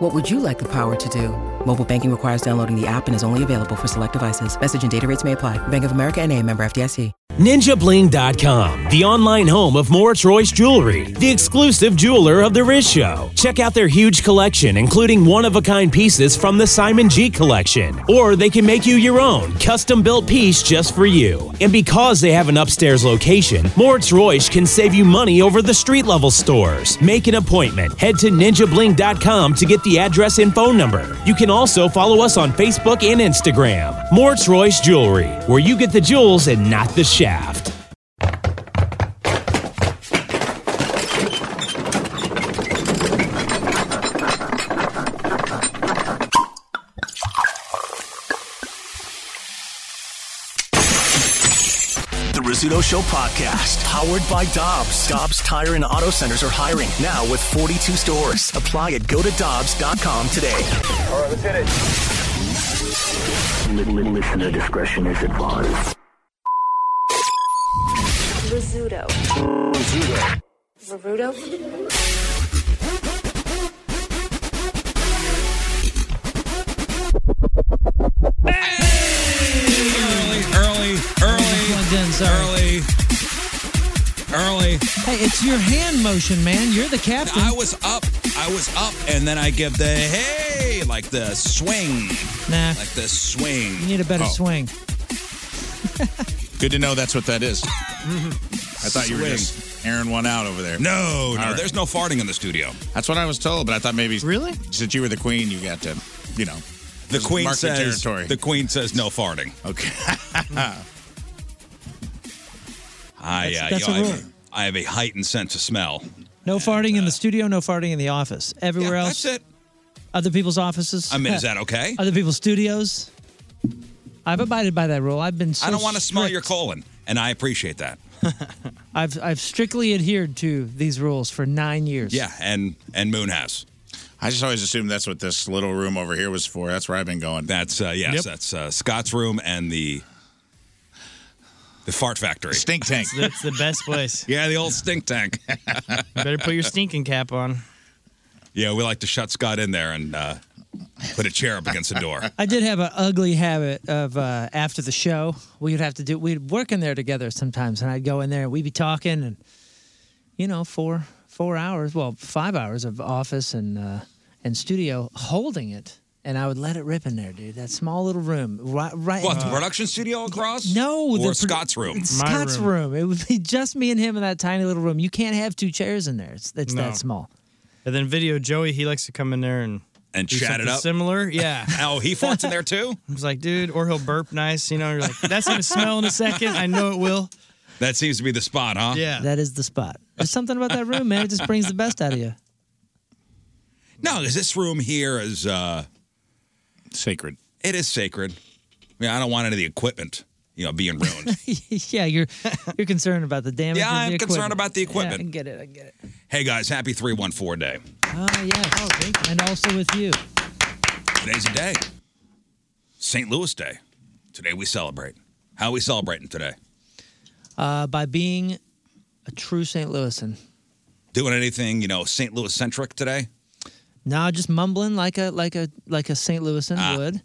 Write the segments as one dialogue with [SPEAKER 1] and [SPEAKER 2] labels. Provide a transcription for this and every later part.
[SPEAKER 1] What would you like the power to do? Mobile banking requires downloading the app and is only available for select devices. Message and data rates may apply. Bank of America and a member FDIC.
[SPEAKER 2] NinjaBling.com, the online home of Moritz Royce Jewelry, the exclusive jeweler of The Riz Show. Check out their huge collection, including one of a kind pieces from the Simon G collection. Or they can make you your own custom built piece just for you. And because they have an upstairs location, Moritz Royce can save you money over the street level stores. Make an appointment. Head to ninjabling.com to get the address and phone number. You can also follow us on Facebook and Instagram. Moritz Royce Jewelry, where you get the jewels and not the shaft.
[SPEAKER 3] The Rizzuto Show podcast, powered by Dobbs. Dobbs Tire and Auto Centers are hiring now with 42 stores. Apply at go to Dobbs.com today.
[SPEAKER 4] All right, let's hit it.
[SPEAKER 5] Listener discretion is advised.
[SPEAKER 6] Rizzuto. Rizzuto.
[SPEAKER 7] Early, early, early,
[SPEAKER 8] Plugged in, sorry.
[SPEAKER 7] early, early.
[SPEAKER 8] Hey, it's your hand motion, man. You're the captain.
[SPEAKER 7] I was up, I was up, and then I give the hey, like the swing,
[SPEAKER 8] Nah,
[SPEAKER 7] like the swing.
[SPEAKER 8] you need a better
[SPEAKER 7] Oh,
[SPEAKER 8] swing.
[SPEAKER 9] Good to know that's what that is. I thought you were
[SPEAKER 7] Swing.
[SPEAKER 9] just airing one out over there.
[SPEAKER 7] No, no, there's no farting in the studio.
[SPEAKER 9] That's what I was told, but I thought maybe
[SPEAKER 8] really
[SPEAKER 9] since you were the queen, you got to, you know,
[SPEAKER 7] The queen
[SPEAKER 9] mark your
[SPEAKER 7] says.
[SPEAKER 9] territory.
[SPEAKER 7] The queen says no farting. Okay. I,
[SPEAKER 8] That's-
[SPEAKER 7] uh,
[SPEAKER 8] that's
[SPEAKER 7] you know,
[SPEAKER 8] a
[SPEAKER 7] I,
[SPEAKER 8] rule.
[SPEAKER 7] have, I have a heightened sense of smell.
[SPEAKER 8] No farting in the studio, no farting in the office. Everywhere else,
[SPEAKER 7] that's it.
[SPEAKER 8] Other people's offices.
[SPEAKER 7] I mean, is that okay?
[SPEAKER 8] Other people's studios. I've abided by that rule. I've been. So
[SPEAKER 7] I don't want to smell
[SPEAKER 8] strict.
[SPEAKER 7] your colon, and I appreciate that.
[SPEAKER 8] I've I've strictly adhered to these rules for nine years.
[SPEAKER 7] Yeah, and and Moon has.
[SPEAKER 9] I just always assumed that's what this little room over here was for. That's where I've been going.
[SPEAKER 7] That's uh, yes, that's uh, Scott's room and the the fart factory,
[SPEAKER 9] stink tank.
[SPEAKER 10] That's the best place.
[SPEAKER 7] yeah, the old stink tank.
[SPEAKER 10] Better put your stinking cap on.
[SPEAKER 7] yeah, we like to shut Scott in there and uh, put a chair up against the door.
[SPEAKER 8] I did have an ugly habit of uh, after the show, we'd have to do, we'd work in there together sometimes. And I'd go in there and we'd be talking and, you know, four, four hours, well, five hours of office and, uh, and studio holding it. And I would let it rip in there, dude. That small little room. Right. right
[SPEAKER 7] What the production studio across?
[SPEAKER 8] No,
[SPEAKER 7] or
[SPEAKER 8] the pro-
[SPEAKER 7] Scott's room.
[SPEAKER 8] Scott's room. It would be just me and him in that tiny little room. You can't have two chairs in there. It's, it's
[SPEAKER 10] No.
[SPEAKER 8] that small.
[SPEAKER 10] And then video Joey, he likes to come in there and
[SPEAKER 7] And
[SPEAKER 10] do
[SPEAKER 7] chat it
[SPEAKER 10] something
[SPEAKER 7] up?
[SPEAKER 10] Similar, yeah.
[SPEAKER 7] Oh, he farts in there too.
[SPEAKER 10] He's like, dude, or he'll burp nice. You know, you're like, that's gonna smell in a second. I know it will.
[SPEAKER 7] That seems to be the spot, huh?
[SPEAKER 10] Yeah.
[SPEAKER 8] That is the spot. There's something about that room, man. It just brings the best out of you.
[SPEAKER 7] No, because this room here is uh,
[SPEAKER 9] sacred.
[SPEAKER 7] It is sacred. I mean, I don't want any of the equipment, you know, being ruined.
[SPEAKER 8] yeah, you're you're concerned about the damage.
[SPEAKER 7] Yeah,
[SPEAKER 8] of the
[SPEAKER 7] I'm concerned
[SPEAKER 8] equipment.
[SPEAKER 7] about the equipment.
[SPEAKER 8] Yeah, I get it. I get it.
[SPEAKER 7] Hey guys, happy 314 day.
[SPEAKER 8] Ah, yes. Oh, thank you. And also with you.
[SPEAKER 7] Today's a day. St. Louis Day. Today we celebrate. How are we celebrating today?
[SPEAKER 8] Uh, by being a true St. Louisan.
[SPEAKER 7] Doing anything, you know, St. Louis centric today?
[SPEAKER 8] No, just mumbling like a like a like a St. Louisan
[SPEAKER 7] Ah.
[SPEAKER 8] would.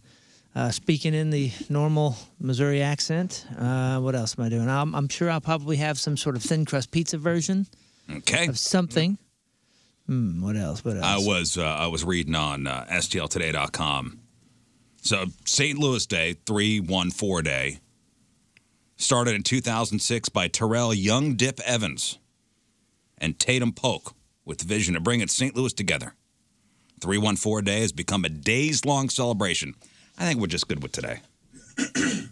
[SPEAKER 8] Uh, speaking in the normal Missouri accent. Uh, what else am I doing? I'm, I'm sure I'll probably have some sort of thin crust pizza version
[SPEAKER 7] Okay.
[SPEAKER 8] of something. Hmm, what else? What else?
[SPEAKER 7] I was uh, I was reading on uh, STLtoday.com. So St. Louis Day, 314 day. started in 2006 by Terrell Young Dip Evans and Tatum Polk with the vision of bringing St. Louis together. 314 Day has become a days long celebration. I think we're just good with today.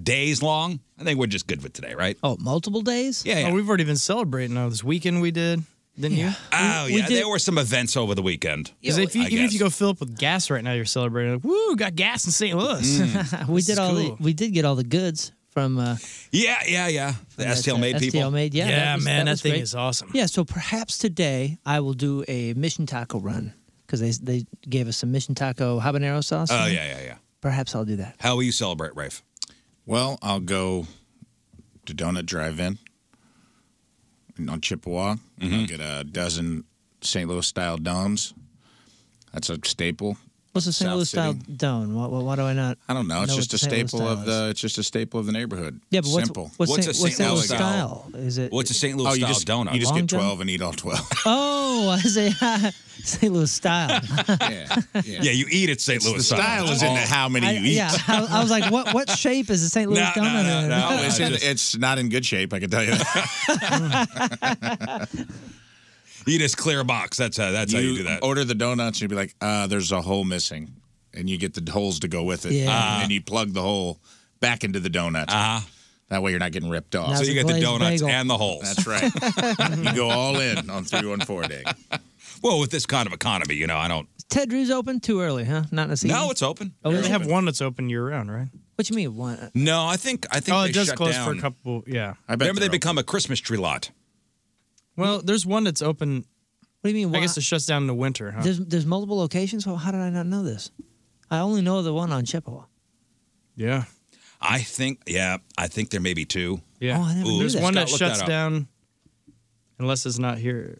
[SPEAKER 7] days long? I think we're just good with today, right?
[SPEAKER 8] Oh, multiple days?
[SPEAKER 7] Yeah, yeah.
[SPEAKER 10] Oh, we've already been celebrating now. This weekend we did, didn't you?
[SPEAKER 7] Oh,
[SPEAKER 10] We- we
[SPEAKER 7] yeah.
[SPEAKER 10] did-
[SPEAKER 7] There were some events over the weekend.
[SPEAKER 10] Because if you,
[SPEAKER 7] I
[SPEAKER 10] even if
[SPEAKER 7] guess.
[SPEAKER 10] you go fill up with gas right now, you're celebrating. Like, Woo, got gas in St. Louis.
[SPEAKER 7] Mm.
[SPEAKER 8] we did all the, we did get all the goods from uh,
[SPEAKER 7] Yeah, yeah, yeah. The
[SPEAKER 8] That's
[SPEAKER 7] STL
[SPEAKER 8] right.
[SPEAKER 7] made people.
[SPEAKER 8] STL made, yeah.
[SPEAKER 10] Yeah,
[SPEAKER 8] was-
[SPEAKER 10] man, that,
[SPEAKER 8] was
[SPEAKER 10] thing
[SPEAKER 8] great.
[SPEAKER 10] is awesome.
[SPEAKER 8] Yeah, so perhaps today I will do a mission taco run because they they gave us some mission taco habanero sauce.
[SPEAKER 7] Oh, yeah, yeah, yeah.
[SPEAKER 8] Perhaps I'll do that.
[SPEAKER 7] How will you celebrate, Rafe?
[SPEAKER 9] Well, I'll go to Donut Drive-In on Chippewa. and
[SPEAKER 7] Mm-hmm.
[SPEAKER 9] I'll get a dozen St. Louis style domes. That's a staple.
[SPEAKER 8] What's the St.
[SPEAKER 9] South
[SPEAKER 8] Louis style
[SPEAKER 9] City.
[SPEAKER 8] done? Why, why, why do I not?
[SPEAKER 9] I don't know. It's
[SPEAKER 8] Know
[SPEAKER 9] just a
[SPEAKER 8] what the St. Louis
[SPEAKER 9] staple of
[SPEAKER 8] style
[SPEAKER 9] the. It's just a staple of the neighborhood.
[SPEAKER 8] Yeah, but what's-
[SPEAKER 9] simple.
[SPEAKER 8] what's What's St- a what's St. St. Louis Louis style? Is it?
[SPEAKER 7] What's a St.
[SPEAKER 9] oh, you
[SPEAKER 7] Louis-style
[SPEAKER 9] just,
[SPEAKER 7] donut?
[SPEAKER 9] You just
[SPEAKER 8] Long
[SPEAKER 9] get
[SPEAKER 8] John?
[SPEAKER 9] twelve and eat all twelve.
[SPEAKER 8] Oh, I say St. Louis style.
[SPEAKER 7] Yeah, you eat at St.
[SPEAKER 9] It's
[SPEAKER 7] Louis.
[SPEAKER 9] the style Oh. is in the how many
[SPEAKER 8] I-
[SPEAKER 9] you eat.
[SPEAKER 8] Oh, Yeah, I, I was like, what what shape is the St. Louis donut in?
[SPEAKER 9] No, it's, in, it's not in good shape. I can tell you that.
[SPEAKER 1] Mm.
[SPEAKER 9] Oh,
[SPEAKER 7] you just clear a box. That's how. That's how you do that.
[SPEAKER 9] Order the donuts, and you'd be like, uh, "There's a hole missing," and you get the holes to go with it,
[SPEAKER 7] Yeah. Ah.
[SPEAKER 9] and then you plug the hole back into the donut.
[SPEAKER 7] Uh-huh.
[SPEAKER 9] That way, you're not getting ripped off.
[SPEAKER 7] So you get the donuts and the holes.
[SPEAKER 9] That's right. you go all in on three one four day.
[SPEAKER 7] Well, with this kind of economy, you know, I don't.
[SPEAKER 8] Ted Drew's open too early, huh? Not in a season.
[SPEAKER 7] No, it's open.
[SPEAKER 8] Oh,
[SPEAKER 10] they have one that's open year round, right?
[SPEAKER 8] What you mean one?
[SPEAKER 7] No, I think I think
[SPEAKER 10] oh,
[SPEAKER 7] they
[SPEAKER 10] it does
[SPEAKER 7] shut
[SPEAKER 10] close for
[SPEAKER 7] down.
[SPEAKER 10] a couple. Yeah.
[SPEAKER 7] Remember, they become a Christmas tree lot.
[SPEAKER 10] Well, there's one that's open.
[SPEAKER 8] What do you mean?
[SPEAKER 10] I guess it shuts down in the winter, huh?
[SPEAKER 8] There's there's multiple locations. Well, how did I not know this? I only know the one on Chippewa.
[SPEAKER 10] Yeah.
[SPEAKER 7] I think. Yeah, I think there may be two.
[SPEAKER 10] Yeah.
[SPEAKER 8] Oh,
[SPEAKER 10] there's one that
[SPEAKER 7] Scott, look
[SPEAKER 10] shuts
[SPEAKER 7] up.
[SPEAKER 10] down unless it's not here.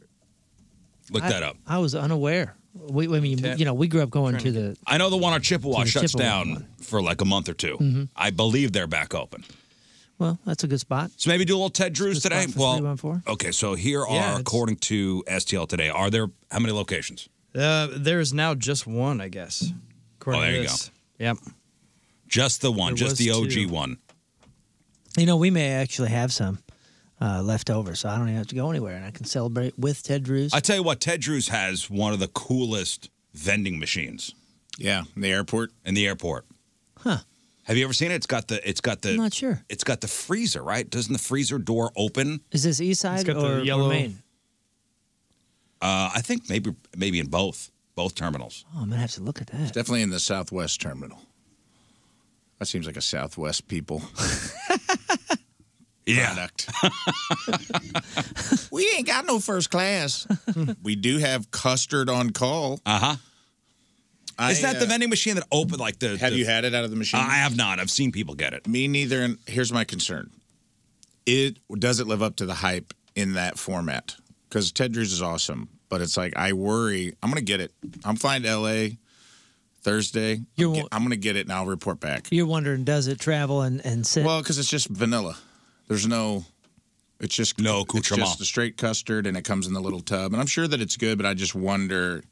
[SPEAKER 7] Look
[SPEAKER 8] I-
[SPEAKER 7] that up.
[SPEAKER 8] I was unaware. We, I mean, you know, we grew up going to the.
[SPEAKER 7] I know the one on Chippewa
[SPEAKER 8] To the
[SPEAKER 7] shuts
[SPEAKER 8] Chippewa
[SPEAKER 7] down for like a month or 2
[SPEAKER 8] Mhm.
[SPEAKER 7] I believe they're back open.
[SPEAKER 8] Well, that's a good spot.
[SPEAKER 7] So maybe do a little Ted Drews today.
[SPEAKER 8] spot for
[SPEAKER 7] Well,
[SPEAKER 8] 314.
[SPEAKER 7] okay. So here
[SPEAKER 10] Yeah,
[SPEAKER 7] are,
[SPEAKER 10] it's-
[SPEAKER 7] according to STL today, are there how many locations?
[SPEAKER 10] Uh, there is now just one, I guess. according
[SPEAKER 7] oh,
[SPEAKER 10] to
[SPEAKER 7] there you
[SPEAKER 10] this.
[SPEAKER 7] go.
[SPEAKER 10] Yep.
[SPEAKER 7] Just the one,
[SPEAKER 10] There
[SPEAKER 7] just
[SPEAKER 10] was
[SPEAKER 7] the OG
[SPEAKER 10] two.
[SPEAKER 7] one.
[SPEAKER 8] You know, we may actually have some uh, left over, so I don't even have to go anywhere, and I can celebrate with Ted Drews.
[SPEAKER 7] I tell you what, Ted Drews has one of the coolest vending machines.
[SPEAKER 9] Yeah, in the airport.
[SPEAKER 7] In the airport.
[SPEAKER 8] Huh.
[SPEAKER 7] Have you ever seen it? It's got the it's got the
[SPEAKER 8] I'm not sure.
[SPEAKER 7] it's got the freezer, right? Doesn't the freezer door open?
[SPEAKER 8] Is this East
[SPEAKER 7] It's
[SPEAKER 8] Side
[SPEAKER 7] got the
[SPEAKER 8] or,
[SPEAKER 7] yellow-
[SPEAKER 8] or Main?
[SPEAKER 7] Uh, I think maybe maybe in both both terminals.
[SPEAKER 8] Oh, I'm gonna have to look at that.
[SPEAKER 9] Definitely in the Southwest terminal. That seems like a Southwest people. Product. we ain't got no first class. we do have custard on call.
[SPEAKER 7] Uh huh.
[SPEAKER 9] I,
[SPEAKER 7] Is that the
[SPEAKER 9] uh,
[SPEAKER 7] vending machine that opened like the?
[SPEAKER 9] Have
[SPEAKER 7] the-
[SPEAKER 9] you had it out of the machine?
[SPEAKER 7] I have not. I've seen people get it.
[SPEAKER 9] Me neither. And here's my concern: it does it live up to the hype in that format? Because Ted Drews is awesome, but it's like I worry. I'm gonna get it. I'm flying to L.A. Thursday. I'm, get- I'm gonna get it, and I'll report back.
[SPEAKER 8] You're wondering, does it travel and and sit?
[SPEAKER 9] Well, because it's just vanilla. There's no. It's just no It's
[SPEAKER 7] accoutrement.
[SPEAKER 9] just the straight custard, and it comes in the little tub. And I'm sure that it's good, but I just wonder: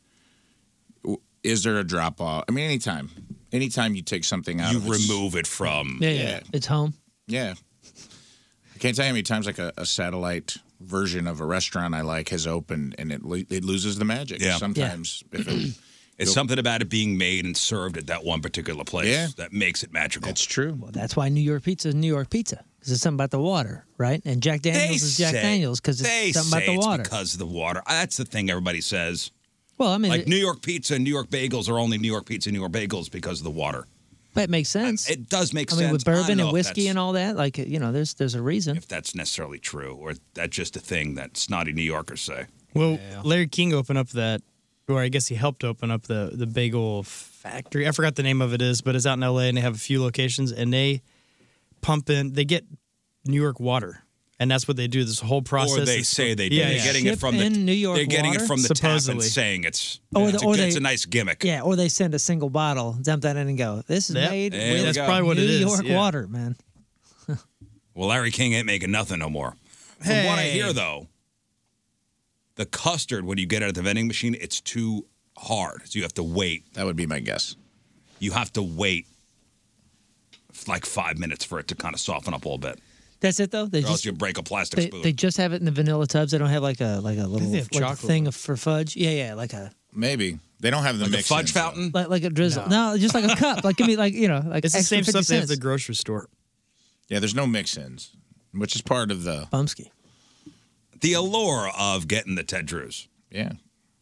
[SPEAKER 9] w- is there a drop off? I mean, anytime, anytime you take something out,
[SPEAKER 7] You
[SPEAKER 9] of its-
[SPEAKER 7] remove it from.
[SPEAKER 8] yeah, yeah, it's home.
[SPEAKER 9] yeah. I can't tell you how many times like a, a satellite version of a restaurant I like has opened and it lo- it loses the magic.
[SPEAKER 7] Yeah.
[SPEAKER 9] Sometimes if it,
[SPEAKER 7] It's something about it being made and served at that one particular place
[SPEAKER 8] Yeah.
[SPEAKER 7] that makes it magical. That's
[SPEAKER 9] true.
[SPEAKER 8] That's why New York pizza is New York pizza because it's something about the water, right? And Jack Daniels is Jack Daniels because
[SPEAKER 7] they
[SPEAKER 8] it's something
[SPEAKER 7] say
[SPEAKER 8] about the
[SPEAKER 7] it's
[SPEAKER 8] water.
[SPEAKER 7] because of the water. Uh, That's the thing everybody says.
[SPEAKER 8] well, I mean,
[SPEAKER 7] like
[SPEAKER 8] it,
[SPEAKER 7] New York pizza and New York bagels are only New York pizza and New York bagels because of the water.
[SPEAKER 8] but it makes sense.
[SPEAKER 7] It does make
[SPEAKER 8] I mean,
[SPEAKER 7] sense.
[SPEAKER 8] with
[SPEAKER 7] I don't
[SPEAKER 8] bourbon
[SPEAKER 7] know
[SPEAKER 8] and
[SPEAKER 7] if
[SPEAKER 8] whiskey
[SPEAKER 7] that's-
[SPEAKER 8] and all that, like you know, there's there's a reason.
[SPEAKER 7] If that's necessarily true, or that's just a thing that snotty New Yorkers say.
[SPEAKER 10] Well, Larry King opened up that, or I guess he helped open up the the bagel factory. I forgot the name of it is, but it's out in L.A. and they have a few locations, and they pump in. They get New York water, and that's what they do. This whole process.
[SPEAKER 7] Or they
[SPEAKER 10] is-
[SPEAKER 7] say they do. they're getting it from the They're getting it from the tap and
[SPEAKER 10] supposedly.
[SPEAKER 7] saying it's
[SPEAKER 8] Or the-
[SPEAKER 7] it's, a,
[SPEAKER 8] or
[SPEAKER 7] good-
[SPEAKER 8] they-
[SPEAKER 7] it's a nice gimmick.
[SPEAKER 8] Yeah, or they send a single bottle, dump that in, and go. This is
[SPEAKER 7] Yep.
[SPEAKER 8] made.
[SPEAKER 7] There
[SPEAKER 8] with
[SPEAKER 7] we That's go. probably what
[SPEAKER 8] New
[SPEAKER 7] it is,
[SPEAKER 8] York
[SPEAKER 7] yeah.
[SPEAKER 8] water, man.
[SPEAKER 7] Well, Larry King ain't making nothing no more. From what I
[SPEAKER 8] Hey.
[SPEAKER 7] hear, though, the custard when you get it at the vending machine, it's too hard, so you have to wait.
[SPEAKER 9] That would be my guess.
[SPEAKER 7] You have to wait like five minutes for it to kind of soften up a little bit.
[SPEAKER 8] That's it though. They
[SPEAKER 7] or else
[SPEAKER 8] just
[SPEAKER 7] you break a plastic
[SPEAKER 8] they,
[SPEAKER 7] spoon.
[SPEAKER 8] they just have it in the vanilla tubs. They don't have like a like a little
[SPEAKER 9] they have
[SPEAKER 8] like a
[SPEAKER 9] chocolate
[SPEAKER 8] thing of, for fudge. Yeah, yeah, like a
[SPEAKER 9] Maybe they don't have the
[SPEAKER 8] Like a
[SPEAKER 9] mix
[SPEAKER 8] fudge
[SPEAKER 9] fountain.
[SPEAKER 8] like like a drizzle. No, just like a cup. Like give me like you know like
[SPEAKER 9] It's the
[SPEAKER 8] extra
[SPEAKER 9] same stuff
[SPEAKER 8] 50
[SPEAKER 9] they have
[SPEAKER 8] cents.
[SPEAKER 9] the
[SPEAKER 10] grocery store.
[SPEAKER 9] Yeah, there's no mix-ins, which is part of the
[SPEAKER 8] Bumsky.
[SPEAKER 7] the allure of getting the Ted Drews.
[SPEAKER 9] Yeah.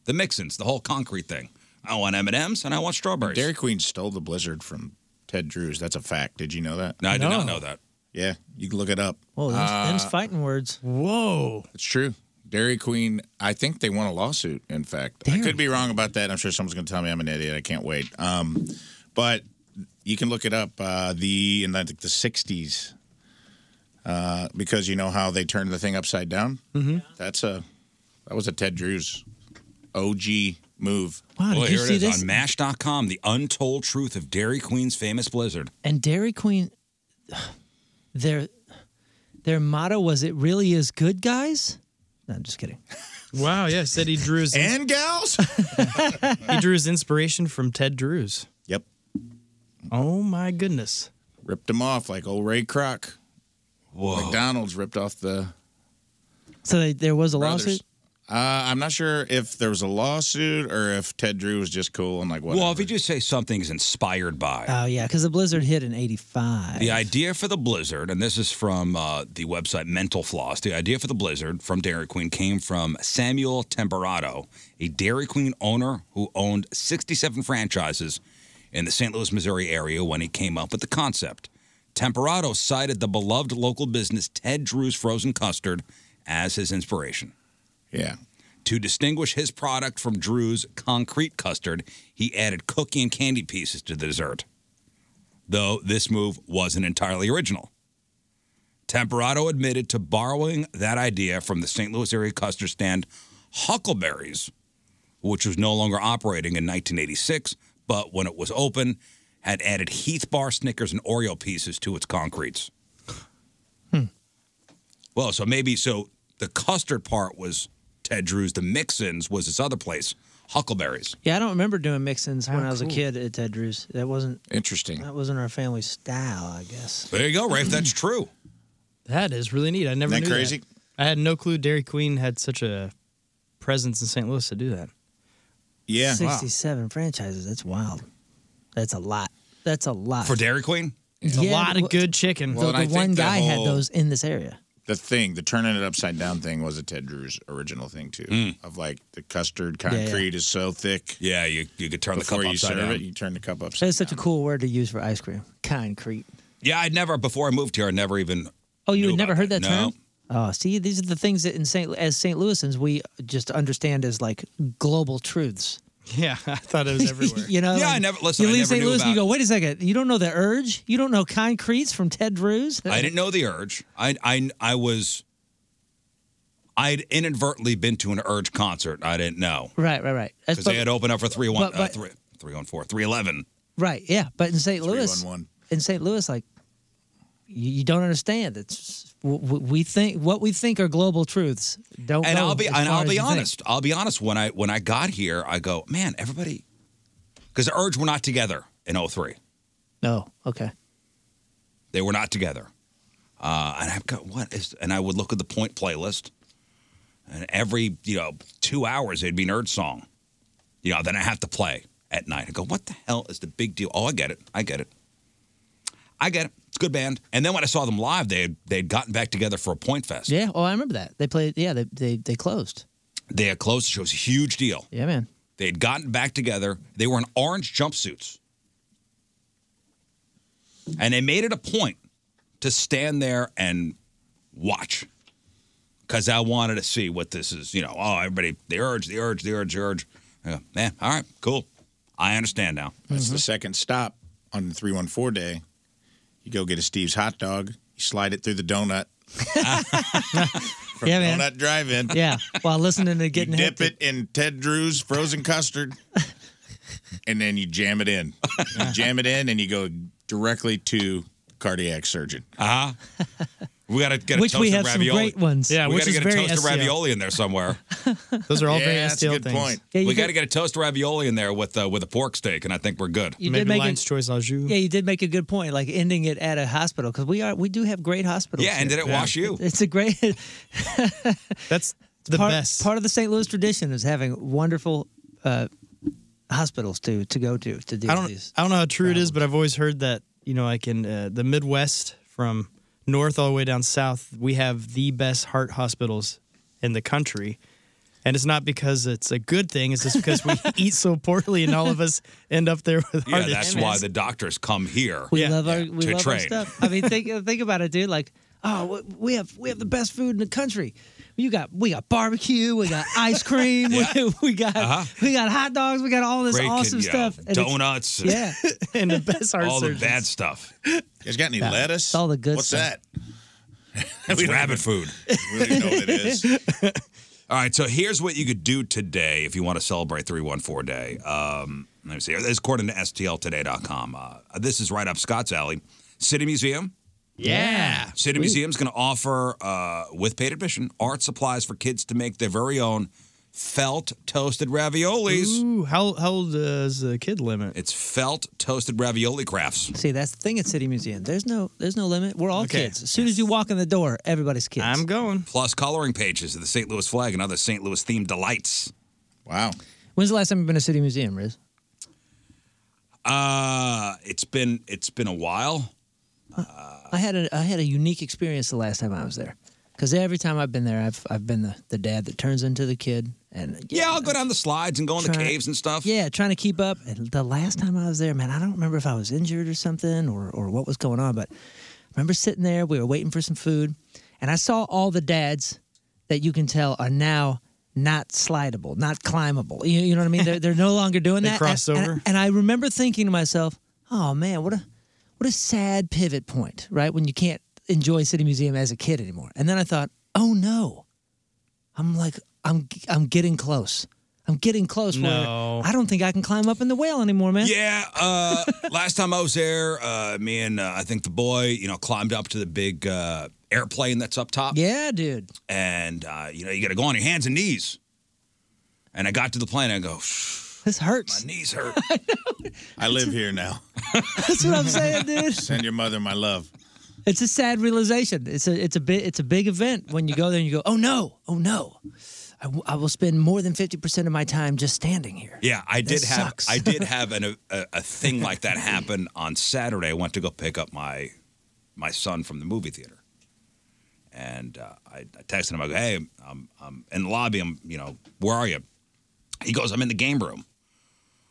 [SPEAKER 7] The mixins, the whole concrete thing. I want M and M's and I want strawberries.
[SPEAKER 9] Dairy Queen stole the Blizzard from Ted Drews. That's a fact. Did you know that?
[SPEAKER 7] No, I did not No. know that.
[SPEAKER 9] Yeah, you can look it up.
[SPEAKER 8] Whoa, them's, them's
[SPEAKER 9] Uh,
[SPEAKER 8] fighting words.
[SPEAKER 7] oh.
[SPEAKER 10] Whoa,
[SPEAKER 9] It's true. Dairy Queen, I think they won a lawsuit, in fact. I could be wrong about that. I'm sure someone's going to tell me I'm an idiot. I can't wait. Um, but you can look it up. Uh, the in I think the 60s, uh, because you know how they turned the thing upside down.
[SPEAKER 10] Mm-hmm.
[SPEAKER 9] That's a that was a Ted Drews OG move.
[SPEAKER 8] Wow, did
[SPEAKER 7] Well,
[SPEAKER 8] you
[SPEAKER 7] here it
[SPEAKER 8] see
[SPEAKER 7] is
[SPEAKER 8] this?
[SPEAKER 7] on Mash.com, the untold truth of Dairy Queen's famous blizzard.
[SPEAKER 8] And Dairy Queen, their their motto was "It really is good, guys." No, I'm just kidding.
[SPEAKER 10] Wow, yeah, said he drew his
[SPEAKER 9] and gals.
[SPEAKER 10] he drew his inspiration from Ted Drews.
[SPEAKER 9] Yep.
[SPEAKER 10] Oh my goodness.
[SPEAKER 9] Ripped him off like old Ray Kroc. McDonald's ripped off the
[SPEAKER 8] So they, there was a
[SPEAKER 9] Brothers.
[SPEAKER 8] lawsuit.
[SPEAKER 9] Uh, I'm not sure if there was a lawsuit or if Ted Drew was just cool and like what.
[SPEAKER 7] Well, if you just say something's inspired by
[SPEAKER 8] Oh yeah, because the blizzard hit in '85.
[SPEAKER 7] the idea for the blizzard, and this is from uh, the website Mental Floss. The idea for the blizzard from Dairy Queen came from Samuel Temperado, a Dairy Queen owner who owned 67 franchises in the St. Louis, Missouri area when he came up with the concept. Temperado cited the beloved local business Ted Drew's frozen custard as his inspiration.
[SPEAKER 9] Yeah.
[SPEAKER 7] To distinguish his product from Drew's concrete custard, he added cookie and candy pieces to the dessert. Though this move wasn't entirely original. Temperado admitted to borrowing that idea from the St. Louis area custard stand Huckleberries, which was no longer operating in 1986, but when it was open, had added Heath Bar Snickers and Oreo pieces to its concretes. Well, so maybe so the custard part was Ted Drew's, the Mixins was this other place, Huckleberries.
[SPEAKER 8] Yeah, I don't remember doing mix-ins when
[SPEAKER 7] Oh,
[SPEAKER 8] I was a
[SPEAKER 7] cool.
[SPEAKER 8] kid at Ted Drew's. That wasn't
[SPEAKER 9] interesting.
[SPEAKER 8] That wasn't our family style, I guess.
[SPEAKER 7] There you go, Rafe. That's true.
[SPEAKER 10] That is really neat. I never
[SPEAKER 8] Isn't that
[SPEAKER 10] knew
[SPEAKER 8] crazy?
[SPEAKER 10] I had no clue Dairy Queen had such a presence in St. Louis to do that.
[SPEAKER 9] Yeah.
[SPEAKER 8] sixty-seven franchises. That's wild. That's a lot. That's a lot
[SPEAKER 7] For Dairy Queen?
[SPEAKER 8] It's
[SPEAKER 10] a lot of good chicken.
[SPEAKER 8] Well,
[SPEAKER 9] Well, and I
[SPEAKER 8] the
[SPEAKER 9] think
[SPEAKER 8] one
[SPEAKER 9] the
[SPEAKER 8] guy
[SPEAKER 9] whole-
[SPEAKER 8] had those in this area.
[SPEAKER 9] The thing, the turning it upside down thing, was a Ted Drew's original thing too. Of like the custard
[SPEAKER 8] Yeah, yeah.
[SPEAKER 9] concrete is so thick.
[SPEAKER 7] Hmm. Yeah, you you could turn
[SPEAKER 8] the cup
[SPEAKER 9] Before you
[SPEAKER 8] upside
[SPEAKER 9] serve
[SPEAKER 8] down.
[SPEAKER 9] It, you turn the cup upside.
[SPEAKER 8] That's such a cool word to use for ice cream. Concrete.
[SPEAKER 7] Yeah, I'd never before I moved here, I never even
[SPEAKER 8] Oh, you had never heard that
[SPEAKER 7] that.
[SPEAKER 8] term?
[SPEAKER 7] No.
[SPEAKER 8] Oh, see, these are the things that in St. as St. Louisans we just understand as like global truths.
[SPEAKER 10] Yeah, I thought it was everywhere.
[SPEAKER 8] You know,
[SPEAKER 10] Yeah, I
[SPEAKER 8] like,
[SPEAKER 10] never- listen,
[SPEAKER 8] You
[SPEAKER 10] I
[SPEAKER 8] leave
[SPEAKER 10] never
[SPEAKER 8] St.
[SPEAKER 10] knew
[SPEAKER 8] Louis and you
[SPEAKER 10] about-
[SPEAKER 8] go, wait a second, you don't know the urge? You don't know concretes from Ted Drews?
[SPEAKER 7] I didn't know the urge. I I I was I'd inadvertently been to an urge concert. I didn't know.
[SPEAKER 8] Right, right, right. That's-
[SPEAKER 7] Because they had opened up for 3 1
[SPEAKER 8] but- but-
[SPEAKER 7] uh, 3 314, 311.
[SPEAKER 8] Right. Yeah. But in St. Louis,
[SPEAKER 7] 311.
[SPEAKER 8] in St. Louis, like you, you don't understand. It's w- w- we think what we think are global truths. Don't
[SPEAKER 7] and
[SPEAKER 8] go
[SPEAKER 7] I'll be
[SPEAKER 8] as
[SPEAKER 7] and
[SPEAKER 8] far
[SPEAKER 7] I'll
[SPEAKER 8] as
[SPEAKER 7] be
[SPEAKER 8] you think.
[SPEAKER 7] honest. I'll be honest. When I when I got here, I go, man, everybody, because the Urge were not together in 03.
[SPEAKER 8] No. Okay.
[SPEAKER 7] They were not together. Uh, and I've got what is and I would look at the point playlist, and every you know two hours it'd be nerd song, you know. Then I have to play at night. I go, what the hell is the big deal? Oh, I get it. I get it. I get it. It's a good band. And then when I saw them live, they had, they had gotten back together for a point fest.
[SPEAKER 8] Yeah. Oh, I remember that they played. Yeah. They they, they closed.
[SPEAKER 7] They had closed. It was a huge deal.
[SPEAKER 8] Yeah, man.
[SPEAKER 7] They had gotten back together. They were in orange jumpsuits. And they made it a point to stand there and watch. Because I wanted to see what this is, you know, oh, everybody, the urge, the urge, the urge, the urge. I go, man, all right, cool. I understand now.
[SPEAKER 9] That's
[SPEAKER 8] Mm-hmm.
[SPEAKER 9] the second stop on the 314 day. You go get a Steve's hot dog. You slide it through the donut. From
[SPEAKER 8] Yeah, man.
[SPEAKER 9] Donut drive-in.
[SPEAKER 8] Yeah. While listening to getting
[SPEAKER 9] dip it in Ted Drew's frozen custard, and then you jam it in. You jam it in, and you go directly to cardiac surgeon.
[SPEAKER 10] Ah,
[SPEAKER 7] Uh huh. We got to get a
[SPEAKER 9] Which we
[SPEAKER 7] toasted
[SPEAKER 9] have some
[SPEAKER 7] ravioli.
[SPEAKER 9] great ones. Yeah,
[SPEAKER 7] we
[SPEAKER 9] which
[SPEAKER 7] got to
[SPEAKER 9] is
[SPEAKER 7] get a
[SPEAKER 9] very
[SPEAKER 7] toasted
[SPEAKER 9] SEO.
[SPEAKER 7] ravioli in there somewhere.
[SPEAKER 10] Those are all
[SPEAKER 7] Yeah,
[SPEAKER 10] very
[SPEAKER 7] that's a
[SPEAKER 10] STL
[SPEAKER 7] good
[SPEAKER 10] things.
[SPEAKER 7] point.
[SPEAKER 8] Yeah, you
[SPEAKER 7] we
[SPEAKER 8] could-
[SPEAKER 7] got to get a toast ravioli in there with uh, with a pork steak, and I think we're good.
[SPEAKER 8] You did Maybe make lion's it-
[SPEAKER 7] choice au jus.
[SPEAKER 8] Yeah, you did make a good point, like ending it at a hospital because we are we do have great hospitals.
[SPEAKER 7] Yeah, and
[SPEAKER 8] here.
[SPEAKER 7] did it Yeah. wash you?
[SPEAKER 8] It's a great.
[SPEAKER 10] That's
[SPEAKER 8] the part, best. Part of the St. Louis tradition is having wonderful uh, hospitals to to go to to deal
[SPEAKER 10] I
[SPEAKER 8] with
[SPEAKER 10] don't.
[SPEAKER 8] these.
[SPEAKER 10] I don't know how true it is, but I've always heard that you know, like in uh, the Midwest, from north all the way down south, we have the best heart hospitals in the country, and it's not because it's a good thing. It's just because we eat so poorly, and all of us end up there with
[SPEAKER 7] Yeah,
[SPEAKER 10] heart
[SPEAKER 7] that's
[SPEAKER 10] issues.
[SPEAKER 7] why the doctors come here.
[SPEAKER 8] We love our we
[SPEAKER 7] to
[SPEAKER 8] love our
[SPEAKER 7] train.
[SPEAKER 8] stuff. I mean, think think about it, dude. Like, oh, we- we have we have the best food in the country. You got we got barbecue, we got ice cream, we, we got
[SPEAKER 7] Uh-huh.
[SPEAKER 8] we got hot dogs, we got all this
[SPEAKER 7] Great
[SPEAKER 8] awesome
[SPEAKER 7] kid, yeah.
[SPEAKER 8] stuff. And it's-
[SPEAKER 7] donuts.
[SPEAKER 8] Yeah, and the best
[SPEAKER 7] all the bad stuff. You
[SPEAKER 9] guys got any
[SPEAKER 8] Yeah,
[SPEAKER 9] lettuce?
[SPEAKER 8] all the good
[SPEAKER 9] What's
[SPEAKER 8] stuff.
[SPEAKER 7] It's rabbit food.
[SPEAKER 9] really know what it is.
[SPEAKER 7] All right, so here's what you could do today if you want to celebrate 314 Day. Um, let me see. This is according to STLtoday.com. Uh, this is right up Scott's alley. City Museum.
[SPEAKER 10] Yeah.
[SPEAKER 7] City
[SPEAKER 10] Sweet.
[SPEAKER 7] Museum's going to offer, uh, with paid admission, art supplies for kids to make their very own felt toasted raviolis.
[SPEAKER 10] Ooh, how how old uh, is the kid limit?
[SPEAKER 7] It's felt toasted ravioli crafts.
[SPEAKER 8] See, that's the thing at City Museum. There's no there's no limit. We're all
[SPEAKER 7] Okay.
[SPEAKER 8] kids. As soon as you walk in the door, everybody's kids. I'm
[SPEAKER 10] going.
[SPEAKER 7] Plus coloring pages of the St. Louis flag and other St. Louis themed delights.
[SPEAKER 9] Wow.
[SPEAKER 8] When's the last time you've been to City Museum, Riz?
[SPEAKER 7] Uh, it's been it's been a while.
[SPEAKER 8] I had a I had a unique experience the last time I was there. Because every time I've been there, I've I've been the, the dad that turns into the kid and
[SPEAKER 7] Yeah, I'll go down the slides and go in the
[SPEAKER 8] Trying-
[SPEAKER 7] caves and stuff.
[SPEAKER 8] Yeah, trying to keep up. And the last time I was there, man, I don't remember if I was injured or something or or what was going on, but I remember sitting there, we were waiting for some food, and I saw all the dads that you can tell are now not slidable, not climbable. You, you know what I mean? They're, they're no longer doing
[SPEAKER 10] They
[SPEAKER 8] that.
[SPEAKER 10] crossed
[SPEAKER 8] And- and-
[SPEAKER 10] over.
[SPEAKER 8] and I remember thinking to myself, "Oh man, what a what a sad pivot point, right? When you can't enjoy City Museum as a kid anymore." And then I thought, "Oh no, I'm like I'm I'm getting close. I'm getting close.
[SPEAKER 7] No.
[SPEAKER 8] Where I don't think I can climb up in the whale anymore, man.
[SPEAKER 7] Yeah. Uh, last time I was there, uh, me and uh, I think the boy, you know, climbed up to the big uh, airplane that's up top.
[SPEAKER 8] Yeah, dude.
[SPEAKER 7] And uh, you know, you got to go on your hands and knees. And I got to the plane. I go,
[SPEAKER 8] this hurts.
[SPEAKER 7] My knees hurt.
[SPEAKER 9] I live here now.
[SPEAKER 8] That's what I'm saying, dude.
[SPEAKER 9] Send your mother my love.
[SPEAKER 8] It's a sad realization. It's a it's a bit it's a big event when you go there and you go, "Oh no, oh no, I, w- I will spend more than fifty percent of my time just standing here."
[SPEAKER 7] Yeah, I did
[SPEAKER 8] This
[SPEAKER 7] have
[SPEAKER 8] sucks.
[SPEAKER 7] I did have an, a a thing like that happen on Saturday. I went to go pick up my my son from the movie theater, and uh, I, I texted him. I go, "Hey, I'm, I'm in the lobby. I'm you know where are you?" He goes, "I'm in the game room."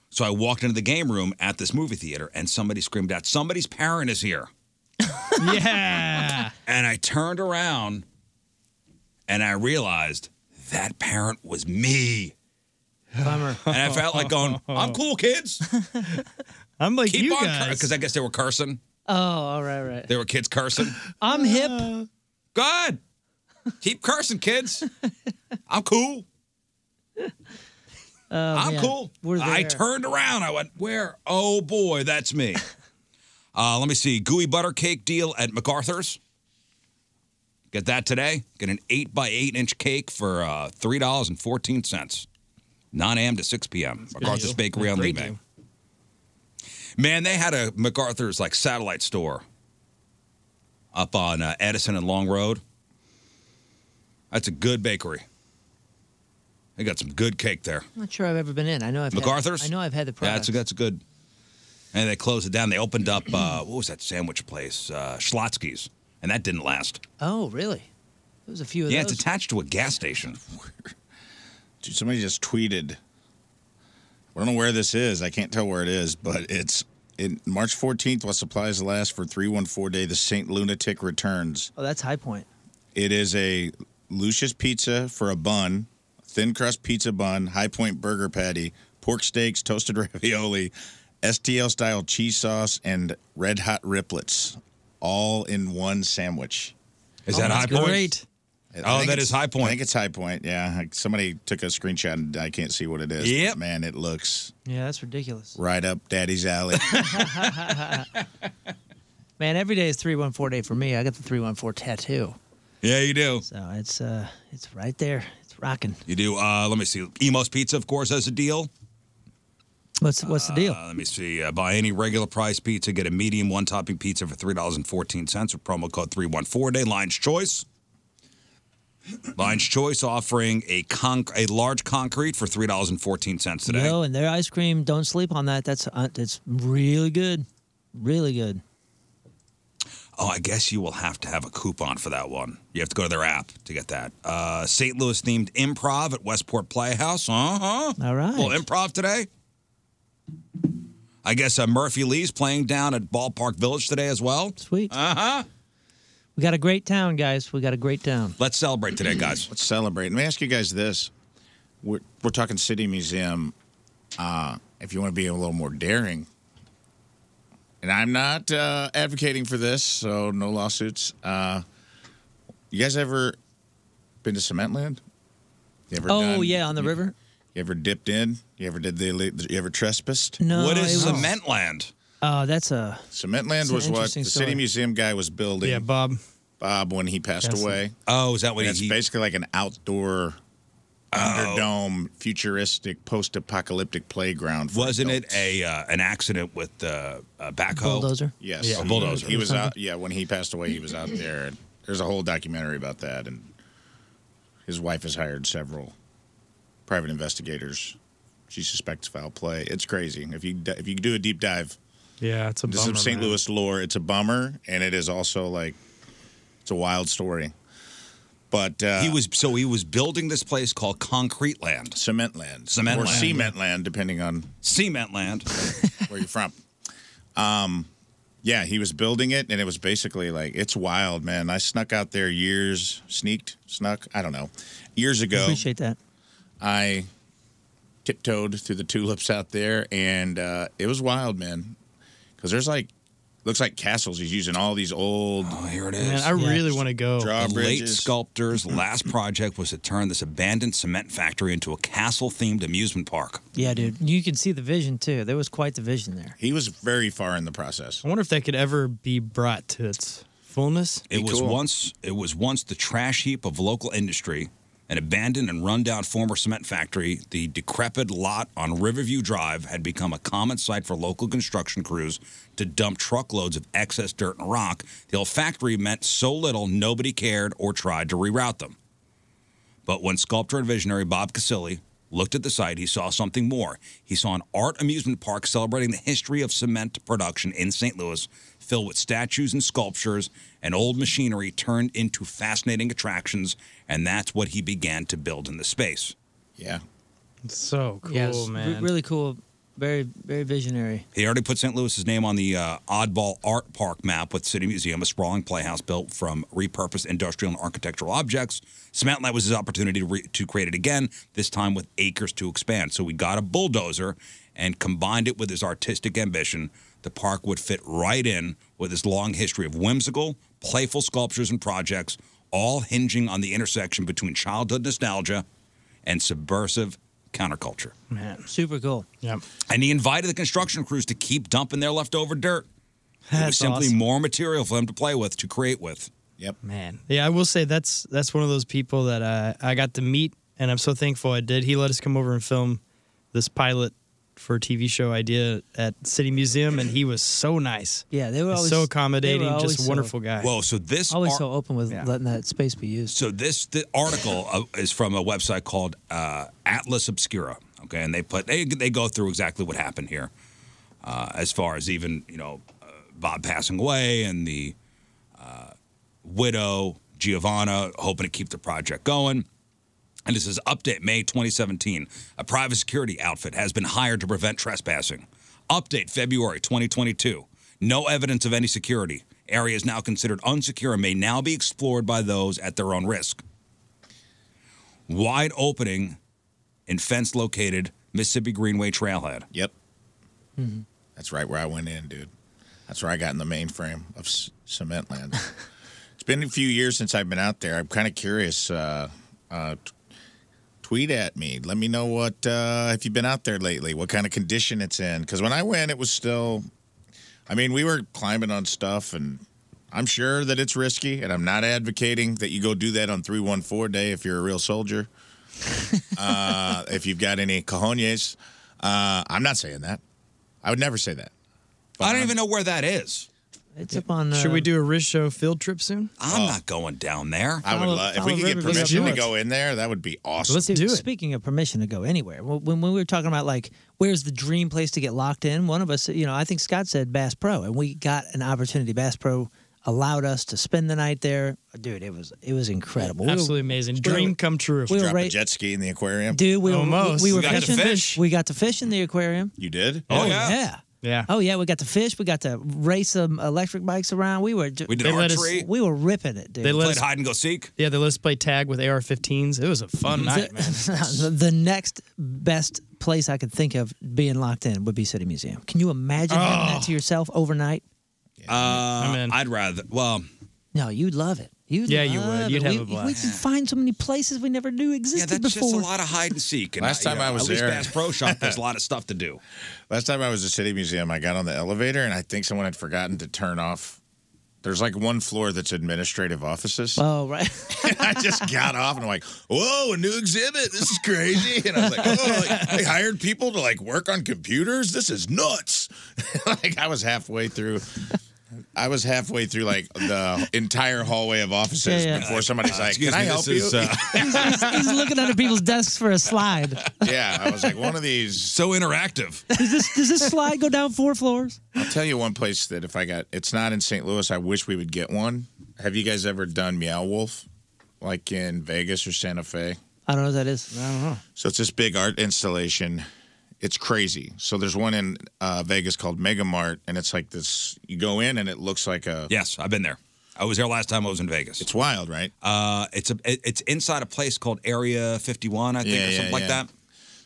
[SPEAKER 7] So I walked into the game room at this movie theater, and somebody screamed out, "Somebody's parent is here!"
[SPEAKER 10] yeah.
[SPEAKER 7] And I turned around, and I realized that parent was me.
[SPEAKER 10] Bummer.
[SPEAKER 7] And I felt like going, I'm cool, kids.
[SPEAKER 10] I'm like,
[SPEAKER 7] Keep
[SPEAKER 10] you
[SPEAKER 7] on
[SPEAKER 10] guys.
[SPEAKER 7] Because I guess they were cursing.
[SPEAKER 8] Oh, all right, right.
[SPEAKER 7] They were kids cursing.
[SPEAKER 8] I'm hip.
[SPEAKER 7] Uh, God, keep cursing, kids. I'm cool.
[SPEAKER 8] Oh,
[SPEAKER 7] I'm
[SPEAKER 8] man.
[SPEAKER 7] cool.
[SPEAKER 8] We're there.
[SPEAKER 7] I turned around. I went, where? Oh, boy, that's me. uh, let me see. Gooey butter cake deal at MacArthur's. Get that today. Get an 8 by 8 inch cake for uh, $3.14. 9 a.m. to 6 p.m.
[SPEAKER 4] a good
[SPEAKER 7] MacArthur's
[SPEAKER 4] deal.
[SPEAKER 7] Bakery on Lee
[SPEAKER 4] Great
[SPEAKER 7] Bay. Man, they had a MacArthur's like satellite store up on uh, Edison and Long Road. That's a good bakery. They got some good cake there.
[SPEAKER 8] I'm not sure I've ever been in. I know I've had-
[SPEAKER 7] MacArthur's.
[SPEAKER 8] I know I've had the
[SPEAKER 7] Yeah,
[SPEAKER 8] product.
[SPEAKER 7] That's that's good. And they closed it down. They opened up uh, what was that sandwich place? Uh, Schlotsky's, and that didn't last.
[SPEAKER 8] Oh, really? There was a few of
[SPEAKER 7] yeah,
[SPEAKER 8] those.
[SPEAKER 7] it's attached to a gas station.
[SPEAKER 9] Dude, somebody just tweeted. I don't know where this is. I can't tell where it is, but it's in March 14th. While supplies last for 314 day, the Saint Lunatic returns.
[SPEAKER 8] oh, that's high point.
[SPEAKER 9] It is a Lucius pizza for a bun, thin crust pizza bun, High Point burger patty, pork steaks, toasted ravioli, STL style cheese sauce, and red hot riplets, all in one sandwich.
[SPEAKER 7] Is Oh, that that's High Point? great. Oh, that is High Point.
[SPEAKER 9] I think it's High Point. Yeah, Like, somebody took a screenshot and I can't see what it is. but
[SPEAKER 8] Yep.
[SPEAKER 9] man, it looks
[SPEAKER 8] Yeah, that's ridiculous.
[SPEAKER 9] right up Daddy's alley.
[SPEAKER 8] Man, every day is 314 day for me. I got the 314 tattoo.
[SPEAKER 7] Yeah, you do.
[SPEAKER 8] So it's uh it's right there. It's It's rocking.
[SPEAKER 7] You do. Uh, let me see. Emo's Pizza, of course, has a deal.
[SPEAKER 8] What's what's the deal?
[SPEAKER 7] Uh, let me see. Uh, buy any regular price pizza, get a medium one topping pizza for three dollars and fourteen cents with promo code three one four day. Lion's Choice. Lion's Choice offering a conc- a large concrete for three dollars and fourteen cents today.
[SPEAKER 8] Yo, and their ice cream. Don't sleep on that. That's uh, it's really good, really good.
[SPEAKER 7] Oh, I guess you will have to have a coupon for that one. You have to go to their app to get that. Uh, St. Louis themed improv at Westport Playhouse. Uh huh.
[SPEAKER 8] All right.
[SPEAKER 7] Well, improv today. I guess uh, Murphy Lee's playing down at Ballpark Village today as well.
[SPEAKER 8] Sweet.
[SPEAKER 7] Uh huh.
[SPEAKER 8] We got a great town, guys. We got a great town.
[SPEAKER 7] Let's celebrate today, guys.
[SPEAKER 9] Let's celebrate. Let me ask you guys this: We're we're talking City Museum. Uh, if you want to be a little more daring, and I'm not uh, advocating for this, so no lawsuits. Uh, you guys ever been to Cementland? You ever
[SPEAKER 8] oh
[SPEAKER 9] done-
[SPEAKER 8] yeah, on the river.
[SPEAKER 9] You ever dipped in? You ever did the? ille- You ever trespassed?
[SPEAKER 8] No, What is it was-
[SPEAKER 7] Cementland?
[SPEAKER 8] Oh, that's a
[SPEAKER 9] Cementland
[SPEAKER 8] It's an
[SPEAKER 9] was what
[SPEAKER 8] interesting
[SPEAKER 9] the
[SPEAKER 8] story.
[SPEAKER 9] city museum guy was building. Yeah,
[SPEAKER 10] Bob.
[SPEAKER 9] Bob, when he passed
[SPEAKER 7] Passed
[SPEAKER 9] away.
[SPEAKER 7] Oh, is that what
[SPEAKER 9] It's basically like an outdoor,
[SPEAKER 7] Oh.
[SPEAKER 9] underdome, futuristic, post-apocalyptic playground. For
[SPEAKER 7] Wasn't
[SPEAKER 9] adults.
[SPEAKER 7] it a uh, an accident with uh, a backhoe?
[SPEAKER 9] Yes,
[SPEAKER 7] A bulldozer.
[SPEAKER 9] He was out. Yeah, when he passed away, he was out there. And there's a whole documentary about that, and his wife has hired several private investigators. She suspects foul play. It's crazy. If you di- if you do a deep dive,
[SPEAKER 10] Yeah, it's a
[SPEAKER 9] This
[SPEAKER 10] bummer,
[SPEAKER 9] is St.
[SPEAKER 10] man.
[SPEAKER 9] Louis lore. It's a bummer, and it is also like it's a wild story. But uh,
[SPEAKER 7] He was so he was building this place called Concrete Land,
[SPEAKER 9] Cement Land,
[SPEAKER 7] Cement
[SPEAKER 9] or
[SPEAKER 7] Land,
[SPEAKER 9] Cement Land, depending on
[SPEAKER 7] Cement Land,
[SPEAKER 9] where you're from. Um, yeah, he was building it, and it was basically like it's wild, man. I snuck out there years, sneaked, snuck. I don't know, years ago.
[SPEAKER 8] Appreciate that.
[SPEAKER 9] I tiptoed through the tulips out there, and uh, it was wild, man. Because there's like, looks like castles. He's using all these old. Oh,
[SPEAKER 7] here it
[SPEAKER 10] Man, I really want to go.
[SPEAKER 7] The late sculptor's last project was to turn this abandoned cement factory into a castle-themed amusement park.
[SPEAKER 8] Yeah, dude. You can see the vision too. There was quite the vision there.
[SPEAKER 9] He was very far in the process.
[SPEAKER 10] I wonder if that could ever be brought to its fullness.
[SPEAKER 7] It was once it was once the trash heap of local industry, an abandoned and rundown former cement factory. The decrepit lot on Riverview Drive had become a common site for local construction crews to dump truckloads of excess dirt and rock. The old factory meant so little nobody cared or tried to reroute them. But when sculptor and visionary Bob Casilli looked at the site, he saw something more. He saw an art amusement park celebrating the history of cement production in St. Louis, filled with statues and sculptures and old machinery turned into fascinating attractions, and that's what he began to build in the space.
[SPEAKER 9] Yeah.
[SPEAKER 10] It's so cool,
[SPEAKER 8] yeah, it was re-
[SPEAKER 10] man.
[SPEAKER 8] really cool. Very, very visionary.
[SPEAKER 7] He already put St. Louis's name on the uh, oddball art park map with City Museum, a sprawling playhouse built from repurposed industrial and architectural objects. Smantlet was his opportunity to, re- to create it again, this time with acres to expand. So we got a bulldozer and combined it with his artistic ambition. The park would fit right in with his long history of whimsical, playful sculptures and projects, all hinging on the intersection between childhood nostalgia and subversive counterculture.
[SPEAKER 8] Man, super cool.
[SPEAKER 10] Yeah.
[SPEAKER 7] And he invited the construction crews to keep dumping their leftover dirt. it was
[SPEAKER 10] That's
[SPEAKER 7] simply
[SPEAKER 10] awesome.
[SPEAKER 7] more material for them to play with, to create with.
[SPEAKER 9] Yep.
[SPEAKER 10] Man. Yeah, I will say that's that's one of those people that uh, I got to meet, and I'm so thankful I did. He let us come over and film this pilot for a TV show idea at City Museum, and he was so nice.
[SPEAKER 8] Yeah, they were
[SPEAKER 10] And
[SPEAKER 8] always
[SPEAKER 10] so
[SPEAKER 8] they
[SPEAKER 10] accommodating,
[SPEAKER 8] were
[SPEAKER 10] just
[SPEAKER 8] always so-
[SPEAKER 10] wonderful guy.
[SPEAKER 7] Whoa, so this
[SPEAKER 8] always
[SPEAKER 7] ar-
[SPEAKER 8] so open with letting that space be used.
[SPEAKER 7] So this the article uh, is from a website called uh, Atlas Obscura. Okay, and they put they they go through exactly what happened here, uh, as far as even you know uh, Bob passing away and the uh, widow Giovanna hoping to keep the project going. And this is update May 2017. A private security outfit has been hired to prevent trespassing. Update February 2022. No evidence of any security. Area is now considered unsecure and may now be explored by those at their own risk. Wide opening in fence located Mississippi Greenway Trailhead.
[SPEAKER 9] Yep. That's right where I went in, dude. That's where I got in the mainframe of C- Cement Land. it's been a few years since I've been out there. I'm kind of curious. Uh, uh, t- tweet at me. Let me know what uh, if you've been out there lately. What kind of condition it's in? Because when I went, it was still. I mean, we were climbing on stuff, and I'm sure that it's risky. And I'm not advocating that you go do that on 314 day if you're a real soldier. uh, if you've got any cojones. Uh, I'm not saying that. I would never say that. I don't even
[SPEAKER 7] know where that is.
[SPEAKER 8] It's up on. uh,
[SPEAKER 10] Should we do a Riz show field trip soon?
[SPEAKER 7] I'm not going down there.
[SPEAKER 9] Oh. I would
[SPEAKER 8] Follow-
[SPEAKER 9] love if we
[SPEAKER 8] follow
[SPEAKER 9] could get
[SPEAKER 8] Riverview
[SPEAKER 9] permission to
[SPEAKER 8] North.
[SPEAKER 9] go in there. That would be awesome.
[SPEAKER 8] Dude, Speaking of permission to go anywhere, well, when, when we were talking about like where's the dream place to get locked in, one of us, you know, I think Scott said Bass Pro, and we got an opportunity. Bass Pro allowed us to spend the night there. Dude, it was it was incredible. We were-
[SPEAKER 10] Absolutely amazing.
[SPEAKER 8] we
[SPEAKER 10] Dream
[SPEAKER 8] were-
[SPEAKER 10] come true.
[SPEAKER 8] we were
[SPEAKER 9] Drop a
[SPEAKER 8] right-
[SPEAKER 9] jet ski in the aquarium.
[SPEAKER 8] Dude, we
[SPEAKER 10] Almost.
[SPEAKER 8] were we, we were
[SPEAKER 10] We got to
[SPEAKER 8] fishing.
[SPEAKER 10] fish.
[SPEAKER 8] We got to fish in the aquarium.
[SPEAKER 9] You did?
[SPEAKER 8] Oh, yeah. yeah.
[SPEAKER 10] Yeah.
[SPEAKER 8] Oh yeah, we got to fish. We got to race some electric bikes around. We were ju-
[SPEAKER 7] We did They let us- archery.
[SPEAKER 8] we were ripping it, dude.
[SPEAKER 10] They let
[SPEAKER 7] Played
[SPEAKER 10] us-
[SPEAKER 7] hide and go seek. Mm-hmm.
[SPEAKER 10] Yeah, they let us play tag with AR-15s. It was a fun night, man.
[SPEAKER 8] the, the next best place I could think of being locked in would be City Museum. Can you imagine having
[SPEAKER 7] Oh.
[SPEAKER 8] that to yourself overnight?
[SPEAKER 7] Uh, I'd rather. Well,
[SPEAKER 8] No, you'd love it. You'd
[SPEAKER 7] Yeah, you
[SPEAKER 8] love
[SPEAKER 7] would. You'd
[SPEAKER 8] it.
[SPEAKER 7] have
[SPEAKER 8] we,
[SPEAKER 7] a blast.
[SPEAKER 8] We could find so many places we never knew
[SPEAKER 7] yeah,
[SPEAKER 8] existed
[SPEAKER 7] that's
[SPEAKER 8] before.
[SPEAKER 7] just a lot of hide and seek. And
[SPEAKER 9] Last time
[SPEAKER 7] you know,
[SPEAKER 9] I was
[SPEAKER 7] at
[SPEAKER 9] there,
[SPEAKER 7] least Bass Pro Shop has a lot of stuff to do.
[SPEAKER 9] Last time I was at City Museum, I got on the elevator and I think someone had forgotten to turn off. There's like one floor that's administrative offices.
[SPEAKER 8] Oh right.
[SPEAKER 9] I just got off and I'm like, whoa, a new exhibit. This is crazy. And I was like, oh, like, they hired people to like work on computers. This is nuts. like I was halfway through. I was halfway through like the entire hallway of offices
[SPEAKER 8] Yeah, yeah.
[SPEAKER 9] before somebody's
[SPEAKER 7] Uh,
[SPEAKER 9] like,
[SPEAKER 7] excuse
[SPEAKER 9] "Can I
[SPEAKER 7] me,
[SPEAKER 9] help
[SPEAKER 7] this is,
[SPEAKER 9] you?"
[SPEAKER 7] uh,
[SPEAKER 8] he's, he's- he's looking under people's desks for a slide.
[SPEAKER 9] yeah, I was like, one of these
[SPEAKER 7] so interactive.
[SPEAKER 8] Does this does this slide go down four floors?
[SPEAKER 9] I'll tell you one place that if I got it's not in St. Louis, I wish we would get one. Have you guys ever done Meow Wolf? Like in Vegas or Santa Fe?
[SPEAKER 8] I don't know what that is. I don't know.
[SPEAKER 9] So it's this big art installation. It's crazy. So there's one in uh, Vegas called Mega Mart, and it's like this. You go in, and it looks like a
[SPEAKER 7] Yes, I've been there. I was there last time I was in Vegas. It's
[SPEAKER 9] wild, right?
[SPEAKER 7] Uh, it's a it- it's inside a place called Area 51, I think, or something like that.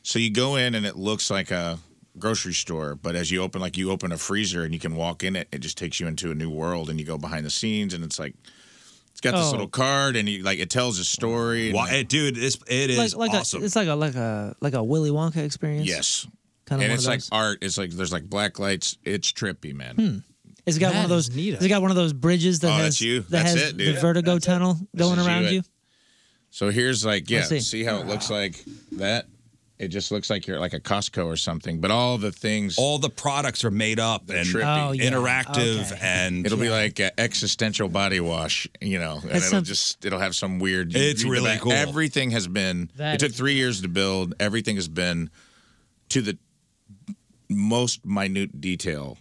[SPEAKER 9] So you go in, and it looks like a grocery store, but as you open, like you open a freezer, and you can walk in it. It just takes you into a new world, and you go behind the scenes, and it's like it's got
[SPEAKER 8] Oh.
[SPEAKER 9] this little card, and you like it tells a story. and,
[SPEAKER 7] Why,
[SPEAKER 9] like-
[SPEAKER 7] eh, dude, this it is
[SPEAKER 8] like, like
[SPEAKER 7] awesome.
[SPEAKER 8] A, it's like a like a like a Willy Wonka experience.
[SPEAKER 9] Yes.
[SPEAKER 8] Kind of
[SPEAKER 9] and
[SPEAKER 8] one
[SPEAKER 9] it's
[SPEAKER 8] of
[SPEAKER 9] like
[SPEAKER 8] those.
[SPEAKER 9] art. It's like there's like black lights. It's trippy, man.
[SPEAKER 8] Hmm. It's got one of those. It's got one of those bridges that
[SPEAKER 9] Oh,
[SPEAKER 8] has
[SPEAKER 9] that's you.
[SPEAKER 8] that
[SPEAKER 9] That's
[SPEAKER 8] has
[SPEAKER 9] it, dude.
[SPEAKER 8] the vertigo tunnel going
[SPEAKER 9] is you
[SPEAKER 8] around
[SPEAKER 9] at-
[SPEAKER 8] you.
[SPEAKER 9] So here's like yeah,
[SPEAKER 8] Let's see.
[SPEAKER 9] see. how it looks like that. It just looks like you're at like a Costco or something. But all the things,
[SPEAKER 7] all the products are made up and
[SPEAKER 9] trippy.
[SPEAKER 7] Oh, yeah. interactive Okay. and-
[SPEAKER 9] it'll be like an existential body wash, you know. And
[SPEAKER 7] That's
[SPEAKER 9] it'll
[SPEAKER 7] some-
[SPEAKER 9] just it'll have some weird.
[SPEAKER 7] It's
[SPEAKER 9] you- you-
[SPEAKER 7] really cool.
[SPEAKER 9] Everything has been.
[SPEAKER 7] That
[SPEAKER 9] it took
[SPEAKER 7] is-
[SPEAKER 9] three years to build. Everything has been to the most minute detail.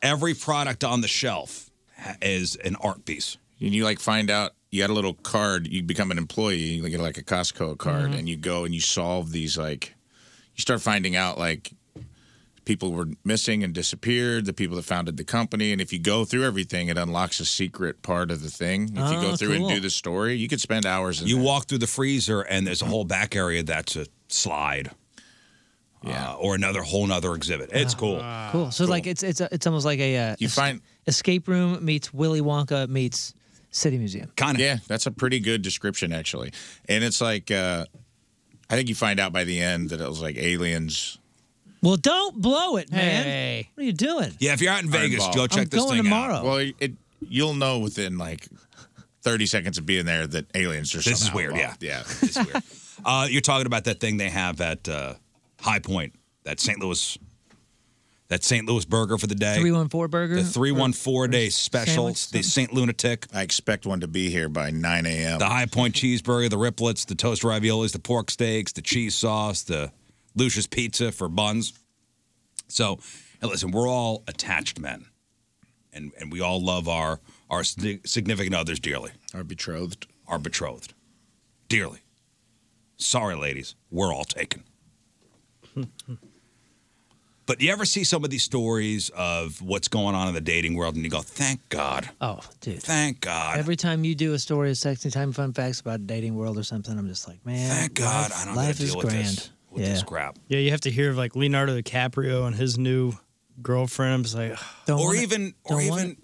[SPEAKER 7] Every product on the shelf ha- is an art piece.
[SPEAKER 9] and you like find out you got a little card you become an employee you get like a costco card
[SPEAKER 7] Mm-hmm.
[SPEAKER 9] and you go and you solve these like you start finding out like people were missing and disappeared the people that founded the company and if you go through everything it unlocks a secret part of the thing if you
[SPEAKER 7] Oh,
[SPEAKER 9] go through
[SPEAKER 7] cool.
[SPEAKER 9] and do the story you could spend hours in Mm-hmm.
[SPEAKER 7] You
[SPEAKER 9] that.
[SPEAKER 7] walk through the freezer and there's a whole back area that's a slide. Yeah. or another whole nother exhibit. It's Ah, cool.
[SPEAKER 8] Ah. Cool. So like it's it's it's almost like a uh,
[SPEAKER 7] You
[SPEAKER 8] es-
[SPEAKER 7] find-
[SPEAKER 8] escape room meets Willy Wonka meets City Museum.
[SPEAKER 7] Kind
[SPEAKER 9] of. Yeah, that's a pretty good description actually. And it's like uh I think you find out by the end that it was like aliens.
[SPEAKER 8] Well, don't blow it, man. What are you doing?
[SPEAKER 7] Yeah, if you're out in
[SPEAKER 9] are
[SPEAKER 7] Vegas, go
[SPEAKER 9] involved.
[SPEAKER 7] check this thing out.
[SPEAKER 9] Well, it you'll know within like 30 seconds of being there that aliens are
[SPEAKER 7] This is
[SPEAKER 9] somehow
[SPEAKER 7] weird, yeah.
[SPEAKER 9] involved. Yeah.
[SPEAKER 7] It's weird. uh, you're talking about that thing they have at uh, High Point, that St. Louis, that St. Louis burger for the day.
[SPEAKER 8] Three one four burger.
[SPEAKER 7] The 314 day special,
[SPEAKER 8] sandwich,
[SPEAKER 7] the St. Lunatic.
[SPEAKER 9] I expect one to be here by 9 a.m.
[SPEAKER 7] The High Point cheeseburger, the riplets, the toast raviolis, the pork steaks, the cheese sauce, the Lucius pizza for buns. So, and listen, we're all attached men, and and we all love our our sig- significant others dearly.
[SPEAKER 9] Our betrothed.
[SPEAKER 7] Our betrothed, dearly. Sorry, ladies, we're all taken. But you ever see some of these stories of what's going on in the dating world, and you go, "Thank God,
[SPEAKER 8] Oh, dude,
[SPEAKER 7] thank God,
[SPEAKER 8] Every time you do a story of sexy time fun facts about dating world or something, I'm just like, man.
[SPEAKER 7] thank God,
[SPEAKER 8] life-
[SPEAKER 7] I don't have
[SPEAKER 8] life
[SPEAKER 7] to deal
[SPEAKER 8] is
[SPEAKER 7] with
[SPEAKER 8] grand.
[SPEAKER 7] this with this crap."
[SPEAKER 10] Yeah, you have to hear of like Leonardo DiCaprio and his new girlfriend. I'm just like,
[SPEAKER 8] Don't
[SPEAKER 7] or
[SPEAKER 10] want it.
[SPEAKER 7] even or
[SPEAKER 10] Don't want
[SPEAKER 7] even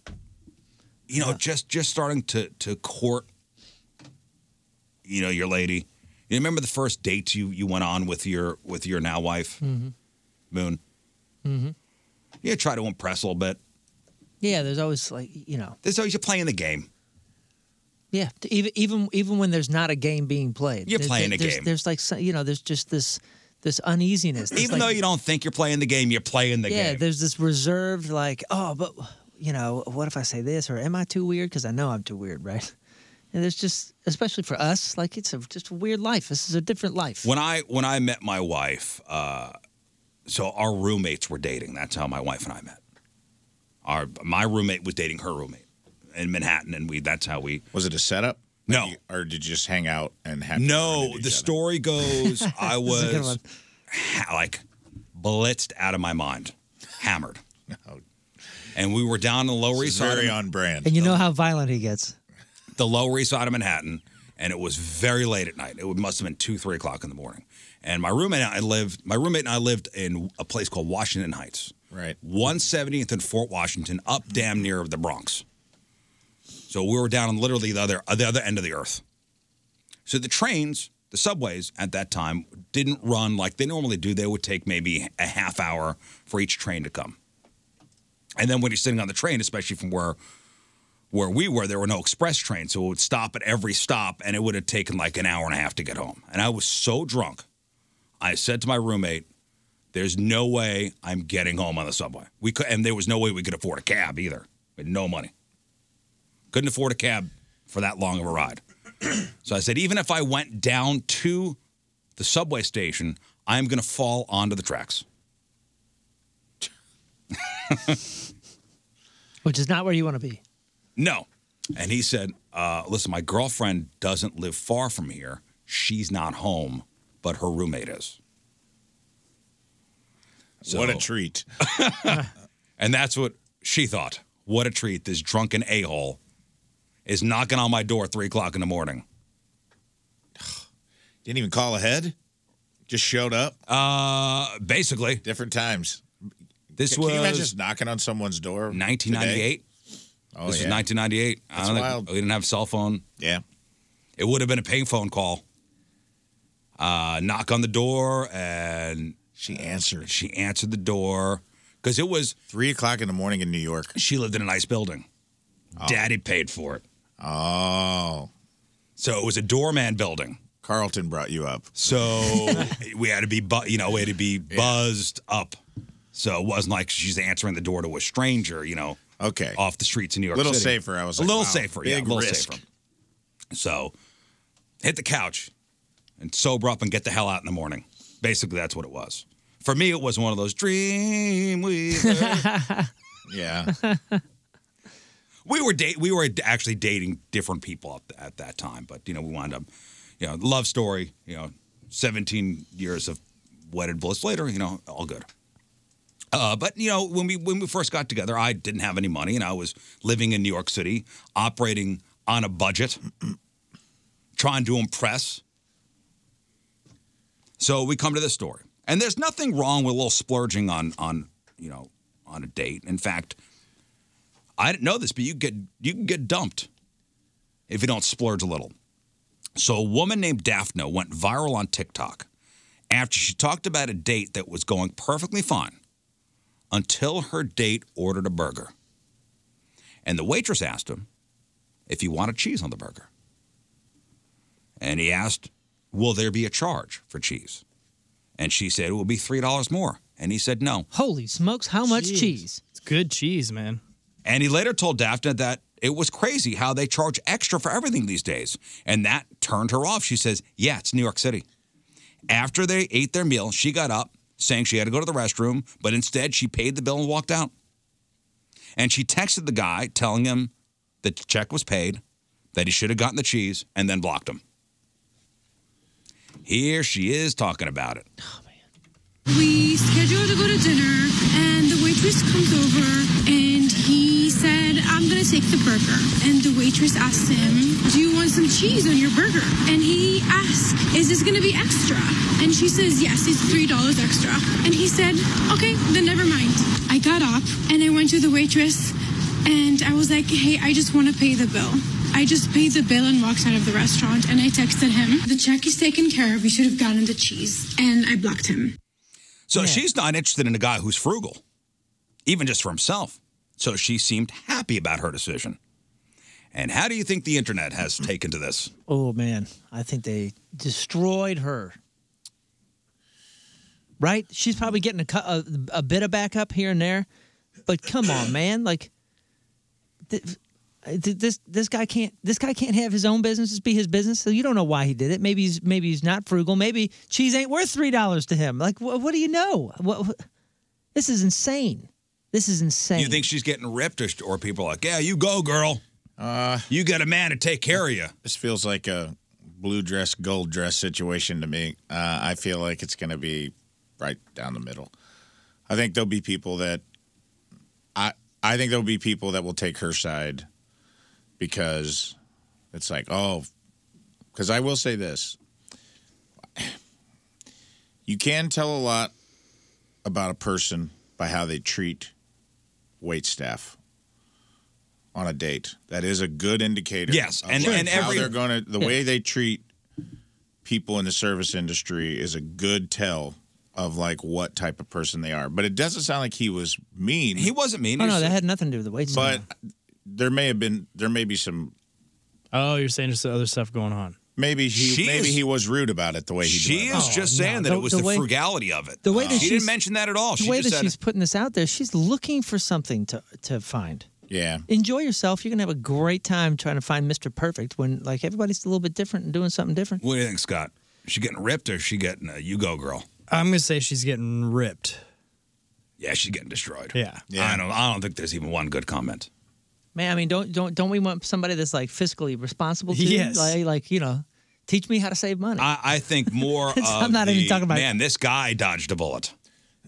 [SPEAKER 7] you know just just starting to to court you know your lady you remember the first dates you you went on with your with your now wife
[SPEAKER 8] Mm-hmm.
[SPEAKER 7] moon
[SPEAKER 8] Mm-hmm.
[SPEAKER 7] you try to impress a little bit
[SPEAKER 8] Yeah, there's always like you know.
[SPEAKER 7] there's always you're playing the game
[SPEAKER 8] Yeah, t- even even even when there's not a game being played,
[SPEAKER 7] You're
[SPEAKER 8] there-
[SPEAKER 7] playing a
[SPEAKER 8] there's,
[SPEAKER 7] game.
[SPEAKER 8] There's like some- you know, there's just this this uneasiness. This,
[SPEAKER 7] Even
[SPEAKER 8] like,
[SPEAKER 7] though you don't think you're playing the game, you're playing the
[SPEAKER 8] yeah,
[SPEAKER 7] game.
[SPEAKER 8] there's this reserved like, oh, but you know, what if I say this or am I too weird? Because I know I'm too weird, right? And there's just, especially for us, like it's a, just a weird life. This is a different life.
[SPEAKER 7] When I when I met my wife, uh, so our roommates were dating. That's how my wife and I met. Our my roommate was dating her roommate in Manhattan, and we that's how we.
[SPEAKER 9] Was it a setup?
[SPEAKER 7] No,
[SPEAKER 9] or did you just hang out and have?
[SPEAKER 7] No, the story goes I
[SPEAKER 9] This is a good
[SPEAKER 7] was
[SPEAKER 9] one.
[SPEAKER 7] ha- like blitzed out of my mind, hammered.
[SPEAKER 9] Oh.
[SPEAKER 7] And we were down in the Lower East Side. Very
[SPEAKER 9] on brand.
[SPEAKER 8] and you know how violent he gets.
[SPEAKER 7] the Lower East Side of Manhattan, and it was very late at night. It must have been two, three o'clock in the morning. And my roommate and I lived. My roommate and I lived in a place called Washington Heights,
[SPEAKER 9] Right.
[SPEAKER 7] 170th and Fort Washington, up damn near the Bronx. So we were down on literally the other the other end of the earth. So the trains, the subways at that time didn't run like they normally do. They would take maybe a half hour for each train to come. And then when you're sitting on the train, especially from where where we were, there were no express trains, so it would stop at every stop, and it would have taken like an hour and a half to get home. And I was so drunk, I said to my roommate, "There's no way I'm getting home on the subway. We could, and there was no way we could afford a cab either. We had no money. Couldn't afford a cab for that long of a ride. so I said, even if I went down to the subway station, I'm going to fall onto the tracks.
[SPEAKER 8] Which is not where you want to be.
[SPEAKER 7] No. And he said, uh, listen, my girlfriend doesn't live far from here. She's not home, but her roommate is.
[SPEAKER 9] What a
[SPEAKER 7] treat. and that's what she thought. What a treat. This drunken a hole is knocking on my door at three o'clock in the morning.
[SPEAKER 9] Didn't even call ahead. Just showed up.
[SPEAKER 7] Uh, basically.
[SPEAKER 9] Oh. Different times.
[SPEAKER 7] This
[SPEAKER 9] can, Can you imagine
[SPEAKER 7] was-
[SPEAKER 9] just knocking on someone's door?
[SPEAKER 7] 1998.
[SPEAKER 9] Oh,
[SPEAKER 7] this
[SPEAKER 9] yeah.
[SPEAKER 7] was 1998. I
[SPEAKER 9] That's
[SPEAKER 7] don't think-
[SPEAKER 9] wild.
[SPEAKER 7] we didn't have a cell phone.
[SPEAKER 9] Yeah.
[SPEAKER 7] It would have been a payphone call. Uh, knock on the door, and
[SPEAKER 9] she answered.
[SPEAKER 7] She answered the door because it was
[SPEAKER 9] three o'clock in the morning in New York.
[SPEAKER 7] She lived in a nice building. Daddy paid for it.
[SPEAKER 9] Oh.
[SPEAKER 7] So it was a doorman building.
[SPEAKER 9] Carlton brought you up.
[SPEAKER 7] So we had to be, bu- you know, we had to be buzzed up. So it wasn't like she's answering the door to a stranger, you know.
[SPEAKER 9] Okay.
[SPEAKER 7] Off the streets in New York
[SPEAKER 9] Little
[SPEAKER 7] City.
[SPEAKER 9] safer, I was
[SPEAKER 7] a
[SPEAKER 9] like,
[SPEAKER 7] little
[SPEAKER 9] wow,
[SPEAKER 7] safer, yeah, a
[SPEAKER 9] big
[SPEAKER 7] little
[SPEAKER 9] risk.
[SPEAKER 7] safer. So hit the couch and sober up and get the hell out in the morning. Basically, that's what it was. For me, it was one of those dream weaver.
[SPEAKER 9] yeah.
[SPEAKER 7] We were date. We were actually dating different people at, at that time, but you know, we wound up, you know, love story. You know, seventeen years of wedded bliss later. You know, all good. Uh, but you know, when we when we first got together, I didn't have any money, and I was living in New York City, operating on a budget, trying to impress. So we come to this story, and there's nothing wrong with a little splurging on on you know on a date. In fact, I didn't know this, but you get you can get dumped if you don't splurge a little. So a woman named Daphne went viral on TikTok after she talked about a date that was going perfectly fine until her date ordered a burger. And the waitress asked him if he wanted cheese on the burger. And he asked, Will there be a charge for cheese? And she said, It will be $3 more. And he said, No.
[SPEAKER 8] Holy smokes, how much
[SPEAKER 7] Jeez.
[SPEAKER 8] cheese?
[SPEAKER 7] It's good cheese, man. And he later told Daphne that it was crazy how they charge extra for everything these days. And that turned her off. She says, Yeah, it's New York City. After they ate their meal, she got up saying she had to go to the restroom, but instead she paid the bill and walked out. And she texted the guy telling him that the check was paid, that he should have gotten the cheese, and then blocked him. Here she is talking about it.
[SPEAKER 4] We scheduled to go to dinner, and the waitress comes over, and he said, "I'm gonna take the burger." And the waitress asked him, "Do you want some cheese on your burger?" And he asked, "Is this gonna be extra?" And she says, "Yes, it's three dollars extra." And he said, "Okay, then never mind." I got up and I went to the waitress, and I was like, "Hey, I just want to pay the bill." I just paid the bill and walked out of the restaurant, and I texted him, "The check is taken care of. You should have gotten the cheese." And I blocked him.
[SPEAKER 7] So she's not interested in a guy who's frugal, even just for himself. So she seemed happy about her decision. And how do you think the internet has taken to this?
[SPEAKER 8] Oh man, I think they destroyed her. Right? She's probably getting a cu- a, a bit of backup here and there, but come on, man! Like, th- th- this this guy can't this guy can't have his own business just be his business. So you don't know why he did it. Maybe he's maybe he's not frugal. Maybe cheese ain't worth three dollars to him. Like, wh- what do you know? What, what- this is insane. This is insane.
[SPEAKER 7] You think she's getting ripped, or, or people are like, "Yeah, you go, girl. Uh, you got a man to take care of you."
[SPEAKER 9] This feels like a blue dress, gold dress situation to me. Uh, I feel like it's going to be right down the middle. I think there'll be people that I I think there'll be people that will take her side because it's like oh, because I will say this. You can tell a lot about a person by how they treat wait staff on a date. That is a good indicator.
[SPEAKER 7] Yes,
[SPEAKER 9] of,
[SPEAKER 7] and-
[SPEAKER 9] like,
[SPEAKER 7] and
[SPEAKER 9] how
[SPEAKER 7] every-
[SPEAKER 9] they're going to the
[SPEAKER 7] Yeah.
[SPEAKER 9] way they treat people in the service industry is a good tell of like what type of person they are. But it doesn't sound like he was mean. He
[SPEAKER 7] wasn't
[SPEAKER 8] oh no, that had nothing to do with the weight.
[SPEAKER 9] but there may have been there may be some
[SPEAKER 10] Oh, you're saying there's other stuff going on.
[SPEAKER 9] maybe he
[SPEAKER 10] She
[SPEAKER 9] maybe
[SPEAKER 10] is-
[SPEAKER 9] he was rude about it the way he
[SPEAKER 7] She
[SPEAKER 9] did.
[SPEAKER 7] is just
[SPEAKER 8] Oh,
[SPEAKER 7] saying that it was the, frugality of it.
[SPEAKER 8] the way that
[SPEAKER 7] she
[SPEAKER 8] she's-
[SPEAKER 7] didn't mention that at all.
[SPEAKER 8] The
[SPEAKER 7] She
[SPEAKER 8] way
[SPEAKER 7] just
[SPEAKER 8] that
[SPEAKER 7] said,
[SPEAKER 8] she's putting this out there, she's looking for something to to find.
[SPEAKER 9] Yeah.
[SPEAKER 8] Enjoy yourself. You're gonna have a great time trying to find Mr. Perfect when like everybody's a little bit different and doing something different.
[SPEAKER 7] "What do you think, Scott? Is she getting ripped, or is she getting a you go, girl?"
[SPEAKER 10] I'm gonna say she's getting ripped.
[SPEAKER 7] Yeah, she's getting destroyed.
[SPEAKER 10] Yeah.
[SPEAKER 7] I don't. I don't think there's even one good comment.
[SPEAKER 8] Man, I mean, don't don't don't we want somebody that's like fiscally responsible? Too?
[SPEAKER 7] Yes.
[SPEAKER 8] Like, like you know, teach me how to save money.
[SPEAKER 7] I, I think more. of
[SPEAKER 8] I'm not even
[SPEAKER 7] the,
[SPEAKER 8] talking about-
[SPEAKER 7] Man, this guy dodged a bullet.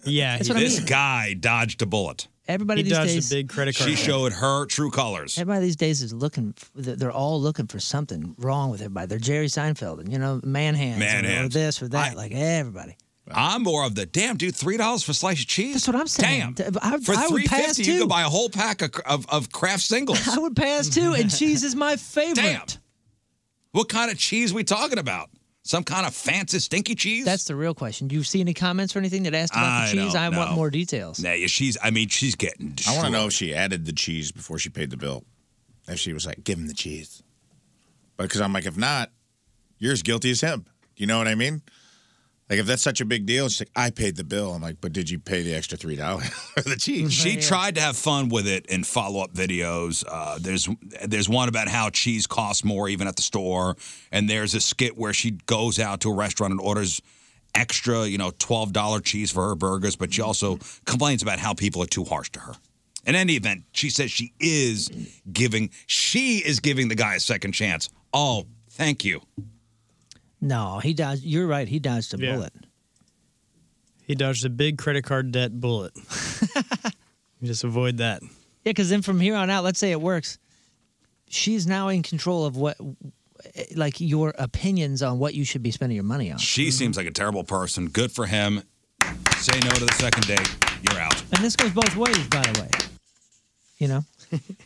[SPEAKER 10] Yeah,
[SPEAKER 8] That's he what I did.
[SPEAKER 7] this
[SPEAKER 8] mean.
[SPEAKER 7] guy dodged a bullet.
[SPEAKER 8] Everybody He these dodged a days- big credit
[SPEAKER 7] She
[SPEAKER 8] card.
[SPEAKER 7] showed her true colors.
[SPEAKER 8] Everybody these days is looking. f- They're all looking for something wrong with everybody. They're Jerry Seinfeld and you know, man hands,
[SPEAKER 7] Man
[SPEAKER 8] or- or
[SPEAKER 7] hands.
[SPEAKER 8] this or that. like everybody.
[SPEAKER 7] I'm more of the damn dude. Three dollars for a slice of cheese. That's what
[SPEAKER 8] I'm saying.
[SPEAKER 7] Damn.
[SPEAKER 8] I-
[SPEAKER 7] for
[SPEAKER 8] I would
[SPEAKER 7] three
[SPEAKER 8] pass,
[SPEAKER 7] fifty, you
[SPEAKER 8] too.
[SPEAKER 7] could buy a whole pack of of, of craft singles.
[SPEAKER 8] I would pass too, and cheese is my favorite.
[SPEAKER 7] Damn. What kind of cheese we talking about? Some kind of fancy stinky cheese?
[SPEAKER 8] That's the real question. Do you see any comments or anything that asked about the cheese?
[SPEAKER 7] don't
[SPEAKER 8] I want
[SPEAKER 7] know.
[SPEAKER 8] more details.
[SPEAKER 7] Nah, yeah, she's. I mean, she's getting.
[SPEAKER 9] I want to
[SPEAKER 7] destroyed.
[SPEAKER 9] know if she added the cheese before she paid the bill. If she was like, "Give him the cheese," but because I'm like, if not, you're as guilty as him. You know what I mean? Like if that's such a big deal, she's like, "I paid the bill." I'm like, "But did you pay the extra three dollars for the cheese?"
[SPEAKER 7] She tried to have fun with it in follow-up videos. Uh, there's there's one about how cheese costs more even at the store, and there's a skit where she goes out to a restaurant and orders extra, you know, twelve dollar cheese for her burgers, but she also complains about how people are too harsh to her. In any event, she says she is giving she is giving the guy a second chance. Oh, thank you.
[SPEAKER 8] No, he dodged. You're right. He dodged a bullet.
[SPEAKER 10] He dodged a big credit card debt bullet. You Just avoid that.
[SPEAKER 8] Yeah, because then from here on out, let's say it works, she's now in control of what, like your opinions on what you should be spending your money on.
[SPEAKER 7] She seems like a terrible person. Good for him. Say no to the second date. You're out.
[SPEAKER 8] And this goes both ways, by the way. You know,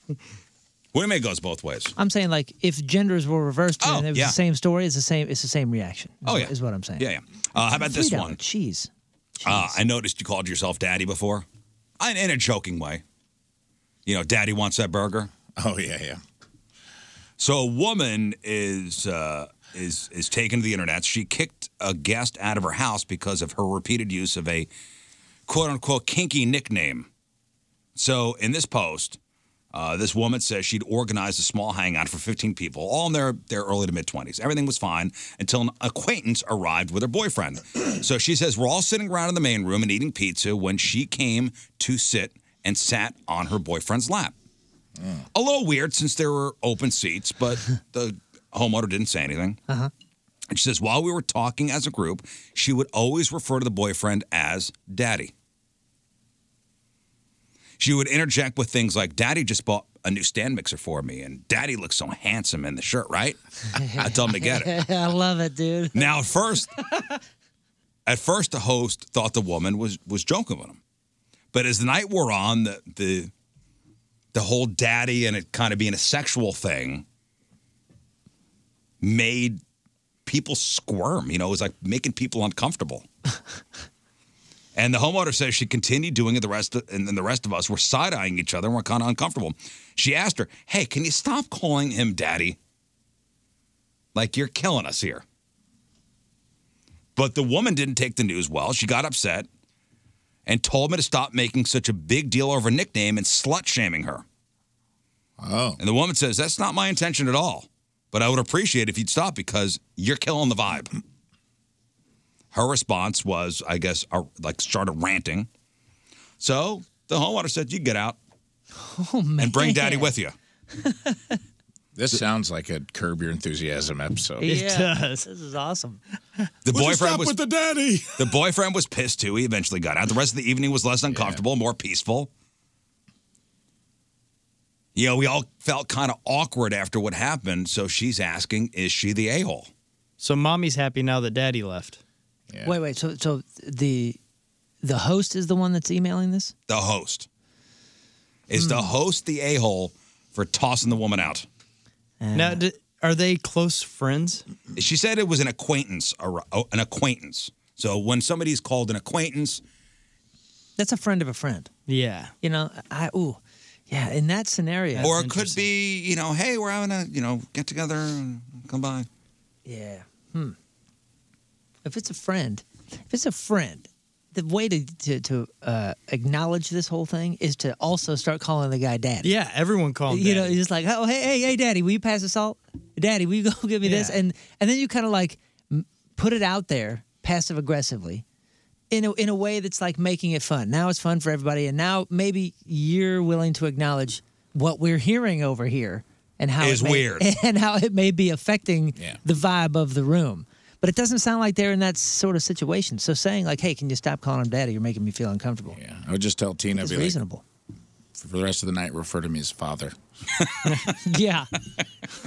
[SPEAKER 7] What do you mean it goes both ways?
[SPEAKER 8] I'm saying like if genders were reversed here and it was
[SPEAKER 7] Oh, yeah.
[SPEAKER 8] the same story, it's the same. It's the same reaction. is
[SPEAKER 7] Oh,
[SPEAKER 8] what-
[SPEAKER 7] yeah.
[SPEAKER 8] is what I'm saying.
[SPEAKER 7] Yeah, yeah. Uh, how about this
[SPEAKER 8] $3
[SPEAKER 7] one?
[SPEAKER 8] Cheese.
[SPEAKER 7] Uh, I noticed you called yourself daddy before, I, in a joking way. You know, daddy wants that burger.
[SPEAKER 9] Oh yeah, yeah.
[SPEAKER 7] So a woman is uh, is is taken to the internet. She kicked a guest out of her house because of her repeated use of a quote unquote kinky nickname. So in this post, uh, this woman says she'd organized a small hangout for 15 people, all in their, their early to mid 20s. Everything was fine until an acquaintance arrived with her boyfriend. so she says, We're all sitting around in the main room and eating pizza when she came to sit and sat on her boyfriend's lap. A little weird since there were open seats, but the homeowner didn't say anything.
[SPEAKER 8] Uh huh.
[SPEAKER 7] And she says, while we were talking as a group, she would always refer to the boyfriend as daddy. She would interject with things like, Daddy just bought a new stand mixer for me, and Daddy looks so handsome in the shirt, right? I told him to get it.
[SPEAKER 8] I love it, dude.
[SPEAKER 7] Now, at first, at first, the host thought the woman was was joking with him, but as the night wore on, the the the whole daddy and it kind of being a sexual thing made people squirm. You know, it was like making people uncomfortable. And the homeowner says she continued doing it the rest, of, and then the rest of us were side eyeing each other and were kind of uncomfortable. She asked her, "Hey, can you stop calling him daddy? Like you're killing us here." But the woman didn't take the news well. She got upset and told me to stop making such a big deal over a nickname and slut shaming her. Oh. And the woman says, That's not my intention at all, but I would appreciate if you'd stop because you're killing the vibe. Her response was, I guess, uh, like started ranting. So the homeowner said, You get out
[SPEAKER 8] Oh man.
[SPEAKER 7] and bring daddy with you.
[SPEAKER 9] This sounds like a Curb Your Enthusiasm episode.
[SPEAKER 8] does. This is awesome.
[SPEAKER 7] The
[SPEAKER 9] Would you
[SPEAKER 7] boyfriend
[SPEAKER 9] stop
[SPEAKER 7] was
[SPEAKER 9] with the daddy.
[SPEAKER 7] The boyfriend was pissed too. He eventually got out. The rest of the evening was less uncomfortable, more peaceful. You know, we all felt kind of awkward after what happened. So she's asking, is she the a hole?
[SPEAKER 10] So mommy's happy now that daddy left.
[SPEAKER 8] Wait, wait. So, so the the host is the one that's emailing this.
[SPEAKER 7] The host. Is
[SPEAKER 10] Hmm.
[SPEAKER 7] the host the a hole for tossing the woman out?
[SPEAKER 10] now, d- are they close friends?
[SPEAKER 7] She said it was an acquaintance, or oh, an acquaintance. So when somebody's called an acquaintance,
[SPEAKER 8] That's a friend of a friend.
[SPEAKER 10] Yeah.
[SPEAKER 8] You know, I ooh, yeah. In that scenario,
[SPEAKER 7] or it could be, you know, hey, we're having a, you know, get together, and come by.
[SPEAKER 8] Yeah. Hmm. If it's a friend, if it's a friend, the way to to, to uh, acknowledge this whole thing is to also start calling the guy daddy.
[SPEAKER 10] Yeah, everyone called.
[SPEAKER 8] You know, it's like, oh, hey, hey, hey, daddy, will you pass the salt? Daddy, will you go give me this?
[SPEAKER 10] Yeah.
[SPEAKER 8] And and then you kind of like m- put it out there passive aggressively in a, in a way that's like making it fun. Now it's fun for everybody. And now maybe you're willing to acknowledge what we're hearing over here and how
[SPEAKER 7] Is
[SPEAKER 8] it may,
[SPEAKER 7] weird.
[SPEAKER 8] and how it may be affecting the vibe of the room. But it doesn't sound like they're in that sort of situation. So saying like, "Hey, can you stop calling him daddy? You're making me feel uncomfortable." Yeah,
[SPEAKER 9] I would just tell Tina,
[SPEAKER 8] it's
[SPEAKER 9] be like,
[SPEAKER 8] reasonable.
[SPEAKER 9] for the rest of the night, refer to me as father.
[SPEAKER 8] yeah,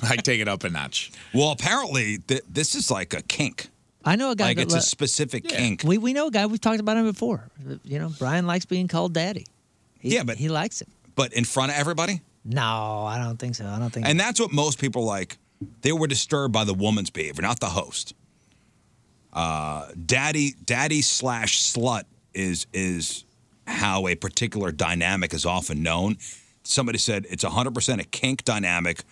[SPEAKER 9] I take it up a notch.
[SPEAKER 7] Well, apparently th- this is like a kink.
[SPEAKER 8] I know a guy.
[SPEAKER 7] like
[SPEAKER 8] that
[SPEAKER 7] it's
[SPEAKER 8] lo-
[SPEAKER 7] a specific kink.
[SPEAKER 8] We we know a guy. We've talked about him before. You know, Brian likes being called daddy.
[SPEAKER 7] yeah, but
[SPEAKER 8] he likes it.
[SPEAKER 7] But in front of everybody,
[SPEAKER 8] No, I don't think so. I don't think.
[SPEAKER 7] and that's what most people like. They were disturbed by the woman's behavior, not the host. Uh, daddy, daddy slash slut is is how a particular dynamic is often known. Somebody said it's 100% a kink dynamic,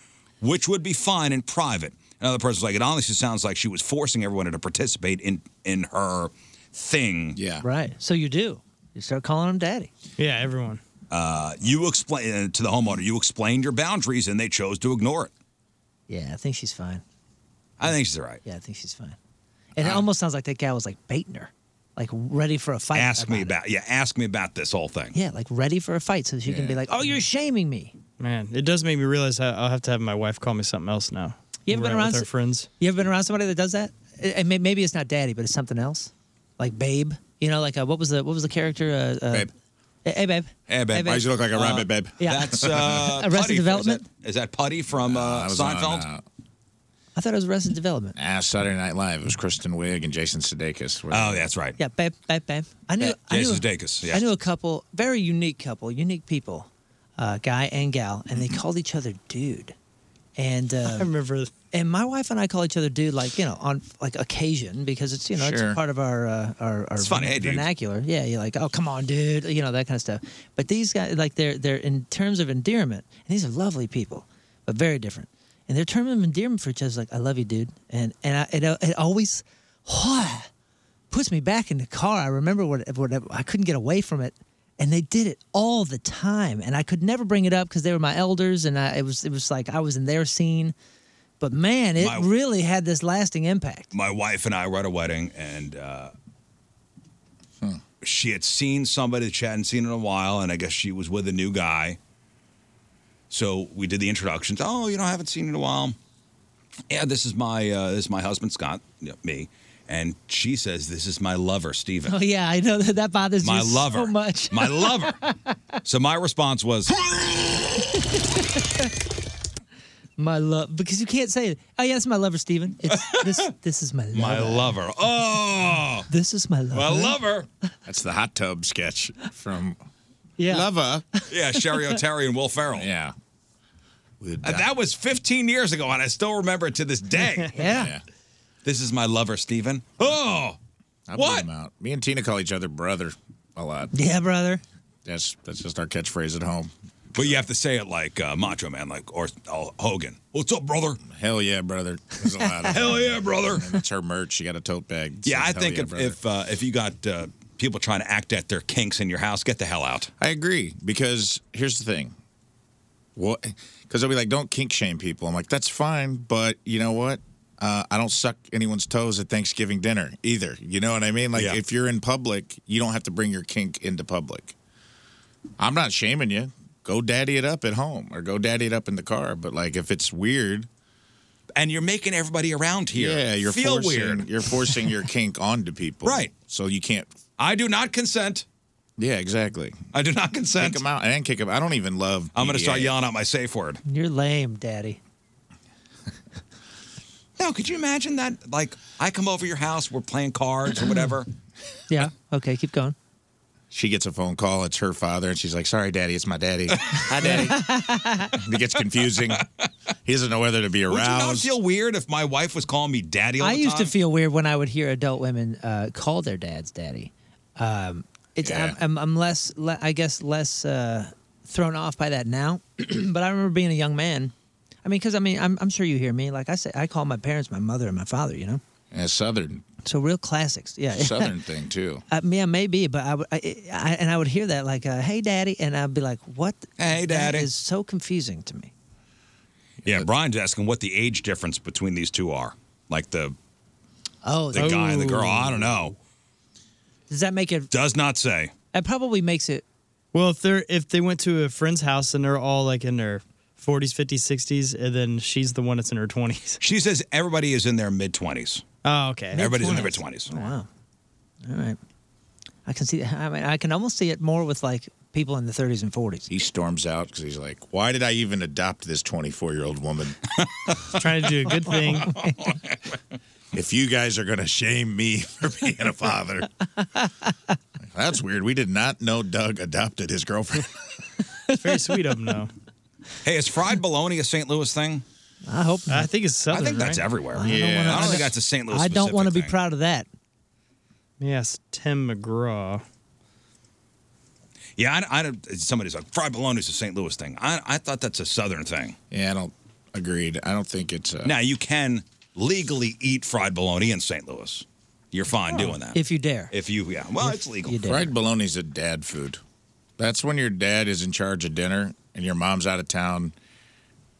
[SPEAKER 7] which would be fine in private. Another person's like, it honestly sounds like she was forcing everyone to participate in in her thing. Yeah.
[SPEAKER 8] Right. So you do. You start calling him daddy.
[SPEAKER 10] Yeah, everyone.
[SPEAKER 7] Uh, you explain uh, to the homeowner. You explained your boundaries, and they chose to ignore it.
[SPEAKER 8] Yeah, I think she's fine.
[SPEAKER 7] I think she's all right.
[SPEAKER 8] Yeah, I think she's fine. And it almost sounds like that guy was like baiting her, like ready for a fight.
[SPEAKER 7] ask me about yeah. Ask me about this whole thing.
[SPEAKER 8] Yeah, like ready for a fight, so she can be like, "Oh, you're shaming me."
[SPEAKER 10] Man, it does make me realize I- I'll have to have my wife call me something else now.
[SPEAKER 8] You ever been
[SPEAKER 10] Right
[SPEAKER 8] around
[SPEAKER 10] with
[SPEAKER 8] s-
[SPEAKER 10] our friends?
[SPEAKER 8] You ever been around somebody that does that? And may- maybe it's not daddy, but it's something else, like babe. You know, like uh, what was the what was the character? Uh, uh,
[SPEAKER 7] Babe.
[SPEAKER 8] Hey, babe.
[SPEAKER 7] Hey, babe.
[SPEAKER 9] Why does he look like a rabbit, babe?
[SPEAKER 8] Uh, Yeah.
[SPEAKER 7] That's uh,
[SPEAKER 8] Arrested
[SPEAKER 7] Putty.
[SPEAKER 8] Development?
[SPEAKER 7] Is that, is that Putty from uh,
[SPEAKER 9] was on,
[SPEAKER 7] Seinfeld?
[SPEAKER 8] I thought it was Arrested Development.
[SPEAKER 9] Ah, Saturday Night Live. It was Kristen Wiig and Jason Sudeikis.
[SPEAKER 7] Oh, that's right.
[SPEAKER 8] Yeah, babe, babe, babe. I knew. I knew,
[SPEAKER 9] Jason Sudeikis, yeah.
[SPEAKER 8] I knew a couple, very unique couple, unique people, uh, guy and gal, and
[SPEAKER 10] Mm-hmm.
[SPEAKER 8] they called each other dude. And uh, I
[SPEAKER 10] remember.
[SPEAKER 8] And my wife and I call each other dude, like you know, on like occasion because it's you know
[SPEAKER 10] Sure.
[SPEAKER 8] it's part of our uh, our, our
[SPEAKER 10] It's funny, hey, dude.
[SPEAKER 8] vernacular. Yeah, you're like, oh come on, dude, you know that kind of stuff. But these guys, like they're they're in terms of endearment, and these are lovely people, but very different. And their term of endearment for each other is like, I love you, dude, and and I, it it always. puts me back in the car. I remember what, what I couldn't get away from it, and they did it all the time, and I could never bring it up because they were my elders, and I, it was it was like I was in their scene. But man, it
[SPEAKER 7] My-
[SPEAKER 8] really had this lasting impact.
[SPEAKER 7] My wife and I were at a wedding, and uh, Hmm. she had seen somebody that she hadn't seen in a while, and I guess she was with a new guy. So we did the introductions. Oh, you know, I haven't seen you in a while. Yeah, this is my uh, this is my husband Scott, you know, me, and she says this is my lover Steven.
[SPEAKER 8] Oh yeah, I know that that bothers
[SPEAKER 7] My
[SPEAKER 8] you
[SPEAKER 7] lover.
[SPEAKER 8] so much.
[SPEAKER 7] My lover. So my response was,
[SPEAKER 8] my love, because you can't say it. Oh yeah, it's my lover, Steven. It's this. This is my lover.
[SPEAKER 7] my lover. Oh,
[SPEAKER 8] This is my lover.
[SPEAKER 7] my lover.
[SPEAKER 9] That's the hot tub sketch from
[SPEAKER 8] Yeah.
[SPEAKER 9] Lover.
[SPEAKER 7] Yeah, Sherry O'Terry and Will Ferrell. Yeah.
[SPEAKER 9] Uh,
[SPEAKER 7] that was 15 years ago, and I still remember it to this day.
[SPEAKER 8] Yeah.
[SPEAKER 7] This is my lover, Steven. Oh,
[SPEAKER 9] I what? Him out. Me and Tina call each other brother a lot.
[SPEAKER 8] Yeah, brother.
[SPEAKER 9] That's that's just our catchphrase at home.
[SPEAKER 7] But you have to say it like uh, Macho Man, like or uh, Hogan. What's up, brother?
[SPEAKER 9] Hell yeah, brother. There's a lot of
[SPEAKER 7] Hell yeah, brother.
[SPEAKER 9] And it's her merch. She got a tote bag. that
[SPEAKER 7] Yeah, I
[SPEAKER 9] says, "Hell
[SPEAKER 7] think if
[SPEAKER 9] brother."
[SPEAKER 7] if, uh, if you got uh, people trying to act at their kinks in your house, get the hell out.
[SPEAKER 9] I agree because here's the thing. What? Because they'll be like, don't kink shame people. I'm like, that's fine, but you know what? Uh, I don't suck anyone's toes at Thanksgiving dinner either. You know what I mean? Like,
[SPEAKER 7] Yeah.
[SPEAKER 9] if you're in public, you don't have to bring your kink into public. I'm not shaming you. Go daddy it up at home or go daddy it up in the car. But like, if it's weird,
[SPEAKER 7] and you're making everybody around here
[SPEAKER 9] yeah, you're
[SPEAKER 7] feel
[SPEAKER 9] forcing,
[SPEAKER 7] weird.
[SPEAKER 9] You're forcing your kink onto people,
[SPEAKER 7] Right.
[SPEAKER 9] So you can't.
[SPEAKER 7] I do not consent.
[SPEAKER 9] Yeah, exactly.
[SPEAKER 7] I do not consent.
[SPEAKER 9] Kick them out and kick them. I don't even love.
[SPEAKER 7] I'm gonna start
[SPEAKER 9] PDA.
[SPEAKER 7] yelling out my safe word.
[SPEAKER 8] You're lame, daddy.
[SPEAKER 7] No, could you imagine that? Like, I come over your house, we're playing cards or whatever.
[SPEAKER 8] Yeah. Okay, keep going.
[SPEAKER 9] she gets a phone call. It's her father, and she's like, "Sorry, daddy, it's my daddy." Hi, daddy. it gets confusing. He doesn't know whether to be
[SPEAKER 7] Would you not
[SPEAKER 9] aroused.
[SPEAKER 7] feel weird if my wife was calling me daddy all
[SPEAKER 8] I
[SPEAKER 7] the
[SPEAKER 8] used to
[SPEAKER 7] time?
[SPEAKER 8] feel weird when I would hear adult women uh, call their dads daddy. Um, it's I'm, I'm, I'm less, le- I guess, less uh, thrown off by that now. but I remember being a young man. I mean, because I mean, I'm, I'm sure you hear me. Like I say, I call my parents my mother and my father. You know,
[SPEAKER 9] Yeah, southern,
[SPEAKER 8] so real classics. Yeah,
[SPEAKER 9] southern thing too.
[SPEAKER 8] Uh, yeah, maybe, but I, would- I, I and I would hear that like, uh, "Hey, daddy," and I'd be like, "What? Hey,
[SPEAKER 7] daddy."
[SPEAKER 8] that is so confusing to me."
[SPEAKER 7] Yeah, Brian's asking what the age difference between these two are. Like the
[SPEAKER 8] Oh,
[SPEAKER 7] the guy and the girl. I don't know.
[SPEAKER 8] Does that make it?
[SPEAKER 7] Does not say.
[SPEAKER 8] That probably makes it.
[SPEAKER 10] Well, if they're if they went to a friend's house and they're all like in their 40s, 50s, 60s, and then she's the one that's in her 20s.
[SPEAKER 7] She says everybody is in their mid 20s.
[SPEAKER 10] Oh, okay.
[SPEAKER 7] Everybody's in their mid 20s.
[SPEAKER 8] wow. All right. I can see. I mean, I can almost see it more with like people in the 30s and 40s.
[SPEAKER 9] He storms out because he's like, "Why did I even adopt this 24 year old woman?
[SPEAKER 10] Trying to do a good thing.
[SPEAKER 9] if you guys are gonna shame me for being a father, that's weird. We did not know Doug adopted his girlfriend.
[SPEAKER 10] It's very sweet of them, though.
[SPEAKER 7] Hey, is fried bologna a St. Louis thing?
[SPEAKER 8] I hope.
[SPEAKER 10] I think it's
[SPEAKER 7] I
[SPEAKER 10] southern.
[SPEAKER 7] think that's
[SPEAKER 10] right?
[SPEAKER 7] everywhere.
[SPEAKER 10] I don't Yeah. wanna-
[SPEAKER 7] I don't think that's a St. Louis.
[SPEAKER 8] I don't
[SPEAKER 7] want
[SPEAKER 8] want to be proud of that.
[SPEAKER 10] Yes, Tim McGraw.
[SPEAKER 7] Yeah, I, I don't- somebody's like fried bologna is a St. Louis thing. I, I thought that's a Southern thing.
[SPEAKER 9] Yeah, I don't agreed. I don't think it's. Uh,
[SPEAKER 7] Now you can legally eat fried bologna in St. Louis. You're fine
[SPEAKER 10] Oh,
[SPEAKER 7] doing that
[SPEAKER 8] If you dare.
[SPEAKER 7] If you, yeah, well, it's legal.
[SPEAKER 9] Fried bologna's a dad food. That's when your dad is in charge of dinner and your mom's out of town,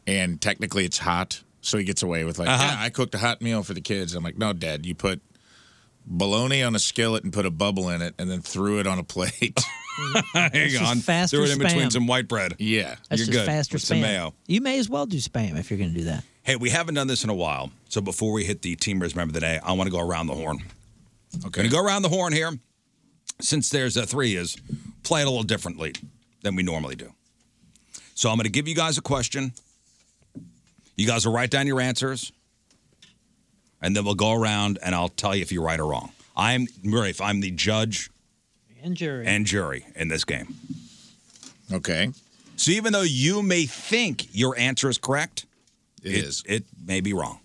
[SPEAKER 9] and technically it's hot, so he gets away with like,
[SPEAKER 7] Uh-huh.
[SPEAKER 9] "Yeah, I cooked a hot meal for the kids. I'm like, no, dad, you put bologna on a skillet and put a bubble in it, and then threw it on a plate.
[SPEAKER 7] Hang
[SPEAKER 8] just
[SPEAKER 7] on,
[SPEAKER 8] faster
[SPEAKER 7] throw it in between
[SPEAKER 8] spam.
[SPEAKER 7] some white bread.
[SPEAKER 9] Yeah,
[SPEAKER 8] That's
[SPEAKER 7] you're
[SPEAKER 8] just
[SPEAKER 7] good.
[SPEAKER 8] faster
[SPEAKER 7] with
[SPEAKER 8] spam.
[SPEAKER 7] some mayo.
[SPEAKER 8] You may as well do spam if you're going to do that.
[SPEAKER 7] Hey, we haven't done this in a while. So before we hit the teamers remember the day, I want to go around the horn. Okay. Gonna go around the horn here. Since there's a three is play it a little differently than we normally do. So I'm gonna give you guys a question. You guys will write down your answers. And then we'll go around and I'll tell you if you're right or wrong. I'm Murray, if I'm the judge
[SPEAKER 8] And jury.
[SPEAKER 7] and jury in this game.
[SPEAKER 9] Okay.
[SPEAKER 7] So even though you may think your answer is correct, it is. It may be wrong.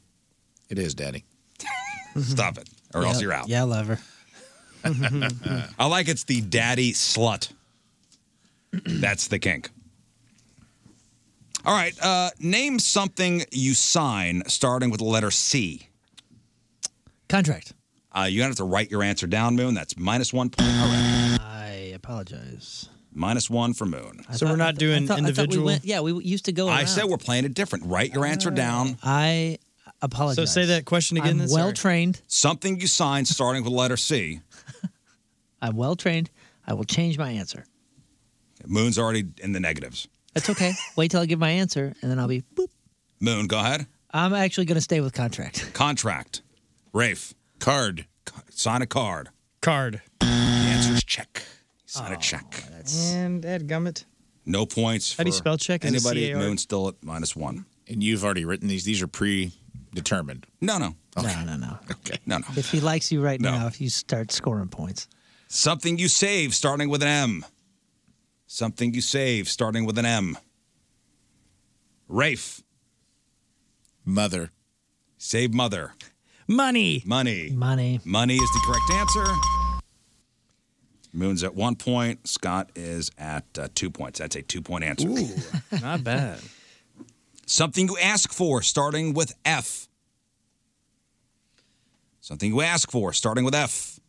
[SPEAKER 9] It is, Daddy.
[SPEAKER 7] Stop it, or else you're out.
[SPEAKER 8] Mm-hmm. Yeah, lover. Mm-hmm.
[SPEAKER 7] I like it's the daddy slut. That's the kink. All right, uh, name something you sign starting with the letter C.
[SPEAKER 8] Contract.
[SPEAKER 7] Uh, you're gonna have to write your answer down, Moon. That's minus one point. All right,
[SPEAKER 8] I apologize.
[SPEAKER 7] minus one for
[SPEAKER 8] I
[SPEAKER 7] Moon.
[SPEAKER 8] thought- I thought- I thought- I thought we went- yeah, we used to go.
[SPEAKER 7] I
[SPEAKER 8] around.
[SPEAKER 7] said we're playing it different. Write your
[SPEAKER 8] Oh.
[SPEAKER 7] answer down.
[SPEAKER 8] I apologize.
[SPEAKER 7] So say that question again,
[SPEAKER 8] I'm
[SPEAKER 7] then,
[SPEAKER 8] well
[SPEAKER 7] sorry.
[SPEAKER 8] trained.
[SPEAKER 7] Something you sign starting with the letter C.
[SPEAKER 8] I'm well trained. I will change my answer.
[SPEAKER 7] Moon's already in the negatives.
[SPEAKER 8] That's okay. Wait till I give my answer, and then I'll be. Boop.
[SPEAKER 7] Moon, go ahead.
[SPEAKER 8] I'm actually going to stay with contract.
[SPEAKER 7] Contract. Rafe.
[SPEAKER 9] Card.
[SPEAKER 7] Sign a card.
[SPEAKER 10] Card.
[SPEAKER 7] The answer is check. Sign a check.
[SPEAKER 10] And Ed Gummit.
[SPEAKER 7] No points.
[SPEAKER 10] How do you
[SPEAKER 7] for
[SPEAKER 10] spell check? Is it
[SPEAKER 7] Anybody?
[SPEAKER 10] C-A-R?
[SPEAKER 7] Moon still at minus one.
[SPEAKER 9] And you've already written these. These are predetermined.
[SPEAKER 7] No, no.
[SPEAKER 8] No, no, no.
[SPEAKER 9] Okay.
[SPEAKER 7] No, no.
[SPEAKER 8] If he likes you right now, if you start scoring points,
[SPEAKER 7] Something you save starting with an M. Something you save starting with an M. Rafe.
[SPEAKER 9] Mother.
[SPEAKER 7] Save mother.
[SPEAKER 8] Money.
[SPEAKER 7] Money.
[SPEAKER 8] Money.
[SPEAKER 7] Money is the correct answer. Moon's at one point. Scott is at uh, two points. That's a two point answer. Ooh,
[SPEAKER 10] not bad.
[SPEAKER 7] Something you ask for starting with F. Something you ask for starting with F.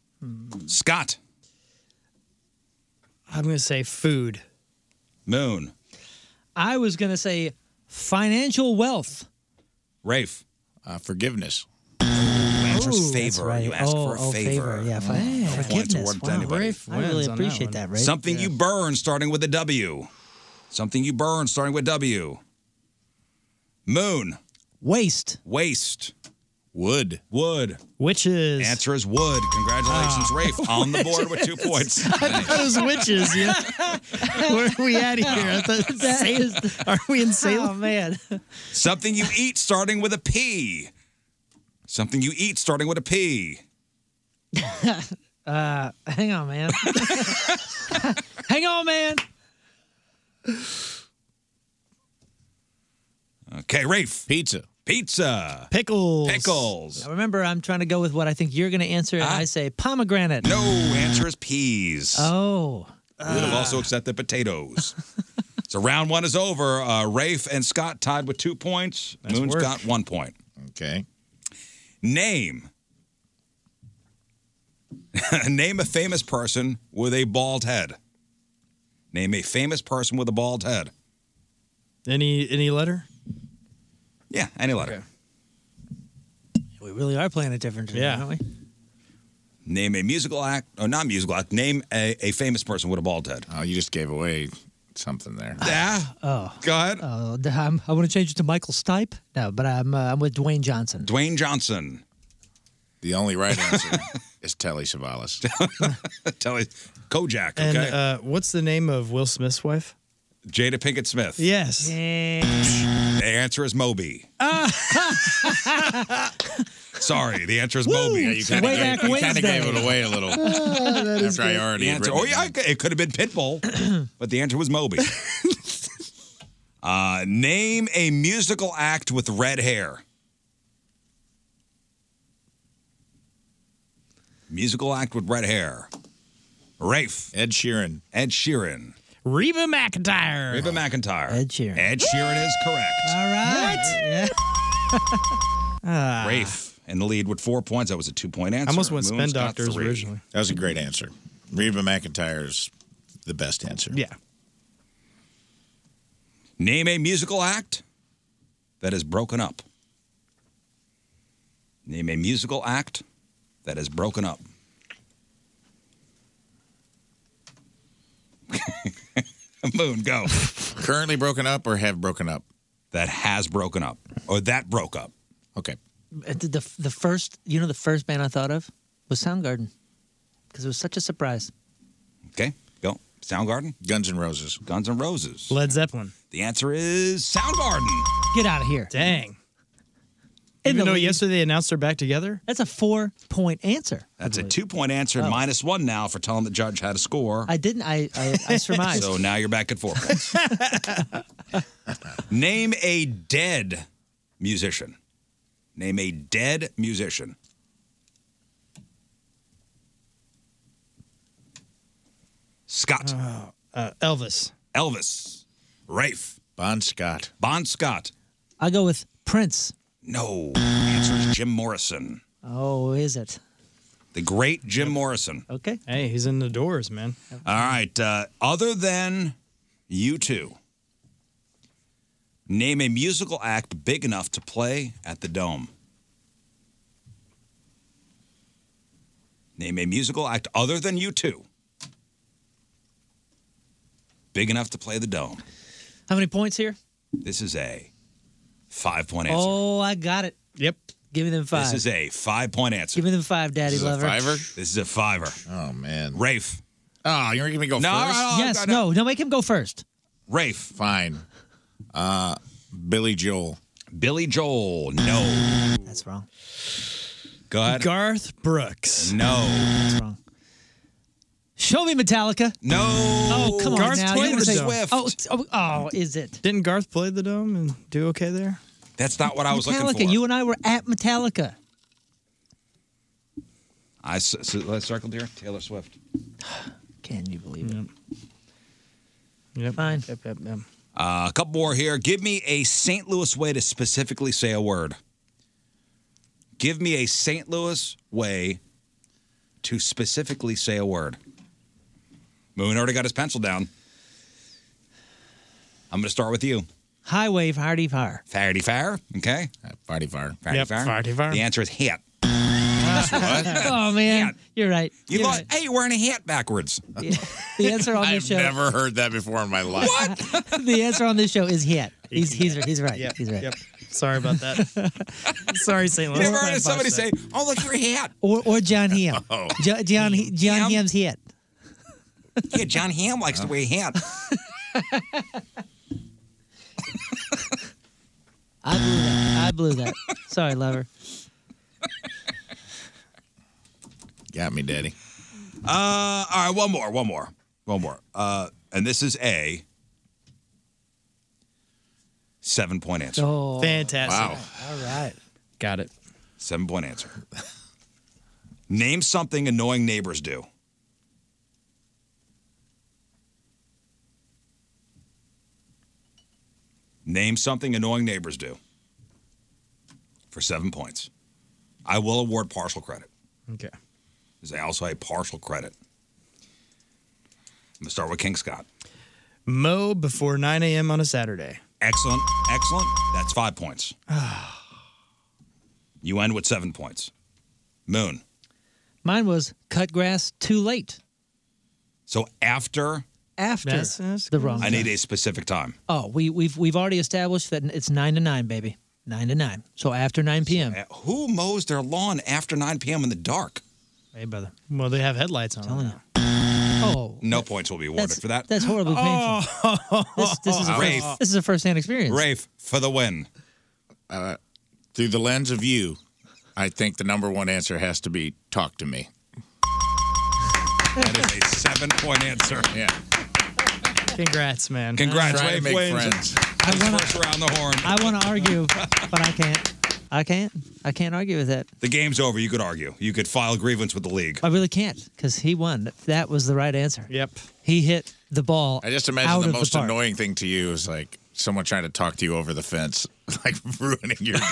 [SPEAKER 7] Scott.
[SPEAKER 8] I'm going to say food.
[SPEAKER 7] Moon.
[SPEAKER 8] I was going to say financial wealth.
[SPEAKER 7] Rafe.
[SPEAKER 9] Uh, forgiveness.
[SPEAKER 8] Ooh,
[SPEAKER 7] Answer's
[SPEAKER 8] that's
[SPEAKER 7] favor.
[SPEAKER 8] right.
[SPEAKER 7] You ask
[SPEAKER 8] Oh,
[SPEAKER 7] for a
[SPEAKER 8] oh,
[SPEAKER 7] favor.
[SPEAKER 8] favor. Yeah, fi-
[SPEAKER 7] Mm,
[SPEAKER 8] yeah.
[SPEAKER 7] points
[SPEAKER 8] Forgiveness.
[SPEAKER 7] awarded to
[SPEAKER 8] Wow,
[SPEAKER 7] anybody.
[SPEAKER 8] Rafe I really wins on that appreciate one. that, Rafe.
[SPEAKER 7] Something
[SPEAKER 8] Yeah.
[SPEAKER 7] you burn starting with a W. Something you burn starting with W. Moon.
[SPEAKER 8] Waste.
[SPEAKER 7] Waste. Wood. Wood.
[SPEAKER 8] Witches.
[SPEAKER 7] Answer is wood. Congratulations,
[SPEAKER 10] Ah.
[SPEAKER 7] Rafe. On the board with two
[SPEAKER 10] Witches.
[SPEAKER 7] points.
[SPEAKER 10] I thought it was witches. Yeah. Where are we at here? I thought,
[SPEAKER 8] That is-
[SPEAKER 10] are we in Salem?
[SPEAKER 8] Oh, man.
[SPEAKER 7] Something you eat starting with a P. Something you eat starting with a P.
[SPEAKER 8] Uh, hang on, man. hang on, man.
[SPEAKER 7] Okay, Rafe.
[SPEAKER 9] Pizza.
[SPEAKER 7] Pizza.
[SPEAKER 8] Pickles.
[SPEAKER 7] Pickles.
[SPEAKER 8] Now remember, I'm trying to go with what I think you're going to answer, and I say pomegranate.
[SPEAKER 7] Ah. No, answer is peas.
[SPEAKER 8] Oh.
[SPEAKER 7] We would have also accepted potatoes. so round one is over. Uh, Rafe and Scott tied with two points.
[SPEAKER 9] Nice
[SPEAKER 7] Moon's
[SPEAKER 9] work.
[SPEAKER 7] got one point.
[SPEAKER 9] Okay.
[SPEAKER 7] Name. Name a famous person with a bald head. Name a famous person with a bald head.
[SPEAKER 10] Any any letter?
[SPEAKER 7] Yeah, any letter.
[SPEAKER 8] We really are playing it different today,
[SPEAKER 10] Yeah.
[SPEAKER 8] aren't we?
[SPEAKER 7] Name a musical act, or not musical act, name a, a famous person with a bald head.
[SPEAKER 9] Oh, you just gave away something there.
[SPEAKER 7] Yeah.
[SPEAKER 8] Oh.
[SPEAKER 7] Go ahead.
[SPEAKER 8] Oh, d- I'm, I want to change it to Michael Stipe. No, but I'm uh, I'm with Dwayne Johnson.
[SPEAKER 7] Dwayne Johnson.
[SPEAKER 9] The only right answer is Telly Savalas.
[SPEAKER 7] Telly Kojak, okay?
[SPEAKER 10] And uh, what's the name of Will Smith's wife?
[SPEAKER 7] Jada Pinkett Smith.
[SPEAKER 10] Yes.
[SPEAKER 7] The answer is Moby. Sorry, the answer is Moby.
[SPEAKER 9] Yeah, you kinda Way gave- back you kinda Wednesday. gave it away a little. Ah, that is After I good. already
[SPEAKER 7] The
[SPEAKER 9] had
[SPEAKER 7] answer-
[SPEAKER 9] written
[SPEAKER 7] oh, yeah, I c- it could have been Pitbull, but the answer was Moby. uh, name a musical act with red hair. Musical act with red hair. Rafe.
[SPEAKER 9] Ed Sheeran.
[SPEAKER 7] Ed Sheeran.
[SPEAKER 10] Reba McIntyre.
[SPEAKER 7] Reba McIntyre. Ed Sheeran. Ed Sheeran is correct.
[SPEAKER 8] All right.
[SPEAKER 7] uh, Rafe in the lead with four points. That was a two point answer.
[SPEAKER 9] almost went
[SPEAKER 7] Moon's
[SPEAKER 9] Spin
[SPEAKER 7] got
[SPEAKER 9] Doctors
[SPEAKER 7] three.
[SPEAKER 9] originally. That was a great answer. Reba McIntyre's the best answer.
[SPEAKER 10] Yeah.
[SPEAKER 7] Name a musical act that is broken up. Name a musical act that is broken up. Moon, go.
[SPEAKER 9] Currently broken up or have broken up?
[SPEAKER 7] That has broken up or that broke up.
[SPEAKER 9] Okay.
[SPEAKER 8] Uh, The, the the first you know the first band I thought of was Soundgarden because it was such a surprise.
[SPEAKER 7] Okay, go. Soundgarden?
[SPEAKER 9] Guns and Roses.
[SPEAKER 7] Guns and Roses.
[SPEAKER 10] Led Zeppelin.
[SPEAKER 7] The answer is Soundgarden.
[SPEAKER 8] Get out of here.
[SPEAKER 10] Dang. Even though yesterday they announced they're back together.
[SPEAKER 8] That's a four point answer.
[SPEAKER 7] That's a two point answer, minus one now for telling the judge how to score.
[SPEAKER 8] I didn't. I I, I surmised.
[SPEAKER 7] So now you're back at four points. Name a dead musician. Name a dead musician. Scott.
[SPEAKER 10] Elvis.
[SPEAKER 7] Elvis. Rafe.
[SPEAKER 9] Bon Scott.
[SPEAKER 7] Bon Scott.
[SPEAKER 8] I go with Prince.
[SPEAKER 7] No. Answer is Jim Morrison.
[SPEAKER 8] Oh, is it?
[SPEAKER 7] The great Jim Morrison.
[SPEAKER 8] Okay.
[SPEAKER 10] Hey, he's in the doors, man.
[SPEAKER 7] All right. Uh, other than you two, name a musical act big enough to play at the Dome. Name a musical act other than you two. Big enough to play the Dome.
[SPEAKER 8] How many points here?
[SPEAKER 7] This is a five point answer.
[SPEAKER 8] Oh, I got it.
[SPEAKER 10] Yep.
[SPEAKER 8] Give me them five.
[SPEAKER 7] This is a five point answer.
[SPEAKER 8] Give me them five, Daddy lover.
[SPEAKER 7] This is a fiver.
[SPEAKER 9] Oh, man.
[SPEAKER 7] Rafe.
[SPEAKER 9] Oh, you're going to go
[SPEAKER 7] No,
[SPEAKER 9] first?
[SPEAKER 7] I- I-
[SPEAKER 9] uh,
[SPEAKER 8] yes.
[SPEAKER 7] I-
[SPEAKER 8] No. No. Make him go first.
[SPEAKER 7] Rafe.
[SPEAKER 9] Fine. Uh, Billy Joel.
[SPEAKER 7] Billy Joel. No.
[SPEAKER 8] That's wrong.
[SPEAKER 7] Go ahead.
[SPEAKER 10] Garth Brooks.
[SPEAKER 7] no.
[SPEAKER 8] That's wrong. Show me Metallica.
[SPEAKER 7] No.
[SPEAKER 8] Oh, come
[SPEAKER 10] Garth
[SPEAKER 8] on now.
[SPEAKER 10] played
[SPEAKER 8] You wanna
[SPEAKER 10] the
[SPEAKER 8] say-
[SPEAKER 10] Swift.
[SPEAKER 8] Oh, it's- oh, oh, is it?
[SPEAKER 10] Didn't Garth play the dome and do okay there?
[SPEAKER 7] That's not what I was looking for.
[SPEAKER 8] Metallica. You and I were at Metallica.
[SPEAKER 7] I s- s- let's circle dear Taylor Swift.
[SPEAKER 8] Can you believe it? Yep. Fine. Yep, yep, yep.
[SPEAKER 7] Uh, a couple more here. Give me a St. Louis way to specifically say a word. Give me a St. Louis way to specifically say a word. Moon already got his pencil down. I'm going to start with you.
[SPEAKER 8] High wave, hardy fire.
[SPEAKER 7] Farty fire, okay? Uh, Farty fire. Farty
[SPEAKER 8] Yep,
[SPEAKER 7] fire.
[SPEAKER 8] farty fire.
[SPEAKER 7] The answer is hat.
[SPEAKER 8] oh man, you're right.
[SPEAKER 7] You
[SPEAKER 8] You're
[SPEAKER 7] thought,
[SPEAKER 8] right.
[SPEAKER 7] hey, you're wearing a hat backwards.
[SPEAKER 8] The answer on this
[SPEAKER 9] I've
[SPEAKER 8] show.
[SPEAKER 9] never heard that before in my life.
[SPEAKER 8] the answer on this show is hit. He's he's he's right. He's right.
[SPEAKER 10] Sorry about that. Sorry, St.
[SPEAKER 8] You
[SPEAKER 10] Louis.
[SPEAKER 8] never heard of somebody
[SPEAKER 10] Bye,
[SPEAKER 8] say,
[SPEAKER 10] St.
[SPEAKER 7] "Oh, look, your hat."
[SPEAKER 8] Or or John Ham.
[SPEAKER 7] Oh.
[SPEAKER 8] Jo- John John Ham's hit.
[SPEAKER 7] Yeah, John Ham likes to wear a hat.
[SPEAKER 8] I blew that. I blew that. Sorry, lover.
[SPEAKER 7] Got me, Daddy. Uh, all right, one more, one more, one more. Uh, and this is a seven point answer.
[SPEAKER 8] Oh.
[SPEAKER 10] Fantastic.
[SPEAKER 7] Wow.
[SPEAKER 8] All right.
[SPEAKER 7] Got it. Seven point answer. Name something annoying neighbors do. Name something annoying neighbors do for seven points. I will award partial credit.
[SPEAKER 10] Okay.
[SPEAKER 7] Is I also a partial credit. I'm gonna start with King Scott.
[SPEAKER 10] Mow before 9 a.m. on a Saturday.
[SPEAKER 7] Excellent, excellent. That's five points. You end with seven points. Moon.
[SPEAKER 8] Mine was cut grass too late.
[SPEAKER 7] So after
[SPEAKER 8] After
[SPEAKER 7] That's-
[SPEAKER 8] the wrong.
[SPEAKER 7] I need
[SPEAKER 8] time.
[SPEAKER 7] a specific time.
[SPEAKER 8] Oh, we we've we've already established that it's nine to nine, baby. Nine to nine. So after nine p.m.
[SPEAKER 7] Who mows their lawn after 9 p.m. in the dark?
[SPEAKER 8] Hey, brother.
[SPEAKER 10] Well, they have headlights on. Telling
[SPEAKER 8] Oh,
[SPEAKER 7] No points will be awarded
[SPEAKER 8] that's,
[SPEAKER 7] for that. Oh,
[SPEAKER 8] that's horribly painful. This, this is a
[SPEAKER 7] Rafe.
[SPEAKER 8] first, this is a first-hand experience.
[SPEAKER 7] Rafe for the win.
[SPEAKER 9] Uh, through the lens of you, I think the number one answer has to be talk to me.
[SPEAKER 7] That is a seven point answer.
[SPEAKER 9] Yeah.
[SPEAKER 10] Congrats, man.
[SPEAKER 7] Congrats, Try to Rafe make wins. friends.
[SPEAKER 8] I wanna,
[SPEAKER 7] First round the horn.
[SPEAKER 8] I want to argue, but I can't. I can't. I can't argue with that.
[SPEAKER 7] The game's over. You could argue. You could file grievance with the league.
[SPEAKER 8] I really can't because he won. That was the right answer.
[SPEAKER 10] Yep.
[SPEAKER 8] He hit the ball.
[SPEAKER 9] I just
[SPEAKER 8] out
[SPEAKER 9] imagine
[SPEAKER 8] of
[SPEAKER 9] the most
[SPEAKER 8] park.
[SPEAKER 9] annoying thing to you is like someone trying to talk to you over the fence, like ruining your day.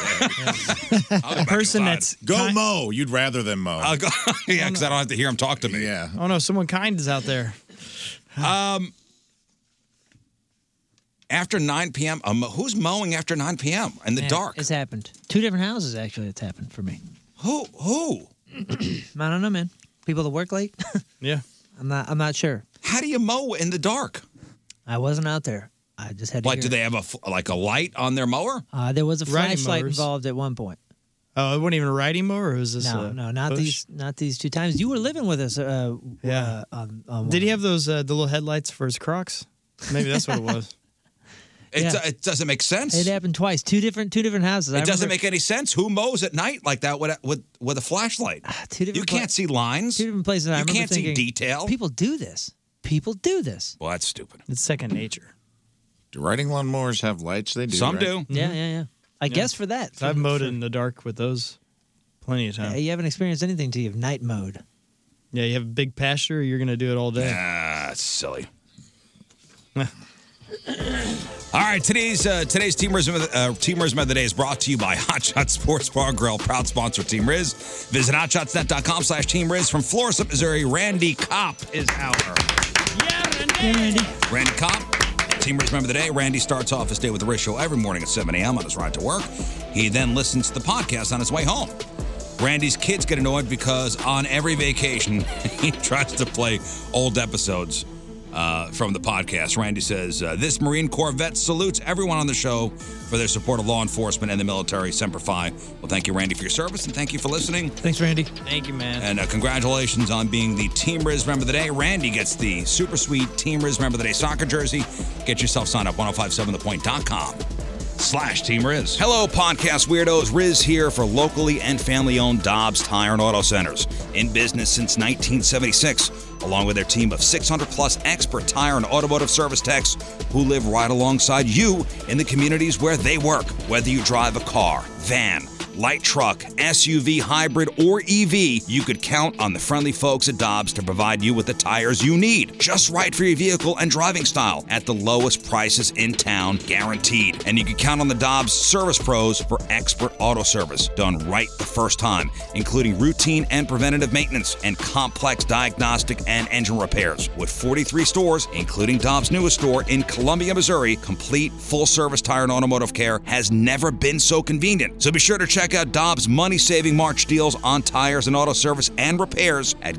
[SPEAKER 7] The person that's
[SPEAKER 9] go mow. You'd rather them mow.
[SPEAKER 7] I'll go, yeah, because I don't have to hear him talk to me.
[SPEAKER 9] Yeah.
[SPEAKER 10] Oh no, someone kind is out there.
[SPEAKER 7] Um, after 9 p.m., um, who's mowing after 9 p.m. in the
[SPEAKER 8] Man,
[SPEAKER 7] dark?
[SPEAKER 8] It's happened. Two different houses actually. It's happened for me.
[SPEAKER 7] Who? Who?
[SPEAKER 8] I don't know, man. People that work late.
[SPEAKER 10] yeah.
[SPEAKER 8] I'm not. I'm not sure.
[SPEAKER 7] How do you mow in the dark?
[SPEAKER 8] I wasn't out there. I just had to.
[SPEAKER 7] Like,
[SPEAKER 8] hear
[SPEAKER 7] do
[SPEAKER 8] it.
[SPEAKER 7] they have a f- like a light on their mower?
[SPEAKER 8] Uh, there was a
[SPEAKER 10] Riding
[SPEAKER 8] flashlight
[SPEAKER 10] mowers.
[SPEAKER 8] involved at one point.
[SPEAKER 10] Oh, it wasn't even a riding mower. Or was this?
[SPEAKER 8] No,
[SPEAKER 10] a
[SPEAKER 8] no, not
[SPEAKER 10] bush?
[SPEAKER 8] these, not these two times. You were living with us. Uh, yeah. Uh, on, on
[SPEAKER 10] Did he have those uh, the little headlights for his Crocs? Maybe that's what it was.
[SPEAKER 7] It,
[SPEAKER 8] Yeah.
[SPEAKER 7] it doesn't make sense.
[SPEAKER 8] It happened twice. Two different, two different houses.
[SPEAKER 7] It doesn't make any sense. Who mows at night like that with a, with, with a flashlight?
[SPEAKER 8] Ah,
[SPEAKER 7] you can't see lines. Two
[SPEAKER 8] different places. I
[SPEAKER 7] You
[SPEAKER 8] remember
[SPEAKER 7] can't
[SPEAKER 8] thinking,
[SPEAKER 7] see detail.
[SPEAKER 8] People do this. People do this.
[SPEAKER 7] Well, that's stupid.
[SPEAKER 10] It's second nature.
[SPEAKER 9] Do riding lawnmowers have lights? They do.
[SPEAKER 7] Some
[SPEAKER 9] right?
[SPEAKER 7] do.
[SPEAKER 8] Yeah, yeah, yeah.
[SPEAKER 10] Mm-hmm.
[SPEAKER 8] I
[SPEAKER 10] Yeah.
[SPEAKER 8] guess for that.
[SPEAKER 10] I've
[SPEAKER 8] for-
[SPEAKER 10] mowed in the dark with those plenty of
[SPEAKER 8] Yeah,
[SPEAKER 10] times.
[SPEAKER 8] you haven't experienced anything till you have night mode.
[SPEAKER 10] Yeah, you have a big pasture. You're gonna do it all day.
[SPEAKER 7] Ah, silly. All right, today's uh, today's Team Riz, uh, Team Riz of the Day is brought to you by Hot Shot Sports Bar Grill, proud sponsor of Team Riz. Visit hotshotsnet.com slash Team Riz. From Florissant, Missouri, Randy Kopp is our... Yeah, Randy! Randy Kopp, Team Riz Member of the Day. Randy starts off his day with the Riz Show every morning at 7 a.m. on his ride to work. He then listens to the podcast on his way home. Randy's kids get annoyed because on every vacation, he tries to play old episodes uh, from the podcast. Randy says, uh, This Marine Corps vet salutes everyone on the show for their support of law enforcement and the military. Semper Fi. Well, thank you, Randy, for your service, and thank you for listening.
[SPEAKER 8] Thanks, Randy.
[SPEAKER 10] Thank you, man.
[SPEAKER 7] And uh, congratulations on being the Team Riz member of the day. Randy gets the super sweet Team Riz member of the day soccer jersey. Get yourself signed up 1057thepoint.com slash Team Riz. Hello, podcast weirdos. Riz here for locally and family owned Dobbs Tire and Auto Centers. In business since 1976, along with their team of 600 plus expert tire and automotive service techs who live right alongside you in the communities where they work. Whether you drive a car, van, light truck, SUV, hybrid, or EV, you could count on the friendly folks at Dobbs to provide you with the tires you need, just right for your vehicle and driving style, at the lowest prices in town, guaranteed. And you can count on the Dobbs Service Pros for expert auto service, done right the first time, including routine and preventative maintenance and complex diagnostic and engine repairs. With 43 stores, including Dobbs' newest store in Columbia, Missouri, complete full service tire and automotive care has never been so convenient. So be sure to check out Dobbs' money saving March deals on tires and auto service and repairs at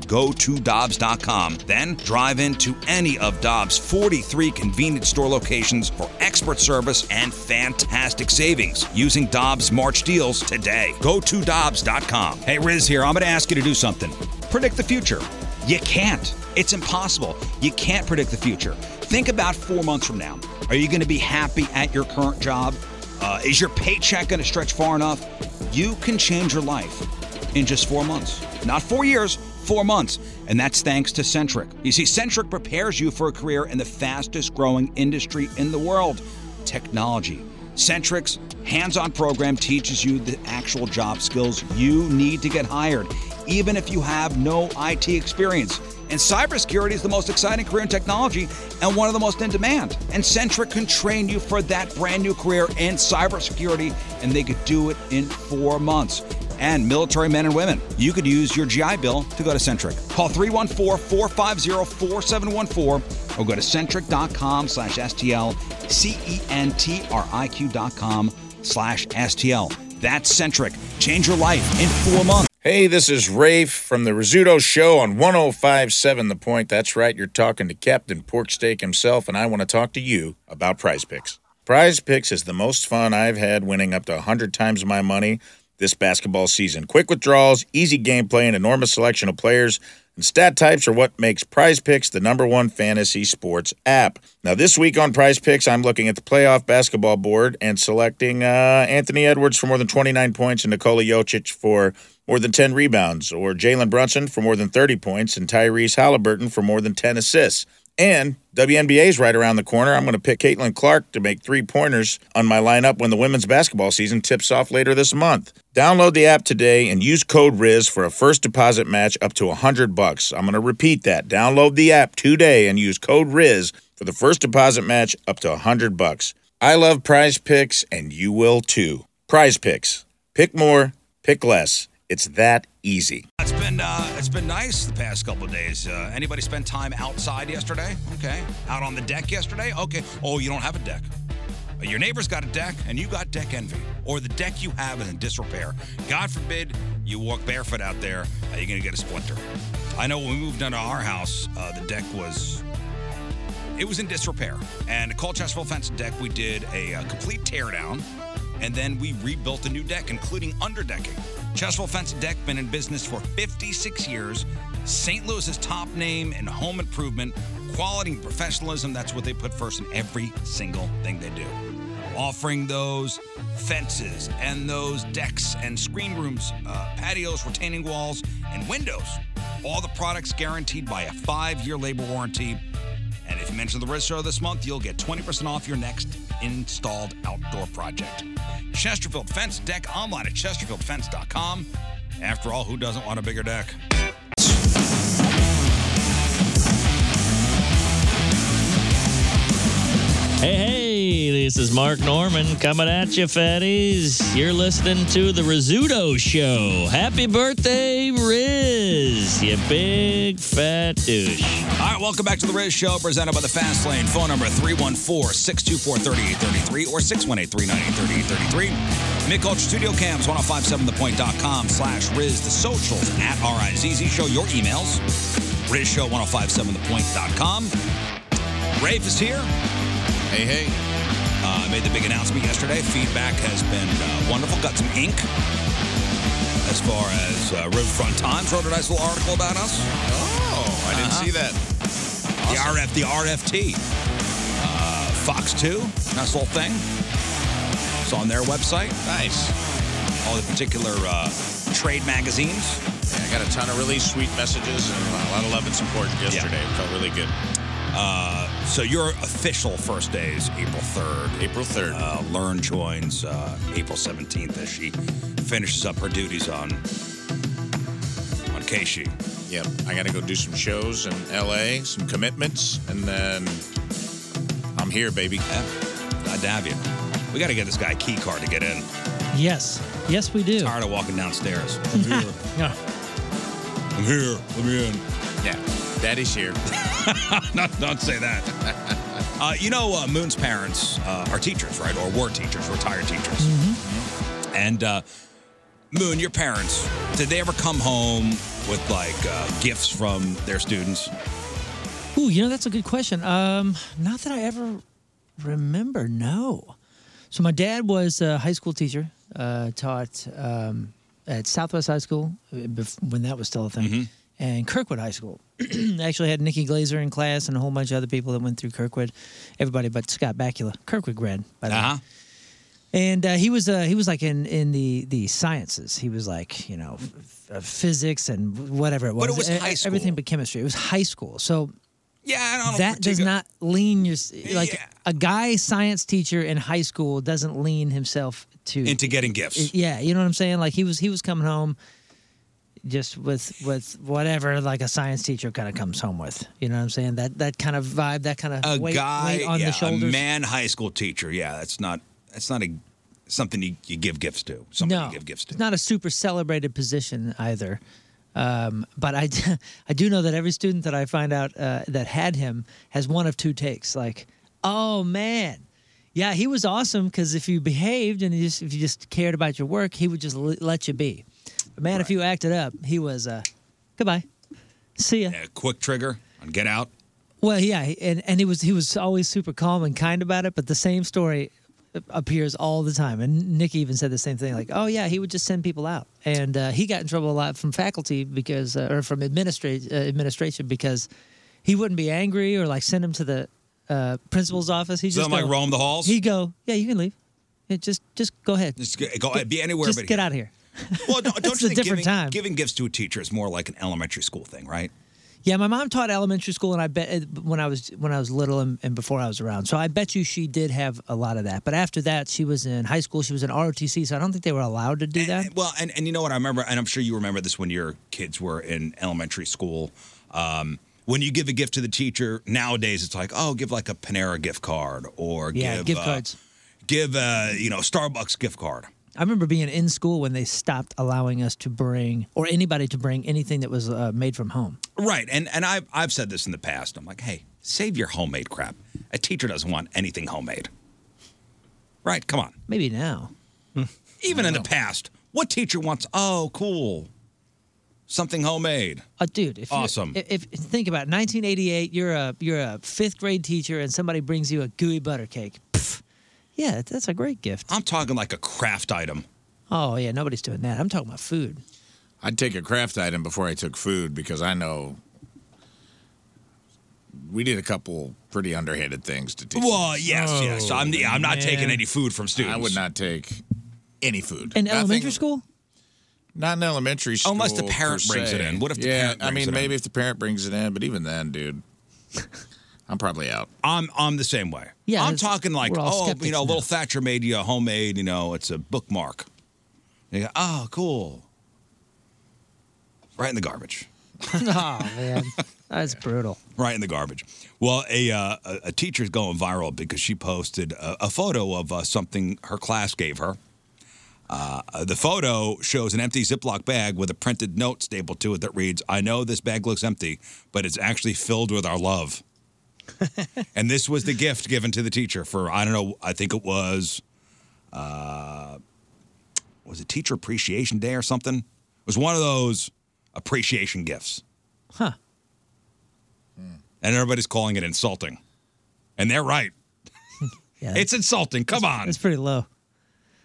[SPEAKER 7] gotodobbs.com. Then drive into any of Dobbs' 43 convenience store locations for expert service and fantastic savings using Dobbs' March deals today. Go to Dobbs.com. Hey, Riz here. I'm going to ask you to do something. Predict the future. You can't. It's impossible. You can't predict the future. Think about four months from now. Are you going to be happy at your current job? Uh, is your paycheck going to stretch far enough? You can change your life in just four months. Not four years, four months. And that's thanks to Centric. You see, Centric prepares you for a career in the fastest growing industry in the world technology. Centric's hands on program teaches you the actual job skills you need to get hired, even if you have no IT experience. And cybersecurity is the most exciting career in technology and one of the most in demand. And Centric can train you for that brand new career in cybersecurity, and they could do it in four months and military men and women. You could use your GI Bill to go to Centric. Call 314-450-4714 or go to centric.com slash STL, E C-E-N-T-R-I-Q dot com slash STL. That's Centric. Change your life in four months.
[SPEAKER 9] Hey, this is Rafe from the Rizzuto Show on 1057 The Point. That's right, you're talking to Captain Porksteak himself, and I want to talk to you about prize picks. Prize picks is the most fun I've had winning up to 100 times my money this basketball season. Quick withdrawals, easy gameplay, an enormous selection of players and stat types are what makes Prize Picks the number one fantasy sports app. Now, this week on Prize Picks, I'm looking at the playoff basketball board and selecting uh, Anthony Edwards for more than 29 points and Nikola Jokic for more than 10 rebounds, or Jalen Brunson for more than 30 points and Tyrese Halliburton for more than 10 assists. And WNBA's right around the corner. I'm going to pick Caitlin Clark to make three pointers on my lineup when the women's basketball season tips off later this month. Download the app today and use code RIZ for a first deposit match up to 100 bucks. I'm going to repeat that. Download the app today and use code RIZ for the first deposit match up to 100 bucks. I love prize picks and you will too. Prize picks. Pick more, pick less. It's that easy.
[SPEAKER 7] It's been uh, it's been nice the past couple of days. Uh, anybody spend time outside yesterday? Okay, out on the deck yesterday? Okay. Oh, you don't have a deck. Uh, Your neighbor's got a deck, and you got deck envy, or the deck you have is in disrepair. God forbid you walk barefoot out there. Uh, you're gonna get a splinter. I know when we moved into our house, uh, the deck was it was in disrepair. And at Colchesterville Fence and Deck, we did a uh, complete teardown, and then we rebuilt a new deck, including underdecking. Chesterville Fence and Deck been in business for 56 years. St. Louis's top name in home improvement, quality and professionalism. That's what they put first in every single thing they do. Offering those fences and those decks and screen rooms, uh, patios, retaining walls, and windows. All the products guaranteed by a five-year labor warranty. And if you mention the Red Show this month, you'll get 20% off your next installed outdoor project. Chesterfield Fence Deck online at chesterfieldfence.com. After all, who doesn't want a bigger deck?
[SPEAKER 6] Hey, hey, this is Mark Norman coming at you, fatties. You're listening to The Rizzuto Show. Happy birthday, Riz, you big fat douche.
[SPEAKER 7] All right, welcome back to the Riz Show, presented by the Fast Lane. Phone number 314 624 3833 or 618 398 3833. Mick Ultra Studio Cams, 1057thepoint.com slash Riz, the socials at RIZZ. Show your emails. Riz Show, 1057thepoint.com. Rafe is here. Hey, hey. Uh, I made the big announcement yesterday. Feedback has been uh, wonderful. Got some ink as far as uh, Riverfront Times wrote a nice little article about us. Oh,
[SPEAKER 9] I didn't see that.
[SPEAKER 7] The RF, the RFT, uh, Fox Two, nice little thing. It's on their website. Nice. All the particular uh, trade magazines.
[SPEAKER 9] uh, Yeah, I got a ton of really sweet messages and a lot of love and support yesterday. It felt really good.
[SPEAKER 7] Uh, so your official first day is April 3rd. April 3rd. Uh, Learn joins uh, April 17th as she finishes up her duties on on Keishi.
[SPEAKER 9] Yep. I got to go do some shows in LA, some commitments, and then I'm here, baby.
[SPEAKER 7] Glad to have you. We got to get this guy a key card to get in.
[SPEAKER 8] Yes. Yes, we do.
[SPEAKER 7] Tired of walking downstairs. I'm here.
[SPEAKER 8] No.
[SPEAKER 7] I'm here. Let me in.
[SPEAKER 9] Yeah. Daddy's here.
[SPEAKER 7] no, don't say that. Uh, you know, uh, Moon's parents uh, are teachers, right? Or were teachers, retired teachers.
[SPEAKER 10] Mm-hmm.
[SPEAKER 7] And uh, Moon, your parents, did they ever come home with like uh, gifts from their students?
[SPEAKER 8] Ooh, you know that's a good question. Um, not that I ever remember. No. So my dad was a high school teacher. Uh, taught um, at Southwest High School uh, bef- when that was still a thing,
[SPEAKER 7] Mm-hmm.
[SPEAKER 8] and Kirkwood High School. Actually had Nikki Glazer in class and a whole bunch of other people that went through Kirkwood. Everybody but Scott Bakula, Kirkwood grad, by the
[SPEAKER 7] Uh-huh.
[SPEAKER 8] way. And uh, he was uh, he was like in, in the, the sciences. He was like you know f- uh, physics and whatever it was.
[SPEAKER 7] But it was
[SPEAKER 8] E-
[SPEAKER 7] high
[SPEAKER 8] Everything but chemistry. It was high school. So
[SPEAKER 7] yeah, I don't
[SPEAKER 8] that does not lean your like a guy science teacher in high school doesn't lean himself to
[SPEAKER 7] Into getting gifts.
[SPEAKER 8] yeah, you know what I'm saying? Like he was he was coming home just with with whatever like a science teacher kind of comes home with. You know what I'm saying? That that kind of vibe, that kind of
[SPEAKER 7] A
[SPEAKER 8] weight,
[SPEAKER 7] guy,
[SPEAKER 8] weight on
[SPEAKER 7] yeah,
[SPEAKER 8] the shoulders.
[SPEAKER 7] a man high school teacher. Yeah, that's not that's not a something you, you give gifts to. Something
[SPEAKER 8] no,
[SPEAKER 7] you give gifts to.
[SPEAKER 8] it's not a super celebrated position either. Um, but I, d- I do know that every student that I find out uh, that had him has one of two takes. Like, oh man, yeah, he was awesome because if you behaved and you just, if you just cared about your work, he would just l- let you be. But man, if you acted up, he was uh, goodbye, see ya.
[SPEAKER 7] A quick trigger on get out.
[SPEAKER 8] Well, yeah, he- and and he was he was always super calm and kind about it, but the same story appears all the time. And Nick even said the same thing, like, "Oh yeah, he would just send people out," and uh, he got in trouble a lot from faculty because uh, or from administra- uh, administration because he wouldn't be angry or like send him to the uh, principal's office. He
[SPEAKER 7] So,
[SPEAKER 8] just
[SPEAKER 7] like, roam the halls?
[SPEAKER 8] He'd go, "Yeah, you can leave. Yeah, just just go ahead.
[SPEAKER 7] Just go, go ahead, be anywhere
[SPEAKER 8] just
[SPEAKER 7] but
[SPEAKER 8] get
[SPEAKER 7] here.
[SPEAKER 8] out of here."
[SPEAKER 7] Well, don't, don't
[SPEAKER 8] It's
[SPEAKER 7] you
[SPEAKER 8] a
[SPEAKER 7] think
[SPEAKER 8] different
[SPEAKER 7] giving,
[SPEAKER 8] time.
[SPEAKER 7] giving gifts to a teacher is more like an elementary school thing, right?
[SPEAKER 8] Yeah, my mom taught elementary school, and I bet uh, when I was when I was little and, and before I was around. So I bet you she did have a lot of that. But after that, she was in high school. She was in ROTC, so I don't think they were allowed to do that.
[SPEAKER 7] Well, and, and you know what I remember, and I'm sure you remember this when your kids were in elementary school. Um, when you give a gift to the teacher nowadays, it's like, oh, give like a Panera gift card or
[SPEAKER 8] Yeah,
[SPEAKER 7] give
[SPEAKER 8] gift
[SPEAKER 7] uh,
[SPEAKER 8] cards.
[SPEAKER 7] give uh, you know Starbucks gift card.
[SPEAKER 8] I remember being in school when they stopped allowing us to bring or anybody to bring anything that was uh, made from home.
[SPEAKER 7] Right, and and I've I've said this in the past. I'm like, hey, save your homemade crap. A teacher doesn't want anything homemade. Right, come on.
[SPEAKER 8] Maybe now.
[SPEAKER 7] Even in the past, what teacher wants? Oh, cool, something homemade.
[SPEAKER 8] Uh, dude, if you're-
[SPEAKER 7] Awesome.
[SPEAKER 8] If, if think about it, 1988, you're a you're a fifth grade teacher, and somebody brings you a gooey butter cake. Pff, yeah, that- that's a great gift.
[SPEAKER 7] I'm talking like a craft item.
[SPEAKER 8] Oh yeah, nobody's doing that. I'm talking about food.
[SPEAKER 9] I'd take a craft item before I took food because I know we did a couple pretty underhanded things to teach.
[SPEAKER 7] Well, yes, yes. I'm- yeah, I'm not taking any food from students.
[SPEAKER 9] Oh, I would not take any food
[SPEAKER 8] In
[SPEAKER 9] Nothing-
[SPEAKER 8] elementary school?
[SPEAKER 9] Not in elementary school.
[SPEAKER 7] Oh, Unless the parent
[SPEAKER 9] per
[SPEAKER 7] brings
[SPEAKER 9] se.
[SPEAKER 7] it in. What if the
[SPEAKER 9] yeah,
[SPEAKER 7] parent
[SPEAKER 9] I
[SPEAKER 7] brings
[SPEAKER 9] mean,
[SPEAKER 7] it in?
[SPEAKER 9] maybe if the parent brings it in, but even then, dude, I'm probably out.
[SPEAKER 7] I'm I'm the same way.
[SPEAKER 9] Yeah,
[SPEAKER 7] I'm
[SPEAKER 9] it's-
[SPEAKER 7] talking like,
[SPEAKER 9] we're all
[SPEAKER 7] oh,
[SPEAKER 9] skeptics
[SPEAKER 7] you know, little Thatcher made you a homemade, you know, it's a bookmark. And you go, oh, cool. Right in the garbage.
[SPEAKER 8] oh man, that's brutal.
[SPEAKER 7] Right in the garbage. Well, a uh, a, a teacher's going viral because she posted a, a photo of uh, something her class gave her. Uh, the photo shows an empty Ziploc bag with a printed note stapled to it that reads, "I know this bag looks empty, but it's actually filled with our love." and this was the gift given to the teacher for I don't know. I think it was uh, was it Teacher Appreciation Day or something. It was one of those appreciation gifts.
[SPEAKER 8] Huh.
[SPEAKER 7] And everybody's calling it insulting, and they're right. it's insulting. Come on.
[SPEAKER 8] That's pretty low.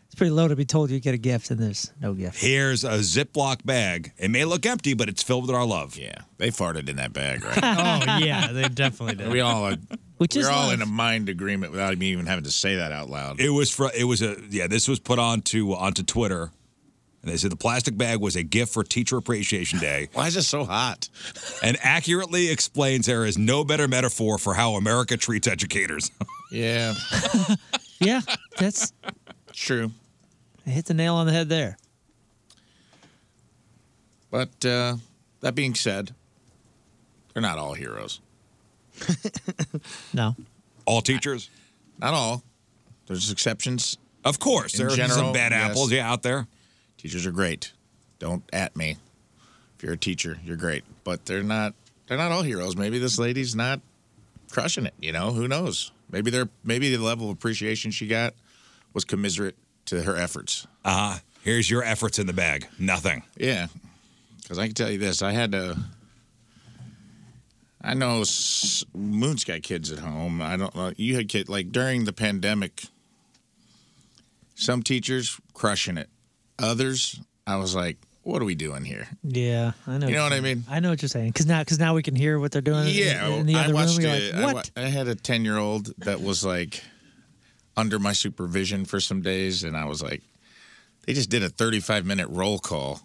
[SPEAKER 8] It's pretty low to be told you get a gift and there's no gift.
[SPEAKER 7] Here's a Ziploc bag. It may look empty, but it's filled with our love. Yeah, they farted in that bag, right?
[SPEAKER 10] oh yeah, they definitely did.
[SPEAKER 9] We all are,
[SPEAKER 8] Which
[SPEAKER 9] we're
[SPEAKER 7] is
[SPEAKER 9] all
[SPEAKER 7] life.
[SPEAKER 9] in a mind agreement without me even having to say that out loud.
[SPEAKER 7] It was fr- it was a yeah. This was put onto onto Twitter, And they said the plastic bag was a gift for Teacher Appreciation Day. Why is it so hot? and accurately explains there is no better metaphor for how America treats educators.
[SPEAKER 9] Yeah.
[SPEAKER 8] yeah, that's
[SPEAKER 9] true.
[SPEAKER 8] I hit the nail on the head there.
[SPEAKER 9] But uh, that being said, they're not all heroes.
[SPEAKER 8] no.
[SPEAKER 7] All teachers?
[SPEAKER 9] Not all. There's exceptions.
[SPEAKER 7] Of course,
[SPEAKER 9] In
[SPEAKER 7] there are some
[SPEAKER 9] general,
[SPEAKER 7] bad apples, yeah, out there.
[SPEAKER 9] Teachers are great. Don't at me. If you're a teacher, you're great. But they're not. They're not all heroes. Maybe this lady's not crushing it. You know, who knows? Maybe they're. Maybe the level of appreciation she got was commiserate to her efforts.
[SPEAKER 7] Ah, here's your efforts in the bag. Nothing.
[SPEAKER 9] Yeah, because I can tell you this: I had to. I know s- Moon's got kids at home. I don't know. You had kid like during the pandemic. Some teachers crushing it, others I was like, "What are we doing here?"
[SPEAKER 8] Yeah, I know.
[SPEAKER 9] You know what I
[SPEAKER 8] mean? I know what you're saying. Because now, cause now we can hear what they're doing. in-
[SPEAKER 9] Yeah,
[SPEAKER 8] in the
[SPEAKER 9] I
[SPEAKER 8] other
[SPEAKER 9] watched
[SPEAKER 8] room. You're
[SPEAKER 9] it.
[SPEAKER 8] Like,
[SPEAKER 9] I,
[SPEAKER 8] what?
[SPEAKER 9] wa- I had a ten-year-old that was like under my supervision for some days, and I was like, they just did a thirty-five-minute roll call,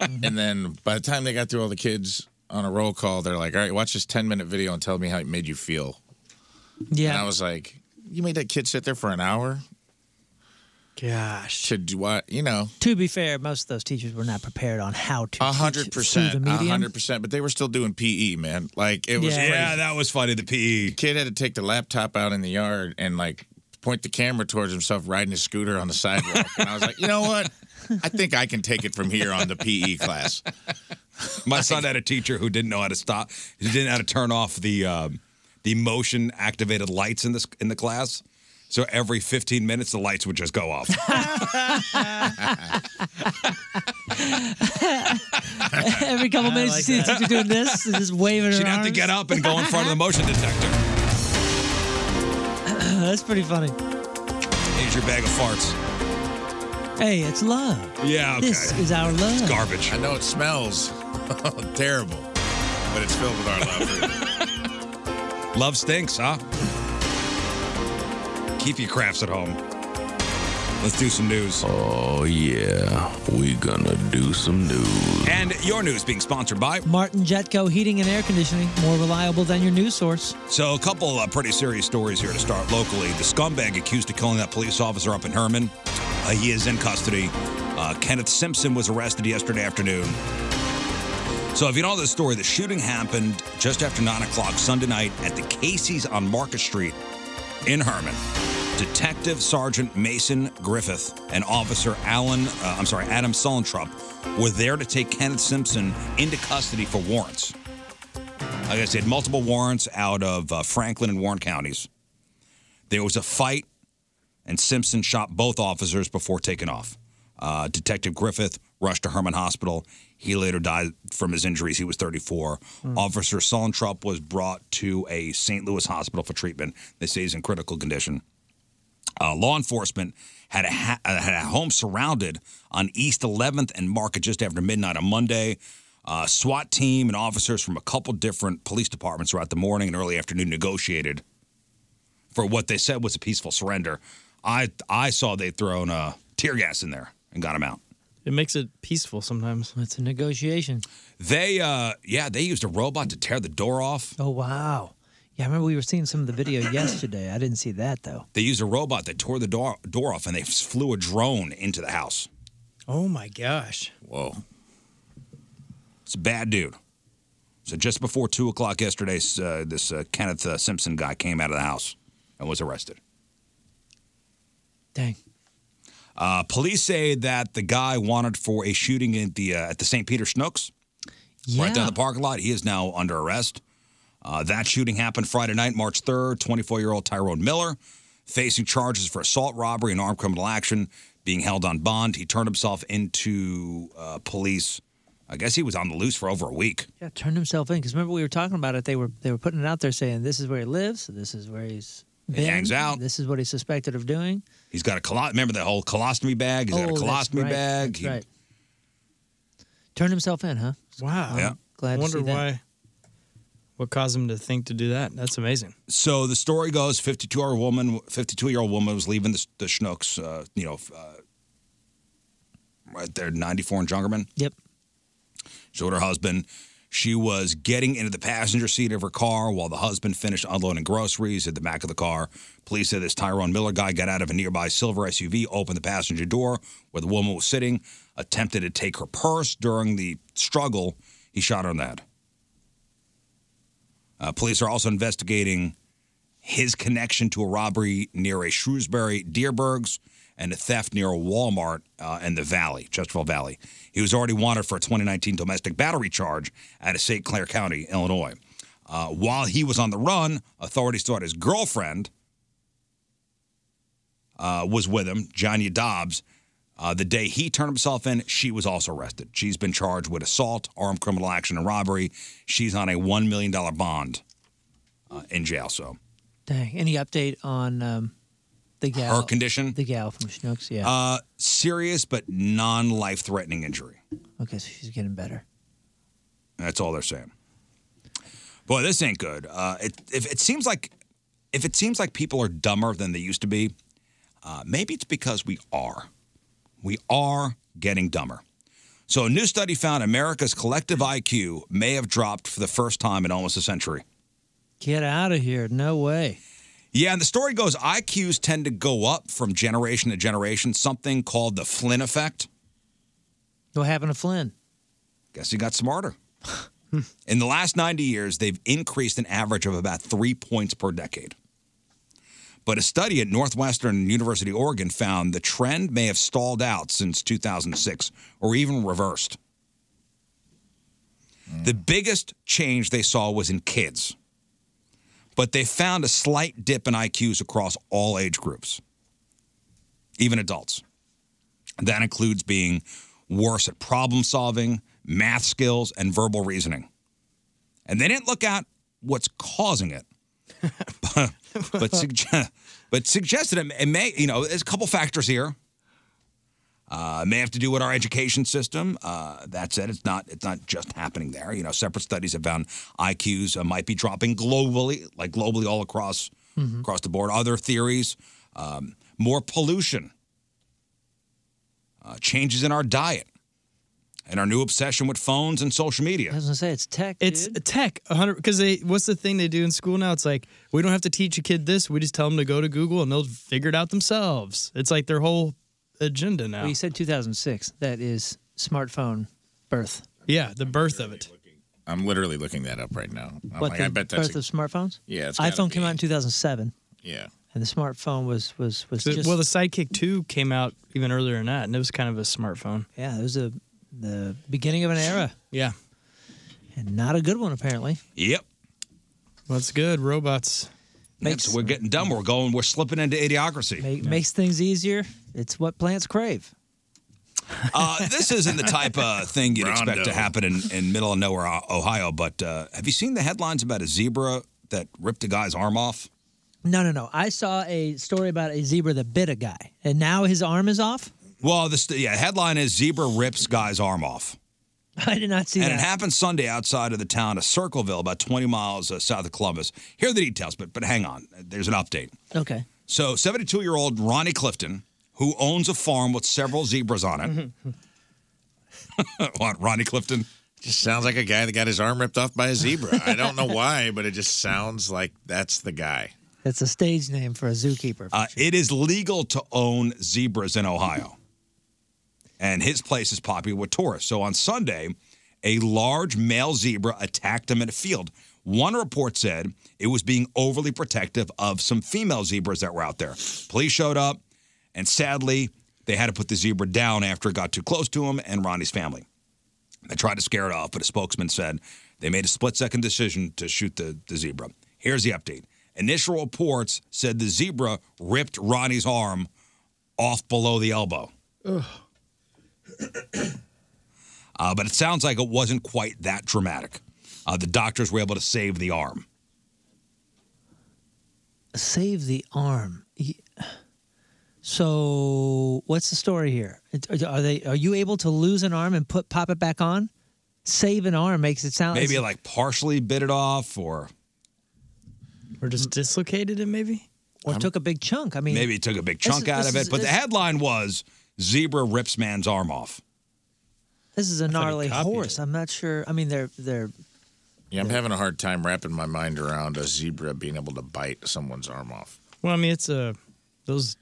[SPEAKER 9] and then by the time they got through all the kids on a roll call, they're like, "All right, watch this ten-minute video and tell me how it made you feel."
[SPEAKER 8] Yeah,
[SPEAKER 9] and I was like, "You made that kid sit there for an hour."
[SPEAKER 8] Gosh,
[SPEAKER 9] to do what you know?
[SPEAKER 8] to be fair, most of those teachers were not prepared on how to.
[SPEAKER 9] A hundred
[SPEAKER 8] teach through the
[SPEAKER 9] percent, a
[SPEAKER 8] medium.
[SPEAKER 9] hundred percent. But they were still doing PE, man. Like it was.
[SPEAKER 8] Yeah.
[SPEAKER 9] crazy.
[SPEAKER 8] Yeah,
[SPEAKER 7] that was funny. The E. PE
[SPEAKER 9] kid had to take the laptop out in the yard and like point the camera towards himself riding his scooter on the sidewalk. and I was like, you know what? I think I can take it from here on the E." PE class.
[SPEAKER 7] My son had a teacher who didn't know how to stop. He didn't know how to turn off the um, the motion activated lights in this in the class. So every 15 minutes, the lights would just go off.
[SPEAKER 8] Every couple
[SPEAKER 7] I
[SPEAKER 8] minutes, you see
[SPEAKER 7] like
[SPEAKER 8] the
[SPEAKER 7] that.
[SPEAKER 8] teacher doing this, and just waving her
[SPEAKER 7] She'd have to
[SPEAKER 8] arms.
[SPEAKER 7] get up and go in front of the motion detector.
[SPEAKER 8] That's pretty funny.
[SPEAKER 7] Here's your bag of farts.
[SPEAKER 8] Hey, it's love.
[SPEAKER 7] Yeah, okay.
[SPEAKER 8] This is our love.
[SPEAKER 7] It's garbage.
[SPEAKER 9] I know it smells terrible, but it's filled with our love.
[SPEAKER 7] Love stinks, huh? Keep your crafts at home. Let's do some news.
[SPEAKER 11] Oh, yeah. we gonna do some news.
[SPEAKER 7] And your news being sponsored by.
[SPEAKER 8] Martin Jetco Heating and Air Conditioning, more reliable than your news source.
[SPEAKER 7] So, a couple uh, pretty serious stories here to start locally. The scumbag accused of killing that police officer up in Herman, uh, he is in custody. Uh, Kenneth Simpson was arrested yesterday afternoon. So, if you know this story, the shooting happened just after 9 o'clock Sunday night at the Casey's on Market Street in Herman. Detective Sergeant Mason Griffith and Officer Alan, uh, I'm sorry, Adam Sullentrup were there to take Kenneth Simpson into custody for warrants. Like I said, multiple warrants out of uh, Franklin and Warren counties. There was a fight, and Simpson shot both officers before taking off. Uh, Detective Griffith rushed to Herman Hospital. He later died from his injuries. He was 34. Officer Sullentrup was brought to a St. Louis hospital for treatment. They say he's in critical condition. Uh, law enforcement had a, ha- uh, had a home surrounded on East 11th and Market just after midnight on Monday. Uh, SWAT team and officers from a couple different police departments throughout the morning and early afternoon negotiated for what they said was a peaceful surrender. I I saw they'd thrown uh, tear gas in there and got him out.
[SPEAKER 10] It makes it peaceful sometimes.
[SPEAKER 8] It's a negotiation.
[SPEAKER 7] They uh yeah they used a robot to tear the door off.
[SPEAKER 8] Oh, wow. Yeah, I remember we were seeing some of the video yesterday. I didn't see that, though.
[SPEAKER 7] They used a robot that tore the door door off and they flew a drone into the house.
[SPEAKER 10] Oh my gosh.
[SPEAKER 7] Whoa. It's a bad dude. So just before 2 o'clock yesterday, uh, this uh, Kenneth uh, Simpson guy came out of the house and was arrested.
[SPEAKER 8] Dang.
[SPEAKER 7] Uh, police say that the guy wanted for a shooting at the uh, at the St. Peter Snooks, right down the parking lot. He is now under arrest. Uh, that shooting happened Friday night, March 3rd. 24 year old Tyrone Miller facing charges for assault, robbery, and armed criminal action, being held on bond. He turned himself into uh, police. I guess he was on the loose for over a week.
[SPEAKER 8] Yeah, turned himself in because remember we were talking about it. They were they were putting it out there saying this is where he lives, this is where he's
[SPEAKER 7] He
[SPEAKER 8] been,
[SPEAKER 7] hangs out.
[SPEAKER 8] This is what he's suspected of doing.
[SPEAKER 7] He's got a colo- remember the whole colostomy bag. He's got a
[SPEAKER 8] Oh, that's
[SPEAKER 7] colostomy
[SPEAKER 8] right,
[SPEAKER 7] bag.
[SPEAKER 8] that's
[SPEAKER 7] He-
[SPEAKER 8] right. Turned himself in, huh?
[SPEAKER 10] Wow.
[SPEAKER 7] Yeah.
[SPEAKER 8] Glad
[SPEAKER 10] I
[SPEAKER 8] to
[SPEAKER 10] wonder
[SPEAKER 8] see that.
[SPEAKER 10] why. What caused him to think to do that? That's amazing.
[SPEAKER 7] so the story goes 52 hour woman 52 year old woman was leaving the, the schnooks uh, you know uh, right there, 94 in Jungerman.
[SPEAKER 8] Yep.
[SPEAKER 7] She with her husband. She was getting into the passenger seat of her car while the husband finished unloading groceries at the back of the car. Police said this Tyrone Miller guy got out of a nearby silver SUV, opened the passenger door where the woman was sitting, attempted to take her purse during the struggle. He shot her in the head. Uh, police are also investigating his connection to a robbery near a Shrewsbury Deerbergs and a theft near a Walmart uh, in the Valley, Chesterfield Valley. He was already wanted for a 2019 domestic battery charge out of St. Clair County, Illinois. Uh, while he was on the run, authorities thought his girlfriend uh, was with him, Johnny Dobbs. Uh, the day he turned himself in, she was also arrested. She's been charged with assault, armed criminal action, and robbery. She's on a $1 million bond uh, in jail. So
[SPEAKER 8] Dang. Any update on um, the gal?
[SPEAKER 7] her condition?
[SPEAKER 8] the gal from Schnooks. Yeah.
[SPEAKER 7] Uh, serious but non life threatening injury.
[SPEAKER 8] okay, so she's getting better.
[SPEAKER 7] That's all they're saying. Boy, this ain't good. Uh, it, if it seems like if it seems like people are dumber than they used to be, uh, maybe it's because we are. We are getting dumber. So, a new study found America's collective IQ may have dropped for the first time in almost a century.
[SPEAKER 8] Get out of here. No way.
[SPEAKER 7] Yeah, and the story goes IQs tend to go up from generation to generation, something called the Flynn effect.
[SPEAKER 8] What happened to Flynn?
[SPEAKER 7] Guess he got smarter. In the last 90 years, they've increased an average of about three points per decade. But a study at Northwestern University, Oregon, found the trend may have stalled out since 2006 or even reversed. The biggest change they saw was in kids, but they found a slight dip in IQs across all age groups, even adults. That includes being worse at problem solving, math skills, and verbal reasoning. And they didn't look at what's causing it, but, but, sugge- but suggested it may- it may, you know, there's a couple factors here. Uh, may have to do with our education system. Uh, that said, it's not it's not just happening there. You know, separate studies have found IQs uh, might be dropping globally, like globally all across across the board. Other theories, um, more pollution, uh, changes in our diet, and our new obsession with phones and social media.
[SPEAKER 8] I was gonna say it's tech.
[SPEAKER 10] It's tech, 100. Because they, what's the thing they do in school now? It's like we don't have to teach a kid this. We just tell them to go to Google and they'll figure it out themselves. It's like their whole agenda now.
[SPEAKER 8] Well, you said 2006. That is smartphone birth.
[SPEAKER 10] yeah, the birth of it.
[SPEAKER 9] I'm literally looking that up right now. I'm
[SPEAKER 8] what
[SPEAKER 9] like,
[SPEAKER 8] the
[SPEAKER 9] I bet that's
[SPEAKER 8] birth of smartphones?
[SPEAKER 9] Yeah, it's gotta
[SPEAKER 8] iPhone came out in 2007,
[SPEAKER 9] yeah.
[SPEAKER 8] and the smartphone was was was
[SPEAKER 10] So-
[SPEAKER 8] just
[SPEAKER 10] well, the Sidekick 2 came out even earlier than that, and it was kind of a smartphone.
[SPEAKER 8] yeah. It was a the beginning of an era,
[SPEAKER 10] Yeah.
[SPEAKER 8] and not a good one apparently.
[SPEAKER 7] Yep.
[SPEAKER 10] Well, that's good. Robots.
[SPEAKER 8] Makes-
[SPEAKER 7] we're getting dumb. We're going. We're slipping into idiocracy.
[SPEAKER 8] It makes things easier. It's what plants crave.
[SPEAKER 7] Uh, this isn't the type of thing you'd expect to
[SPEAKER 8] Rondo.
[SPEAKER 7] happen in, in middle of nowhere, O- Ohio. But uh, have you seen the headlines about a zebra that ripped a guy's arm off?
[SPEAKER 8] No, no, no. I saw a story about a zebra that bit a guy, and now his arm is off.
[SPEAKER 7] Well, this yeah headline is zebra rips guy's arm off,
[SPEAKER 8] I did not see
[SPEAKER 7] and
[SPEAKER 8] that.
[SPEAKER 7] it happened Sunday outside of the town of Circleville, about 20 miles uh, south of Columbus. Here are the details, but but hang on, there's an update.
[SPEAKER 8] Okay.
[SPEAKER 7] So, 72 year old Ronnie Clifton, who owns a farm with several zebras on it. what, Ronnie Clifton?
[SPEAKER 9] Just sounds like a guy that got his arm ripped off by a zebra. I don't know why, but it just sounds like that's the guy.
[SPEAKER 8] That's a stage name for a zookeeper.
[SPEAKER 7] Uh, It is legal to own zebras in Ohio. And his place is popular with tourists. So on Sunday, a large male zebra attacked him in a field. One report said it was being overly protective of some female zebras that were out there. Police showed up, and sadly, they had to put the zebra down after it got too close to him and Ronnie's family. They tried to scare it off, but a spokesman said they made a split second decision to shoot the, the zebra. Here's the update initial reports said the zebra ripped Ronnie's arm off below the elbow. Uh, but it sounds like it wasn't quite that dramatic. Uh, the doctors were able to save the arm.
[SPEAKER 8] Save the arm. He- So, what's the story here? It- Are they? Are you able to lose an arm and put pop it back on? Save an arm makes it sound
[SPEAKER 7] Maybe like partially bit it off or
[SPEAKER 8] or just dislocated it maybe, or took a big chunk. I mean,
[SPEAKER 7] maybe it took a big
[SPEAKER 8] this
[SPEAKER 7] chunk
[SPEAKER 8] is-
[SPEAKER 7] out
[SPEAKER 8] this
[SPEAKER 7] of it.
[SPEAKER 8] is-
[SPEAKER 7] but the
[SPEAKER 8] this-
[SPEAKER 7] headline was Zebra rips man's arm off.
[SPEAKER 8] This is a gnarly horse. I'm not sure. I mean, they're they're
[SPEAKER 9] Yeah, I'm having a hard time wrapping my mind around a zebra being able to bite someone's arm off.
[SPEAKER 10] Well, I mean, it's a those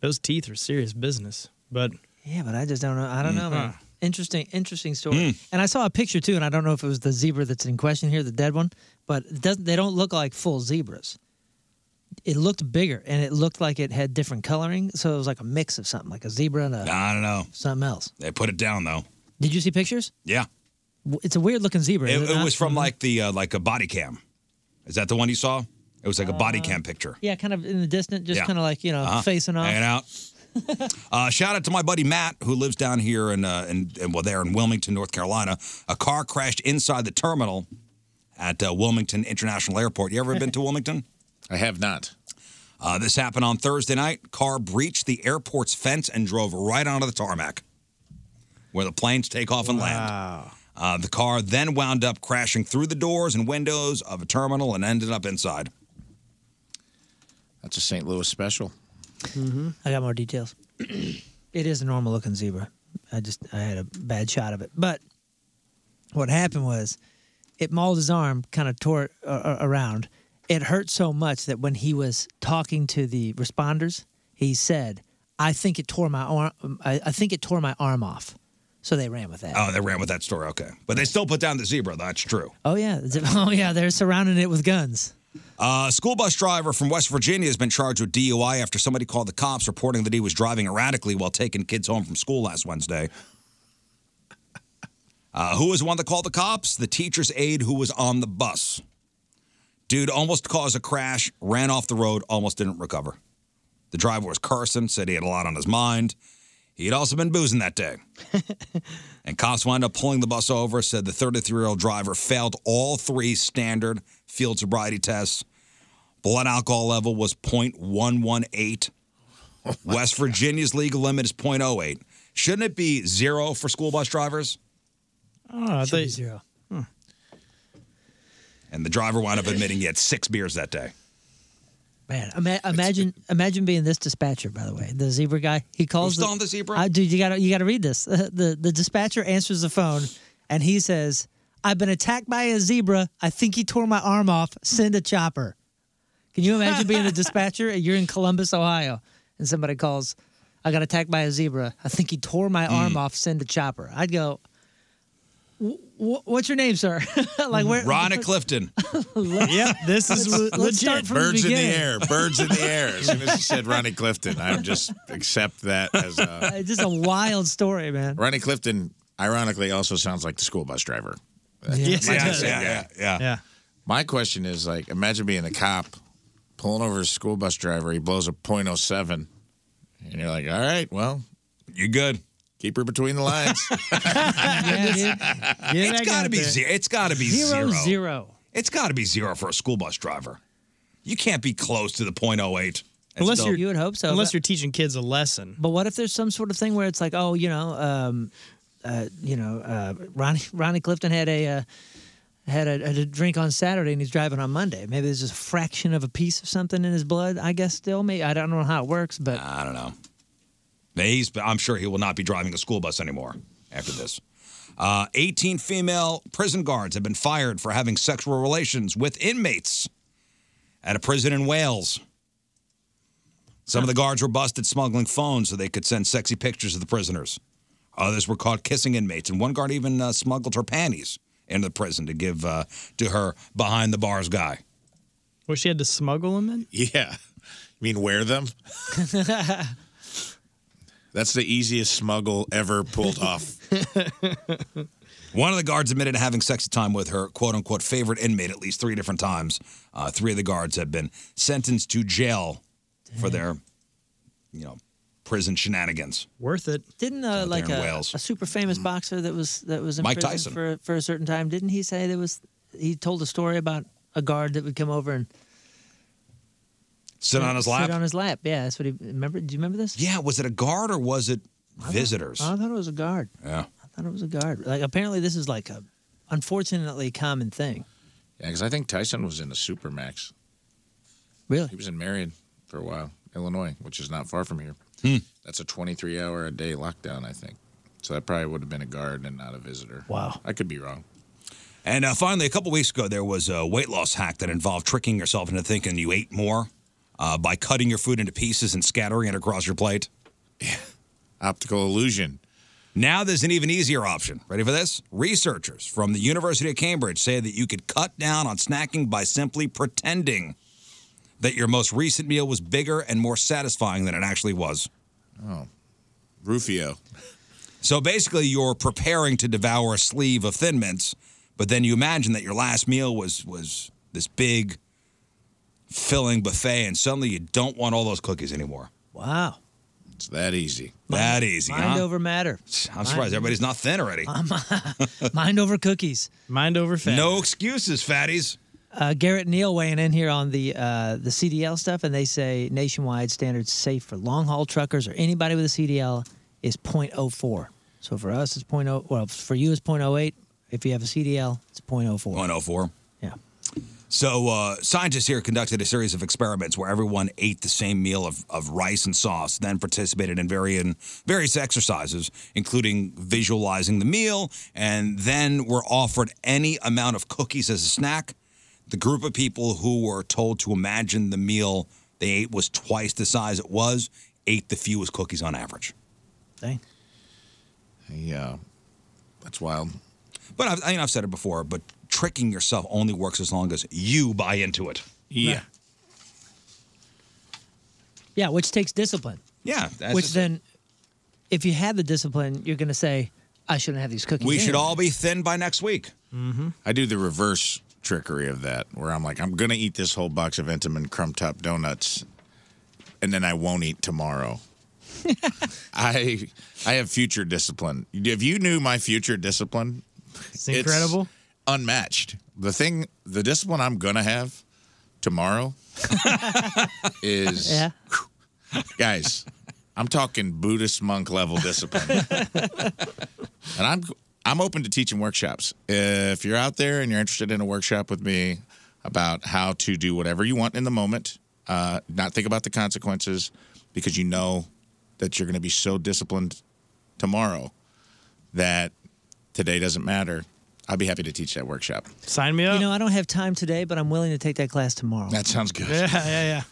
[SPEAKER 10] those teeth are serious business. But
[SPEAKER 8] yeah, but I just don't know. I
[SPEAKER 7] Mm.
[SPEAKER 8] don't know, man.
[SPEAKER 10] Mhm.
[SPEAKER 8] Interesting, interesting story.
[SPEAKER 7] Hmm.
[SPEAKER 10] Mm.
[SPEAKER 8] And I saw a picture too, and I don't know if it was the zebra that's in question here, the dead one, but it doesn't they don't look like full zebras. It looked bigger, and it looked like it had different coloring, so it was like a mix of something, like a zebra and a
[SPEAKER 7] I don't know.
[SPEAKER 8] something else.
[SPEAKER 7] They put it down though.
[SPEAKER 8] Did you see pictures?
[SPEAKER 7] Yeah,
[SPEAKER 8] W- It's a weird looking zebra.
[SPEAKER 7] it,
[SPEAKER 8] is
[SPEAKER 7] it
[SPEAKER 8] not? Mm-hmm.
[SPEAKER 7] was from like the uh, like a body cam. Is that the one you saw? It was like a
[SPEAKER 8] Uh,
[SPEAKER 7] body cam picture.
[SPEAKER 8] yeah, kind of in the distance, just
[SPEAKER 7] Yeah.
[SPEAKER 8] kind of like you know
[SPEAKER 7] Uh-huh.
[SPEAKER 8] facing off.
[SPEAKER 7] Hanging out. uh, shout out to my buddy Matt, who lives down here in, uh, in, in well, there in Wilmington, North Carolina. A car crashed inside the terminal at uh, Wilmington International Airport. You ever been to Wilmington?
[SPEAKER 9] I have not.
[SPEAKER 7] Uh, this happened on Thursday night. Car breached the airport's fence and drove right onto the tarmac, where the planes take off and land. Uh, the car then wound up crashing through the doors and windows of a terminal and ended up inside.
[SPEAKER 9] That's a St. Louis special.
[SPEAKER 8] Mm-hmm. I got more details. it is a normal looking zebra. I just I had a bad shot of it. But what happened was it mauled his arm, kind of tore it uh, around. It hurt so much that when he was talking to the responders, he said, "I think it tore my arm. I, I think it tore my arm off." So they ran with that.
[SPEAKER 7] Oh, they ran with that story. Okay. But they still put down the zebra. That's true.
[SPEAKER 8] Oh yeah, oh yeah, they're surrounding it with guns.
[SPEAKER 7] A Uh, school bus driver from West Virginia has been charged with DUI after somebody called the cops reporting that he was driving erratically while taking kids home from school last Wednesday. Uh, who was the one that called the cops? The teacher's aide who was on the bus. Dude almost caused a crash, ran off the road, almost didn't recover. The driver was cursing, said he had a lot on his mind. He had also been boozing that day. and cops wound up pulling the bus over, said the 33 year old driver failed all three standard field sobriety tests. Blood alcohol level was 0.118. West Virginia's legal limit is 0.08. Shouldn't it be zero for school bus drivers?
[SPEAKER 10] oh,
[SPEAKER 8] Should be zero.
[SPEAKER 7] And the driver wound up admitting he had six beers that day.
[SPEAKER 8] Man, ima- imagine imagine being this dispatcher. By the way, the zebra guy. He calls.
[SPEAKER 7] Who's on the zebra?
[SPEAKER 8] Uh, dude, you gotta you gotta read this. the The dispatcher answers the phone, and he says, "I've been attacked by a zebra. I think he tore my arm off. Send a chopper." Can you imagine being the dispatcher? and You're in Columbus, Ohio, and somebody calls, "I got attacked by a zebra. I think he tore my
[SPEAKER 7] Hmm.
[SPEAKER 8] arm off. Send a chopper." I'd go. "Wh- wh- What's your name, sir? like where?
[SPEAKER 7] Ron at Clifton.
[SPEAKER 8] Yep, this is Let's- let's legit. start from the
[SPEAKER 9] Birds in
[SPEAKER 8] beginning.
[SPEAKER 9] the air. Birds in the air. As soon as you said Ronnie Clifton, I would just accept that as a.
[SPEAKER 8] It's just Uh, a wild story, man.
[SPEAKER 9] Ronnie Clifton, ironically, also sounds like the school bus driver.
[SPEAKER 8] Yeah. Yes,
[SPEAKER 9] My
[SPEAKER 8] it
[SPEAKER 9] God,
[SPEAKER 8] does.
[SPEAKER 9] yeah, yeah,
[SPEAKER 7] yeah.
[SPEAKER 10] Yeah.
[SPEAKER 9] My question is like, imagine being a cop pulling over a school bus driver. He blows a .07, and you're like, all right, well,
[SPEAKER 7] you're good.
[SPEAKER 9] Keep her between the lines.
[SPEAKER 7] it's
[SPEAKER 9] that
[SPEAKER 7] got to
[SPEAKER 9] got
[SPEAKER 7] be
[SPEAKER 9] there.
[SPEAKER 7] zero. It's got to be
[SPEAKER 9] Zero,
[SPEAKER 7] 0
[SPEAKER 8] zero.
[SPEAKER 7] It's got to be zero for a school bus driver. You can't be close to the 0.08. It's
[SPEAKER 8] Unless
[SPEAKER 7] still-
[SPEAKER 8] you're- You would hope so, unless but- you're
[SPEAKER 10] teaching kids a lesson.
[SPEAKER 8] But what if there's some sort of thing where it's like, oh, you know, um, uh, you know, uh, Ronnie Ronnie Clifton had a uh, had a, a drink on Saturday and he's driving on Monday. Maybe there's just a fraction of a piece of something in his blood. I guess still, maybe I don't know how it works, but
[SPEAKER 7] I don't know. He's, I'm sure he will not be driving a school bus anymore after this. Uh, 18 female prison guards have been fired for having sexual relations with inmates at a prison in Wales. Some of the guards were busted smuggling phones so they could send sexy pictures of the prisoners. Others were caught kissing inmates, and one guard even uh, smuggled her panties into the prison to give uh, to her behind the bars guy.
[SPEAKER 10] Well, she had to smuggle them in.
[SPEAKER 9] Yeah. You mean wear them? That's the easiest smuggle ever pulled off.
[SPEAKER 7] One of the guards admitted to having sexy time with her quote unquote favorite inmate at least three different times. Uh, three of the guards have been sentenced to jail for their, you know, prison shenanigans.
[SPEAKER 10] worth it.
[SPEAKER 8] Didn't uh, like
[SPEAKER 7] in
[SPEAKER 8] a,
[SPEAKER 7] Wales.
[SPEAKER 8] a super famous boxer that was that was in
[SPEAKER 7] Mm. Mike
[SPEAKER 8] prison
[SPEAKER 7] Tyson.
[SPEAKER 8] for for a certain time? Didn't he say there was? He told a story about a guard that would come over and
[SPEAKER 7] Sit on his lap.
[SPEAKER 8] Sit on his lap. Yeah, that's what he remember. Do you remember this?
[SPEAKER 7] yeah, was it a guard or was it visitors?
[SPEAKER 8] I thought it was a guard.
[SPEAKER 7] yeah.
[SPEAKER 8] I thought it was a guard. Like apparently this is like a unfortunately common thing.
[SPEAKER 9] Yeah, because I think Tyson was in the Supermax.
[SPEAKER 8] Really?
[SPEAKER 9] He was in Marion for a while. Illinois, which is not far from here. That's a 23 hour a day lockdown, I think. So that probably would have been a guard and not a visitor. Wow. I could be wrong.
[SPEAKER 7] And uh, finally, a couple weeks ago, there was a weight loss hack that involved tricking yourself into thinking you ate more uh, by cutting your food into pieces and scattering it across your plate.
[SPEAKER 9] Optical illusion.
[SPEAKER 7] Now there's an even easier option. Ready for this? Researchers from the University of Cambridge say that you could cut down on snacking by simply pretending that your most recent meal was bigger and more satisfying than it actually was.
[SPEAKER 9] Oh, Rufio.
[SPEAKER 7] So basically, you're preparing to devour a sleeve of Thin Mints, but then you imagine that your last meal was was this big, filling buffet, and suddenly you don't want all those cookies anymore.
[SPEAKER 8] Wow.
[SPEAKER 7] It's that easy. That easy.
[SPEAKER 8] Mind
[SPEAKER 7] huh?
[SPEAKER 8] over matter.
[SPEAKER 7] I'm surprised everybody's not thin already.
[SPEAKER 8] Mind over cookies. Mind over fat.
[SPEAKER 7] No excuses, fatties.
[SPEAKER 8] Uh, Garrett Neal weighing in here on the uh, the CDL stuff, and they say nationwide standards safe for long haul truckers or anybody with a CDL is 0.04. So for us, it's 0.0. Well, for you, it's 0.08. If you have a CDL, it's 0.04.
[SPEAKER 7] 104.
[SPEAKER 8] Yeah.
[SPEAKER 7] So, uh, scientists here conducted a series of experiments where everyone ate the same meal of, of rice and sauce, then participated in varying, various exercises, including visualizing the meal, and then were offered any amount of cookies as a snack. The group of people who were told to imagine the meal they ate was twice the size it was ate the fewest cookies on average.
[SPEAKER 8] Dang.
[SPEAKER 7] Yeah, uh, that's wild. But I've, I mean, I've said it before, but tricking yourself only works as long as you buy into it. Yeah.
[SPEAKER 8] Yeah, which takes discipline.
[SPEAKER 7] Yeah. that's
[SPEAKER 8] which
[SPEAKER 7] just-
[SPEAKER 8] then, if you had the discipline, you're going to say, I shouldn't have these cookies.
[SPEAKER 7] we should all be thin by next week.
[SPEAKER 8] Mm-hmm.
[SPEAKER 9] I do the reverse trickery of that, where I'm like, I'm gonna eat this whole box of Entenmann crumb top donuts, and then I won't eat tomorrow. I I have future discipline. If you knew my future discipline, it's
[SPEAKER 10] incredible.
[SPEAKER 9] unmatched. The thing, the discipline I'm gonna have tomorrow is,
[SPEAKER 8] Yeah.
[SPEAKER 9] guys, I'm talking Buddhist monk level discipline and I'm I'm open to teaching workshops. If you're out there and you're interested in a workshop with me about how to do whatever you want in the moment, uh, not think about the consequences, because you know that you're going to be so disciplined tomorrow that today doesn't matter. I'd be happy to teach that workshop.
[SPEAKER 8] Sign me up. You know, I don't have time today, but I'm willing to take that class tomorrow.
[SPEAKER 9] That sounds good.
[SPEAKER 8] Yeah, yeah, yeah.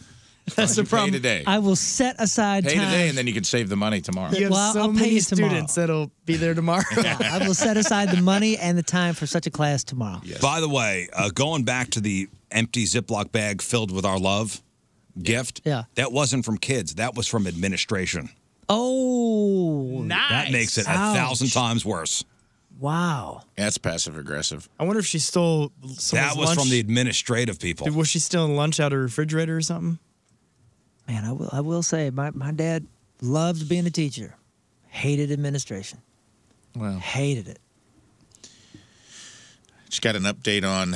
[SPEAKER 9] That's the problem. Pay today.
[SPEAKER 8] I will set aside
[SPEAKER 9] Pay
[SPEAKER 8] time.
[SPEAKER 9] today, and then you can save the money tomorrow.
[SPEAKER 8] You have Well, so I'll pay many you tomorrow. students
[SPEAKER 10] that'll be there tomorrow.
[SPEAKER 8] I will set aside the money and the time for such a class tomorrow.
[SPEAKER 7] By the way, uh, going back to the empty Ziploc bag filled with our love gift,
[SPEAKER 8] Yeah.
[SPEAKER 7] that wasn't from kids. That was from administration.
[SPEAKER 8] Oh,
[SPEAKER 7] That makes it a
[SPEAKER 10] Ouch.
[SPEAKER 7] thousand times worse.
[SPEAKER 8] Wow.
[SPEAKER 9] That's passive aggressive.
[SPEAKER 10] I wonder if she stole someone's
[SPEAKER 7] that was
[SPEAKER 10] lunch.
[SPEAKER 7] from the administrative people.
[SPEAKER 10] Dude, was she stealing lunch out of a refrigerator or something?
[SPEAKER 8] Man, I will. I will say, my, my dad loved being a teacher, hated administration.
[SPEAKER 9] Wow.
[SPEAKER 8] Hated it.
[SPEAKER 9] Just got an update on.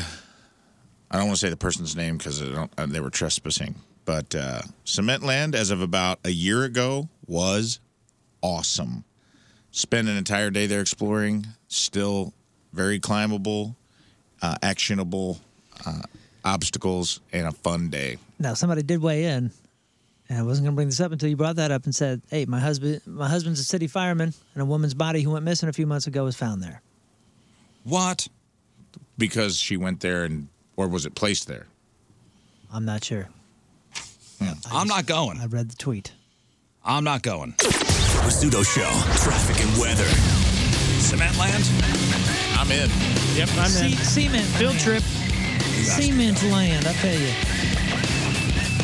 [SPEAKER 9] I don't want to say the person's name because I don't. uh, They were trespassing, but uh, Cementland, as of about a year ago, was awesome. Spent an entire day there exploring. Still very climbable, uh, actionable uh, obstacles, and a fun day.
[SPEAKER 8] Now, somebody did weigh in, and I wasn't going to bring this up until you brought that up and said, "Hey, my husband, my husband's a city fireman, and a woman's body who went missing a few months ago was found there."
[SPEAKER 7] What?
[SPEAKER 9] Because she went there and, or was it placed there?
[SPEAKER 8] I'm not sure.
[SPEAKER 7] I'm not going.
[SPEAKER 8] I read the tweet.
[SPEAKER 7] I'm not going.
[SPEAKER 3] Rizzuto Show, traffic and weather.
[SPEAKER 7] Cementland?
[SPEAKER 9] I'm in.
[SPEAKER 10] Yep, I'm
[SPEAKER 8] Ce-
[SPEAKER 10] in.
[SPEAKER 8] Cement field trip. Cement land, I tell you.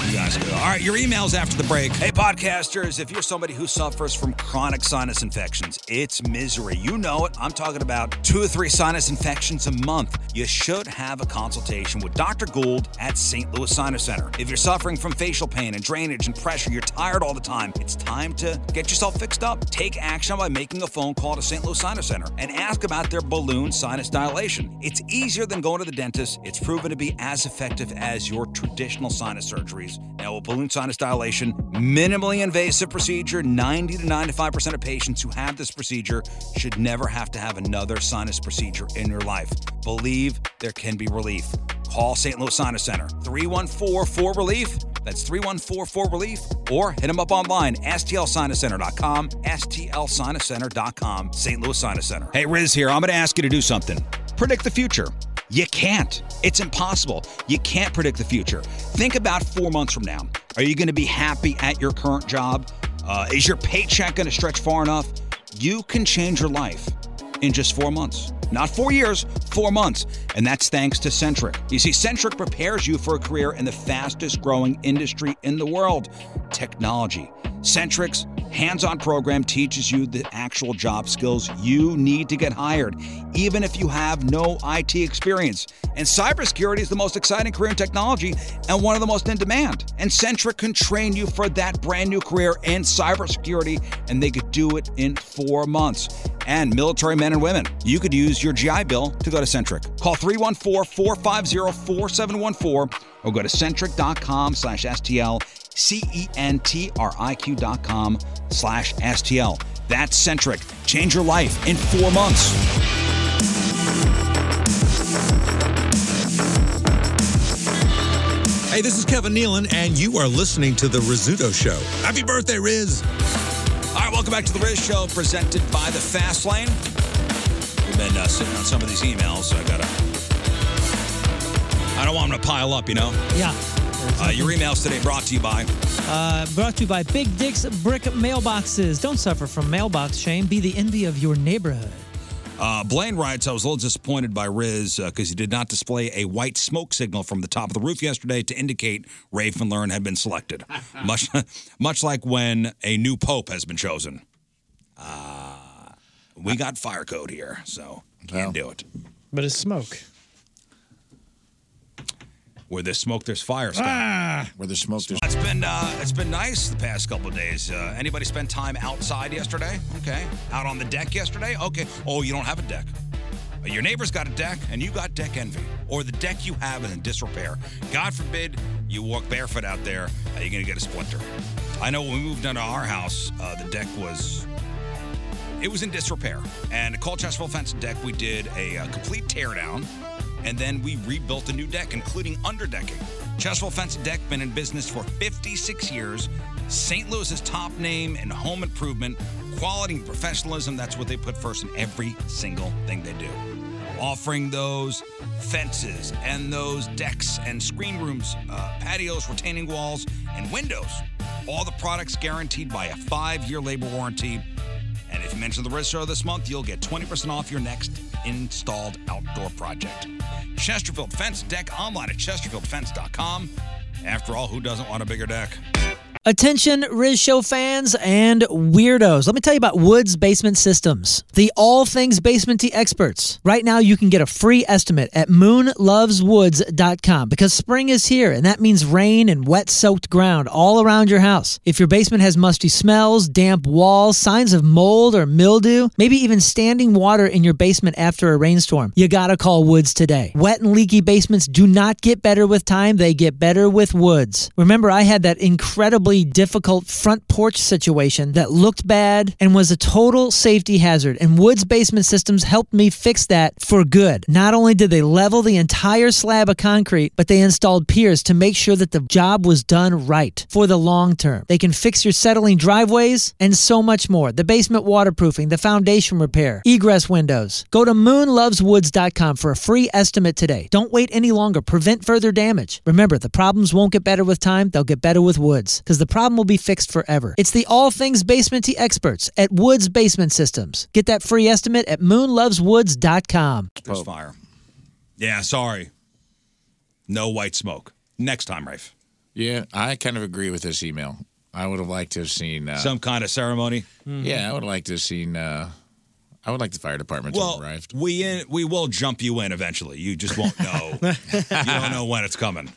[SPEAKER 7] You guys go. All right, your emails after the break. Hey, podcasters, if you're somebody who suffers from chronic sinus infections, it's misery. You know it. I'm talking about two or three sinus infections a month. You should have a consultation with Dr. Gould at St. Louis Sinus Center. If you're suffering from facial pain and drainage and pressure, you're tired all the time, it's time to get yourself fixed up. Take action by making a phone call to St. Louis Sinus Center and ask about their balloon sinus dilation. It's easier than going to the dentist. It's proven to be as effective as your traditional sinus surgeries. Now, with balloon sinus dilation, minimally invasive procedure, 90 to 95% of patients who have this procedure should never have to have another sinus procedure in your life. Believe there can be relief. Call St. Louis Sinus Center, 314 4 Relief, That's 3144-RELIEF or hit them up online, stlsinuscenter.com, stlsinuscenter.com, St. Louis Sinus Center. Hey, Riz here. I'm going to ask you to do something. Predict the future. You can't. It's impossible. You can't predict the future. Think about four months from now. Are you going to be happy at your current job? Uh, is your paycheck going to stretch far enough? You can change your life in just four months. Not four years, four months. And that's thanks to Centric. You see, Centric prepares you for a career in the fastest growing industry in the world technology. Centric's hands on program teaches you the actual job skills you need to get hired, even if you have no IT experience. And cybersecurity is the most exciting career in technology and one of the most in demand. And Centric can train you for that brand new career in cybersecurity, and they could do it in four months and military men and women. You could use your GI Bill to go to Centric. Call 314-450-4714 or go to centric.com slash STL, E C-E-N-T-R-I-Q dot com slash STL. That's Centric. Change your life in four months.
[SPEAKER 12] Hey, this is Kevin Nealon, and you are listening to The Rizzuto Show. Happy birthday, Riz!
[SPEAKER 7] All right, welcome back to the Riz Show, presented by the Fast Lane. We've been uh, sitting on some of these emails, so I gotta. I don't want them to pile up, you know.
[SPEAKER 8] Yeah.
[SPEAKER 7] Uh, your emails today brought to you by.
[SPEAKER 8] Uh, brought to you by Big Dick's Brick Mailboxes. Don't suffer from mailbox shame. Be the envy of your neighborhood.
[SPEAKER 7] Uh, Blaine writes, I was a little disappointed by Riz because he did not display a white smoke signal from the top of the roof yesterday to indicate Ray Van Learn had been selected. much, much like when a new pope has been chosen. Uh, we got fire code here, so can't do it.
[SPEAKER 10] But it's smoke.
[SPEAKER 7] Where there's smoke, there's fire. Scott.
[SPEAKER 9] Ah.
[SPEAKER 10] Ah!
[SPEAKER 9] Where there's smoke, there's
[SPEAKER 7] It's been uh, it's been nice the past couple of days. Uh, anybody spend time outside yesterday? Okay, out on the deck yesterday? Okay. Oh, you don't have a deck. Uh, Your neighbor's got a deck, and you got deck envy, or the deck you have is in disrepair. God forbid you walk barefoot out there. Uh, you're gonna get a splinter. I know when we moved into our house, uh, the deck was it was in disrepair. And at Colchesterville Fence and Deck, we did a uh, complete teardown, and then we rebuilt a new deck, including underdecking. Chesterfield Fence and Deck been in business for 56 years. St. Louis's top name in home improvement, quality and professionalism. That's what they put first in every single thing they do. Offering those fences and those decks and screen rooms, uh, patios, retaining walls, and windows. All the products guaranteed by a five year labor warranty. And if you mention the Riz Show this month, you'll get 20% off your next installed outdoor project. Chesterfield Fence Deck online at chesterfieldfence.com. After all, who doesn't want a bigger deck?
[SPEAKER 8] Attention, Riz Show fans and weirdos. Let me tell you about Woods Basement Systems, the all things basement experts. Right now, you can get a free estimate at moonloveswoods.com because spring is here and that means rain and wet soaked ground all around your house. If your basement has musty smells, damp walls, signs of mold or mildew, maybe even standing water in your basement after a rainstorm, you gotta call Woods today. Wet and leaky basements do not get better with time, they get better with Woods. Remember, I had that incredibly difficult front porch situation that looked bad and was a total safety hazard, and Woods Basement Systems helped me fix that for good. Not only did they level the entire slab of concrete, but they installed piers to make sure that the job was done right for the long term. They can fix your settling driveways and so much more. The basement waterproofing, the foundation repair, egress windows. Go to moonloveswoods.com for a free estimate today. Don't wait any longer. Prevent further damage. Remember, the problems won't get better with time, they'll get better with woods because the problem will be fixed forever. It's the all things basementy experts at Woods Basement Systems. Get that free estimate at moonloveswoods.com.
[SPEAKER 7] There's fire. Yeah, sorry. No white smoke. Next time, Rafe.
[SPEAKER 9] Yeah, I kind of agree with this email. I would have liked to have seen uh,
[SPEAKER 7] Some kind of ceremony.
[SPEAKER 8] Mm-hmm.
[SPEAKER 9] Yeah, I would have liked to have seen. Uh, I would like the fire department
[SPEAKER 7] Well,
[SPEAKER 9] to arrive.
[SPEAKER 7] we in, we will jump you in eventually. You just won't know. you don't know when it's coming.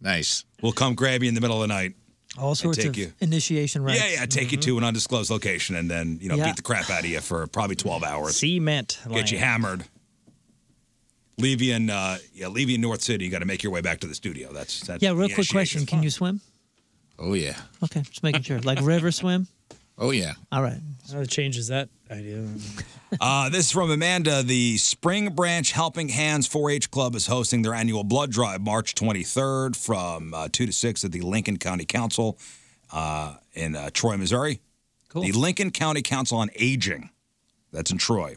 [SPEAKER 9] Nice.
[SPEAKER 7] We'll come grab you in the middle of the night.
[SPEAKER 8] All
[SPEAKER 7] and
[SPEAKER 8] sorts
[SPEAKER 7] take
[SPEAKER 8] of
[SPEAKER 7] you.
[SPEAKER 8] initiation rights. Mm-hmm.
[SPEAKER 7] Yeah, yeah. Take you to an undisclosed location and then you know
[SPEAKER 8] Yeah.
[SPEAKER 7] beat the crap out of you for probably twelve hours.
[SPEAKER 10] Cement.
[SPEAKER 7] Get you hammered. Leave you in, uh, yeah, leave you in North City. You got to make your way back to the studio. That's, that's
[SPEAKER 8] Yeah, real
[SPEAKER 7] the
[SPEAKER 8] quick
[SPEAKER 7] initiation.
[SPEAKER 8] question. Can you swim?
[SPEAKER 9] Oh yeah.
[SPEAKER 8] Okay, just making sure. Like river swim?
[SPEAKER 9] Oh yeah.
[SPEAKER 8] All right.
[SPEAKER 10] That changes that idea.
[SPEAKER 7] Uh, this is from Amanda. The Spring Branch Helping Hands 4 H Club is hosting their annual blood drive March 23rd from uh, 2 to 6 at the Lincoln County Council uh, in uh, Troy, Missouri. Cool. The Lincoln County Council on Aging. That's in Troy.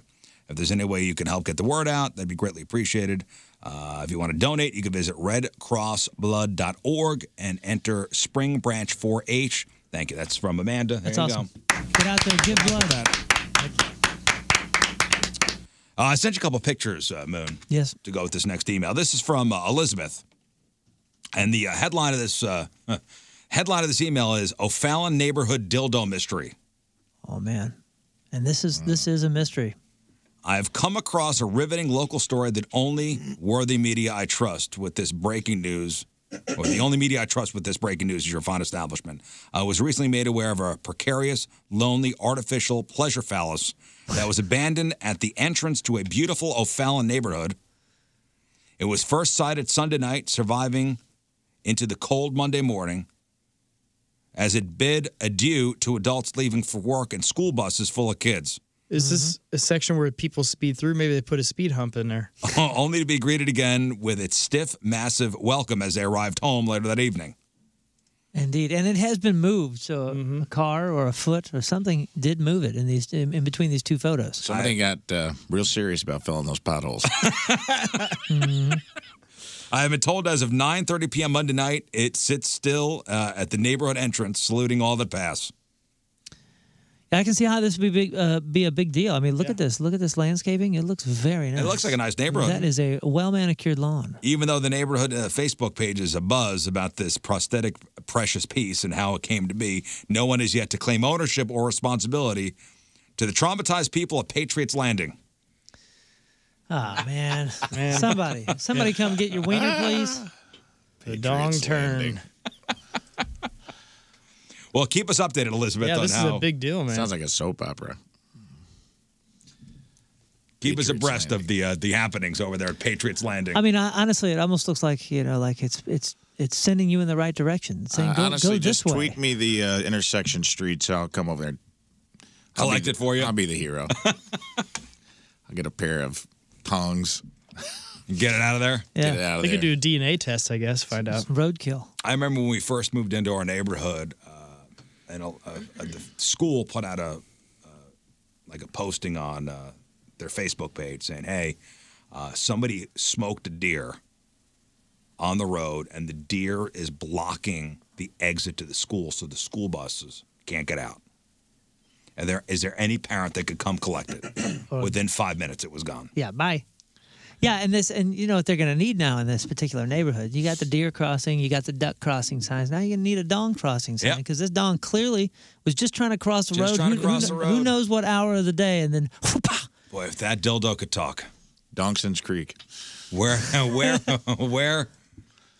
[SPEAKER 7] If there's any way you can help get the word out, that'd be greatly appreciated. Uh, if you want to donate, you can visit redcrossblood.org and enter Spring Branch 4 H. Thank you. That's from Amanda. There
[SPEAKER 8] That's
[SPEAKER 7] you
[SPEAKER 8] awesome.
[SPEAKER 7] go.
[SPEAKER 8] Get out there, give blood.
[SPEAKER 7] Uh, I sent you a couple pictures, uh, Moon.
[SPEAKER 8] Yes.
[SPEAKER 7] To go with this next email. This is from uh, Elizabeth, and the uh, headline of this uh, headline of this email is O'Fallon neighborhood dildo mystery.
[SPEAKER 8] Oh man, and this is this is a mystery.
[SPEAKER 7] I've come across a riveting local story that only worthy media I trust with this breaking news, or the only media I trust with this breaking news is your fine establishment. I was recently made aware of a precarious, lonely, artificial pleasure phallus that was abandoned at the entrance to a beautiful O'Fallon neighborhood. It was first sighted Sunday night, surviving into the cold Monday morning as it bid adieu to adults leaving for work and school buses full of kids.
[SPEAKER 10] Is this
[SPEAKER 8] Mm-hmm.
[SPEAKER 10] a section where people speed through? Maybe they put a speed hump in there.
[SPEAKER 7] only to be greeted again with its stiff, massive welcome as they arrived home later that evening.
[SPEAKER 8] Indeed, and it has been moved. So a-
[SPEAKER 10] Mm-hmm.
[SPEAKER 8] a car or a foot or something did move it in these in, in between these two photos.
[SPEAKER 9] Somebody got uh, real serious about filling those potholes.
[SPEAKER 7] I have been told as of 9:30 p.m. Monday night, it sits still uh, at the neighborhood entrance, saluting all that pass.
[SPEAKER 8] I can see how this would be big, uh, be a big deal. I mean, look at this. Look at this landscaping. It looks very nice.
[SPEAKER 7] It looks like a nice neighborhood.
[SPEAKER 8] That is a well manicured lawn.
[SPEAKER 7] Even though the neighborhood uh, Facebook page is abuzz about this prosthetic precious piece and how it came to be, no one has yet to claim ownership or responsibility to the traumatized people of Patriots Landing.
[SPEAKER 8] Ah man.
[SPEAKER 10] Man.
[SPEAKER 8] somebody, somebody come get your wiener, please.
[SPEAKER 10] The dong turn.
[SPEAKER 7] Well, keep us updated, Elizabeth.
[SPEAKER 10] Yeah,
[SPEAKER 7] on
[SPEAKER 10] this is a
[SPEAKER 7] how
[SPEAKER 10] big deal, man. Sounds
[SPEAKER 9] like a soap opera.
[SPEAKER 7] Keep us abreast of the uh, the happenings over there at Patriots Landing.
[SPEAKER 8] I mean, I, honestly, it almost looks like you know, like it's it's it's sending you in the right direction, saying
[SPEAKER 9] Uh,
[SPEAKER 8] go,
[SPEAKER 9] honestly,
[SPEAKER 8] go
[SPEAKER 9] just
[SPEAKER 8] this way.
[SPEAKER 9] tweak me the uh, intersection streets. I'll come over there. I'll
[SPEAKER 7] Collect
[SPEAKER 9] it for you. I'll be the hero. I'll get a pair of tongs.
[SPEAKER 7] Get it out of there.
[SPEAKER 10] Yeah.
[SPEAKER 9] Get it out of
[SPEAKER 10] they
[SPEAKER 9] there.
[SPEAKER 10] could do a DNA test, I guess, find out.
[SPEAKER 8] Roadkill.
[SPEAKER 7] I remember when we first moved into our neighborhood, uh, and a, a, a, the school put out a uh, like a posting on uh, their Facebook page saying, "Hey, uh, somebody smoked a deer on the road, and the deer is blocking the exit to the school, so the school buses can't get out." And there is there any parent that could come collect it? Within five minutes, it was gone.
[SPEAKER 8] Yeah, bye. Yeah, and this, and you know what they're going to need now in this particular neighborhood? You got the deer crossing, you got the duck crossing signs. Now you're going to need a dong crossing sign because this dong clearly was just trying to cross the
[SPEAKER 7] Just
[SPEAKER 8] road.
[SPEAKER 7] trying to
[SPEAKER 8] who,
[SPEAKER 7] cross
[SPEAKER 8] who,
[SPEAKER 7] the
[SPEAKER 8] Who
[SPEAKER 7] road.
[SPEAKER 8] knows what hour of the day? And then
[SPEAKER 7] Boy, if that dildo could talk.
[SPEAKER 9] Donkson's Creek.
[SPEAKER 7] Where, where, where?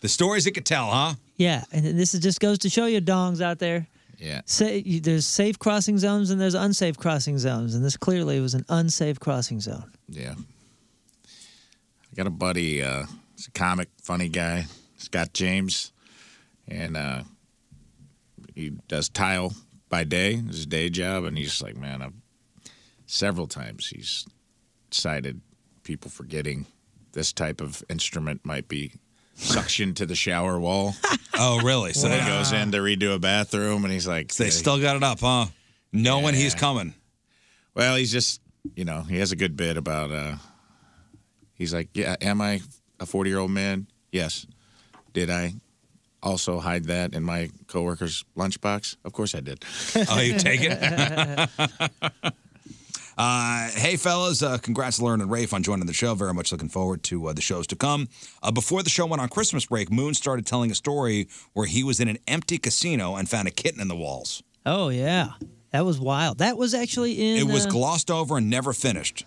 [SPEAKER 7] The stories it could tell, huh?
[SPEAKER 8] yeah, and then this is just goes to show you dongs out there.
[SPEAKER 9] Yeah.
[SPEAKER 8] Say, you, there's safe crossing zones and there's unsafe crossing zones, and this clearly was an unsafe crossing zone.
[SPEAKER 9] Yeah. I got a buddy, uh, he's a comic, funny guy, Scott James, and uh, he does tile by day, it's his day job, and he's like, man, I've, several times he's cited people forgetting this type of instrument might be suction to the shower wall.
[SPEAKER 7] Oh, really?
[SPEAKER 9] So
[SPEAKER 7] So
[SPEAKER 9] he
[SPEAKER 7] they-
[SPEAKER 9] goes in to redo a bathroom, and he's like, uh,
[SPEAKER 7] They still got it up, huh? Knowing he's coming.
[SPEAKER 9] Well, he's just, you know, he has a good bit about. uh He's like, yeah, am I a forty-year-old man? Yes. Did I also hide that in my coworker's lunchbox? Of course I did.
[SPEAKER 7] Oh, you take it? Uh, hey, fellas, uh, congrats to Lauren and Rafe on joining the show. Very much looking forward to uh, the shows to come. Uh, before the show went on Christmas break, Moon started telling a story where he was in an empty casino and found a kitten in the walls.
[SPEAKER 8] Oh yeah, that was wild. That was actually in.
[SPEAKER 7] it was
[SPEAKER 8] uh,
[SPEAKER 7] glossed over and never finished.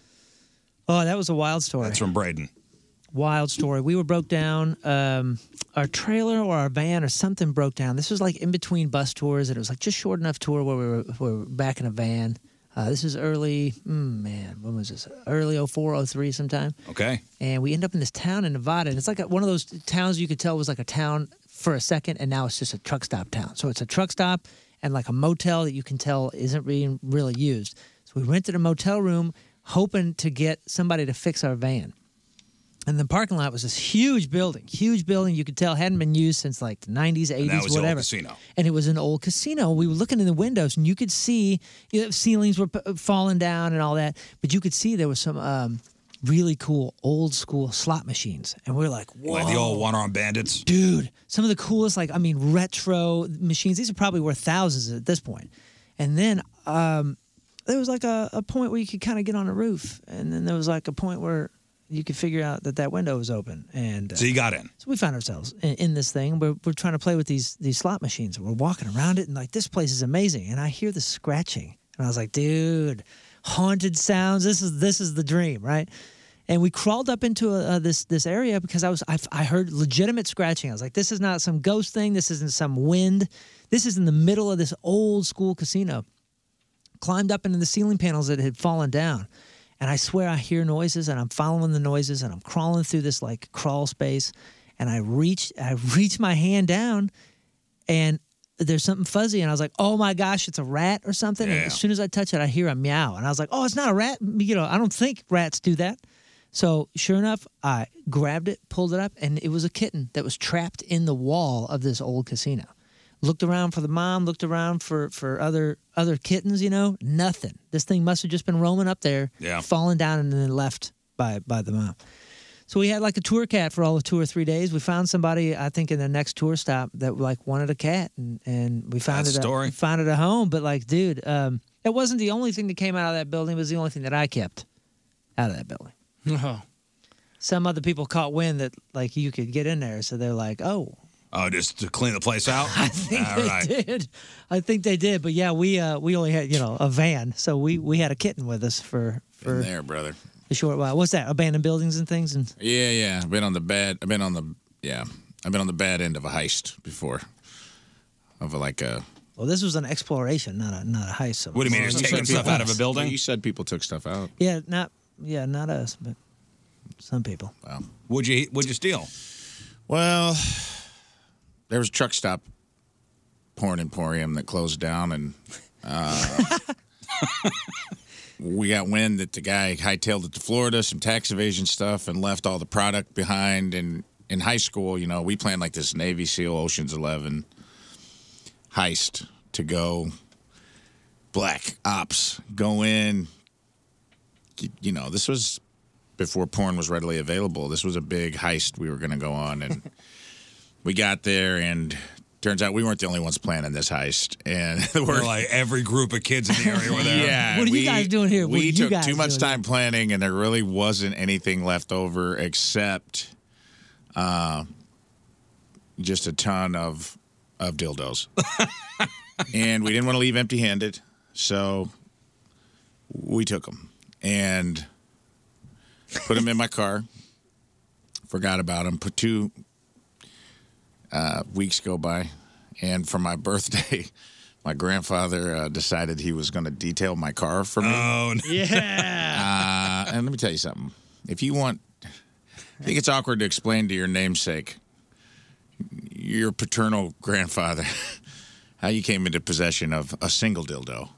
[SPEAKER 8] Oh, that was a wild story.
[SPEAKER 7] That's from Braden.
[SPEAKER 8] wild story. We were broke down. Um, our trailer or our van or something broke down. This was like in between bus tours, and it was like just short enough tour where we were, we were back in a van. Uh, this is early, mm, man, when was this? Early 04, 03 sometime.
[SPEAKER 7] Okay.
[SPEAKER 8] And we end up in this town in Nevada, and it's like a, one of those towns you could tell was like a town for a second, and now it's just a truck stop town. So it's a truck stop, and like a motel that you can tell isn't being really used. So we rented a motel room hoping to get somebody to fix our van. And the parking lot was this huge building, huge building you could tell hadn't been used since like the 90s, 80s,
[SPEAKER 7] And that was the old
[SPEAKER 8] whatever
[SPEAKER 7] casino.
[SPEAKER 8] and it was an old casino. We were looking in the windows, and you could see you know, ceilings were p- falling down and all that. But you could see there was some um, really cool old school slot machines, and we are like, whoa,
[SPEAKER 7] Like the old one armed bandits.
[SPEAKER 8] dude! Some of the coolest, like I mean, retro machines. These are probably worth thousands at this point. And then um, there was like a, a point where you could kind of get on a roof, and then there was like a point where you could figure out that that window was open, and uh,
[SPEAKER 7] So you got in.
[SPEAKER 8] so we found ourselves in, in this thing. We're, we're trying to play with these these slot machines. We're walking around it, and like this place is amazing. And I hear the scratching, and I was like, dude, haunted sounds. This is this is the dream, right? And we crawled up into uh, this this area because I was I, I heard legitimate scratching. I was like, this is not some ghost thing. This isn't some wind. This is in the middle of this old school casino. Climbed up into the ceiling panels that had fallen down. And I swear I hear noises and I'm following the noises and I'm crawling through this like crawl space and I reach I reach my hand down and there's something fuzzy and I was like, "Oh my gosh, it's a rat or something." And
[SPEAKER 13] Yeah.
[SPEAKER 8] as soon as I touch it, I hear a meow and I was like, "Oh, it's not a rat. You know, I don't think rats do that." So, sure enough, I grabbed it, pulled it up, and it was a kitten that was trapped in the wall of this old casino. Looked around for the mom, looked around for for other other kittens, you know, nothing. This thing must have just been roaming up there,
[SPEAKER 14] Yeah.
[SPEAKER 8] fallen down and then left by by the mom. So we had like a tour cat for all of two or three days. We found somebody, I think, in the next tour stop that like wanted a cat, and, and we found
[SPEAKER 7] Sad
[SPEAKER 8] it.
[SPEAKER 7] story.
[SPEAKER 8] A, found it a home, but like, dude, um, it wasn't the only thing that came out of that building. It was the only thing that I kept out of that building.
[SPEAKER 10] Oh.
[SPEAKER 8] Some other people caught wind that like you could get in there, so they're like, oh,
[SPEAKER 7] Oh, just to clean the place out? I think
[SPEAKER 8] they did. I think they did, but yeah, we uh, we only had you know a van, so we we had a kitten with us for for
[SPEAKER 9] Been there, brother.
[SPEAKER 8] a short while. What's that? Abandoned buildings and things and.
[SPEAKER 9] Yeah, yeah. I've been on the bad. I've been on the yeah. I've been on the bad end of a heist before. Of a, like a.
[SPEAKER 8] Well, this was an exploration, not a not a heist. So
[SPEAKER 9] You said people-
[SPEAKER 7] building?
[SPEAKER 9] You said people took stuff out.
[SPEAKER 8] Yeah, not yeah, not us, but some people.
[SPEAKER 9] Wow.
[SPEAKER 7] Would you would you steal?
[SPEAKER 9] Well, there was a truck stop porn emporium that closed down, and uh, we got wind that the guy hightailed it to Florida, some tax evasion stuff, and left all the product behind. And in high school, you know, we planned like this Navy SEAL Ocean's Eleven heist to go black ops, go in. You know, this was before porn was readily available. This was a big heist we were going to go on, and we got there, and turns out we weren't the only ones planning this heist. And
[SPEAKER 7] We're like every group of kids in the area were there.
[SPEAKER 9] yeah, we- We took too much time planning, and there really wasn't anything left over except uh, just a ton of of dildos, and we didn't want to leave empty-handed, so we took them and put them in my car. Forgot about them. Put two uh, weeks go by, and for my birthday. My grandfather uh, decided he was going to detail my car for me.
[SPEAKER 7] Oh, no.
[SPEAKER 9] yeah. Uh, and let me tell you something. If you want, I think it's awkward to explain to your namesake, your paternal grandfather, how you came into possession of a single dildo.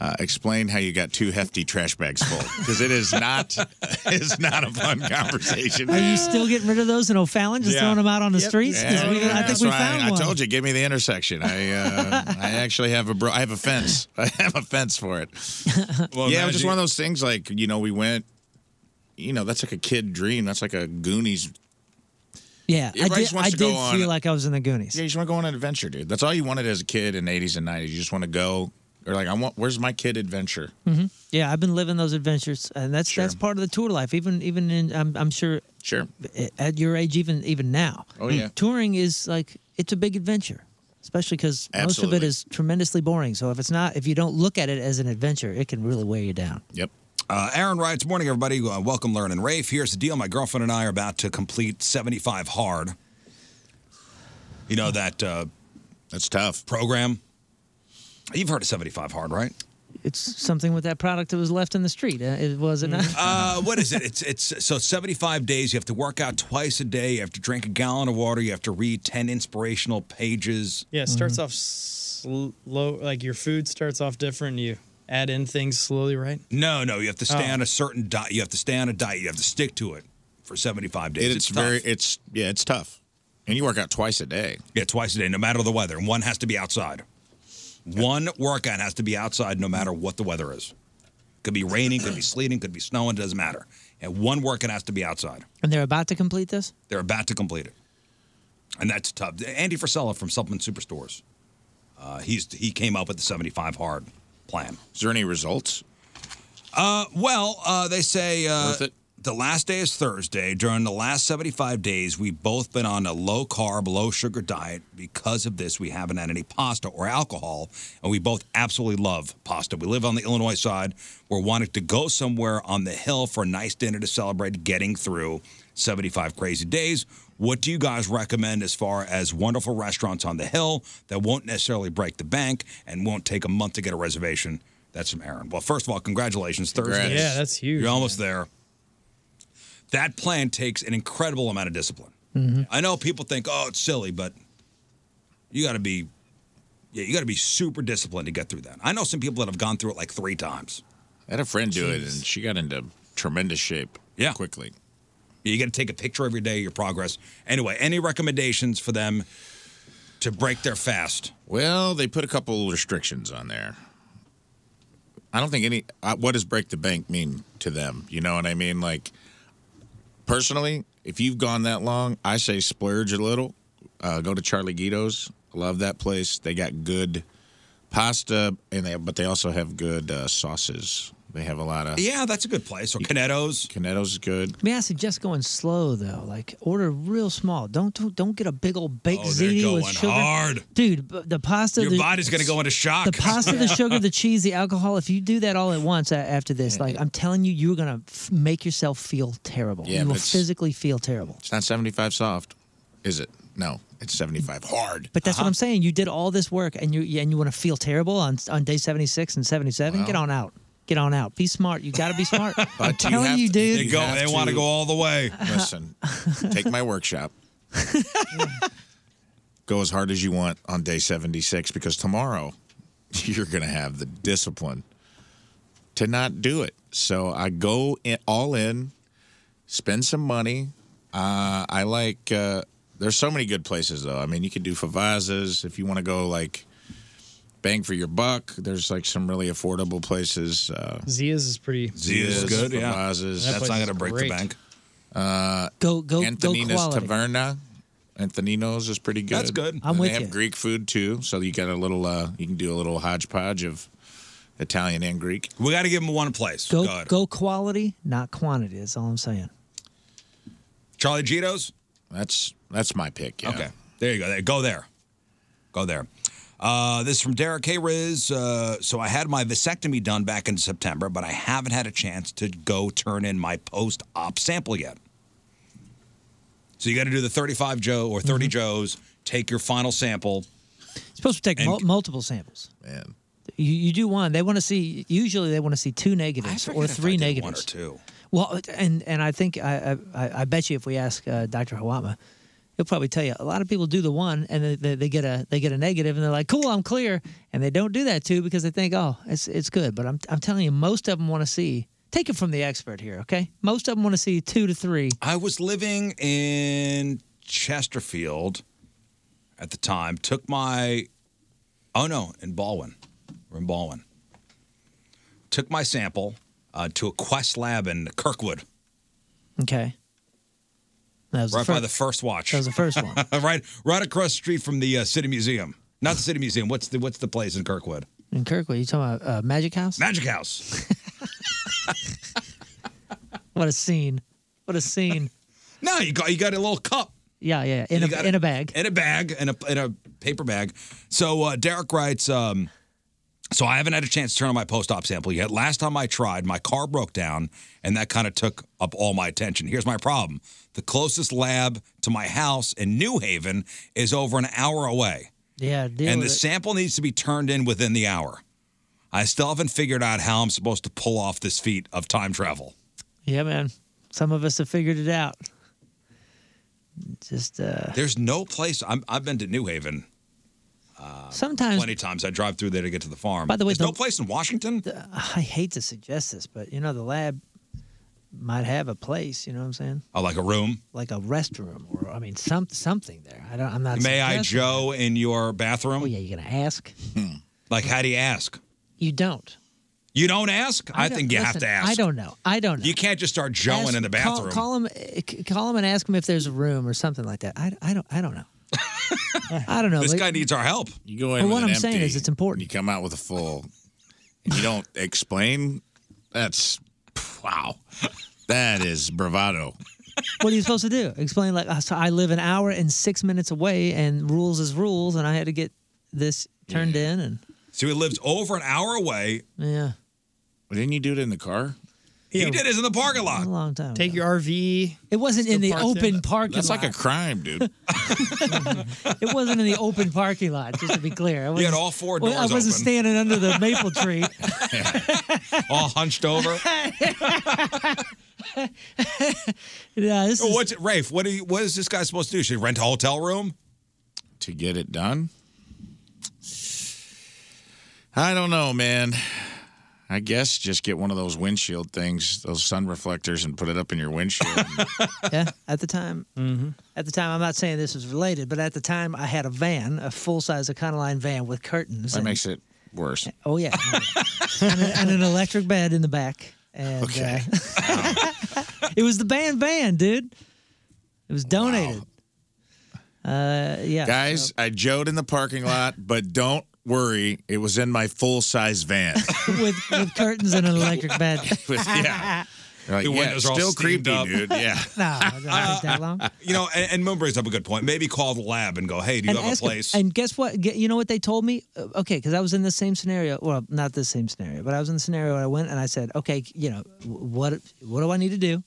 [SPEAKER 9] Uh, explain how you got two hefty trash bags full because it is not it's not a fun conversation.
[SPEAKER 8] Are you still getting rid of those in O'Fallon, just
[SPEAKER 9] Yeah.
[SPEAKER 8] throwing them out on the
[SPEAKER 9] Yep.
[SPEAKER 8] streets? 'Cause
[SPEAKER 9] Yeah,
[SPEAKER 8] we- I think
[SPEAKER 9] that's
[SPEAKER 8] we
[SPEAKER 9] why
[SPEAKER 8] found
[SPEAKER 9] I,
[SPEAKER 8] one.
[SPEAKER 9] I told you, give me the intersection. I uh, I actually have a bro- I have a fence. I have a fence for it. yeah, it was just
[SPEAKER 7] imagine-
[SPEAKER 9] one of those things. Like you know, we went. You know, that's like a kid dream. That's like a Goonies.
[SPEAKER 8] Yeah, I
[SPEAKER 9] Everybody
[SPEAKER 8] did.
[SPEAKER 9] just
[SPEAKER 8] I
[SPEAKER 9] wants
[SPEAKER 8] did
[SPEAKER 9] to go
[SPEAKER 8] feel
[SPEAKER 9] on-
[SPEAKER 8] like I was in the Goonies.
[SPEAKER 9] Yeah, you just want to go on an adventure, dude. That's all you wanted as a kid in '80s and '90s. You just want to go. Or like, I want. Where's my kid adventure?
[SPEAKER 8] hmm Yeah, I've been living those adventures, and that's that's part of the tour life. Even even in, I'm, I'm sure.
[SPEAKER 9] Sure.
[SPEAKER 8] At your age, even even now.
[SPEAKER 9] Oh, yeah.
[SPEAKER 8] Touring is like it's a big adventure, especially because most of it
[SPEAKER 9] Absolutely.
[SPEAKER 8] is tremendously boring. So if it's not, if you don't look at it as an adventure, it can really weigh you down.
[SPEAKER 9] Yep.
[SPEAKER 7] Uh, Aaron writes, Morning, everybody. Uh, welcome, Lauren and Rafe. Here's the deal. My girlfriend and I are about to complete 75 hard. You know, that. Uh,
[SPEAKER 9] That's tough.
[SPEAKER 7] Program. You've heard of 75 hard, right?
[SPEAKER 8] it's something with that product that was left in the street. Uh, it was it not?
[SPEAKER 9] Mm-hmm.
[SPEAKER 7] Uh, what is it? It's it's so 75 days. You have to work out twice a day. You have to drink a gallon of water. You have to read 10 inspirational pages.
[SPEAKER 10] Yeah, it starts
[SPEAKER 8] Mm-hmm.
[SPEAKER 10] off slow. Like your food starts off different. You add in things slowly, right?
[SPEAKER 7] No, no, you have to stay
[SPEAKER 10] Oh.
[SPEAKER 7] on a certain diet. You have to stay on a diet. You have to stick to it for 75 days.
[SPEAKER 9] It's, very.
[SPEAKER 7] tough.
[SPEAKER 9] It's yeah. It's tough. And you work out twice a day.
[SPEAKER 7] Yeah, twice a day, no matter the weather. And one has to be outside. One workout has to be outside, no matter what the weather is. Could be raining, could be sleeting, could be snowing. Doesn't matter. And one workout has to be outside.
[SPEAKER 8] and they're about to complete this.
[SPEAKER 7] They're about to complete it, and that's tough. Andy Frisella from Supplement Superstores, uh, he's he came up with the seventy-five hard plan.
[SPEAKER 9] Is there any results?
[SPEAKER 7] Uh, well, uh, they say uh, the last day is Thursday. During the last seventy-five days, we've both been on a low-carb, low-sugar diet. Because of this, we haven't had any pasta or alcohol, and we both absolutely love pasta. We live on the Illinois side. We're wanting to go somewhere on the hill for a nice dinner to celebrate getting through. 75 crazy days. What do you guys recommend as far as wonderful restaurants on the hill that won't necessarily break the bank and won't take a month to get a reservation? That's from Aaron. Well, first of all, congratulations, Thursday.
[SPEAKER 10] Yeah, that's huge,
[SPEAKER 7] You're almost there. That plan takes an incredible amount of discipline.
[SPEAKER 8] Mm-hmm.
[SPEAKER 7] I know people think, "Oh, it's silly," but you got to be, yeah, you got to be super disciplined to get through that. I know some people that have gone through it like three times.
[SPEAKER 9] I had a friend do it, and she got into tremendous shape.
[SPEAKER 7] Yeah, quickly. You got to take a picture every day of your progress. Anyway, any recommendations for them to break their fast?
[SPEAKER 9] Well, they put a couple restrictions on there. I don't think any. Uh, what does break the bank mean to them? You know what I mean? Like, personally, if you've gone that long, I say splurge a little. Uh, go to Charlie Guido's. Love that place. They got good pasta, and they but they also have good uh, sauces. They have a lot of
[SPEAKER 7] Yeah, that's a good place. Or Canetto's.
[SPEAKER 9] Canetto's is good.
[SPEAKER 8] May I suggest going slow though? Like order real small. Don't don't, don't get a big old baked
[SPEAKER 7] Oh, they're
[SPEAKER 8] ziti with
[SPEAKER 7] going
[SPEAKER 8] sugar.
[SPEAKER 7] hard.
[SPEAKER 8] Dude, b- the pasta.
[SPEAKER 7] Your
[SPEAKER 8] the,
[SPEAKER 7] body's gonna go into shock.
[SPEAKER 8] The pasta, the sugar, the cheese, the alcohol. If you do that all at once a- after this, like I'm telling you, you're gonna f- make yourself feel terrible.
[SPEAKER 9] Yeah,
[SPEAKER 8] you
[SPEAKER 9] but
[SPEAKER 8] will
[SPEAKER 9] it's-
[SPEAKER 8] physically feel terrible.
[SPEAKER 9] It's not seventy five soft, is it? No, it's seventy five hard.
[SPEAKER 8] But that's
[SPEAKER 7] Uh-huh.
[SPEAKER 8] what I'm saying. You did all this work, and you and you want to feel terrible on on day 76 and 77. Get
[SPEAKER 9] Well.
[SPEAKER 8] on out. Get on out. Be smart. You got to be smart. I'm
[SPEAKER 9] But
[SPEAKER 8] telling
[SPEAKER 9] have
[SPEAKER 8] you,
[SPEAKER 9] to-
[SPEAKER 8] dude.
[SPEAKER 7] They go-
[SPEAKER 9] have
[SPEAKER 7] they wanna go all the way.
[SPEAKER 9] Listen, take my workshop. go as hard as you want on day 76 because tomorrow you're going to have the discipline to not do it. So I go in, all in, spend some money. Uh, I like, uh, there's so many good places though. I mean, you can do Favazas if you want to go like bang for your buck. There's like some really affordable places. Uh,
[SPEAKER 10] Zia's is pretty.
[SPEAKER 9] Zia's, Favazas.
[SPEAKER 10] That place is great.
[SPEAKER 9] Uh,
[SPEAKER 8] go, go,
[SPEAKER 9] Antonina's
[SPEAKER 10] quality.
[SPEAKER 9] Taverna. Antonino's is pretty good.
[SPEAKER 7] That's good. I'm
[SPEAKER 9] and
[SPEAKER 7] with
[SPEAKER 9] They have
[SPEAKER 7] you.
[SPEAKER 9] Greek food too, so you got a little. Uh, you can do a little hodgepodge of Italian and Greek.
[SPEAKER 7] We got to give them one place.
[SPEAKER 8] Go, go quality, not quantity. That's all I'm saying.
[SPEAKER 7] Charlie Gito's.
[SPEAKER 9] That's that's my pick. Yeah.
[SPEAKER 7] Okay, there you go. There- Go there. Go there. Uh, this is from Derek K. Riz. Uh, so I had my vasectomy done back in September, but I haven't had a chance to go turn in my post-op sample yet. So you got to do the 35 Joe or 30
[SPEAKER 8] Mm-hmm.
[SPEAKER 7] Joes. Take your final sample.
[SPEAKER 8] supposed to take
[SPEAKER 7] And-
[SPEAKER 8] mul- multiple samples.
[SPEAKER 9] Man.
[SPEAKER 8] You, you do one. They want to see. Usually, they want to see two negatives or three negatives.
[SPEAKER 7] two.
[SPEAKER 8] Well, and and I think I I, I bet you if we ask uh, Dr. Hawama, he'll probably tell you a lot of people do the one and they, they, they get a they get a negative and they're like, cool, I'm clear, and they don't do that too because they think, oh, it's it's good. But I'm I'm telling you, most of them want to see. Take it from the expert here, okay? Most of them want to see two to three.
[SPEAKER 7] I was living in Chesterfield at the time. Took my, oh no, in Baldwin. We're in Baldwin. Took my sample uh, to a Quest lab in Kirkwood,
[SPEAKER 8] Okay. That was
[SPEAKER 7] right
[SPEAKER 8] the
[SPEAKER 7] by
[SPEAKER 8] first,
[SPEAKER 7] the first watch.
[SPEAKER 8] That was the first one.
[SPEAKER 7] right, right across the street from the uh, City Museum. Not the City Museum. What's the What's the place in Kirkwood?
[SPEAKER 8] in Kirkwood. You talking about uh, Magic House?
[SPEAKER 7] Magic House.
[SPEAKER 8] What a scene! What a scene!
[SPEAKER 7] no, you got you got a little cup.
[SPEAKER 8] yeah, yeah, in
[SPEAKER 7] You
[SPEAKER 8] a
[SPEAKER 7] got
[SPEAKER 8] in
[SPEAKER 7] it.
[SPEAKER 8] a bag.
[SPEAKER 7] In a bag, in a, in a paper bag. So uh, Derek writes, um, so I haven't had a chance to turn on my post-op sample yet. Last time I tried, my car broke down, and that kind of took up all my attention. Here's my problem. The closest lab to my house in New Haven is over an hour away,
[SPEAKER 8] Yeah, deal
[SPEAKER 7] and the
[SPEAKER 8] with it.
[SPEAKER 7] sample needs to be turned in within the hour. I still haven't figured out how I'm supposed to pull off this feat of time travel.
[SPEAKER 8] Yeah, man. Some of us have figured it out. Just uh,
[SPEAKER 7] There's no place. I'm, I've been to New Haven. Uh,
[SPEAKER 8] Sometimes-
[SPEAKER 7] plenty of times I drive through there to get to the farm.
[SPEAKER 8] By the way,
[SPEAKER 7] there's
[SPEAKER 8] the-
[SPEAKER 7] no place in Washington.
[SPEAKER 8] I hate to suggest this, but you know the lab might have a place. You know what I'm saying?
[SPEAKER 7] Oh, like a room.
[SPEAKER 8] Like a restroom, or I mean, some something there. I don't. I'm not.
[SPEAKER 7] May I
[SPEAKER 8] suggesting-
[SPEAKER 7] Joe in your bathroom? Oh yeah,
[SPEAKER 8] you gonna ask?
[SPEAKER 7] Like how do you ask?
[SPEAKER 8] You don't.
[SPEAKER 7] You don't ask. I,
[SPEAKER 8] don't-
[SPEAKER 7] think you have
[SPEAKER 8] listen,
[SPEAKER 7] to ask.
[SPEAKER 8] I don't know. I don't know.
[SPEAKER 7] You can't just start Joeing
[SPEAKER 8] Ask-
[SPEAKER 7] in the
[SPEAKER 8] call-
[SPEAKER 7] bathroom.
[SPEAKER 8] Call, him. eh, Call him and ask him if there's a room or something like that. I, I don't. I don't know. I don't know.
[SPEAKER 7] This
[SPEAKER 8] Like-
[SPEAKER 7] guy needs our help.
[SPEAKER 9] You go in
[SPEAKER 8] But
[SPEAKER 9] with
[SPEAKER 8] what
[SPEAKER 9] an
[SPEAKER 8] I'm saying
[SPEAKER 9] empty
[SPEAKER 8] is it's important.
[SPEAKER 9] and You come out with a full, and you don't explain. That's wow. That is bravado.
[SPEAKER 8] what are you supposed to do? Explain like oh, so I live an hour and six minutes away, and rules is rules, and I had to get this turned in, and
[SPEAKER 7] So he lives over an hour away.
[SPEAKER 8] yeah,
[SPEAKER 9] But didn't you do it in the car?
[SPEAKER 7] He did his in the parking lot.
[SPEAKER 8] a long time.
[SPEAKER 10] Take your RV.
[SPEAKER 8] It wasn't in the open parking
[SPEAKER 9] That's
[SPEAKER 8] lot.
[SPEAKER 9] like a crime, dude.
[SPEAKER 8] it wasn't in the open parking lot. Just to be clear, I
[SPEAKER 7] He
[SPEAKER 8] wasn't-
[SPEAKER 7] had all four
[SPEAKER 8] well, I
[SPEAKER 7] doors
[SPEAKER 8] wasn't
[SPEAKER 7] open.
[SPEAKER 8] standing under the maple tree.
[SPEAKER 7] all hunched over.
[SPEAKER 8] yeah, this is,
[SPEAKER 7] What's it, Rafe? What, do you, what is this guy supposed to do? Should he rent a hotel room?
[SPEAKER 9] to get it done? I don't know, man. I guess just get one of those windshield things, those sun reflectors, and put it up in your windshield.
[SPEAKER 8] yeah. At the time,
[SPEAKER 9] mm-hmm.
[SPEAKER 8] At the time, I'm not saying this was related, but at the time, I had a van, a full size Econoline van with curtains.
[SPEAKER 9] That
[SPEAKER 8] and-
[SPEAKER 9] makes it worse.
[SPEAKER 8] oh, yeah. and, a- and an electric bed in the back. And,
[SPEAKER 9] Okay.
[SPEAKER 8] uh, it was the band van, dude. It was donated. Uh, yeah.
[SPEAKER 9] Guys, I joked in the parking lot, but don't worry, it was in my full size van.
[SPEAKER 8] with, with curtains and an electric bed.
[SPEAKER 9] With- yeah. They're like,
[SPEAKER 7] The
[SPEAKER 9] yeah,
[SPEAKER 7] windows are all
[SPEAKER 9] still
[SPEAKER 7] steamed
[SPEAKER 9] creepy,
[SPEAKER 7] up."
[SPEAKER 9] dude. Yeah.
[SPEAKER 8] No, I don't think that long.
[SPEAKER 7] uh, You know, and, and Moon brings up a good point. Maybe call the lab and go, hey, do you
[SPEAKER 8] and
[SPEAKER 7] have a
[SPEAKER 8] ask 'em-
[SPEAKER 7] place?
[SPEAKER 8] and guess what? Get, you know what they told me? Uh, Okay, because I was in the same scenario. Well, not the same scenario, but I was in the scenario. Where I went and I said, okay, you know, wh- what what do I need to do?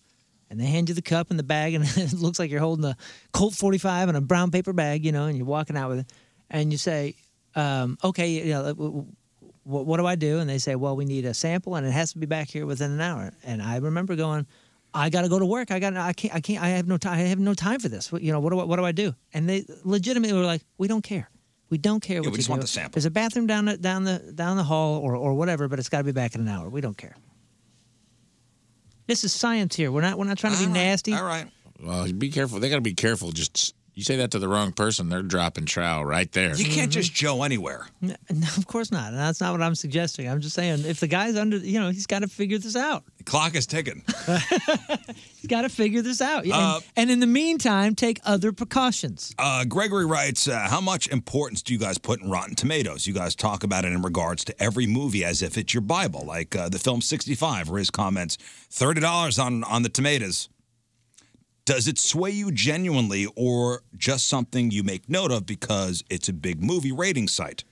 [SPEAKER 8] And they hand you the cup and the bag, and it looks like you're holding a Colt 45 and a brown paper bag, you know, and you're walking out with it. And you say, um, okay, you know, w- w- what, what do I do? And they say, well, we need a sample, and it has to be back here within an hour. And I remember going, I got to go to work. I got. I can't. I can't. I have no time. I have no time for this. What- You know. What do I, What do I do? And they legitimately were like, we don't care. We don't care. what
[SPEAKER 7] we
[SPEAKER 8] you
[SPEAKER 7] just want
[SPEAKER 8] do.
[SPEAKER 7] the sample."
[SPEAKER 8] There's a bathroom down the, down the down the hall or or whatever, but it's got to be back in an hour. We don't care. This is science here. We're not. We're not trying to be nasty.
[SPEAKER 7] All right.
[SPEAKER 9] Well, be careful. They got to be careful. Just you say that to the wrong person, they're dropping trowel right there.
[SPEAKER 8] You can't Mhm. just
[SPEAKER 7] Joe anywhere.
[SPEAKER 8] No, no, of course not. And that's not what I'm suggesting. I'm just saying if the guy's under, you know, he's got to figure this out.
[SPEAKER 7] The clock is ticking.
[SPEAKER 8] He's got to figure this out. And,
[SPEAKER 7] Uh,
[SPEAKER 8] and in the meantime, take other precautions.
[SPEAKER 7] Uh, Gregory writes, uh, how much importance do you guys put in Rotten Tomatoes? You guys talk about it in regards to every movie as if it's your Bible, like uh, the film 65, where his comments, $30 on, on the tomatoes. Does it sway you genuinely or just something you make note of because it's a big movie rating site?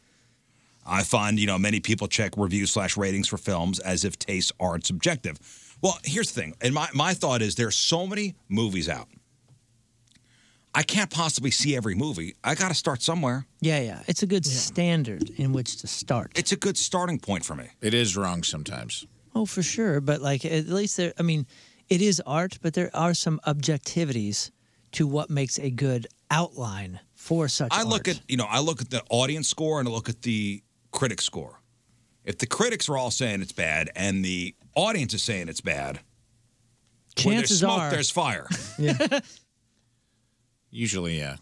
[SPEAKER 7] I find, you know, many people check reviews slash ratings for films as if tastes aren't subjective. Well, here's the thing. And my, my thought is there's so many movies out. I can't possibly see every movie. I got to start somewhere.
[SPEAKER 8] Yeah, yeah. It's a good standard in which to start.
[SPEAKER 7] It's a good starting point for me.
[SPEAKER 9] It is wrong sometimes.
[SPEAKER 8] Oh, for sure. But like, at least there. I mean, it is art, but there are some objectivities to what makes a good outline for such.
[SPEAKER 7] I look at, you know, I look at the audience score and I look at the critic score. If the critics are all saying it's bad and the audience is saying it's bad, when there's
[SPEAKER 8] Chances
[SPEAKER 7] smoke,
[SPEAKER 8] are-
[SPEAKER 7] there's fire.
[SPEAKER 9] Usually, yeah.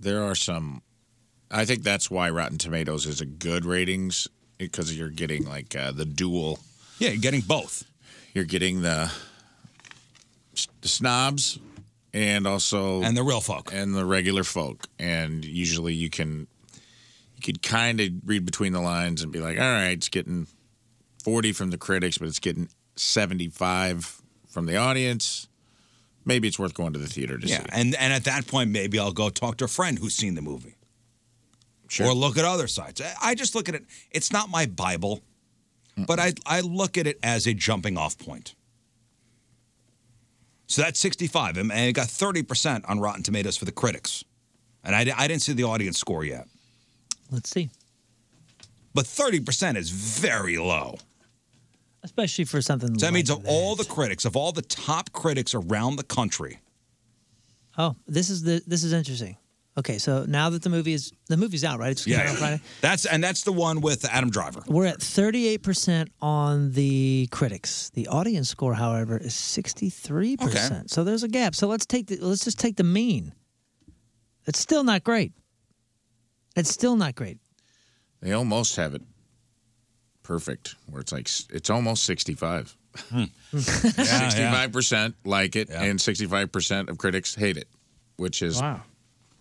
[SPEAKER 9] There are some. I think that's why Rotten Tomatoes is a good ratings because you're getting like uh, the dual.
[SPEAKER 7] Yeah, you're getting both.
[SPEAKER 9] You're getting the, the snobs, and also
[SPEAKER 7] and the real folk
[SPEAKER 9] and the regular folk, and usually you can you could kind of read between the lines and be like, all right, it's getting forty from the critics, but it's getting seventy five from the audience. Maybe it's worth going to the theater to see.
[SPEAKER 7] yeah. And, and at that point, maybe I'll go talk to a friend who's seen the movie.
[SPEAKER 9] Sure.
[SPEAKER 7] Or look at other sites. I- I just look at it. It's not my Bible, but I, I look at it as a jumping off point. So that's 65, and and it got 30% on Rotten Tomatoes for the critics. And I, di- I didn't see the audience score yet.
[SPEAKER 8] Let's see.
[SPEAKER 7] but 30% is very low.
[SPEAKER 8] especially for something.
[SPEAKER 7] So that
[SPEAKER 8] like
[SPEAKER 7] means of all the critics, of all the top critics around the country,
[SPEAKER 8] Oh, this is the this is interesting. Okay, so now that the movie is the movie's out, right? It's coming out on
[SPEAKER 7] yeah,
[SPEAKER 8] Friday.
[SPEAKER 7] that's and that's the one with Adam Driver.
[SPEAKER 8] We're at thirty eight percent on the critics. The audience score, however, is sixty three percent. So there's a gap. So let's take the let's just take the mean. It's still not great. It's still not great.
[SPEAKER 9] They almost have it perfect, where it's like s- it's almost sixty-five. Sixty-five percent like it, and sixty-five percent of critics hate it, which is
[SPEAKER 8] Wow.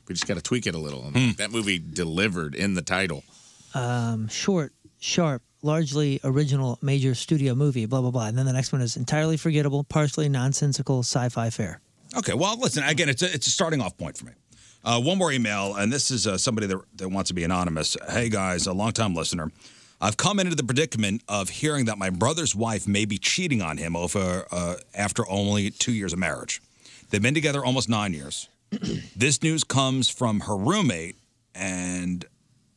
[SPEAKER 9] We just got to tweak it a little. And
[SPEAKER 7] Hmm.
[SPEAKER 9] That movie delivered in the title.
[SPEAKER 8] um, short, sharp, largely original major studio movie, blah, blah, blah. And then the next one is entirely forgettable, partially nonsensical sci fi fare.
[SPEAKER 7] Okay, well, listen, again, it's a, it's a starting off point for me. Uh, one more email, and this is uh, somebody that, that wants to be anonymous. Hey, guys, a longtime listener. I've come into the predicament of hearing that my brother's wife may be cheating on him over uh, after only two years of marriage. They've been together almost nine years. this news comes from her roommate and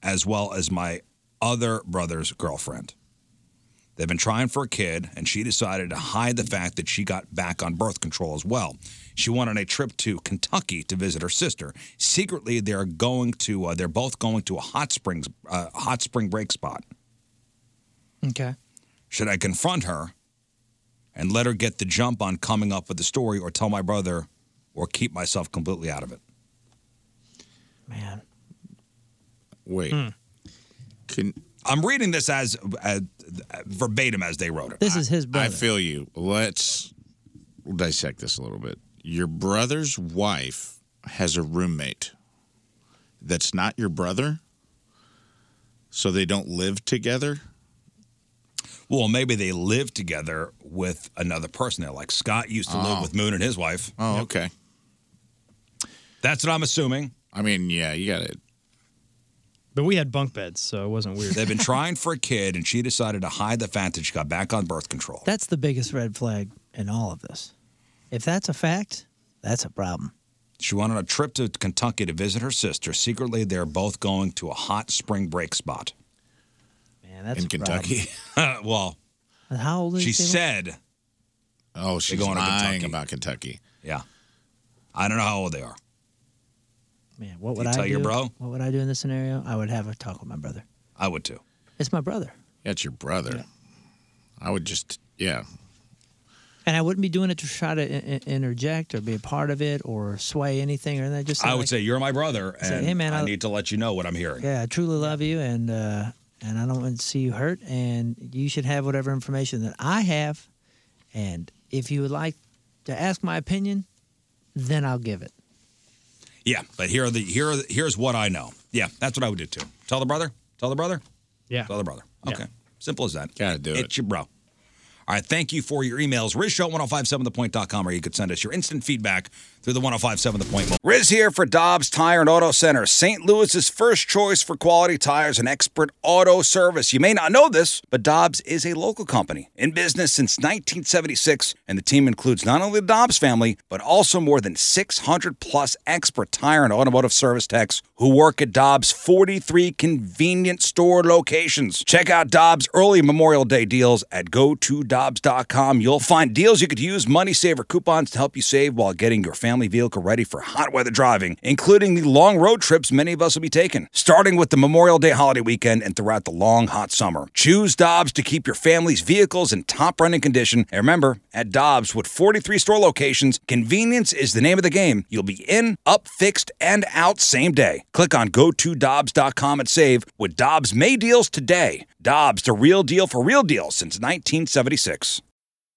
[SPEAKER 7] as well as my other brother's girlfriend. They've been trying for a kid, and she decided to hide the fact that she got back on birth control as well. She went on a trip to Kentucky to visit her sister. Secretly, they're going to. Uh, they're both going to a hot springs, uh, hot spring break spot.
[SPEAKER 8] Okay.
[SPEAKER 7] Should I confront her and let her get the jump on coming up with the story, or tell my brother, or keep myself completely out of it?
[SPEAKER 9] Wait,
[SPEAKER 10] Hmm.
[SPEAKER 9] can
[SPEAKER 7] I'm reading this as, as verbatim as they wrote it.
[SPEAKER 8] This is his brother.
[SPEAKER 9] I feel you. Let's dissect this a little bit. Your brother's wife has a roommate that's not your brother, so they don't live together.
[SPEAKER 7] Well, maybe they live together with another person there. Like Scott used to live
[SPEAKER 9] Oh.
[SPEAKER 7] with Moon and his wife.
[SPEAKER 9] Oh, okay.
[SPEAKER 7] That's what I'm assuming.
[SPEAKER 9] I mean, yeah, you got it.
[SPEAKER 10] But we had bunk beds, so it wasn't weird.
[SPEAKER 7] They've been trying for a kid, and she decided to hide the fact that she got back on birth control.
[SPEAKER 8] That's the biggest red flag in all of this. If that's a fact, that's a problem.
[SPEAKER 7] She went on a trip to Kentucky to visit her sister. Secretly, they're both going to a hot spring break spot
[SPEAKER 8] Man, that's
[SPEAKER 7] in
[SPEAKER 8] a problem.
[SPEAKER 7] Kentucky. well,
[SPEAKER 8] And How old is
[SPEAKER 7] she
[SPEAKER 8] they?
[SPEAKER 7] said.
[SPEAKER 9] Oh,
[SPEAKER 8] she's lying
[SPEAKER 9] about Kentucky.
[SPEAKER 7] Yeah, I don't know how old they are.
[SPEAKER 8] Man, what
[SPEAKER 7] Did
[SPEAKER 8] would
[SPEAKER 7] you
[SPEAKER 8] I
[SPEAKER 7] tell
[SPEAKER 8] do?
[SPEAKER 7] your bro?
[SPEAKER 8] What would I do in this scenario? I would have a talk with my brother.
[SPEAKER 7] I would too.
[SPEAKER 8] It's my brother.
[SPEAKER 9] That's your brother. I would just, yeah.
[SPEAKER 8] And I wouldn't be doing it to try to in- in- interject or be a part of it or sway anything or anything. Just
[SPEAKER 7] I would
[SPEAKER 8] like,
[SPEAKER 7] say you're my brother,
[SPEAKER 8] Say,
[SPEAKER 7] and
[SPEAKER 8] "Hey, man,
[SPEAKER 7] I
[SPEAKER 8] I'll-
[SPEAKER 7] need to let you know what I'm hearing.
[SPEAKER 8] Yeah, I truly love you, and uh, and I don't want to see you hurt. And you should have whatever information that I have. And if you would like to ask my opinion, then I'll give it.
[SPEAKER 7] Yeah, but here are the here are the, here's what I know. Yeah, that's what I would do too. Tell the brother. Tell the brother.
[SPEAKER 10] Yeah.
[SPEAKER 7] Tell the brother. Okay. Simple as that.
[SPEAKER 9] Gotta do
[SPEAKER 7] it's
[SPEAKER 9] it.
[SPEAKER 7] your bro. All right. Thank you for your emails. RizShow1057thepoint.com, or you could send us your instant feedback through the 1057 The Point. mobile. Riz here for Dobbs Tire and Auto Center, St. Louis's first choice for quality tires and expert auto service. You may not know this, but Dobbs is a local company in business since 1976, and the team includes not only the Dobbs family, but also more than 600 plus expert tire and automotive service techs who work at Dobbs' 43 convenient store locations. Check out Dobbs' early Memorial Day deals at gotodobbs.com. You'll find deals you could use, money saver coupons to help you save while getting your family vehicle ready for hot weather driving, including the long road trips many of us will be taking, starting with the Memorial Day holiday weekend and throughout the long, hot summer. Choose Dobbs to keep your family's vehicles in top running condition. And remember, at Dobbs, with 43 store locations, convenience is the name of the game. You'll be in, up, fixed, and out same day. Click on gotodobbs.com and save with Dobbs May deals today. Dobbs, the real deal for real deals since 1976.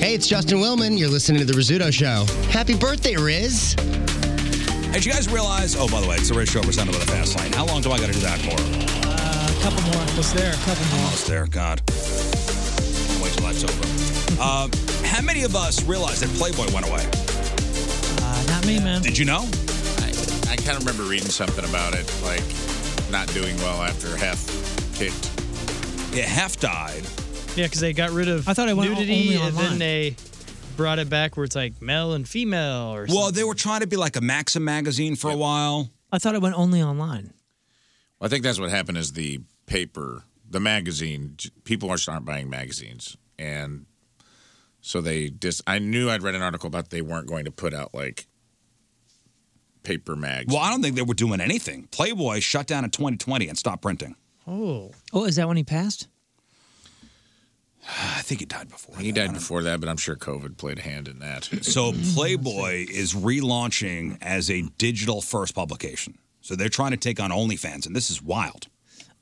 [SPEAKER 14] Hey, it's Justin Willman. You're listening to The Rizzuto Show. Happy birthday, Riz.
[SPEAKER 7] Did you guys realize? Oh, by the way, it's the Rich Show presented by the Fast Lane. How long do I got to do that for?
[SPEAKER 8] Uh, a couple more. What's there? A couple more.
[SPEAKER 7] Almost there. God. I'll wait till that's over. uh, how many of us realized that Playboy went away?
[SPEAKER 8] Uh, not me, man.
[SPEAKER 7] Did you know?
[SPEAKER 9] I, I kind of remember reading something about it, like not doing well after Hef kicked.
[SPEAKER 7] Yeah, Hef died.
[SPEAKER 10] Yeah, because they got rid of
[SPEAKER 8] I thought it went
[SPEAKER 10] nudity
[SPEAKER 8] only
[SPEAKER 10] and
[SPEAKER 8] online.
[SPEAKER 10] then they brought it back where it's like male and female or
[SPEAKER 7] Well, they were trying to be like a Maxim magazine for a while.
[SPEAKER 8] I thought it went only online.
[SPEAKER 9] I think that's what happened is the paper, the magazine, j- people just aren't buying magazines. And so they just, I knew I'd read an article about they weren't going to put out like paper mags.
[SPEAKER 7] Well, I don't think they were doing anything. Playboy shut down in 2020 and stopped printing.
[SPEAKER 8] Oh. Oh, is that when he passed?
[SPEAKER 7] I think he died before.
[SPEAKER 9] He died before that, but I'm sure COVID played a hand in that.
[SPEAKER 7] So Playboy is relaunching as a digital first publication. So they're trying to take on OnlyFans, and this is wild.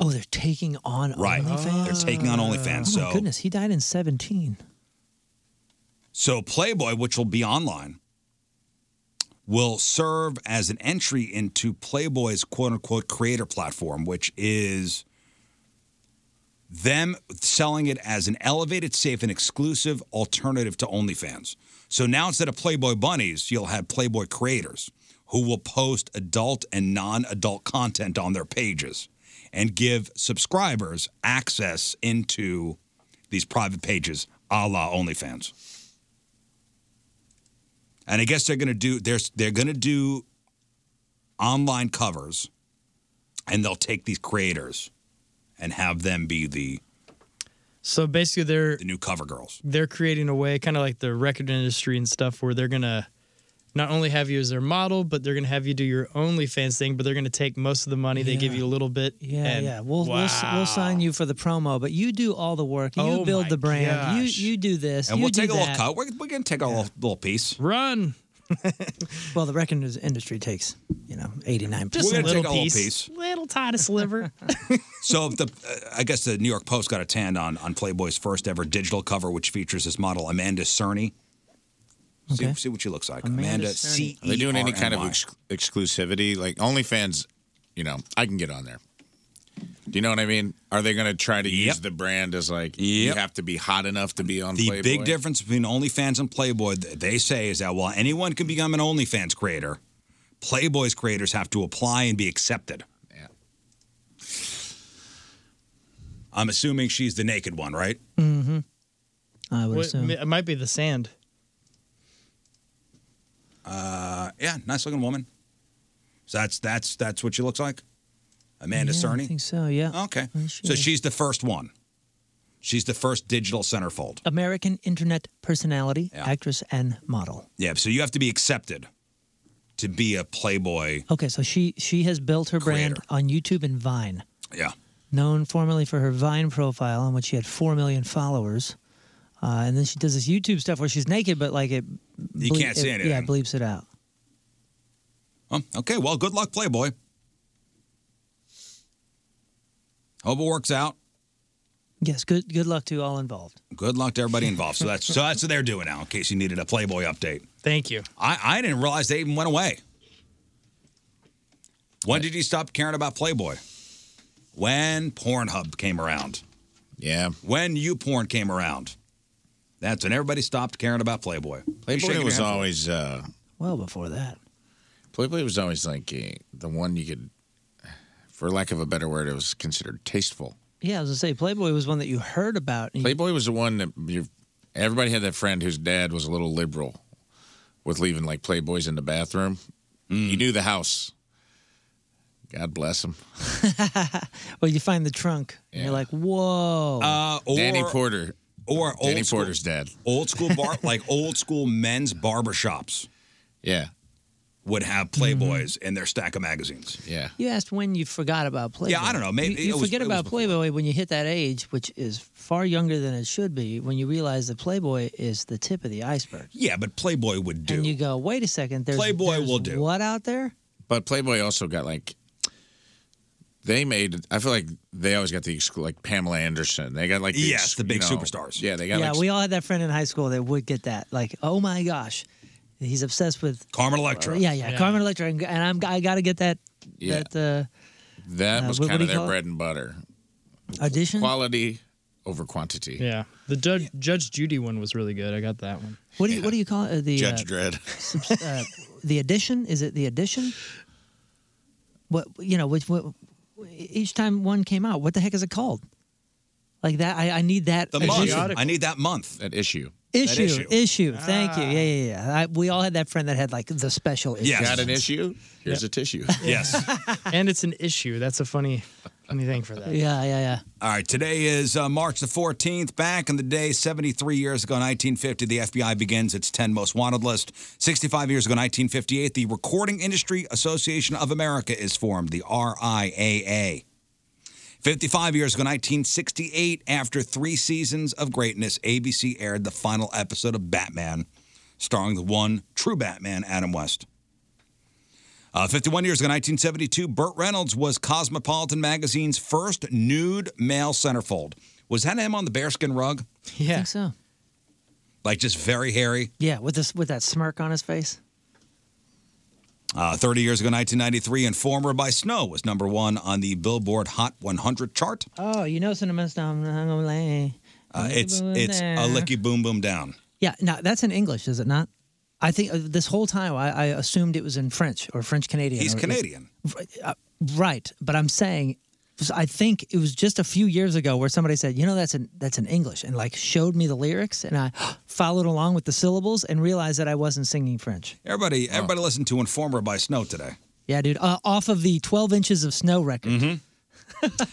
[SPEAKER 8] Oh, they're taking on
[SPEAKER 7] Right.
[SPEAKER 8] OnlyFans.
[SPEAKER 7] They're taking on OnlyFans,
[SPEAKER 8] Oh my
[SPEAKER 7] so-
[SPEAKER 8] goodness, he died in 17.
[SPEAKER 7] So Playboy, which will be online, will serve as an entry into Playboy's quote unquote creator platform, which is them selling it as an elevated, safe, and exclusive alternative to OnlyFans. So now instead of Playboy bunnies, you'll have Playboy creators who will post adult and non adult content on their pages and give subscribers access into these private pages a la OnlyFans. And I guess they're going to do they're they're going to do online covers, and they'll take these creators and have them be the
[SPEAKER 10] so basically they're the
[SPEAKER 7] new cover girls.
[SPEAKER 10] they're creating a way, kind of like the record industry and stuff, where they're gonna not only have you as their model, but they're gonna have you do your OnlyFans thing. But they're gonna take most of the money. They give
[SPEAKER 8] Yeah.
[SPEAKER 10] you a little bit.
[SPEAKER 8] Yeah,
[SPEAKER 10] and-
[SPEAKER 8] yeah. We'll, we'll s-
[SPEAKER 10] Wow.
[SPEAKER 8] we'll sign you for the promo, but you do all the work. You
[SPEAKER 10] Oh
[SPEAKER 8] build
[SPEAKER 10] my
[SPEAKER 8] the brand.
[SPEAKER 10] gosh.
[SPEAKER 8] You you do this.
[SPEAKER 7] and
[SPEAKER 8] you
[SPEAKER 7] we'll
[SPEAKER 8] do
[SPEAKER 7] take a
[SPEAKER 8] that.
[SPEAKER 7] little cut. We're, we're going to take a little, little piece.
[SPEAKER 10] Run.
[SPEAKER 8] Well, the record indus- industry takes you know eighty nine.
[SPEAKER 7] Just We're a gonna little take a little piece. piece.
[SPEAKER 10] Little tiny sliver.
[SPEAKER 7] So if the uh, I guess the New York Post got a tan on on Playboy's first ever digital cover, which features this model Amanda Cerny. See, see what she looks like. Amanda, C. E
[SPEAKER 9] Are they doing any kind of ex- exclusivity? Like OnlyFans, you know, I can get on there. Do you know what I mean? Are they going to try to use the brand as like you
[SPEAKER 7] Yep.
[SPEAKER 9] have to be hot enough to be on
[SPEAKER 7] The
[SPEAKER 9] Playboy?
[SPEAKER 7] big difference between OnlyFans and Playboy, th- they say, is that while anyone can become an OnlyFans creator, Playboy's creators have to apply and be accepted. Yeah. I'm assuming she's the naked one, right?
[SPEAKER 8] Mm-hmm. I would
[SPEAKER 10] What-
[SPEAKER 8] assume.
[SPEAKER 10] It might be the sand.
[SPEAKER 7] Uh, yeah, nice looking woman. So that's that's that's what she looks like, Amanda
[SPEAKER 8] yeah, I
[SPEAKER 7] Cerny.
[SPEAKER 8] think so. Yeah.
[SPEAKER 7] Okay.
[SPEAKER 8] she
[SPEAKER 7] so
[SPEAKER 8] is.
[SPEAKER 7] she's the first one. She's the first digital centerfold.
[SPEAKER 8] American internet personality, actress, and model.
[SPEAKER 7] Yeah. So you have to be accepted to be a Playboy.
[SPEAKER 8] Okay, so she she has built her brand on YouTube and Vine.
[SPEAKER 7] Yeah.
[SPEAKER 8] known formerly for her Vine profile, on which she had four million followers. Uh, and then she does this YouTube stuff where she's naked, but like it,
[SPEAKER 7] You can't see
[SPEAKER 8] it- Yeah,
[SPEAKER 7] anything.
[SPEAKER 8] bleeps it out.
[SPEAKER 7] Oh, okay. Well, good luck, Playboy. Hope it works out.
[SPEAKER 8] Yes, good good luck to all involved.
[SPEAKER 7] Good luck to everybody involved. So that's so that's what they're doing now. In case you needed a Playboy update,
[SPEAKER 10] Thank you.
[SPEAKER 7] I, I didn't realize they even went away. When did you stop caring about Playboy? When Pornhub came around.
[SPEAKER 9] Yeah.
[SPEAKER 7] When YouPorn came around. That's when everybody stopped caring about Playboy. You shaking
[SPEAKER 9] Playboy
[SPEAKER 7] your
[SPEAKER 9] was
[SPEAKER 7] head for-
[SPEAKER 9] always uh,
[SPEAKER 8] Well before that.
[SPEAKER 9] Playboy was always like eh, the one you could, for lack of a better word, it was considered tasteful.
[SPEAKER 8] Yeah, I was gonna say Playboy was one that you heard about. and you-
[SPEAKER 9] Playboy was the one that you, everybody had that friend whose dad was a little liberal with leaving like Playboys in the bathroom.
[SPEAKER 7] Mm.
[SPEAKER 9] You knew the house. God bless him.
[SPEAKER 8] well, you find the trunk and you're like, whoa.
[SPEAKER 7] Uh, or,
[SPEAKER 9] Danny Porter.
[SPEAKER 7] Or old
[SPEAKER 9] Danny
[SPEAKER 7] school-
[SPEAKER 9] Porter's dad.
[SPEAKER 7] Old school bar, like old school men's barber shops.
[SPEAKER 9] Yeah.
[SPEAKER 7] Would have Playboys in their stack of magazines.
[SPEAKER 9] Yeah.
[SPEAKER 8] You asked when you forgot about Playboy.
[SPEAKER 7] Yeah, I don't know. Maybe-
[SPEAKER 8] you, you
[SPEAKER 7] it was-
[SPEAKER 8] forget
[SPEAKER 7] it was
[SPEAKER 8] about Playboy when you hit that age, which is far younger than it should be, when you realize that Playboy is the tip of the iceberg.
[SPEAKER 7] Yeah, but Playboy would do.
[SPEAKER 8] And you go, wait a second, there's
[SPEAKER 9] Playboy
[SPEAKER 8] there's
[SPEAKER 9] will do.
[SPEAKER 8] what out there?
[SPEAKER 9] But Playboy also got like They made. I feel like they always got the exclu- like Pamela Anderson. They got like
[SPEAKER 7] Yes,
[SPEAKER 9] ex-
[SPEAKER 7] the big
[SPEAKER 9] you know,
[SPEAKER 7] superstars.
[SPEAKER 9] Yeah, they got
[SPEAKER 8] yeah,
[SPEAKER 9] like
[SPEAKER 8] we all had that friend in high school that would get that. Like, oh my gosh, he's obsessed with
[SPEAKER 7] Carmen Electra.
[SPEAKER 8] yeah, yeah, Carmen Electra, and, and I'm I gotta get that.
[SPEAKER 9] Yeah.
[SPEAKER 8] That
[SPEAKER 9] that
[SPEAKER 8] uh,
[SPEAKER 9] was
[SPEAKER 8] what- what
[SPEAKER 9] kind
[SPEAKER 8] do
[SPEAKER 9] of
[SPEAKER 8] you
[SPEAKER 9] their
[SPEAKER 8] call it?
[SPEAKER 9] bread and butter.
[SPEAKER 8] Audition?
[SPEAKER 9] quality over quantity.
[SPEAKER 10] Yeah, the Judge, Judge Judy one was really good. I got that one.
[SPEAKER 8] what do you what do you call it? Uh, the uh,
[SPEAKER 9] Dredd.
[SPEAKER 8] subs- uh, the addition is it the addition? What you know? Which what, each time one came out, what the heck is it called? Like that, I, I need that
[SPEAKER 7] The month.
[SPEAKER 8] edition.
[SPEAKER 7] I need that month.
[SPEAKER 9] That issue.
[SPEAKER 8] issue, issue. Thank you. Yeah, yeah, yeah. I, we all had that friend that had like the special issue.
[SPEAKER 9] Got an issue? Here's a tissue.
[SPEAKER 8] uh,
[SPEAKER 7] Yes.
[SPEAKER 10] and it's an issue. That's a funny, funny thing for that.
[SPEAKER 8] Yeah, yeah, yeah.
[SPEAKER 7] All right, today is uh, March the 14th. Back in the day, 73 years ago, 1950, the FBI begins its 10 most wanted list. 65 years ago, 1958, the Recording Industry Association of America is formed, the RIAA. 55 years ago, 1968, after three seasons of greatness, ABC aired the final episode of Batman, starring the one true Batman, Adam West. Uh, 51 years ago, 1972, Burt Reynolds was Cosmopolitan Magazine's first nude male centerfold. Was that him on the bearskin rug?
[SPEAKER 8] Yeah, I think so.
[SPEAKER 7] Like just very hairy?
[SPEAKER 8] Yeah, with this with that smirk on his face.
[SPEAKER 7] Uh, 30 years ago, 1993, Informer by Snow was number one on the Billboard Hot 100 chart.
[SPEAKER 8] Oh, you know, cinnamon I'm gonna lay.
[SPEAKER 7] Uh, it's it's a licky boom boom down.
[SPEAKER 8] Yeah, now that's in English, is it not? I think uh, this whole time I, I assumed it was in French or French Canadian.
[SPEAKER 7] He's Canadian.
[SPEAKER 8] uh, Right, but I'm saying I think it was just a few years ago where somebody said, "You know, that's in that's in English," and like showed me the lyrics, and I followed along with the syllables and realized that I wasn't singing French. Oh.
[SPEAKER 7] Everybody, everybody listened to Informer by Snow today.
[SPEAKER 8] Yeah, dude, uh, off of the 12 inches of snow record.
[SPEAKER 7] Mm-hmm.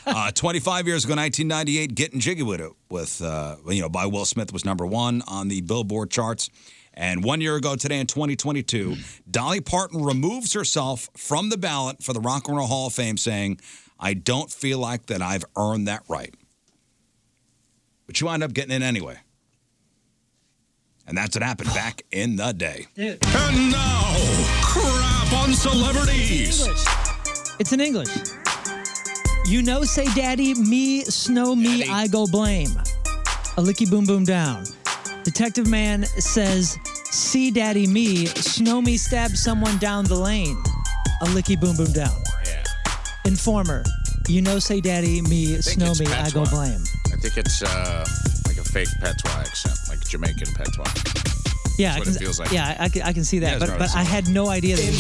[SPEAKER 7] uh, 25 years ago, 1998, Getting Jiggy With It, with, uh, you know, by Will Smith was number one on the Billboard charts. And one year ago today in 2022, Dolly Parton removes herself from the ballot for the Rock and Roll Hall of Fame, saying, I don't feel like that I've earned that right. But you wound up getting in anyway. And that's what happened back in the day.
[SPEAKER 12] And now, crap on celebrities.
[SPEAKER 8] It's in English. You know, say daddy, me, snow me, I go blame. A licky boom boom down. Detective man says, see daddy, me, snow me, stab someone down the lane. A licky boom boom down.
[SPEAKER 9] Yeah.
[SPEAKER 8] Informer, you know, say daddy, me, snow me, I go blame.
[SPEAKER 9] I think it's uh, like a fake Patois accent, like Jamaican Patois.
[SPEAKER 8] Yeah,
[SPEAKER 9] That's
[SPEAKER 8] I
[SPEAKER 9] what
[SPEAKER 8] can,
[SPEAKER 9] it feels like.
[SPEAKER 8] yeah, I can, I can see
[SPEAKER 9] Yeah,
[SPEAKER 8] that,
[SPEAKER 9] it's
[SPEAKER 8] but,
[SPEAKER 9] not
[SPEAKER 8] but I
[SPEAKER 9] similar.
[SPEAKER 8] had no idea that.
[SPEAKER 15] You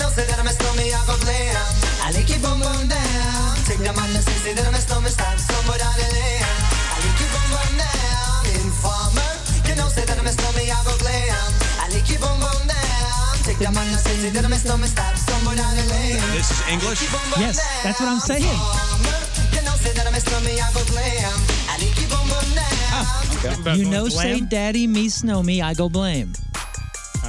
[SPEAKER 15] know, say that I'm a stormy, I go play em. I lick it boom boom down. Take the man and say, say that I'm a stormy, stab somewhere down the lane. I lick it boom boom down. Informer, you know, say that I'm a stormy, I go play em. I lick it boom boom down. Take the man and say, say that I'm a stormy, stab somewhere down the lane.
[SPEAKER 7] This is English?
[SPEAKER 8] Yes, that's what I'm saying.
[SPEAKER 15] You know, say that I'm a stormy, I go play em. I lick it boom boom down.
[SPEAKER 8] You know, say daddy, me, snow me, I go blame.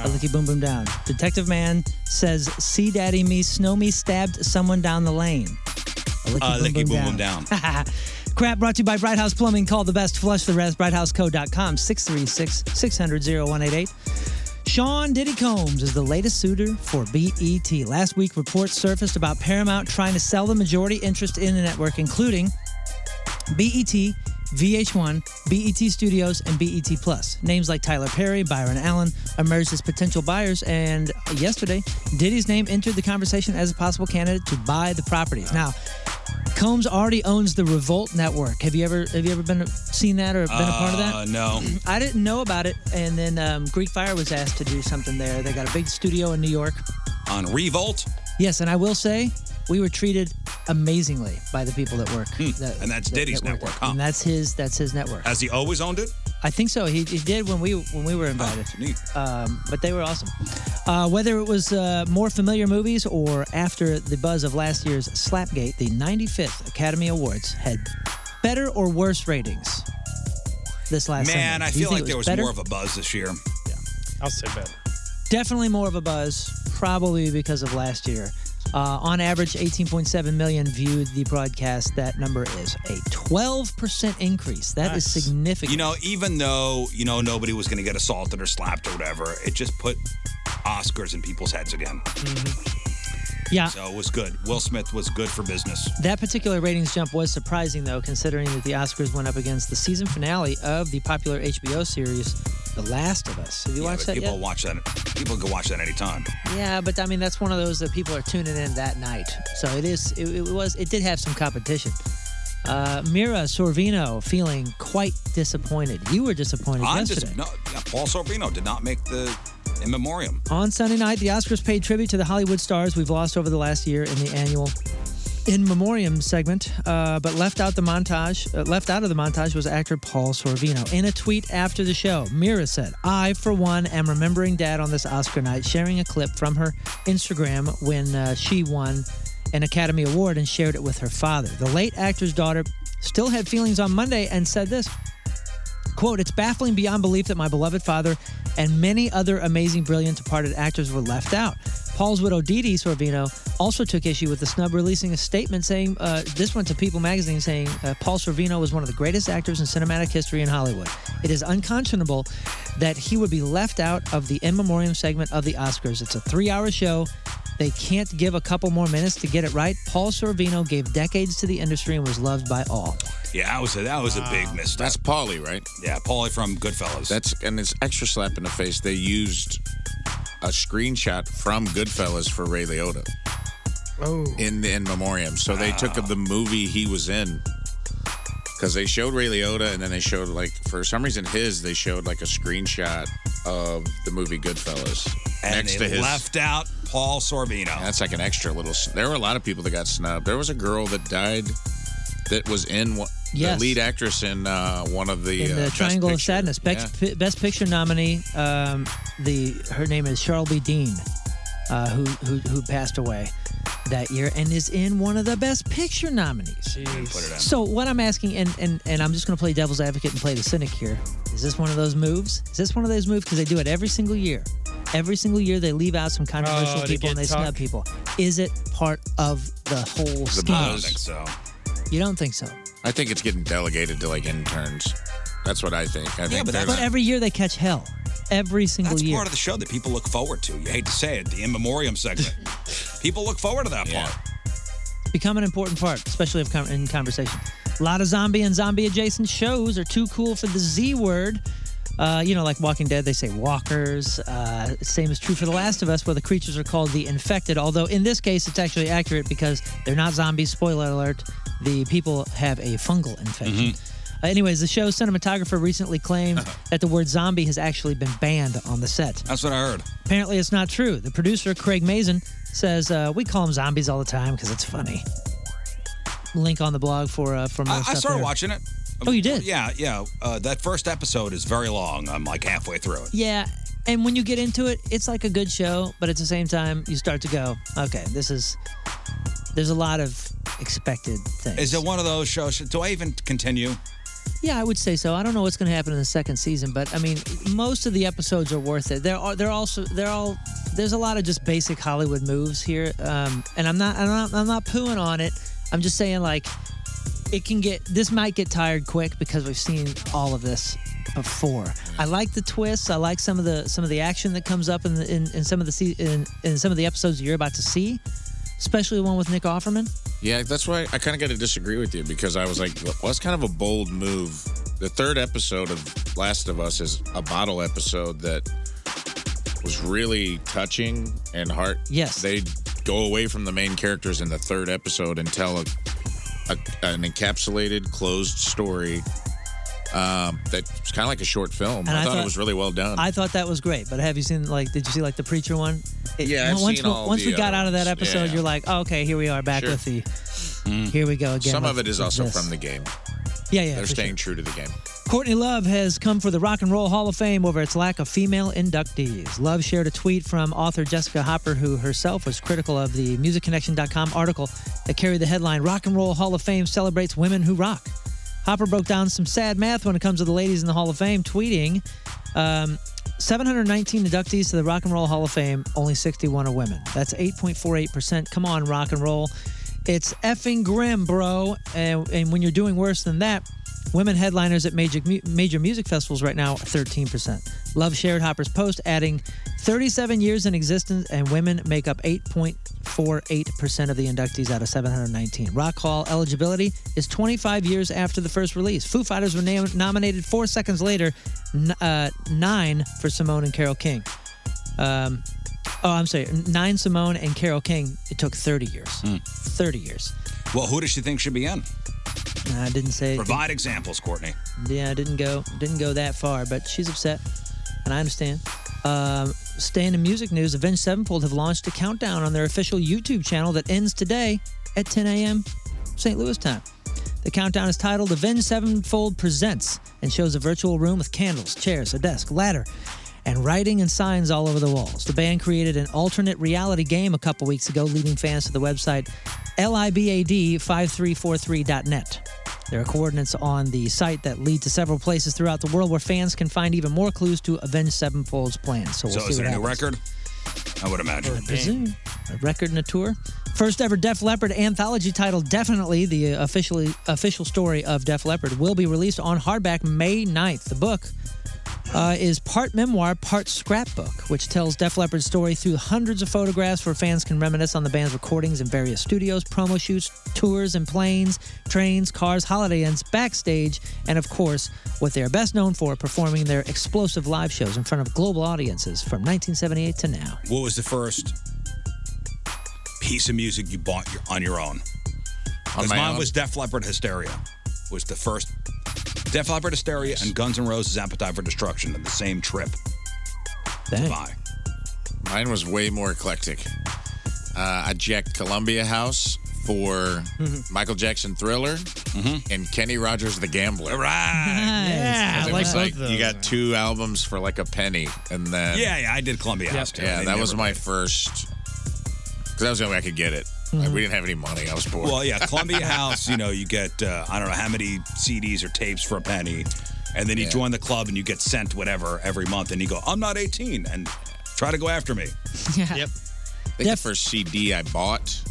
[SPEAKER 8] A licky boom boom down. Detective man says, see daddy, me, snow me, stabbed someone down the lane. A licky
[SPEAKER 7] Uh,
[SPEAKER 8] boom, boom,
[SPEAKER 7] licky boom boom down.
[SPEAKER 8] down. Crap brought to you by Bright House Plumbing. Call the best, flush the rest. BrightHouseCo.com, 636 600 0188. Sean Diddy Combs is the latest suitor for BET. Last week, reports surfaced about Paramount trying to sell the majority interest in the network, including BET, VH1, BET E Studios, and BET Plus. Names like Tyler Perry, Byron Allen emerged as potential buyers, and yesterday, Diddy's name entered the conversation as a possible candidate to buy the properties. Now, Combs already owns the Revolt Network. Have you ever have you ever been seen that or been a part of that?
[SPEAKER 7] Uh, no.
[SPEAKER 8] I didn't know about it, and then um, Greek Fire was asked to do something there. They got a big studio in New York.
[SPEAKER 7] On Revolt?
[SPEAKER 8] Yes, and I will say we were treated amazingly by the people that work. that-
[SPEAKER 7] Hmm, And that's
[SPEAKER 8] that-
[SPEAKER 7] Diddy's
[SPEAKER 8] that work
[SPEAKER 7] network,
[SPEAKER 8] there.
[SPEAKER 7] huh?
[SPEAKER 8] And that's his that's his network.
[SPEAKER 7] Has he always owned it?
[SPEAKER 8] I think so. He, he did when we when we
[SPEAKER 7] Ah,
[SPEAKER 8] were invited. Um, but they were awesome. Uh, whether it was uh, more familiar movies or after the buzz of last year's Slapgate, the 95th Academy Awards had better or worse ratings this last
[SPEAKER 7] Man,
[SPEAKER 8] Sunday.
[SPEAKER 7] I
[SPEAKER 8] Do you
[SPEAKER 7] feel
[SPEAKER 8] think it
[SPEAKER 7] like there was
[SPEAKER 8] better?
[SPEAKER 7] more of a buzz this year.
[SPEAKER 10] I'll say better.
[SPEAKER 8] definitely more of a buzz, probably because of last year. Uh, on average, 18.7 million viewed the broadcast. That number is a 12% increase. That is significant.
[SPEAKER 7] You know, even though, you know, nobody was going to get Mm-hmm. assaulted or slapped or whatever, it just put Oscars in people's heads again.
[SPEAKER 8] Yeah.
[SPEAKER 7] So it was good. Will Smith was good for business.
[SPEAKER 8] That particular ratings jump was surprising, though, considering that the Oscars went up against the season finale of the popular HBO series, The Last of Us. Have you
[SPEAKER 7] Yeah,
[SPEAKER 8] watched
[SPEAKER 7] but
[SPEAKER 8] that
[SPEAKER 7] people
[SPEAKER 8] yet?
[SPEAKER 7] watch that. People can watch that anytime.
[SPEAKER 8] Yeah, but I mean that's one of those that people are tuning in that night. So it is. It, it was. It did have some competition. Uh, Mira Sorvino feeling quite disappointed. You were disappointed
[SPEAKER 7] I'm
[SPEAKER 8] yesterday.
[SPEAKER 7] just no. yeah, Paul Sorvino did not make the in memoriam.
[SPEAKER 8] On Sunday night, the Oscars paid tribute to the Hollywood stars we've lost over the last year in the annual in memoriam segment, uh, but left out the montage. Uh, left out of the montage was actor Paul Sorvino. In a tweet after the show, Mira said, "I, for one, am remembering Dad on this Oscar night, sharing a clip from her Instagram when uh, she won an Academy Award and shared it with her father. The late actor's daughter still had feelings on Monday and said this." Quote, it's baffling beyond belief that my beloved father and many other amazing, brilliant, departed actors were left out. Paul's widow, Dee Dee Sorvino, also took issue with the snub, releasing a statement saying, uh, this one to People magazine, saying, uh, Paul Sorvino was one of the greatest actors in cinematic history in Hollywood. It is unconscionable that he would be left out of the in memoriam segment of the Oscars. It's a three hour show. They can't give a couple more minutes to get it right. Paul Sorvino gave decades to the industry and was loved by all.
[SPEAKER 7] Yeah, that was a, that was a big mistake. That's
[SPEAKER 9] Paulie, right?
[SPEAKER 7] Yeah, Paulie from Goodfellas.
[SPEAKER 9] That's and it's extra slap in the face. They used a screenshot from Goodfellas for Ray Liotta
[SPEAKER 10] Oh.
[SPEAKER 9] in the in memoriam. So they took the movie he was in because they showed Ray Liotta, and then they showed like for some reason his they showed like a screenshot of the movie Goodfellas
[SPEAKER 7] And
[SPEAKER 9] next
[SPEAKER 7] they
[SPEAKER 9] to his
[SPEAKER 7] left out Paul Sorvino.
[SPEAKER 9] That's like an extra little. s- There were a lot of people that got snubbed. There was a girl that died that was in one,
[SPEAKER 8] Yes.
[SPEAKER 9] the lead actress in uh, one of the,
[SPEAKER 8] in
[SPEAKER 9] uh,
[SPEAKER 8] the
[SPEAKER 9] Best
[SPEAKER 8] Triangle of
[SPEAKER 9] Picture.
[SPEAKER 8] Sadness.
[SPEAKER 9] Yeah.
[SPEAKER 8] Best, pi Best Picture nominee. Um, the her name is Charles B. Dean, uh, who, who who passed away that year and is in one of the Best Picture nominees. So what I'm asking, and and and I'm just going to play devil's advocate and play the cynic here. Is this one of those moves? Is this one of those moves because they do it every single year? Every single year they leave out some controversial
[SPEAKER 10] Oh, to
[SPEAKER 8] people and
[SPEAKER 10] get
[SPEAKER 8] they snub
[SPEAKER 10] talk.
[SPEAKER 8] people. Is it part of the whole scheme?
[SPEAKER 9] I don't think
[SPEAKER 7] so.
[SPEAKER 8] You don't think so?
[SPEAKER 9] I think it's getting delegated to like interns. That's what I think. I
[SPEAKER 7] Yeah,
[SPEAKER 9] think
[SPEAKER 7] but
[SPEAKER 9] they're
[SPEAKER 7] that's-
[SPEAKER 8] But every year they catch hell. Every single
[SPEAKER 7] That's
[SPEAKER 8] year.
[SPEAKER 7] part of the show that people look forward to. You hate to say it, the in memoriam segment. people look forward to that part.
[SPEAKER 8] become an important part, especially of com- in conversation. A lot of zombie and zombie adjacent shows are too cool for the Z word. Uh, you know, like Walking Dead, they say walkers. Uh, same is true for The Last of Us, where the creatures are called the infected. Although in this case, it's actually accurate because they're not zombies. Spoiler alert: the people have a fungal infection. Uh, anyways, the show's cinematographer recently claimed that the word zombie has actually been banned on the set.
[SPEAKER 7] That's what I heard.
[SPEAKER 8] Apparently, it's not true. The producer, Craig Mazin, says uh, we call them zombies all the time because it's funny. Link on the blog for uh, for more
[SPEAKER 7] I, I
[SPEAKER 8] stuff
[SPEAKER 7] started
[SPEAKER 8] there.
[SPEAKER 7] watching it.
[SPEAKER 8] Oh, you did?
[SPEAKER 7] Yeah, yeah. Uh, that first episode is very long. I'm like halfway through it.
[SPEAKER 8] Yeah, and when you get into it, it's like a good show, but at the same time, you start to go, okay, this is. There's a lot of expected things.
[SPEAKER 7] Is it one of those shows? should- Do I even continue?
[SPEAKER 8] Yeah, I would say so. I don't know what's going to happen in the second season, but I mean, most of the episodes are worth it. There are there also there all there's a lot of just basic Hollywood moves here, um, and I'm not I'm not I'm not pooing on it. I'm just saying like it can get this might get tired quick because we've seen all of this before. I like the twists. I like some of the some of the action that comes up in the, in, in some of the se- in, in some of the episodes that you're about to see, especially the one with Nick Offerman.
[SPEAKER 9] Yeah, that's why I kind of got to disagree with you because I was like, well, that's kind of a bold move. The third episode of Last of Us is a bottle episode that was really touching and heart.
[SPEAKER 8] Yes.
[SPEAKER 9] They go away from the main characters in the third episode and tell a, a, an encapsulated, closed story um, that's kind of like a short film.
[SPEAKER 8] And
[SPEAKER 9] I,
[SPEAKER 8] I
[SPEAKER 9] thought, it
[SPEAKER 8] thought-
[SPEAKER 9] was really well done.
[SPEAKER 8] I thought that was great, but have you seen like did you see like the preacher one?
[SPEAKER 9] Yeah, I've
[SPEAKER 8] once
[SPEAKER 9] seen
[SPEAKER 8] we,
[SPEAKER 9] all
[SPEAKER 8] once
[SPEAKER 9] the
[SPEAKER 8] we got out of that
[SPEAKER 9] others.
[SPEAKER 8] episode,
[SPEAKER 9] Yeah.
[SPEAKER 8] you're like, oh, okay, here we are back
[SPEAKER 9] Sure. Mm.
[SPEAKER 8] with the here we go again.
[SPEAKER 9] Some
[SPEAKER 8] with-
[SPEAKER 9] of it is
[SPEAKER 8] with
[SPEAKER 9] also
[SPEAKER 8] this.
[SPEAKER 9] from the game.
[SPEAKER 8] Yeah, yeah,
[SPEAKER 9] They're
[SPEAKER 8] for sure.
[SPEAKER 9] staying true to the game.
[SPEAKER 8] Courtney Love has come for the Rock and Roll Hall of Fame over its lack of female inductees. Love shared a tweet from author Jessica Hopper, who herself was critical of the MusicConnection.com article that carried the headline Rock and Roll Hall of Fame celebrates women who rock. Hopper broke down some sad math when it comes to the ladies in the Hall of Fame, tweeting um, 719 inductees to the Rock and Roll Hall of Fame, only 61 are women. That's 8.48%. Come on, rock and roll. It's effing grim, bro. And, and when you're doing worse than that, Women headliners at major mu- major music festivals right now, 13%. Love shared Hopper's post, adding 37 years in existence, and women make up 8.48% of the inductees out of 719. Rock Hall eligibility is 25 years after the first release. Foo Fighters were nam- nominated four seconds later, n- uh, nine for Simone and Carol King. Um, oh, I'm sorry, nine Simone and Carol King. It took 30 years. 30 Hmm. years.
[SPEAKER 7] Well, who does she think should be in?
[SPEAKER 8] I didn't say.
[SPEAKER 7] Provide examples, Courtney.
[SPEAKER 8] Yeah, I didn't go didn't go that far, but she's upset, and I understand. Um, staying in music news, Avenged Sevenfold have launched a countdown on their official YouTube channel that ends today at 10 a.m. St. Louis time. The countdown is titled Avenged Sevenfold Presents and shows a virtual room with candles, chairs, a desk, ladder, and writing and signs all over the walls. The band created an alternate reality game a couple weeks ago, leading fans to the website libad5343.net. There are coordinates on the site that lead to several places throughout the world where fans can find even more clues to Avenged Sevenfold's plans. So, we'll
[SPEAKER 7] so
[SPEAKER 8] see
[SPEAKER 7] is
[SPEAKER 8] what
[SPEAKER 7] it a new
[SPEAKER 8] happens.
[SPEAKER 7] record? I would imagine.
[SPEAKER 8] I presume. A record and a tour. First ever Def Leppard anthology title, Definitely the officially official story of Def Leppard, will be released on hardback May 9th. The book uh, is part memoir, part scrapbook, which tells Def Leppard's story through hundreds of photographs where fans can reminisce on the band's recordings in various studios, promo shoots, tours, and planes, trains, cars, holiday inns, backstage, and of course, what they are best known for performing their explosive live shows in front of global audiences from 1978 to now.
[SPEAKER 7] What was the first piece of music you bought your, on your own? Because
[SPEAKER 9] my
[SPEAKER 7] mine
[SPEAKER 9] own?
[SPEAKER 7] was Def Leppard Hysteria. Was the first Def Leppard Hysteria and Guns N' Roses Appetite for Destruction on the same trip.
[SPEAKER 8] Dang.
[SPEAKER 9] Mine was way more eclectic. Uh, I jacked Columbia House for Michael Jackson Thriller and Kenny Rogers The Gambler.
[SPEAKER 7] Right.
[SPEAKER 8] Yeah,
[SPEAKER 9] It
[SPEAKER 8] I like
[SPEAKER 9] was
[SPEAKER 8] both
[SPEAKER 9] like
[SPEAKER 8] those.
[SPEAKER 9] you got two albums for like a penny, and then
[SPEAKER 7] Yeah, yeah, I did Columbia House too.
[SPEAKER 9] Yeah,
[SPEAKER 7] They
[SPEAKER 9] that was
[SPEAKER 7] never
[SPEAKER 9] my first because that was the only way I could get it. Like, we didn't have any money. I was poor.
[SPEAKER 7] Mm-hmm. Well, yeah, Columbia House, you know, you get, uh, I don't know how many CDs or tapes for a penny. And then you
[SPEAKER 9] Yeah.
[SPEAKER 7] join the club and you get sent whatever every month. And you go, I'm not 18. And try to go after me.
[SPEAKER 9] Yep. I think the first CD I bought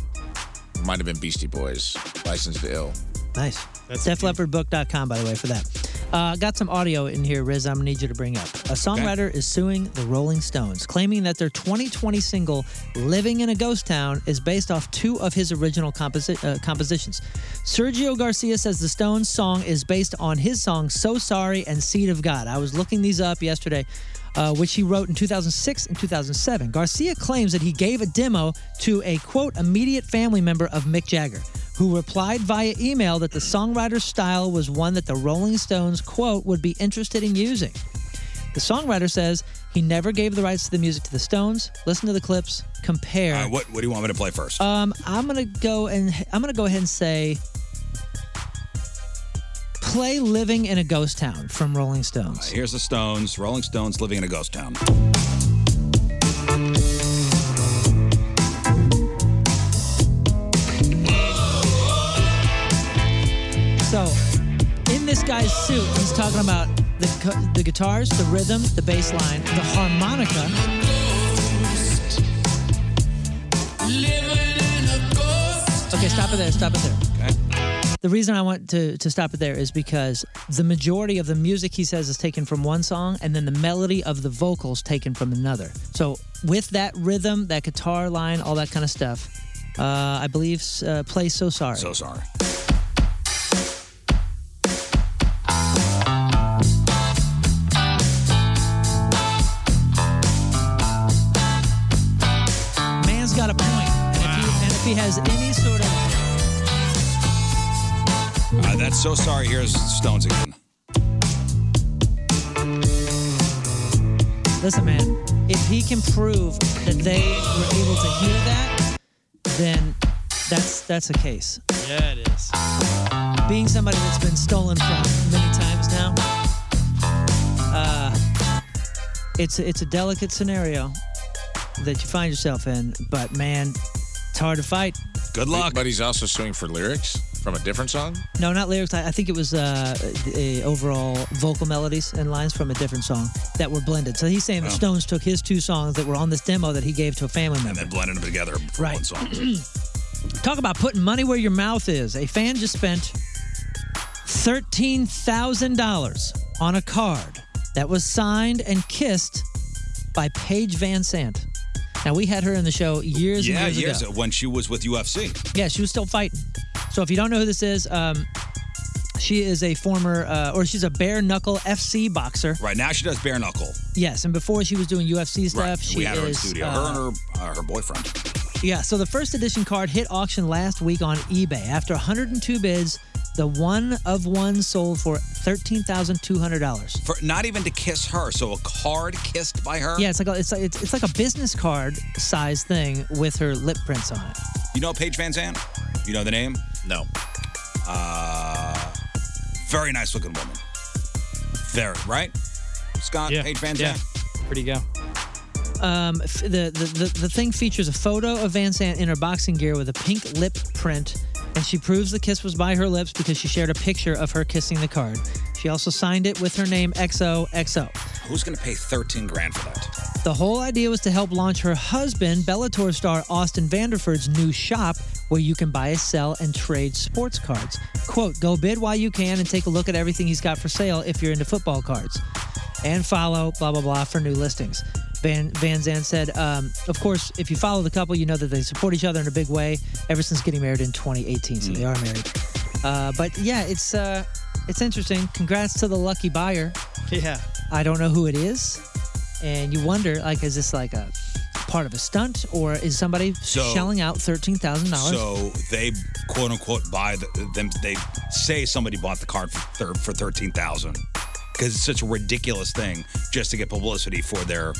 [SPEAKER 9] might have been Beastie Boys, License to Ill.
[SPEAKER 8] Nice. DefLeopardBook.com, by the way, for that. Uh, got some audio in here, Riz, I'm going to need you to bring up. A songwriter is suing the Rolling Stones, claiming that their 2020 single, Living in a Ghost Town, is based off two of his original composi- uh, compositions. Sergio Garcia says the Stones song is based on his song, So Sorry and Seed of God. I was looking these up yesterday uh, which he wrote in 2006 and 2007. Garcia claims that he gave a demo to a quote immediate family member of Mick Jagger, who replied via email that the songwriter's style was one that the Rolling Stones quote would be interested in using. The songwriter says he never gave the rights to the music to the Stones. Listen to the clips, compare.
[SPEAKER 7] All right, Uh, what, what do you want me to play first?
[SPEAKER 8] Um, I'm gonna go and I'm gonna go ahead and say, play "Living in a Ghost Town" from Rolling Stones.
[SPEAKER 7] Uh, Here's the Stones, Rolling Stones, living in a ghost town.
[SPEAKER 8] So, in this guy's suit, he's talking about the, gu- the guitars, the rhythm, the bass line, the harmonica. Okay, stop it there, stop it there. The reason I want to, to stop it there is because the majority of the music he says is taken from one song, and then the melody of the vocals taken from another. So, with that rhythm, that guitar line, all that kind of stuff, uh, I believe uh, play So Sorry.
[SPEAKER 7] So Sorry.
[SPEAKER 8] Man's got a point. And, if, he, and if he has any sort of.
[SPEAKER 7] All right, Uh, that's So Sorry. Here's Stones again.
[SPEAKER 8] Listen, man, if he can prove that they were able to hear that, then that's that's a case.
[SPEAKER 10] Yeah, it is.
[SPEAKER 8] Being somebody that's been stolen from many times now, uh, it's it's a delicate scenario that you find yourself in. But man, it's hard to fight.
[SPEAKER 7] Good
[SPEAKER 9] luck. But he's also suing for lyrics from a different song.
[SPEAKER 8] No, not lyrics. I, I think it was uh, the overall vocal melodies and lines from a different song that were blended. So he's saying the
[SPEAKER 7] Oh.
[SPEAKER 8] Stones took his two songs that were on this demo that he gave to a family member.
[SPEAKER 7] And then blending them together for
[SPEAKER 8] Right.
[SPEAKER 7] one song.
[SPEAKER 8] Talk about putting money where your mouth is. A fan just spent $13,000 on a card that was signed and kissed by Paige Van Sant. Now, we had her in the show years
[SPEAKER 7] yeah,
[SPEAKER 8] and years,
[SPEAKER 7] years
[SPEAKER 8] ago.
[SPEAKER 7] ago, when she was with UFC.
[SPEAKER 8] Yeah, she was still fighting. So if you don't know who this is, um, she is a former, uh, or she's a bare knuckle FC boxer.
[SPEAKER 7] Right now, she does bare knuckle.
[SPEAKER 8] Yes, and before she was doing UFC stuff,
[SPEAKER 7] Right.
[SPEAKER 8] she
[SPEAKER 7] we had
[SPEAKER 8] is.
[SPEAKER 7] her in studio.
[SPEAKER 8] uh,
[SPEAKER 7] her and her, uh, her boyfriend.
[SPEAKER 8] yeah, so the first edition card hit auction last week on eBay. After 102 bids, the one of one sold for $13,200.
[SPEAKER 7] For not even to kiss her, so a card kissed by her.
[SPEAKER 8] Yeah, it's like a, it's like it's, it's like a business card size thing with her lip prints on it.
[SPEAKER 7] You know Paige Van Zandt? You know the name? No. Uh, very nice looking woman. Very right, Scott. Paige Van Zandt.
[SPEAKER 10] Pretty go.
[SPEAKER 8] Um, f- the, the, the, the thing features a photo of Van Sant in her boxing gear with a pink lip print, and she proves the kiss was by her lips because she shared a picture of her kissing the card. She also signed it with her name XOXO.
[SPEAKER 7] Who's going to pay thirteen grand for that?
[SPEAKER 8] The whole idea was to help launch her husband, Bellator star Austin Vanderford's new shop where you can buy, sell, and trade sports cards. Quote, go bid while you can and take a look at everything he's got for sale if you're into football cards. And follow, blah, blah, blah, for new listings. Van, Van Zandt said, um, of course, if you follow the couple, you know that they support each other in a big way ever since getting married in 2018. So they are married. Uh, but yeah, it's uh, it's interesting. Congrats to the lucky buyer.
[SPEAKER 10] Yeah.
[SPEAKER 8] I don't know who it is, and you wonder like, is this like a part of a stunt, or is somebody
[SPEAKER 7] So-
[SPEAKER 8] shelling out thirteen thousand dollars?
[SPEAKER 7] So they quote unquote buy the, them. They say somebody bought the card for thir- for thirteen thousand because it's such a ridiculous thing just to get publicity for their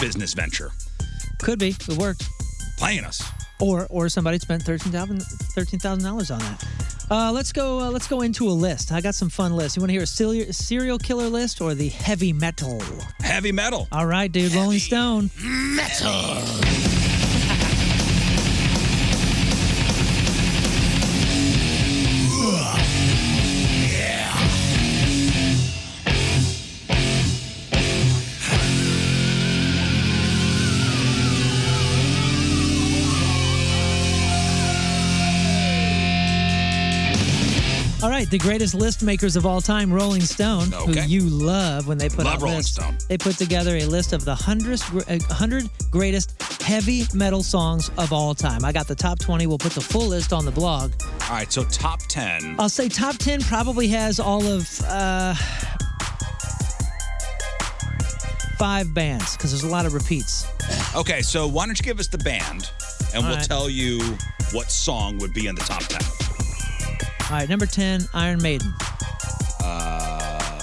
[SPEAKER 7] business venture.
[SPEAKER 8] Could be. It worked.
[SPEAKER 7] Playing us.
[SPEAKER 8] Or or somebody spent thirteen thousand dollars on that. Uh, let's go. Uh, let's go into a list. I got some fun lists. You want to hear a serial, serial killer list or the heavy metal?
[SPEAKER 7] Heavy metal.
[SPEAKER 8] All right, dude. Rolling Stone.
[SPEAKER 7] Metal.
[SPEAKER 8] All right, the greatest list makers of all time, Rolling Stone,
[SPEAKER 7] Okay.
[SPEAKER 8] who you love when they put
[SPEAKER 7] Love
[SPEAKER 8] out
[SPEAKER 7] Rolling
[SPEAKER 8] lists.
[SPEAKER 7] Stone.
[SPEAKER 8] They put together a list of the 100, gr- uh, 100 greatest heavy metal songs of all time. I got the top 20. We'll put the full list on the blog.
[SPEAKER 7] All right, so top ten.
[SPEAKER 8] I'll say top 10 probably has all of uh, five bands because there's a lot of repeats.
[SPEAKER 7] Okay, so why don't you give us the band, and
[SPEAKER 8] All
[SPEAKER 7] we'll
[SPEAKER 8] right.
[SPEAKER 7] tell you what song would be in the top ten.
[SPEAKER 8] All right, number 10, Iron Maiden.
[SPEAKER 7] Uh,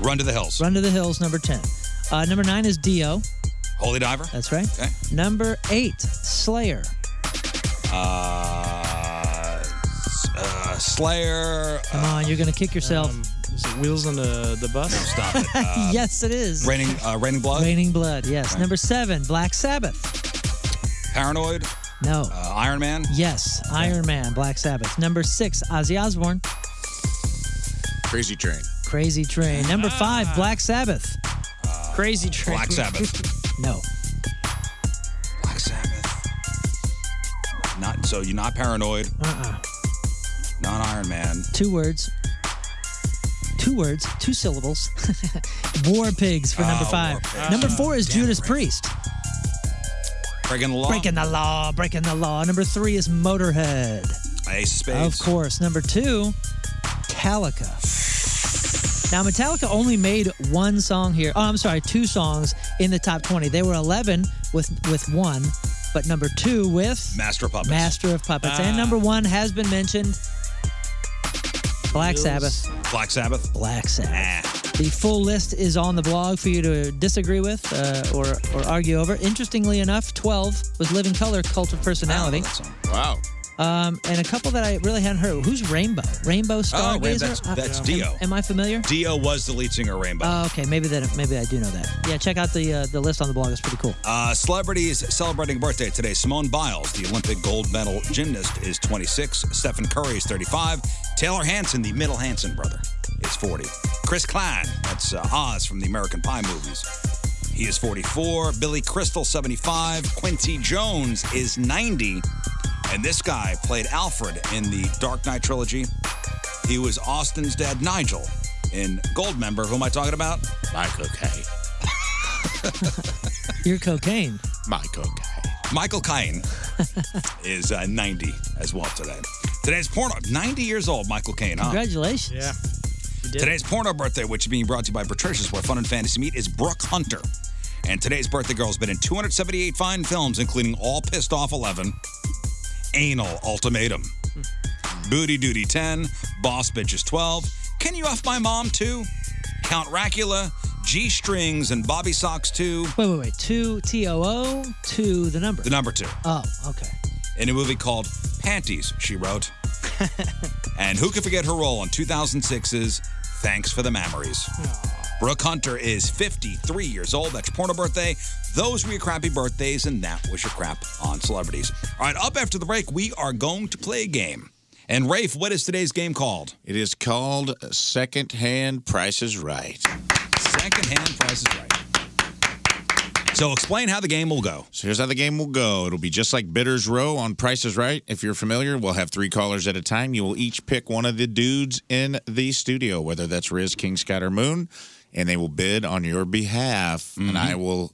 [SPEAKER 7] Run to the Hills.
[SPEAKER 8] Run to the Hills, number 10. Uh, number 9 is Dio.
[SPEAKER 7] Holy Diver.
[SPEAKER 8] That's right.
[SPEAKER 7] Okay.
[SPEAKER 8] Number 8, Slayer.
[SPEAKER 7] Uh, s- uh, Slayer.
[SPEAKER 8] Come on, you're going to kick yourself.
[SPEAKER 7] Um, Is it Wheels on the, the Bus? Stop it. Uh,
[SPEAKER 8] yes, it is.
[SPEAKER 7] Raining, uh, Raining Blood.
[SPEAKER 8] Raining Blood, yes.
[SPEAKER 7] Right.
[SPEAKER 8] Number seven, Black Sabbath.
[SPEAKER 7] Paranoid.
[SPEAKER 8] No.
[SPEAKER 7] Uh, Iron Man.
[SPEAKER 8] Yes, Iron Man, Black Sabbath. Number six, Ozzy Osbourne,
[SPEAKER 9] Crazy Train.
[SPEAKER 8] Crazy Train. Number five, Black Sabbath.
[SPEAKER 10] Crazy Train.
[SPEAKER 7] Ah. Uh, Black Sabbath.
[SPEAKER 8] no.
[SPEAKER 7] Black Sabbath. Not so you're not paranoid.
[SPEAKER 8] Uh-uh.
[SPEAKER 7] Not Iron Man.
[SPEAKER 8] Two words. Two words, two syllables. War Pigs for number
[SPEAKER 7] Ah,
[SPEAKER 8] five.
[SPEAKER 7] War Pigs.
[SPEAKER 8] Number four is
[SPEAKER 7] Damn
[SPEAKER 8] Judas
[SPEAKER 7] right.
[SPEAKER 8] Priest.
[SPEAKER 7] Breaking the law.
[SPEAKER 8] Breaking the law, breaking the law. Number three is Motorhead.
[SPEAKER 7] Ace of
[SPEAKER 8] Of
[SPEAKER 7] Spades.
[SPEAKER 8] course. Number two, Metallica. Now, Metallica only made one song here. Oh, I'm sorry, two songs in the top 20. They were 11 with with one, but number two with
[SPEAKER 7] Master of Puppets.
[SPEAKER 8] Master of Puppets.
[SPEAKER 7] Ah.
[SPEAKER 8] And number one has been mentioned Black
[SPEAKER 7] Wheels.
[SPEAKER 8] Sabbath.
[SPEAKER 7] Black Sabbath.
[SPEAKER 8] Black Sabbath. The full list is on the blog for you to disagree with uh, or, or argue over. Interestingly enough, 12 was Living Color Cult of Personality.
[SPEAKER 9] Wow.
[SPEAKER 8] Um, and a couple that I really hadn't heard. Who's Rainbow? Rainbow Stargazer?
[SPEAKER 7] Oh, Rainbow, that's-
[SPEAKER 8] Uh,
[SPEAKER 7] that's
[SPEAKER 8] am-
[SPEAKER 7] Dio.
[SPEAKER 8] Am, I familiar?
[SPEAKER 7] Dio was the lead singer of Rainbow.
[SPEAKER 8] Oh, okay. Maybe that. Maybe I do know that. Yeah, check out the uh, the list on the blog. It's pretty cool.
[SPEAKER 7] Uh, celebrities celebrating birthday today. Simone Biles, the Olympic gold medal gymnast, is 26. Stephen Curry is 35. Taylor Hanson, the middle Hanson brother, is 40. Chris Klein, that's uh, Oz from the American Pie movies, he is 44. Billy Crystal, 75. Quincy Jones is 90. And this guy played Alfred in the Dark Knight trilogy. He was Austin's dad, Nigel, in Goldmember. Who am I talking about? Michael K.
[SPEAKER 8] Your cocaine.
[SPEAKER 7] Oh. Michael Caine. Michael Caine is uh, 90 as well today. Today's porno, 90 years old, Michael Caine, huh?
[SPEAKER 8] Congratulations.
[SPEAKER 10] Yeah.
[SPEAKER 7] Today's porno birthday, which is being brought to you by Patricia's, where fun and fantasy meet, is Brooke Hunter. And today's birthday girl has been in 278 fine films, including All Pissed Off 11, Anal Ultimatum, Booty Duty 10, Boss Bitches 12, Can You Off My Mom 2, Count Racula, G Strings, and Bobby Socks 2,
[SPEAKER 8] Wait, wait, wait. Two T O O to the number.
[SPEAKER 7] the number 2,
[SPEAKER 8] Oh, okay.
[SPEAKER 7] in a movie called Panties, she wrote. and who could forget her role in 2006's Thanks for the Memories? Brooke Hunter is 53 years old. That's your porno birthday. Those were your crappy birthdays, and that was your crap on celebrities. All right, up after the break, we are going to play a game. And Rafe, what is today's game called?
[SPEAKER 9] It is called Secondhand Price is Right.
[SPEAKER 7] Secondhand Price is Right. So explain how the game will go.
[SPEAKER 9] So here's how the game will go. It'll be just like Bidders Row on Price is Right. If you're familiar, we'll have three callers at a time. You will each pick one of the dudes in the studio, whether that's Riz, King, Scott, or Moon, and they will bid on your behalf.
[SPEAKER 7] Mm-hmm.
[SPEAKER 9] And I will,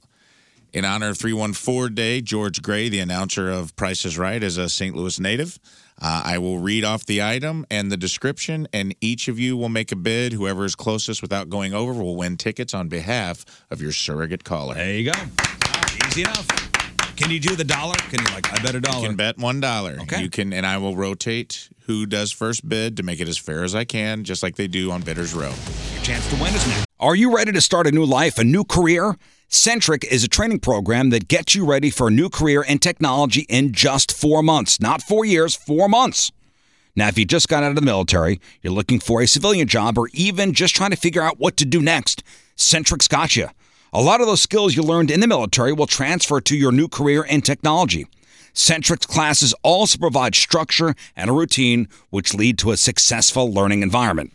[SPEAKER 9] in honor of 314 Day, George Gray, the announcer of Price is Right, is a St. Louis native. Uh, I will read off the item and the description, and each of you will make a bid. Whoever is closest without going over will win tickets on behalf of your surrogate caller.
[SPEAKER 7] There you go. Easy enough. Can you do the dollar? Can you like I bet a dollar?
[SPEAKER 9] You can bet one dollar. Okay. You can, and I will rotate who does first bid to make it as fair as I can, just like they do on Bidders Row.
[SPEAKER 7] Your chance to win is now. Are you ready to start a new life, a new career? Centric is a training program that gets you ready for a new career in technology in just four months. Not four years, four months. Now, if you just got out of the military, you're looking for a civilian job, or even just trying to figure out what to do next, Centric's got you. A lot of those skills you learned in the military will transfer to your new career in technology. Centric's classes also provide structure and a routine which lead to a successful learning environment.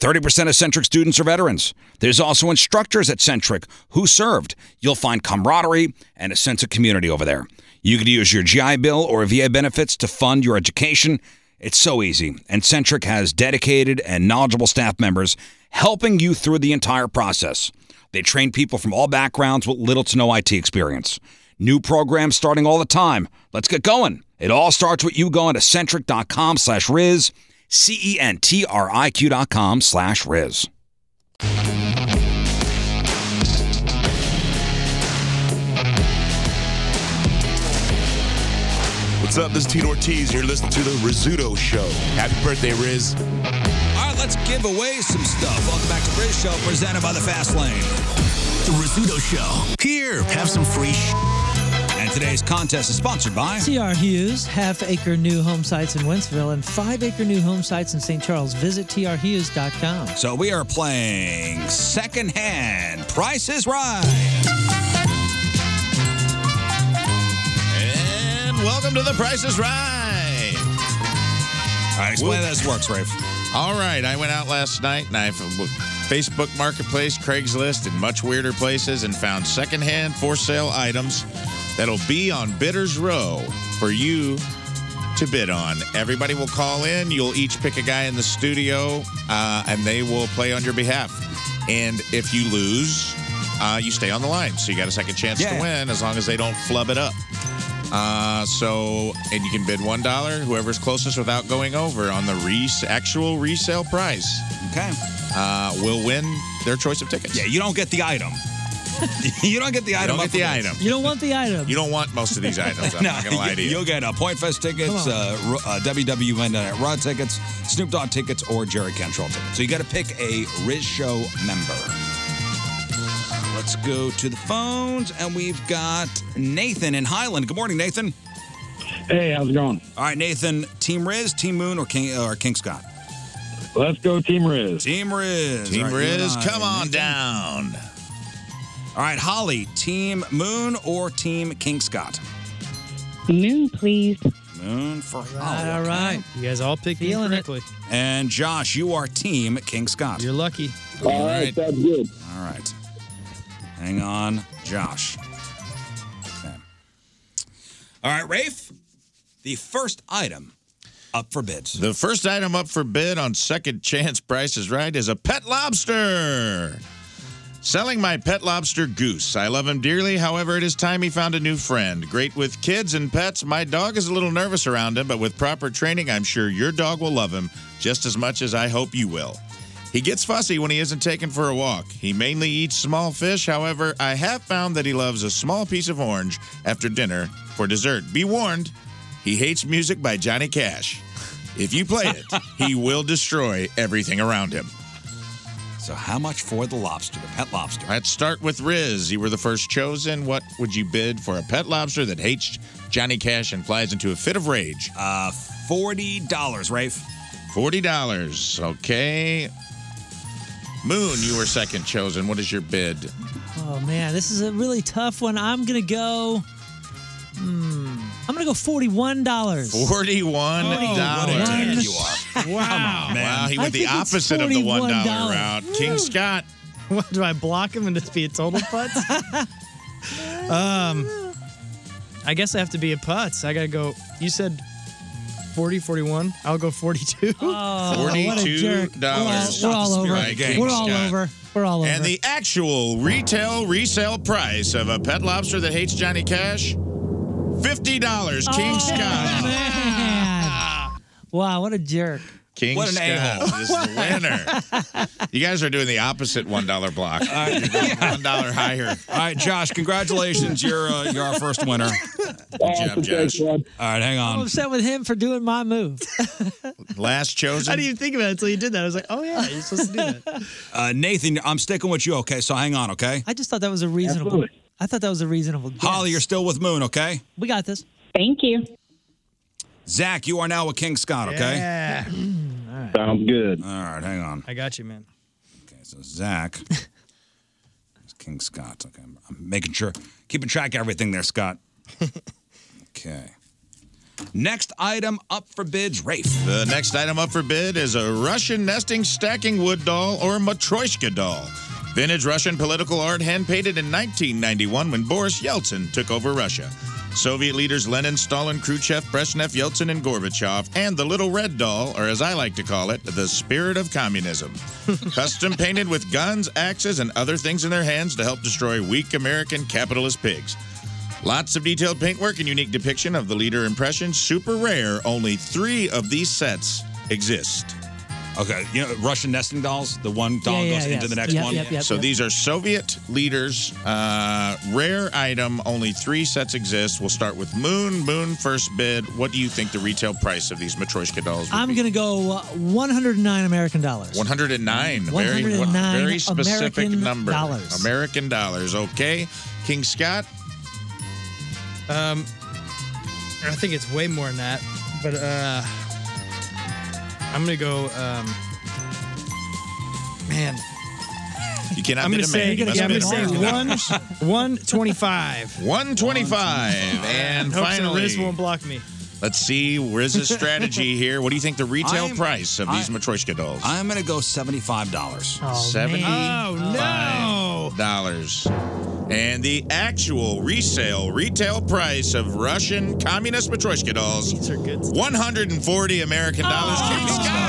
[SPEAKER 7] 30% of Centric students are veterans. There's also instructors at Centric who served. You'll find camaraderie and a sense of community over there. You could use your GI Bill or VA benefits to fund your education. It's so easy, and Centric has dedicated and knowledgeable staff members helping you through the entire process. They train people from all backgrounds with little to no IT experience. New programs starting all the time. Let's get going. It all starts with you going to centric.com slash Riz, C E N T R I Q dot com slash Riz.
[SPEAKER 16] What's up? This is Tito Ortiz, and you're listening to The Rizzuto Show. Happy birthday, Riz.
[SPEAKER 7] All right, let's give away some stuff. Welcome back to the Riz Show, presented by The Fast Lane. The Rizzuto Show. Here, have some free sh- And today's contest is sponsored by
[SPEAKER 8] CR Hughes, half acre new home sites in Wentzville and five acre new home sites in St. Charles. Visit trhughes.com.
[SPEAKER 7] So we are playing secondhand. Price is right.
[SPEAKER 9] And welcome to the Price is Right. All
[SPEAKER 7] right, explain how this works, Rafe.
[SPEAKER 9] All right, I went out last night and I Facebook Marketplace, Craigslist, and much weirder places and found secondhand for sale items that'll be on Bidders Row for you to bid on. Everybody will call in. You'll each pick a guy in the studio uh, and they will play on your behalf. And if you lose, uh, you stay on the line. So you got a second chance to
[SPEAKER 7] Yeah.
[SPEAKER 9] win as long as they don't flub it up. Uh, so, and you can bid one dollar. Whoever's closest without going over on the res- actual resale price,
[SPEAKER 7] okay,
[SPEAKER 9] uh, will win their choice of tickets.
[SPEAKER 7] Yeah, you don't get the item. you don't get the item.
[SPEAKER 9] You
[SPEAKER 7] up
[SPEAKER 9] don't get the
[SPEAKER 7] for this.
[SPEAKER 9] item.
[SPEAKER 8] You don't want the item.
[SPEAKER 9] You don't want most of these items. I'm not gonna lie to you.
[SPEAKER 7] You'll get uh, Point Fest tickets,
[SPEAKER 9] Come on.
[SPEAKER 7] uh, Ro- uh, WWN uh, Raw tickets, Snoop Dogg tickets, or Jerry Cantrell tickets. So you got to pick a Riz Show member. Let's go to the phones, and we've got Nathan in Highland. Good morning, Nathan.
[SPEAKER 17] Hey, how's it going?
[SPEAKER 7] All right, Nathan. Team Riz, Team Moon, or King uh, or King Scott?
[SPEAKER 17] Let's go, Team Riz.
[SPEAKER 7] Team Riz.
[SPEAKER 9] Team
[SPEAKER 7] All right, you and
[SPEAKER 9] Riz,
[SPEAKER 7] I,
[SPEAKER 9] come on
[SPEAKER 7] Nathan.
[SPEAKER 9] down.
[SPEAKER 7] All right, Holly. Team Moon or Team King Scott?
[SPEAKER 18] Moon, please.
[SPEAKER 7] Moon for Holly.
[SPEAKER 10] All right. You guys all picked me correctly.
[SPEAKER 7] And Josh, you are Team King Scott. You're
[SPEAKER 10] lucky.
[SPEAKER 7] All right, that's good. All right. Hang on, Josh. Okay. All right, Rafe. The first item up for bids.
[SPEAKER 9] The first item up for bid on Second Chance Price is Right is a pet lobster. Selling my pet lobster Goose. I love him dearly, however, it is time he found a new friend. Great with kids and pets. My dog is a little nervous around him, but with proper training, I'm sure your dog will love him just as much as I hope you will. He gets fussy when he isn't taken for a walk. He mainly eats small fish, however, I have found that he loves a small piece of orange after dinner for dessert. Be warned, he hates music by Johnny Cash. If you play it, he will destroy everything around him.
[SPEAKER 7] So, how much for the lobster, the pet lobster?
[SPEAKER 9] Let's start with Riz. You were the first chosen. What would you bid for a pet lobster that hates Johnny Cash and flies into a fit of rage?
[SPEAKER 7] Uh, $40, Rafe.
[SPEAKER 9] $40. Okay. Moon, you were second chosen. What is your bid?
[SPEAKER 8] Oh man, this is a really tough one. I'm gonna go. Hmm, I'm gonna go forty-one dollars.
[SPEAKER 9] Forty-one dollars. you are.
[SPEAKER 8] Wow,
[SPEAKER 9] Wow, he
[SPEAKER 8] I
[SPEAKER 9] went the
[SPEAKER 8] think it's
[SPEAKER 9] opposite of the one
[SPEAKER 8] $41.
[SPEAKER 9] dollar route. King Scott.
[SPEAKER 10] What do I block him and just be a total putz? um, I guess I have to be a putz. I gotta go. You said 40, 41. I'll go 42.
[SPEAKER 8] Uh,
[SPEAKER 9] Forty-two dollars.
[SPEAKER 8] We're all
[SPEAKER 9] And the actual retail resale price of a pet lobster that hates Johnny Cash, fifty dollars.
[SPEAKER 8] Oh.
[SPEAKER 9] King Scott.
[SPEAKER 8] Wow, what a jerk.
[SPEAKER 9] King
[SPEAKER 8] What an
[SPEAKER 9] Scott
[SPEAKER 8] a-hole.
[SPEAKER 9] is the winner. you guys are doing the opposite one dollar block. One dollar higher.
[SPEAKER 7] All right, Josh, congratulations. You're uh, you're our first winner.
[SPEAKER 9] Good job, Josh.
[SPEAKER 7] All right, hang
[SPEAKER 8] I'm
[SPEAKER 10] Um,
[SPEAKER 7] on.
[SPEAKER 8] upset with him for doing my move.
[SPEAKER 9] Last chosen.
[SPEAKER 10] I didn't even think about it until you did that. I was like, oh yeah, you're supposed to do that.
[SPEAKER 7] Uh, Nathan, I'm sticking with you, okay? So hang on, okay?
[SPEAKER 8] I just thought that was a reasonable.
[SPEAKER 7] Absolutely.
[SPEAKER 8] I thought that was a reasonable.
[SPEAKER 7] Holly, you're still with Moon, okay?
[SPEAKER 8] We got this. Thank you.
[SPEAKER 7] Zach, you are now with King Scott, okay?
[SPEAKER 10] Yeah.
[SPEAKER 7] Sounds good. All right, hang on.
[SPEAKER 10] I got you, man.
[SPEAKER 7] So Zach, it's King Scott. Okay, I'm, I'm making sure, keeping track of everything there, Scott. okay. Next item up for bids, Rafe.
[SPEAKER 9] The next item up for bid is a Russian nesting stacking wood doll or Matryoshka doll. Vintage Russian political art hand painted in 1991 when Boris Yeltsin took over Russia. Soviet leaders Lenin, Stalin, Khrushchev, Brezhnev, Yeltsin, and Gorbachev, and the Little Red Doll, or as I like to call it, the Spirit of Communism. Custom painted with guns, axes, and other things in their hands to help destroy weak American capitalist pigs. Lots of detailed paintwork and unique depiction of the leader impression. Super rare. Only three of these sets exist.
[SPEAKER 7] Okay, you know Russian nesting dolls. The one doll Yeah, goes yeah, into yeah. the next Yep, one? yep, yep,
[SPEAKER 9] so
[SPEAKER 7] yep.
[SPEAKER 9] these are Soviet leaders. Uh, rare item. Only three sets exist. We'll start with Moon. Moon first bid. What do you think the retail price of these Matryoshka dolls?
[SPEAKER 8] I'm gonna go uh, 109 American dollars.
[SPEAKER 9] 109. Very,
[SPEAKER 8] 109
[SPEAKER 9] very specific
[SPEAKER 8] American
[SPEAKER 9] number.
[SPEAKER 8] dollars.
[SPEAKER 9] American dollars. Okay. King Scott.
[SPEAKER 10] Um, I think it's way more than that, but uh, I'm gonna go. Um, man,
[SPEAKER 9] You cannot
[SPEAKER 10] I'm
[SPEAKER 9] bid
[SPEAKER 10] gonna
[SPEAKER 9] a
[SPEAKER 10] say
[SPEAKER 9] man. You must
[SPEAKER 10] I'm gonna
[SPEAKER 9] bid
[SPEAKER 10] say
[SPEAKER 9] American
[SPEAKER 10] one
[SPEAKER 9] dollars.
[SPEAKER 10] one twenty five.
[SPEAKER 9] 125. And
[SPEAKER 10] Hopes that
[SPEAKER 9] finally,
[SPEAKER 10] Riz won't block me.
[SPEAKER 9] let's see Riz's strategy here. What do you think the retail
[SPEAKER 7] I'm-
[SPEAKER 9] price of these
[SPEAKER 7] I-
[SPEAKER 9] Matryoshka dolls?
[SPEAKER 7] I'm gonna go seventy-five dollars.
[SPEAKER 9] Seventy
[SPEAKER 10] Oh, no.
[SPEAKER 9] dollars. And the actual resale retail price of Russian communist Matryoshka dolls,
[SPEAKER 10] These are good. Oh,
[SPEAKER 9] 140 American dollars. King Scott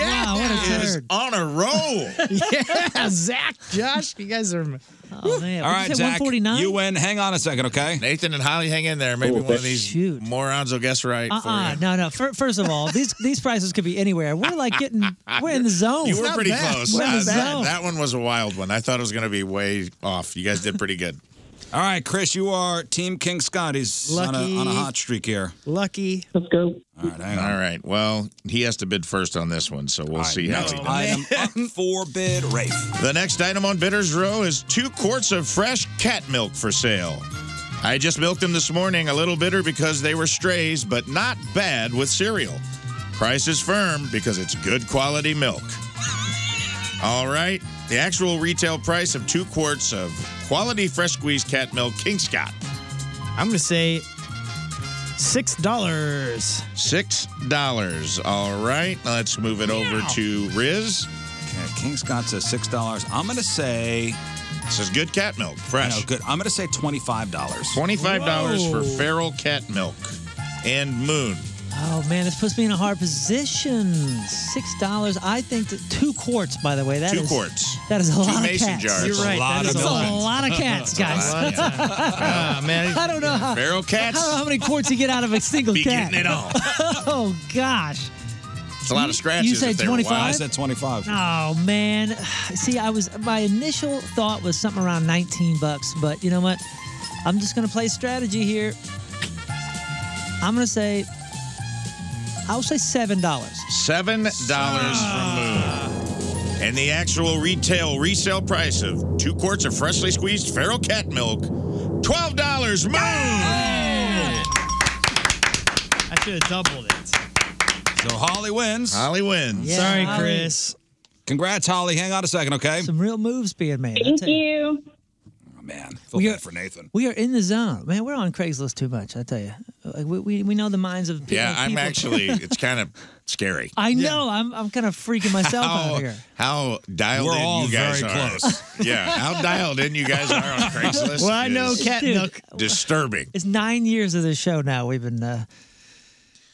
[SPEAKER 10] yeah,
[SPEAKER 9] is on a roll.
[SPEAKER 10] yeah, Zach, Josh, you guys are.
[SPEAKER 8] Oh man,
[SPEAKER 7] All right, Zach, you win. Hang on a second, okay?
[SPEAKER 9] Nathan and Holly, hang in there.
[SPEAKER 10] Oh,
[SPEAKER 9] Maybe one of these morons will guess right
[SPEAKER 10] Uh-uh.
[SPEAKER 8] Uh uh
[SPEAKER 9] for you.
[SPEAKER 8] no no. Fir- First of all, these these prices could be anywhere. We're like getting we're in the zone.
[SPEAKER 9] Ah, You were pretty close.
[SPEAKER 8] We're in
[SPEAKER 9] Uh,
[SPEAKER 8] the
[SPEAKER 9] that,
[SPEAKER 8] zone.
[SPEAKER 9] that one was a wild one. I thought it was going to be way off. You guys did pretty good.
[SPEAKER 7] All right, Chris, you are Team King Scott. He's on a,
[SPEAKER 10] Lucky.
[SPEAKER 7] on a hot streak here.
[SPEAKER 10] Lucky.
[SPEAKER 9] Let's go. All right, All right. Well, he has to bid first on this one, so we'll see how
[SPEAKER 7] Next
[SPEAKER 9] he does.
[SPEAKER 7] item up for bid, Rafe.
[SPEAKER 9] The next item on Bidders Row is two quarts of fresh cat milk for sale. I just milked them this morning, a little bitter because they were strays, but not bad with cereal. Price is firm because it's good quality milk. All right, the actual retail price of two quarts of quality fresh squeezed cat milk, King Scott.
[SPEAKER 10] I'm gonna say six dollars.
[SPEAKER 9] Six dollars. All right, let's move it over to Riz.
[SPEAKER 7] Okay, King Scott says six dollars. I'm gonna say
[SPEAKER 9] this is good cat milk, fresh.
[SPEAKER 7] good. I'm gonna say twenty-five dollars.
[SPEAKER 9] Twenty-five dollars for
[SPEAKER 7] Whoa.
[SPEAKER 9] feral cat milk. And Moon.
[SPEAKER 8] Oh man, this puts me in a hard position. Six dollars. I think that two quarts. By the way, that is
[SPEAKER 9] Two quarts.
[SPEAKER 8] That is a
[SPEAKER 9] Two
[SPEAKER 8] lot
[SPEAKER 9] mason
[SPEAKER 8] of cats.
[SPEAKER 9] jars.
[SPEAKER 8] You're
[SPEAKER 9] That's a
[SPEAKER 8] right.
[SPEAKER 9] lot
[SPEAKER 8] that
[SPEAKER 9] of
[SPEAKER 8] is
[SPEAKER 9] milk.
[SPEAKER 8] a lot of cats, guys.
[SPEAKER 9] That's a lot, yeah. Ah, man.
[SPEAKER 8] I don't know how
[SPEAKER 9] Feral cats.
[SPEAKER 8] I don't know how many quarts you get out of a single
[SPEAKER 9] Be
[SPEAKER 8] cat.
[SPEAKER 9] getting it all.
[SPEAKER 8] oh gosh.
[SPEAKER 9] It's a lot of scratches.
[SPEAKER 8] you said
[SPEAKER 9] if they were
[SPEAKER 8] 25?
[SPEAKER 9] wild.
[SPEAKER 8] I said
[SPEAKER 7] 25.
[SPEAKER 8] Oh man, see, I was my initial thought was something around 19 bucks, but you know what? I'm just gonna play strategy here. I'm gonna say, I'll say seven dollars.
[SPEAKER 9] Seven dollars
[SPEAKER 8] Ah.
[SPEAKER 9] from Moon. And the actual retail resale price of two quarts of freshly squeezed feral cat milk, twelve dollars. Moon.
[SPEAKER 10] I should have doubled it.
[SPEAKER 7] So Holly wins.
[SPEAKER 9] Holly wins.
[SPEAKER 10] Yeah, Sorry, Holly. Chris.
[SPEAKER 7] Congrats, Holly. Hang on a second, okay?
[SPEAKER 8] Some real moves being made. I tell
[SPEAKER 18] you.
[SPEAKER 7] Feel
[SPEAKER 8] We
[SPEAKER 7] bad
[SPEAKER 8] are-
[SPEAKER 7] for Nathan.
[SPEAKER 8] We are in the zone, man. We're on Craigslist too much. I tell you, like we, we, we know the minds of people.
[SPEAKER 9] Yeah, I'm
[SPEAKER 8] people.
[SPEAKER 9] actually. It's kind of scary.
[SPEAKER 8] I know. I'm I'm kind of freaking myself
[SPEAKER 9] how,
[SPEAKER 8] out here.
[SPEAKER 9] How dialed
[SPEAKER 7] We're
[SPEAKER 9] in
[SPEAKER 7] all
[SPEAKER 9] you guys
[SPEAKER 7] very
[SPEAKER 9] are.
[SPEAKER 7] close.
[SPEAKER 9] yeah, how dialed in you guys are on Craigslist.
[SPEAKER 8] Well, I know
[SPEAKER 9] is
[SPEAKER 8] cat milk.
[SPEAKER 9] Disturbing.
[SPEAKER 8] It's nine years of this show now. We've been uh,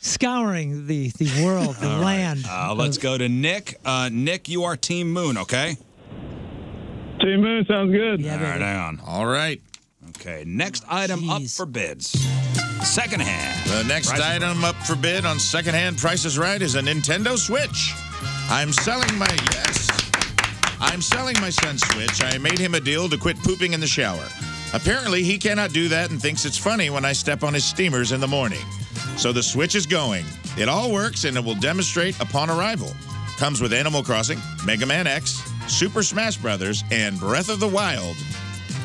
[SPEAKER 8] scouring the the world, the
[SPEAKER 7] All right.
[SPEAKER 8] land.
[SPEAKER 7] Uh, let's go to Nick. Uh, Nick, you are Team Moon, okay?
[SPEAKER 17] Team Moon sounds good.
[SPEAKER 7] All right, hang on.
[SPEAKER 9] All right.
[SPEAKER 7] Okay, next item up for bids. Secondhand.
[SPEAKER 9] The next
[SPEAKER 7] Prices
[SPEAKER 9] item up for bid on secondhand prices right is a Nintendo Switch. I'm selling my yes. I'm selling my son's Switch. I made him a deal to quit pooping in the shower. Apparently, he cannot do that and thinks it's funny when I step on his steamers in the morning. So the Switch is going. It all works and it will demonstrate upon arrival. Comes with Animal Crossing, Mega Man X, Super Smash Brothers, and Breath of the Wild.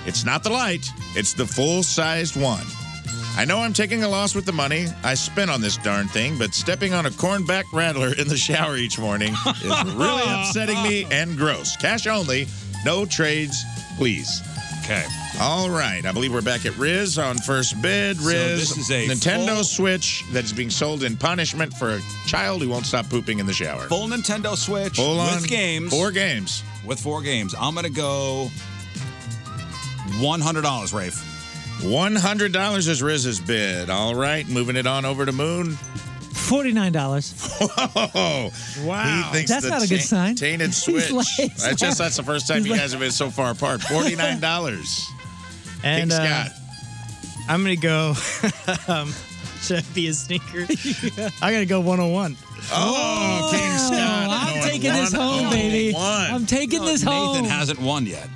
[SPEAKER 9] It's not the light, it's the full-sized one. I know I'm taking a loss with the money I spent on this darn thing, but stepping on a cornback rattler in the shower each morning is really upsetting me and gross. Cash only, no trades, please.
[SPEAKER 7] Okay.
[SPEAKER 9] All right. I believe we're back at Riz on first bid.
[SPEAKER 7] So
[SPEAKER 9] Riz,
[SPEAKER 7] this is a
[SPEAKER 9] Nintendo
[SPEAKER 7] full-
[SPEAKER 9] Switch that is being sold in punishment for a child who won't stop pooping in the shower.
[SPEAKER 7] Full Nintendo Switch
[SPEAKER 9] Full
[SPEAKER 7] with
[SPEAKER 9] on
[SPEAKER 7] games.
[SPEAKER 9] Four games.
[SPEAKER 7] With four games. I'm going to go $100, Rafe.
[SPEAKER 9] $100 is Riz's bid. All right. Moving it on over to Moon.
[SPEAKER 8] Forty nine dollars.
[SPEAKER 9] Whoa! Wow, he thinks
[SPEAKER 8] That's
[SPEAKER 9] the
[SPEAKER 8] not a good
[SPEAKER 9] ta-
[SPEAKER 8] sign.
[SPEAKER 9] Tainted
[SPEAKER 8] He's
[SPEAKER 9] switch.
[SPEAKER 8] like- he's
[SPEAKER 9] that's just
[SPEAKER 8] like-
[SPEAKER 9] that's the first time
[SPEAKER 8] he's
[SPEAKER 9] you
[SPEAKER 8] like-
[SPEAKER 9] guys have been so far apart. Forty nine dollars.
[SPEAKER 10] And
[SPEAKER 9] King
[SPEAKER 10] uh, I'm gonna go. um, should I be a sneaker? I gotta go 101.
[SPEAKER 9] Oh, King Oh, Scott.
[SPEAKER 8] I'm taking this home, baby. I'm taking this home.
[SPEAKER 7] Nathan hasn't won yet.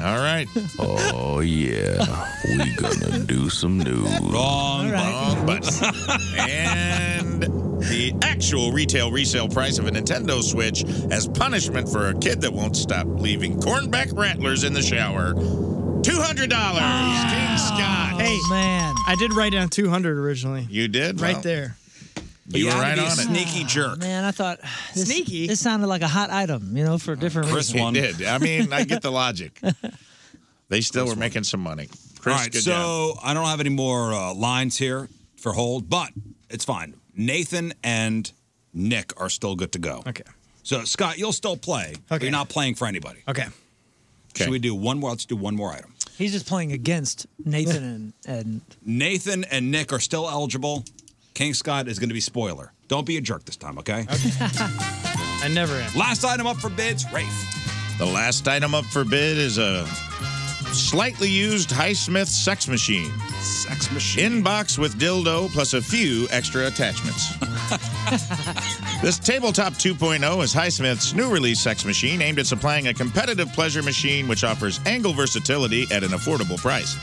[SPEAKER 9] All right.
[SPEAKER 11] Oh, yeah. we gonna do some news.
[SPEAKER 7] Wrong.
[SPEAKER 9] Wrong button. and the actual retail resale price of a Nintendo Switch as punishment for a kid that won't stop leaving cornback rattlers in the shower. Two hundred dollars.
[SPEAKER 8] Ah.
[SPEAKER 9] King Scott.
[SPEAKER 10] Hey,
[SPEAKER 8] man,
[SPEAKER 10] I did write down 200 originally.
[SPEAKER 9] You did
[SPEAKER 10] right
[SPEAKER 9] Well,
[SPEAKER 10] there.
[SPEAKER 9] You were right on it.
[SPEAKER 7] jerk.
[SPEAKER 8] Man, I thought this, sneaky. This sounded like a hot item, you know, for different
[SPEAKER 9] Chris
[SPEAKER 8] reasons.
[SPEAKER 9] did. I mean, I get the logic. They still were making some money. Chris,
[SPEAKER 7] All right,
[SPEAKER 9] good
[SPEAKER 7] so
[SPEAKER 9] job.
[SPEAKER 7] I don't have any more uh, lines here for hold, but it's fine. Nathan and Nick are still good to go. Okay. So Scott, you'll still play. but
[SPEAKER 8] Okay.
[SPEAKER 7] You're not playing for anybody.
[SPEAKER 10] Okay.
[SPEAKER 7] Should we do one more? Let's do one more item.
[SPEAKER 8] He's just playing against Nathan and, and
[SPEAKER 7] Nathan and Nick are still eligible. King Scott is going to be spoiler. Don't be a jerk this time, okay?
[SPEAKER 10] I never am.
[SPEAKER 7] Last item up for bids, Rafe.
[SPEAKER 9] The last item up for bid is a slightly used Highsmith sex machine.
[SPEAKER 7] Sex machine.
[SPEAKER 9] Inbox with dildo plus a few extra attachments. this tabletop 2.0 is Highsmith's new release sex machine aimed at supplying a competitive pleasure machine which offers angle versatility at an affordable price.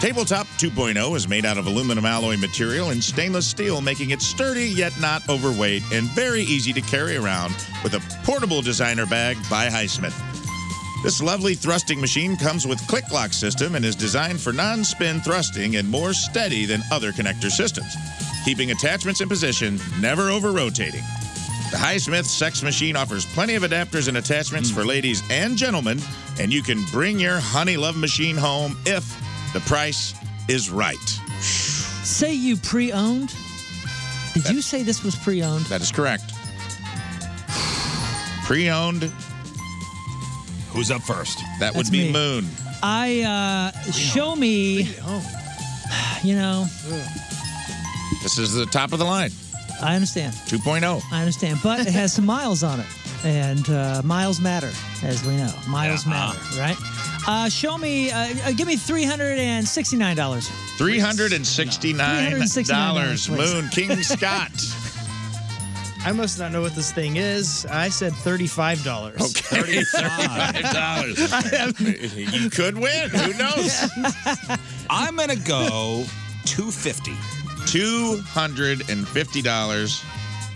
[SPEAKER 9] Tabletop 2.0 is made out of aluminum alloy material and stainless steel, making it sturdy yet not overweight and very easy to carry around with a portable designer bag by Highsmith. This lovely thrusting machine comes with click lock system and is designed for non-spin thrusting and more steady than other connector systems, keeping attachments in position, never over-rotating. The Highsmith Sex Machine offers plenty of adapters and attachments
[SPEAKER 7] Hmm.
[SPEAKER 9] for ladies and gentlemen, and you can bring your honey love machine home if the price is right.
[SPEAKER 8] say you pre-owned. Did you say this was pre-owned?
[SPEAKER 9] That is correct. Pre-owned.
[SPEAKER 7] Who's up first?
[SPEAKER 9] That
[SPEAKER 8] That's
[SPEAKER 9] would be
[SPEAKER 8] me.
[SPEAKER 9] Moon.
[SPEAKER 8] I uh, show me. You know,
[SPEAKER 9] This is the top of the line. oh.
[SPEAKER 8] I understand.
[SPEAKER 9] 2.0.
[SPEAKER 8] I understand, but it has some miles on it, and uh, miles matter, as we know. Miles
[SPEAKER 7] Uh-huh.
[SPEAKER 8] matter, right? Uh, show me, uh, uh, give me three hundred and sixty-nine dollars.
[SPEAKER 9] Three hundred and sixty-nine
[SPEAKER 8] $369,
[SPEAKER 9] dollars.
[SPEAKER 8] please.
[SPEAKER 9] Moon King Scott.
[SPEAKER 10] I must not know what this thing is. I said thirty-five dollars.
[SPEAKER 9] Okay. $35. you could win. Who knows?
[SPEAKER 7] I'm gonna go two fifty.
[SPEAKER 9] Two hundred and fifty dollars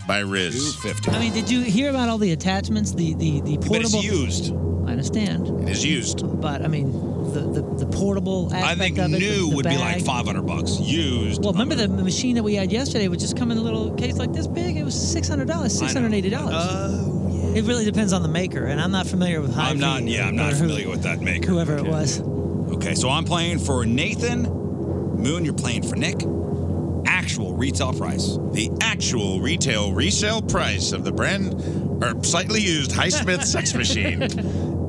[SPEAKER 9] by Riz. Two
[SPEAKER 7] fifty.
[SPEAKER 8] I mean, did you hear about all the attachments? The the the portable.
[SPEAKER 9] But it's used.
[SPEAKER 8] I understand,
[SPEAKER 9] It is used.
[SPEAKER 8] but I mean, the the, the portable aspect
[SPEAKER 7] I think
[SPEAKER 8] of it. the-
[SPEAKER 7] new
[SPEAKER 8] the
[SPEAKER 7] would be like
[SPEAKER 8] bag.
[SPEAKER 7] five hundred bucks. Used.
[SPEAKER 8] Well, remember the machine that we had yesterday would just come in a little case like this big. It was six hundred dollars, six hundred eighty dollars. Oh, yeah. It really depends on the maker, and I'm not familiar with. Hy-Vee
[SPEAKER 7] I'm not. Yeah, I'm
[SPEAKER 8] or
[SPEAKER 7] not
[SPEAKER 8] who-
[SPEAKER 7] familiar with that maker.
[SPEAKER 8] Whoever it was.
[SPEAKER 7] Okay, so I'm playing for Nathan. Moon, you're playing for Nick. Actual retail price.
[SPEAKER 9] The actual retail resale price of the brand or slightly used Highsmith sex machine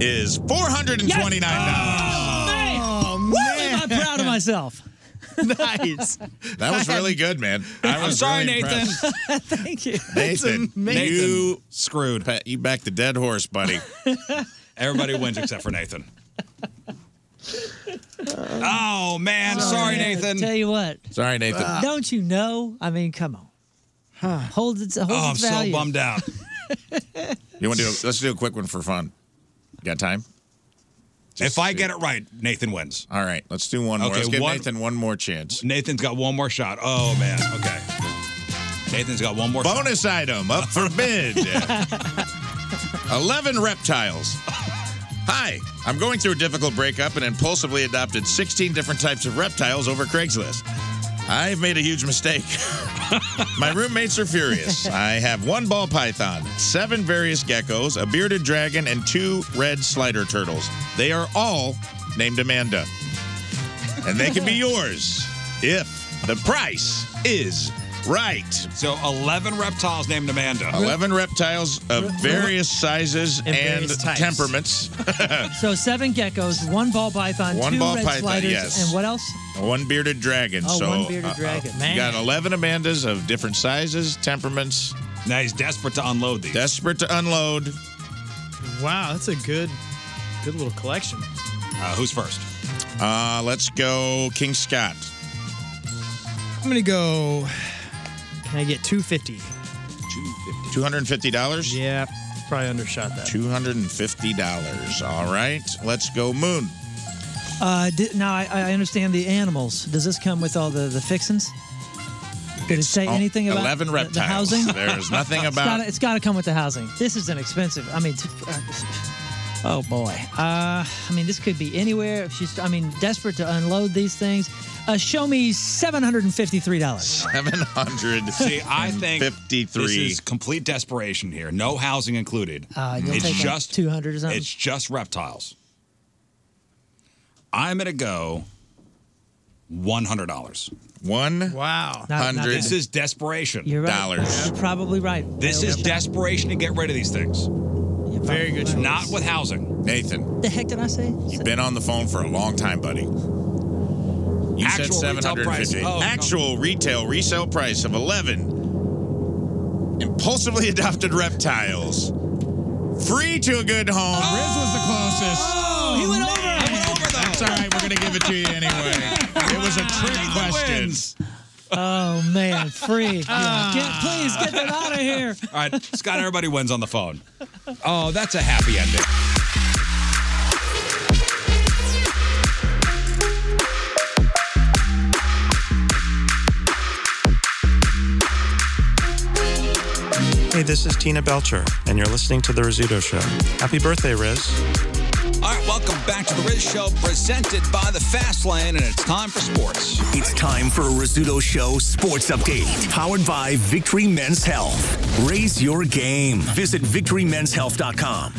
[SPEAKER 9] is four hundred and twenty-nine dollars.
[SPEAKER 8] Oh man! I'm proud of myself.
[SPEAKER 10] nice.
[SPEAKER 9] That was really good, man. I
[SPEAKER 7] I'm
[SPEAKER 9] was
[SPEAKER 7] sorry,
[SPEAKER 9] really
[SPEAKER 7] Nathan.
[SPEAKER 9] impressed.
[SPEAKER 8] Thank you.
[SPEAKER 9] Nathan, you screwed. Pat, you backed the dead horse, buddy.
[SPEAKER 7] Everybody wins except for Nathan. Oh man, sorry, Nathan.
[SPEAKER 8] Tell you what. Ah.
[SPEAKER 9] Sorry, Nathan.
[SPEAKER 8] Don't you know? I I mean, come on. Hold its hold
[SPEAKER 7] Oh, I'm
[SPEAKER 8] its
[SPEAKER 7] so
[SPEAKER 8] value.
[SPEAKER 7] bummed out.
[SPEAKER 9] You want to do? A, let's do a quick one for fun. Got time?
[SPEAKER 7] if I get it right, Nathan wins.
[SPEAKER 9] All right, let's do one more.
[SPEAKER 7] Okay,
[SPEAKER 9] Let's give
[SPEAKER 7] one-
[SPEAKER 9] Nathan one more chance.
[SPEAKER 7] Nathan's got one more shot. Oh man. Okay. Nathan's got one more.
[SPEAKER 9] Bonus item up for bid. Eleven reptiles. Hi, I'm going through a difficult breakup and impulsively adopted 16 different types of reptiles over Craigslist. I've made a huge mistake. My roommates are furious. I have one ball python, seven various geckos, a bearded dragon, and two red slider turtles. They are all named Amanda. And they can be yours if the price is right.
[SPEAKER 7] So 11 reptiles named Amanda.
[SPEAKER 9] 11 reptiles of various sizes and,
[SPEAKER 8] various types.
[SPEAKER 9] temperaments.
[SPEAKER 8] So seven geckos, one ball python,
[SPEAKER 9] One
[SPEAKER 8] two
[SPEAKER 9] ball
[SPEAKER 8] red
[SPEAKER 9] python,
[SPEAKER 8] sliders,
[SPEAKER 9] yes.
[SPEAKER 8] and what else?
[SPEAKER 9] One bearded dragon.
[SPEAKER 8] Oh,
[SPEAKER 9] so uh,
[SPEAKER 8] one bearded dragon.
[SPEAKER 9] You
[SPEAKER 8] Man.
[SPEAKER 9] got eleven Amandas of different sizes, temperaments.
[SPEAKER 7] Now he's desperate to unload these.
[SPEAKER 9] Desperate to unload.
[SPEAKER 10] Wow, that's a good, good little collection.
[SPEAKER 7] Uh, who's first?
[SPEAKER 9] Uh, let's go King Scott.
[SPEAKER 10] I'm gonna go. Can I get two fifty?
[SPEAKER 9] Two hundred and fifty dollars.
[SPEAKER 10] Yeah, probably undershot that.
[SPEAKER 9] Two hundred and fifty dollars. All right. Let's go Moon.
[SPEAKER 8] Uh, di- now I, I understand the animals. Does this come with all the the fixins? Did it say
[SPEAKER 9] oh,
[SPEAKER 8] anything about
[SPEAKER 9] 11
[SPEAKER 8] the- The,
[SPEAKER 9] reptiles.
[SPEAKER 8] housing?
[SPEAKER 9] There's nothing
[SPEAKER 8] It's
[SPEAKER 9] about-
[SPEAKER 8] gotta- it's got to come with the housing. This is an expensive. I mean, t- uh, oh boy. Uh, I mean, this could be anywhere. If she's, I mean, desperate to unload these things. Uh, show me seven hundred and fifty-three dollars.
[SPEAKER 9] Seven hundred.
[SPEAKER 7] See, I think
[SPEAKER 9] 53.
[SPEAKER 7] This is complete desperation here. No housing included.
[SPEAKER 8] Uh, you'll
[SPEAKER 7] it's
[SPEAKER 8] take
[SPEAKER 7] just
[SPEAKER 8] two hundred or something.
[SPEAKER 7] it's just reptiles. I'm gonna go one hundred dollars.
[SPEAKER 9] One.
[SPEAKER 10] Wow.
[SPEAKER 8] Not- not
[SPEAKER 7] This
[SPEAKER 8] bad.
[SPEAKER 7] is desperation.
[SPEAKER 8] You're right. You're probably right.
[SPEAKER 7] This is desperation to get rid of these things.
[SPEAKER 10] Very good.
[SPEAKER 7] Not with housing.
[SPEAKER 9] Nathan,
[SPEAKER 8] What the heck did I say?
[SPEAKER 9] you've been on the phone for a long time, buddy. You said
[SPEAKER 7] Actual
[SPEAKER 9] seven
[SPEAKER 7] retail
[SPEAKER 9] hundred and
[SPEAKER 7] price.
[SPEAKER 9] fifty.
[SPEAKER 7] Oh, no.
[SPEAKER 9] Actual retail resale price of eleven impulsively adopted reptiles. Free to a good home. Oh. Riz was the closest.
[SPEAKER 8] Oh, he went over. I went over though.
[SPEAKER 9] That's all right. We're gonna give it to you anyway. It was a trick question.
[SPEAKER 8] Oh man, free. Yeah. Get, please get that out of here.
[SPEAKER 7] All right, Scott, everybody wins on the phone. Oh, that's a happy ending.
[SPEAKER 19] Hey, this is Tina Belcher, and you're listening to The Rizzuto Show. Happy birthday, Riz.
[SPEAKER 7] All right, welcome back to the Riz Show, presented by the Fast Lane, and it's time for sports.
[SPEAKER 3] It's time for a Rizzuto Show sports update, powered by Victory Men's Health. Raise your game. Visit victorymenshealth.com.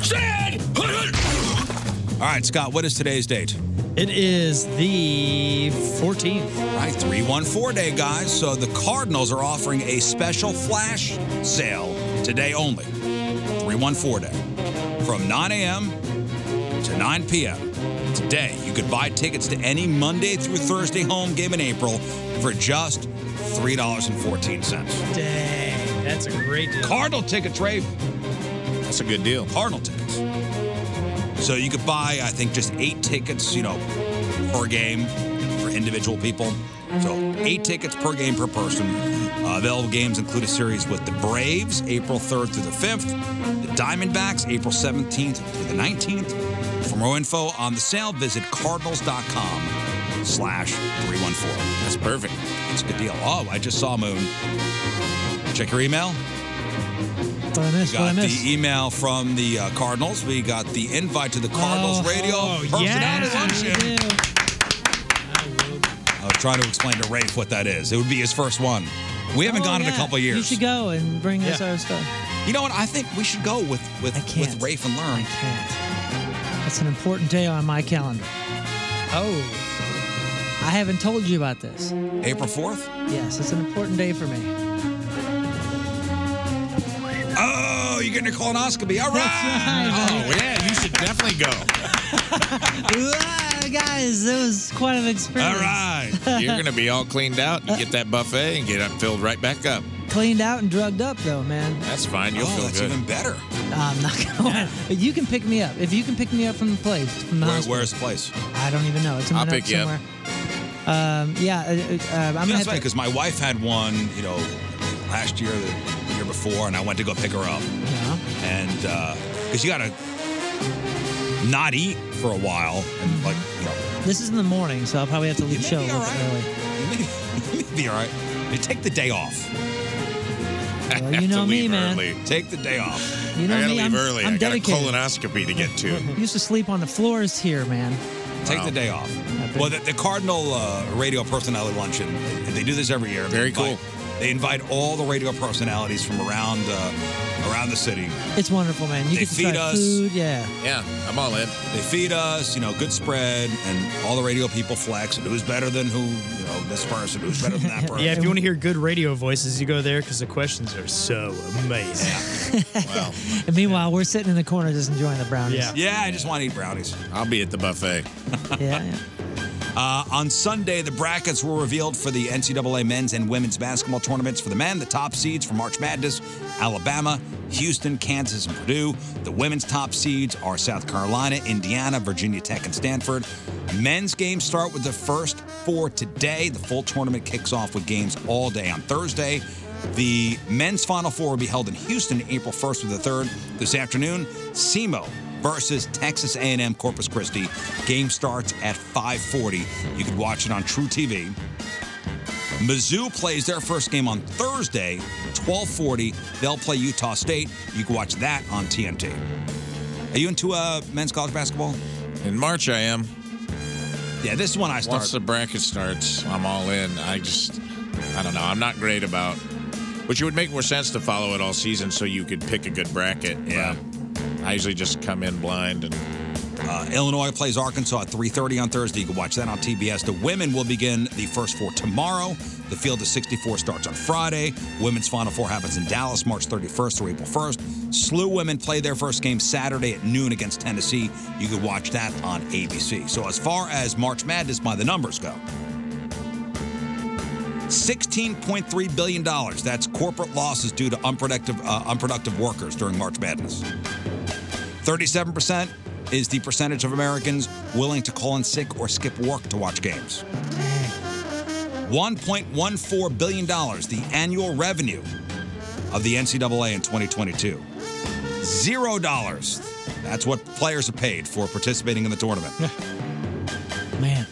[SPEAKER 7] All right, Scott, what is today's date?
[SPEAKER 10] It is the 14th.
[SPEAKER 7] All right, 314 day, guys. So the Cardinals are offering a special flash sale today only. 314 day. From 9 a.m. to 9 p.m. Today, you could buy tickets to any Monday through Thursday home game in April for just $3.14.
[SPEAKER 8] Dang.
[SPEAKER 10] That's a great deal.
[SPEAKER 7] Cardinal tickets, Ray.
[SPEAKER 9] That's a good deal.
[SPEAKER 7] Cardinal tickets. So you could buy, I think, just eight tickets, you know, per game for individual people. So eight tickets per game per person. Uh, available games include a series with the Braves, April 3rd through the 5th, the Diamondbacks, April 17th through the 19th. For more info on the sale, visit cardinals.com slash 314. That's perfect. That's a good deal. Oh, I just saw Moon. Check your email.
[SPEAKER 8] What I missed?
[SPEAKER 7] We
[SPEAKER 8] What I
[SPEAKER 7] got
[SPEAKER 8] missed?
[SPEAKER 7] the email from the uh, Cardinals. We got the invite to the Cardinals
[SPEAKER 8] Oh,
[SPEAKER 7] radio personality luncheon. I was trying to explain to Rafe what that is. It would be his first one. We haven't
[SPEAKER 8] Oh,
[SPEAKER 7] gone in a
[SPEAKER 8] yeah.
[SPEAKER 7] couple
[SPEAKER 8] You
[SPEAKER 7] years.
[SPEAKER 8] should go and bring us
[SPEAKER 7] Yeah.
[SPEAKER 8] our stuff.
[SPEAKER 7] You know what? I think we should go with with with Rafe and Learn.
[SPEAKER 8] That's an important day on my calendar. Oh. I haven't told you about this.
[SPEAKER 7] April fourth.
[SPEAKER 8] Yes, it's an important day for me.
[SPEAKER 7] Oh, you're getting a colonoscopy. All right.
[SPEAKER 9] Oh yeah, you should definitely go.
[SPEAKER 8] Wow, guys, that was quite an experience.
[SPEAKER 9] All right, you're gonna be all cleaned out. You get that buffet and get up filled right back up.
[SPEAKER 8] Cleaned out and drugged up, though, man.
[SPEAKER 9] That's fine. You'll
[SPEAKER 7] Oh,
[SPEAKER 9] feel
[SPEAKER 7] that's
[SPEAKER 9] good.
[SPEAKER 7] even better.
[SPEAKER 8] I'm not going. to You can pick me up if you can pick me up from the place. From the
[SPEAKER 7] Where,
[SPEAKER 8] hospital.
[SPEAKER 7] where's the place?
[SPEAKER 8] I don't even know. It's in
[SPEAKER 7] I'll
[SPEAKER 8] Minot
[SPEAKER 7] pick you up.
[SPEAKER 8] somewhere. Um, yeah, uh, uh, I'm
[SPEAKER 7] You
[SPEAKER 8] gonna
[SPEAKER 7] know,
[SPEAKER 8] have
[SPEAKER 7] it's
[SPEAKER 8] to-
[SPEAKER 7] funny because my wife had one, you know, last year, the year before, and I went to go pick her up.
[SPEAKER 8] Yeah.
[SPEAKER 7] And because you got to not eat for a while and like, you know,
[SPEAKER 8] This is in the morning, so I'll probably have to leave show a little bit early.
[SPEAKER 7] be all right. You take the day off.
[SPEAKER 8] you know me, man.
[SPEAKER 7] Take the day off.
[SPEAKER 8] You know
[SPEAKER 9] I gotta
[SPEAKER 8] me, I'm-
[SPEAKER 9] leave early.
[SPEAKER 8] I'm
[SPEAKER 9] I got
[SPEAKER 8] dedicated.
[SPEAKER 9] a colonoscopy to get to.
[SPEAKER 8] I used to sleep on the floors here, man.
[SPEAKER 7] Take the day off. Well, the, the Cardinal uh, Radio Personality Luncheon, they do this every year. Very cool. They invite all the radio personalities from around uh, around the city.
[SPEAKER 8] It's wonderful, man. You
[SPEAKER 7] They
[SPEAKER 8] get to
[SPEAKER 7] feed
[SPEAKER 8] try
[SPEAKER 7] us.
[SPEAKER 8] food, yeah.
[SPEAKER 7] Yeah, I'm all in. They feed us, you know, good spread, and all the radio people flex, and who's better than who, you know, this person, who's better than that person.
[SPEAKER 10] Yeah, if you want to hear good radio voices, you go there because the questions are so amazing.
[SPEAKER 8] And meanwhile, we're sitting in the corner just enjoying the brownies.
[SPEAKER 7] Yeah, I just want to eat brownies.
[SPEAKER 9] I'll be at the buffet.
[SPEAKER 8] yeah.
[SPEAKER 7] Uh, on Sunday, the brackets were revealed for the NCAA men's and women's basketball tournaments. For the men, the top seeds for March Madness Alabama, Houston, Kansas, and Purdue. The women's top seeds are South Carolina, Indiana, Virginia Tech, and Stanford. Men's games start with the first four today. The full tournament kicks off with games all day on Thursday. The men's Final Four will be held in Houston April 1st through the 3rd. This afternoon, SEMO versus Texas A&M Corpus Christi. Game starts at 5:40. You can watch it on True TV. Mizzou plays their first game on Thursday, 12:40. They'll play Utah State. You can watch that on TNT. Are you into uh, men's college basketball?
[SPEAKER 9] In March, I am.
[SPEAKER 7] Yeah, this is when I start.
[SPEAKER 9] Once the bracket starts, I'm all in. I just, I don't know. I'm not great about, which it would make more sense to follow it all season so you could pick a good bracket. Yeah. I usually just come in blind and.
[SPEAKER 7] Uh, Illinois plays Arkansas at 3:30 on Thursday. You can watch that on TBS. The women will begin the first four tomorrow. The field of 64 starts on Friday. Women's Final Four happens in Dallas March 31st through April 1st. SLU women play their first game Saturday at noon against Tennessee. You can watch that on ABC. So as far as March Madness by the numbers go, $16.3 billion. That's corporate losses due to unproductive, uh, unproductive workers during March Madness. 37% is the percentage of Americans willing to call in sick or skip work to watch games. $1.14 billion, the annual revenue of the NCAA in 2022. Zero dollars. That's what players are paid for participating in the tournament.
[SPEAKER 8] Man.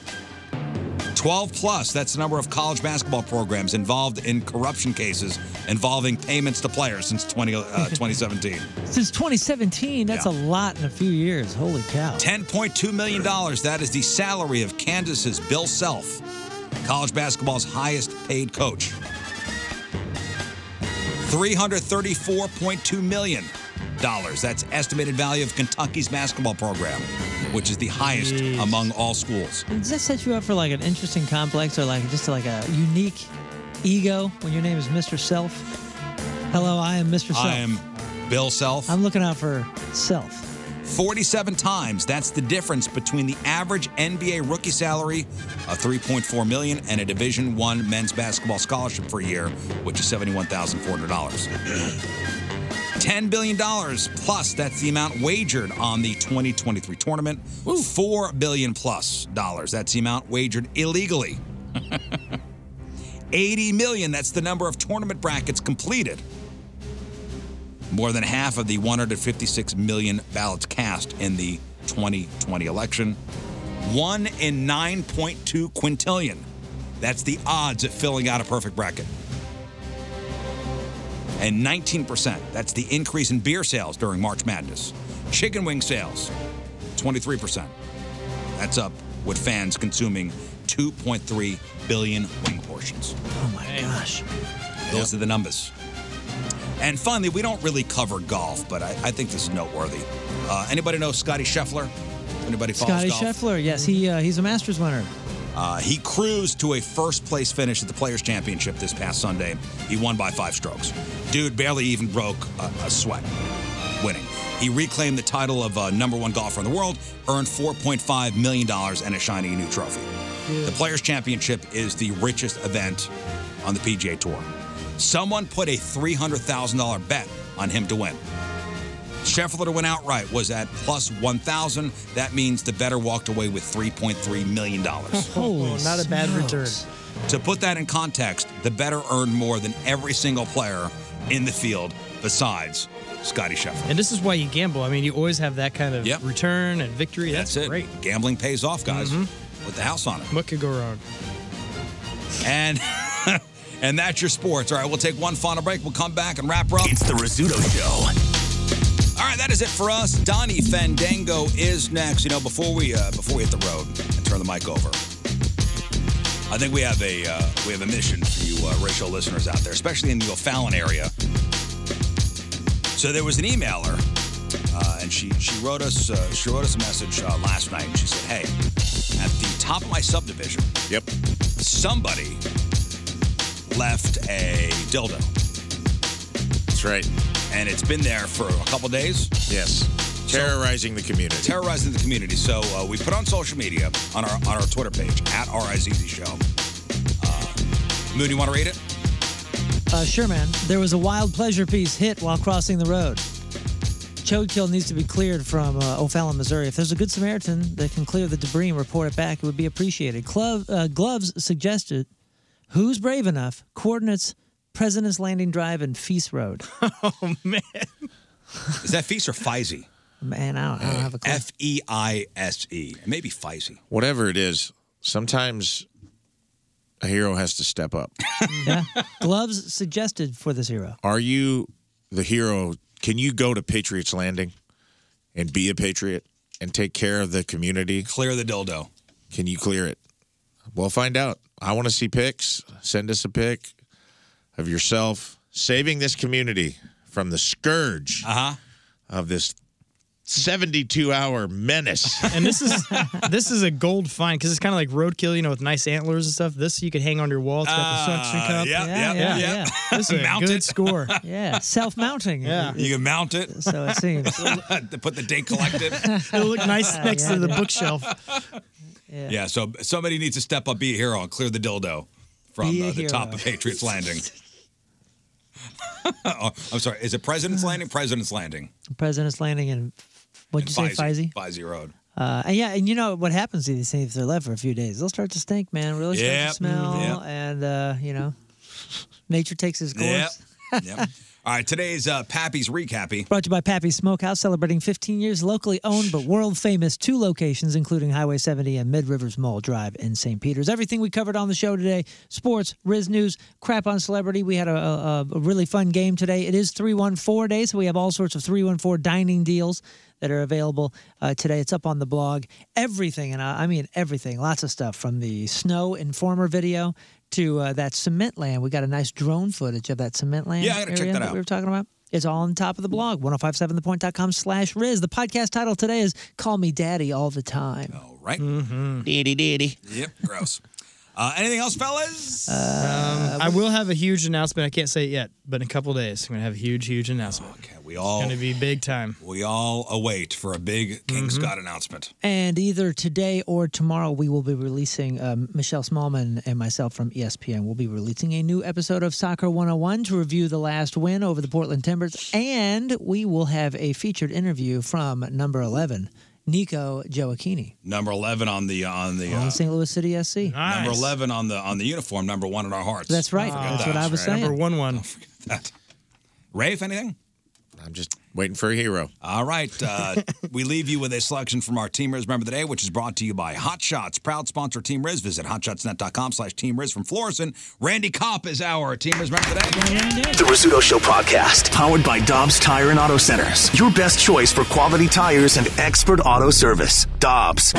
[SPEAKER 7] 12 plus, that's the number of college basketball programs involved in corruption cases involving payments to players since 20, uh, 2017.
[SPEAKER 8] Since 2017, that's a lot in a few years. Holy cow.
[SPEAKER 7] $10.2 million. That is the salary of Kansas's Bill Self, college basketball's highest paid coach. $334.2 million. That's estimated value of Kentucky's basketball program, which is the highest among all schools.
[SPEAKER 8] And Does that set you up for like an interesting complex or like just like a unique ego when your name is Mr. Self? Hello, I am Mr. Self.
[SPEAKER 7] I am Bill Self.
[SPEAKER 8] I'm looking out for self.
[SPEAKER 7] 47 times. That's the difference between the average NBA rookie salary of 3.4 million and a Division 1 men's basketball scholarship for a year, which is $71,400. $10 billion plus that's the amount wagered on the 2023 tournament. $4 billion plus dollars that's the amount wagered illegally. 80 million that's the number of tournament brackets completed. More than half of the 156 million ballots cast in the 2020 election. One in 9.2 quintillion. That's the odds at filling out a perfect bracket. And 19%. That's the increase in beer sales during March Madness. Chicken wing sales, 23%. That's up with fans consuming 2.3 billion wing portions.
[SPEAKER 8] Oh my gosh.
[SPEAKER 7] Those are the numbers. And finally, we don't really cover golf, but I, I think this is noteworthy. Uh, anybody know Scotty Scheffler? Anybody follow
[SPEAKER 8] Scotty
[SPEAKER 7] golf?
[SPEAKER 8] Scheffler, yes, he uh, he's a Masters winner.
[SPEAKER 7] Uh, he cruised to a first place finish at the Players' Championship this past Sunday. He won by five strokes. Dude barely even broke a, a sweat winning. He reclaimed the title of uh, number one golfer in the world, earned $4.5 million and a shiny new trophy. The Players' Championship is the richest event on the PGA Tour. Someone put a $300,000 bet on him to win. Scheffler to win outright was at plus 1,000. That means the better walked away with $3.3 million.
[SPEAKER 8] Holy Oh, not a bad return.
[SPEAKER 7] To put that in context, the better earned more than every single player in the field besides Scotty Scheffler.
[SPEAKER 10] And this is why you gamble. I mean, you always have that kind of return and victory. That's,
[SPEAKER 7] That's it.
[SPEAKER 10] great. Mm-hmm.
[SPEAKER 7] Gambling pays off, guys. With the house on it.
[SPEAKER 10] What could go wrong?
[SPEAKER 7] And and that's your sports. All right, we'll take one final break. We'll come back and wrap her up. It's
[SPEAKER 3] the Rizzuto Show.
[SPEAKER 7] All right, that is it for us. Donnie Fandango is next. You know, before we uh, before we hit the road and turn the mic over, I think we have a uh, we have a mission for you uh, racial listeners out there, especially in the O'Fallon area. So there was an emailer, uh, and she she wrote us uh, she wrote us a message uh, last night. She said, "Hey, at the top of my subdivision, yep, somebody left a dildo. That's
[SPEAKER 9] right,
[SPEAKER 7] and it's been there for a couple days.
[SPEAKER 9] Yes, terrorizing the community.
[SPEAKER 7] Terrorizing the community. So uh, we put on social media on our on our Twitter page at RIZZ Show. Uh, Moon, you want to read it?
[SPEAKER 8] Uh, sure, man. There was a wild pleasure piece hit while crossing the road. Roadkill needs to be cleared from uh, O'Fallon, Missouri. If there's a good Samaritan that can clear the debris and report it back, it would be appreciated. Club, uh, gloves suggested. Who's brave enough? Coordinates: President's Landing Drive and Feast Road.
[SPEAKER 7] Is that Feast or Feisy?
[SPEAKER 8] man, I don't, I don't have a clue.
[SPEAKER 7] F E I S E. Maybe Feisy.
[SPEAKER 9] Whatever it is, sometimes a hero has to step up.
[SPEAKER 8] gloves suggested for this hero.
[SPEAKER 9] Are you the hero? Can you go to Patriots Landing and be a patriot and take care of the community?
[SPEAKER 7] Clear the dildo.
[SPEAKER 9] Can you clear it? We'll find out. I want to see pics. Send us a pic of yourself saving this community from the scourge
[SPEAKER 7] Uh-huh.
[SPEAKER 9] of this 72 hour menace.
[SPEAKER 10] And this is this is a gold find because it's kind of like roadkill, you know, with nice antlers and stuff. This you could hang on your wall. It's got the suction
[SPEAKER 7] Ah,
[SPEAKER 10] cup.
[SPEAKER 7] yep, Yeah, yep, yeah, yep. yeah.
[SPEAKER 10] This is a
[SPEAKER 7] Mount
[SPEAKER 10] good
[SPEAKER 7] it.
[SPEAKER 10] score.
[SPEAKER 8] Yeah, self-mounting.
[SPEAKER 10] Yeah.
[SPEAKER 7] You can mount it.
[SPEAKER 8] So it seems.
[SPEAKER 7] to put the date collected.
[SPEAKER 10] It'll look nice next to the bookshelf.
[SPEAKER 7] Yeah. so somebody needs to step up, be a hero, and clear the dildo from
[SPEAKER 10] Be a
[SPEAKER 7] uh, the top
[SPEAKER 10] hero.
[SPEAKER 7] of Patriots Landing. Oh, I'm sorry. Is it President's Landing? President's Landing.
[SPEAKER 8] President's Landing and what'd you say, Feisy?
[SPEAKER 7] Feisy Road.
[SPEAKER 8] Uh, and yeah, and you know what happens to these things if they're left for a few days? They'll start to stink, man. Really start
[SPEAKER 7] Yep. Mm,
[SPEAKER 8] to smell,
[SPEAKER 7] Yep.
[SPEAKER 8] and uh, you know, nature takes its course.
[SPEAKER 7] Yep. yep. All right. Today's uh, Pappy's Recappy.
[SPEAKER 8] Brought to you by Pappy's Smokehouse, celebrating 15 years locally owned but world famous. Two locations, including Highway 70 and Mid Rivers Mall Drive in St. Peter's. Everything we covered on the show today sports, Riz News, crap on celebrity. We had a, a, a really fun game today. It is 314 day, so we have all sorts of 314 dining deals that are available uh, today. It's up on the blog. Everything, and I, I mean everything, lots of stuff from the Snow Informer video to uh, that cement land. We got a nice drone footage of that cement land.
[SPEAKER 7] Yeah, I gotta check
[SPEAKER 8] area
[SPEAKER 7] that out.
[SPEAKER 8] We were talking about. It's all on top of the blog, 1057thepoint.com slash Riz. The podcast title today is Call Me Daddy All the Time.
[SPEAKER 7] Right.
[SPEAKER 8] Mm-hmm.
[SPEAKER 7] Diddy diddy. Yep. Gross. Uh, anything else, fellas?
[SPEAKER 10] Um, I will have a huge announcement. I can't say it yet, but in a couple days, I'm going to have a huge, huge announcement. Okay,
[SPEAKER 7] we all
[SPEAKER 10] going to be big time.
[SPEAKER 7] We all await for a big King
[SPEAKER 10] Mhm.
[SPEAKER 8] Mm-hmm.
[SPEAKER 7] Scott announcement.
[SPEAKER 8] And either today or tomorrow, we will be releasing um, Michelle Smallman and myself from E ESPN. We'll be releasing a new episode of Soccer 101 to review the last win over the Portland Timbers. And we will have a featured interview from number 11, Nico Joachini
[SPEAKER 7] Number eleven on the on the
[SPEAKER 8] on
[SPEAKER 7] uh,
[SPEAKER 8] St. Louis City SC.
[SPEAKER 7] number eleven on the on the uniform. Number one in our hearts.
[SPEAKER 8] That's right.
[SPEAKER 7] Don't forget
[SPEAKER 8] That's
[SPEAKER 7] that.
[SPEAKER 8] what I was saying.
[SPEAKER 10] one, one.
[SPEAKER 7] that. Rafe, anything?
[SPEAKER 9] I'm just waiting for a hero.
[SPEAKER 7] All right. Uh, we leave you with a selection from our Team Riz Member of the Day, which is brought to you by Hot Shots, proud sponsor of Team Riz. Visit hotshotsnet.com slash Team Riz from Florissant. Randy Kopp is our Team Riz Member of the Day.
[SPEAKER 3] The Rizzuto Show podcast, powered by Dobbs Tire and Auto Centers. Your best choice for quality tires and expert auto service. Dobbs.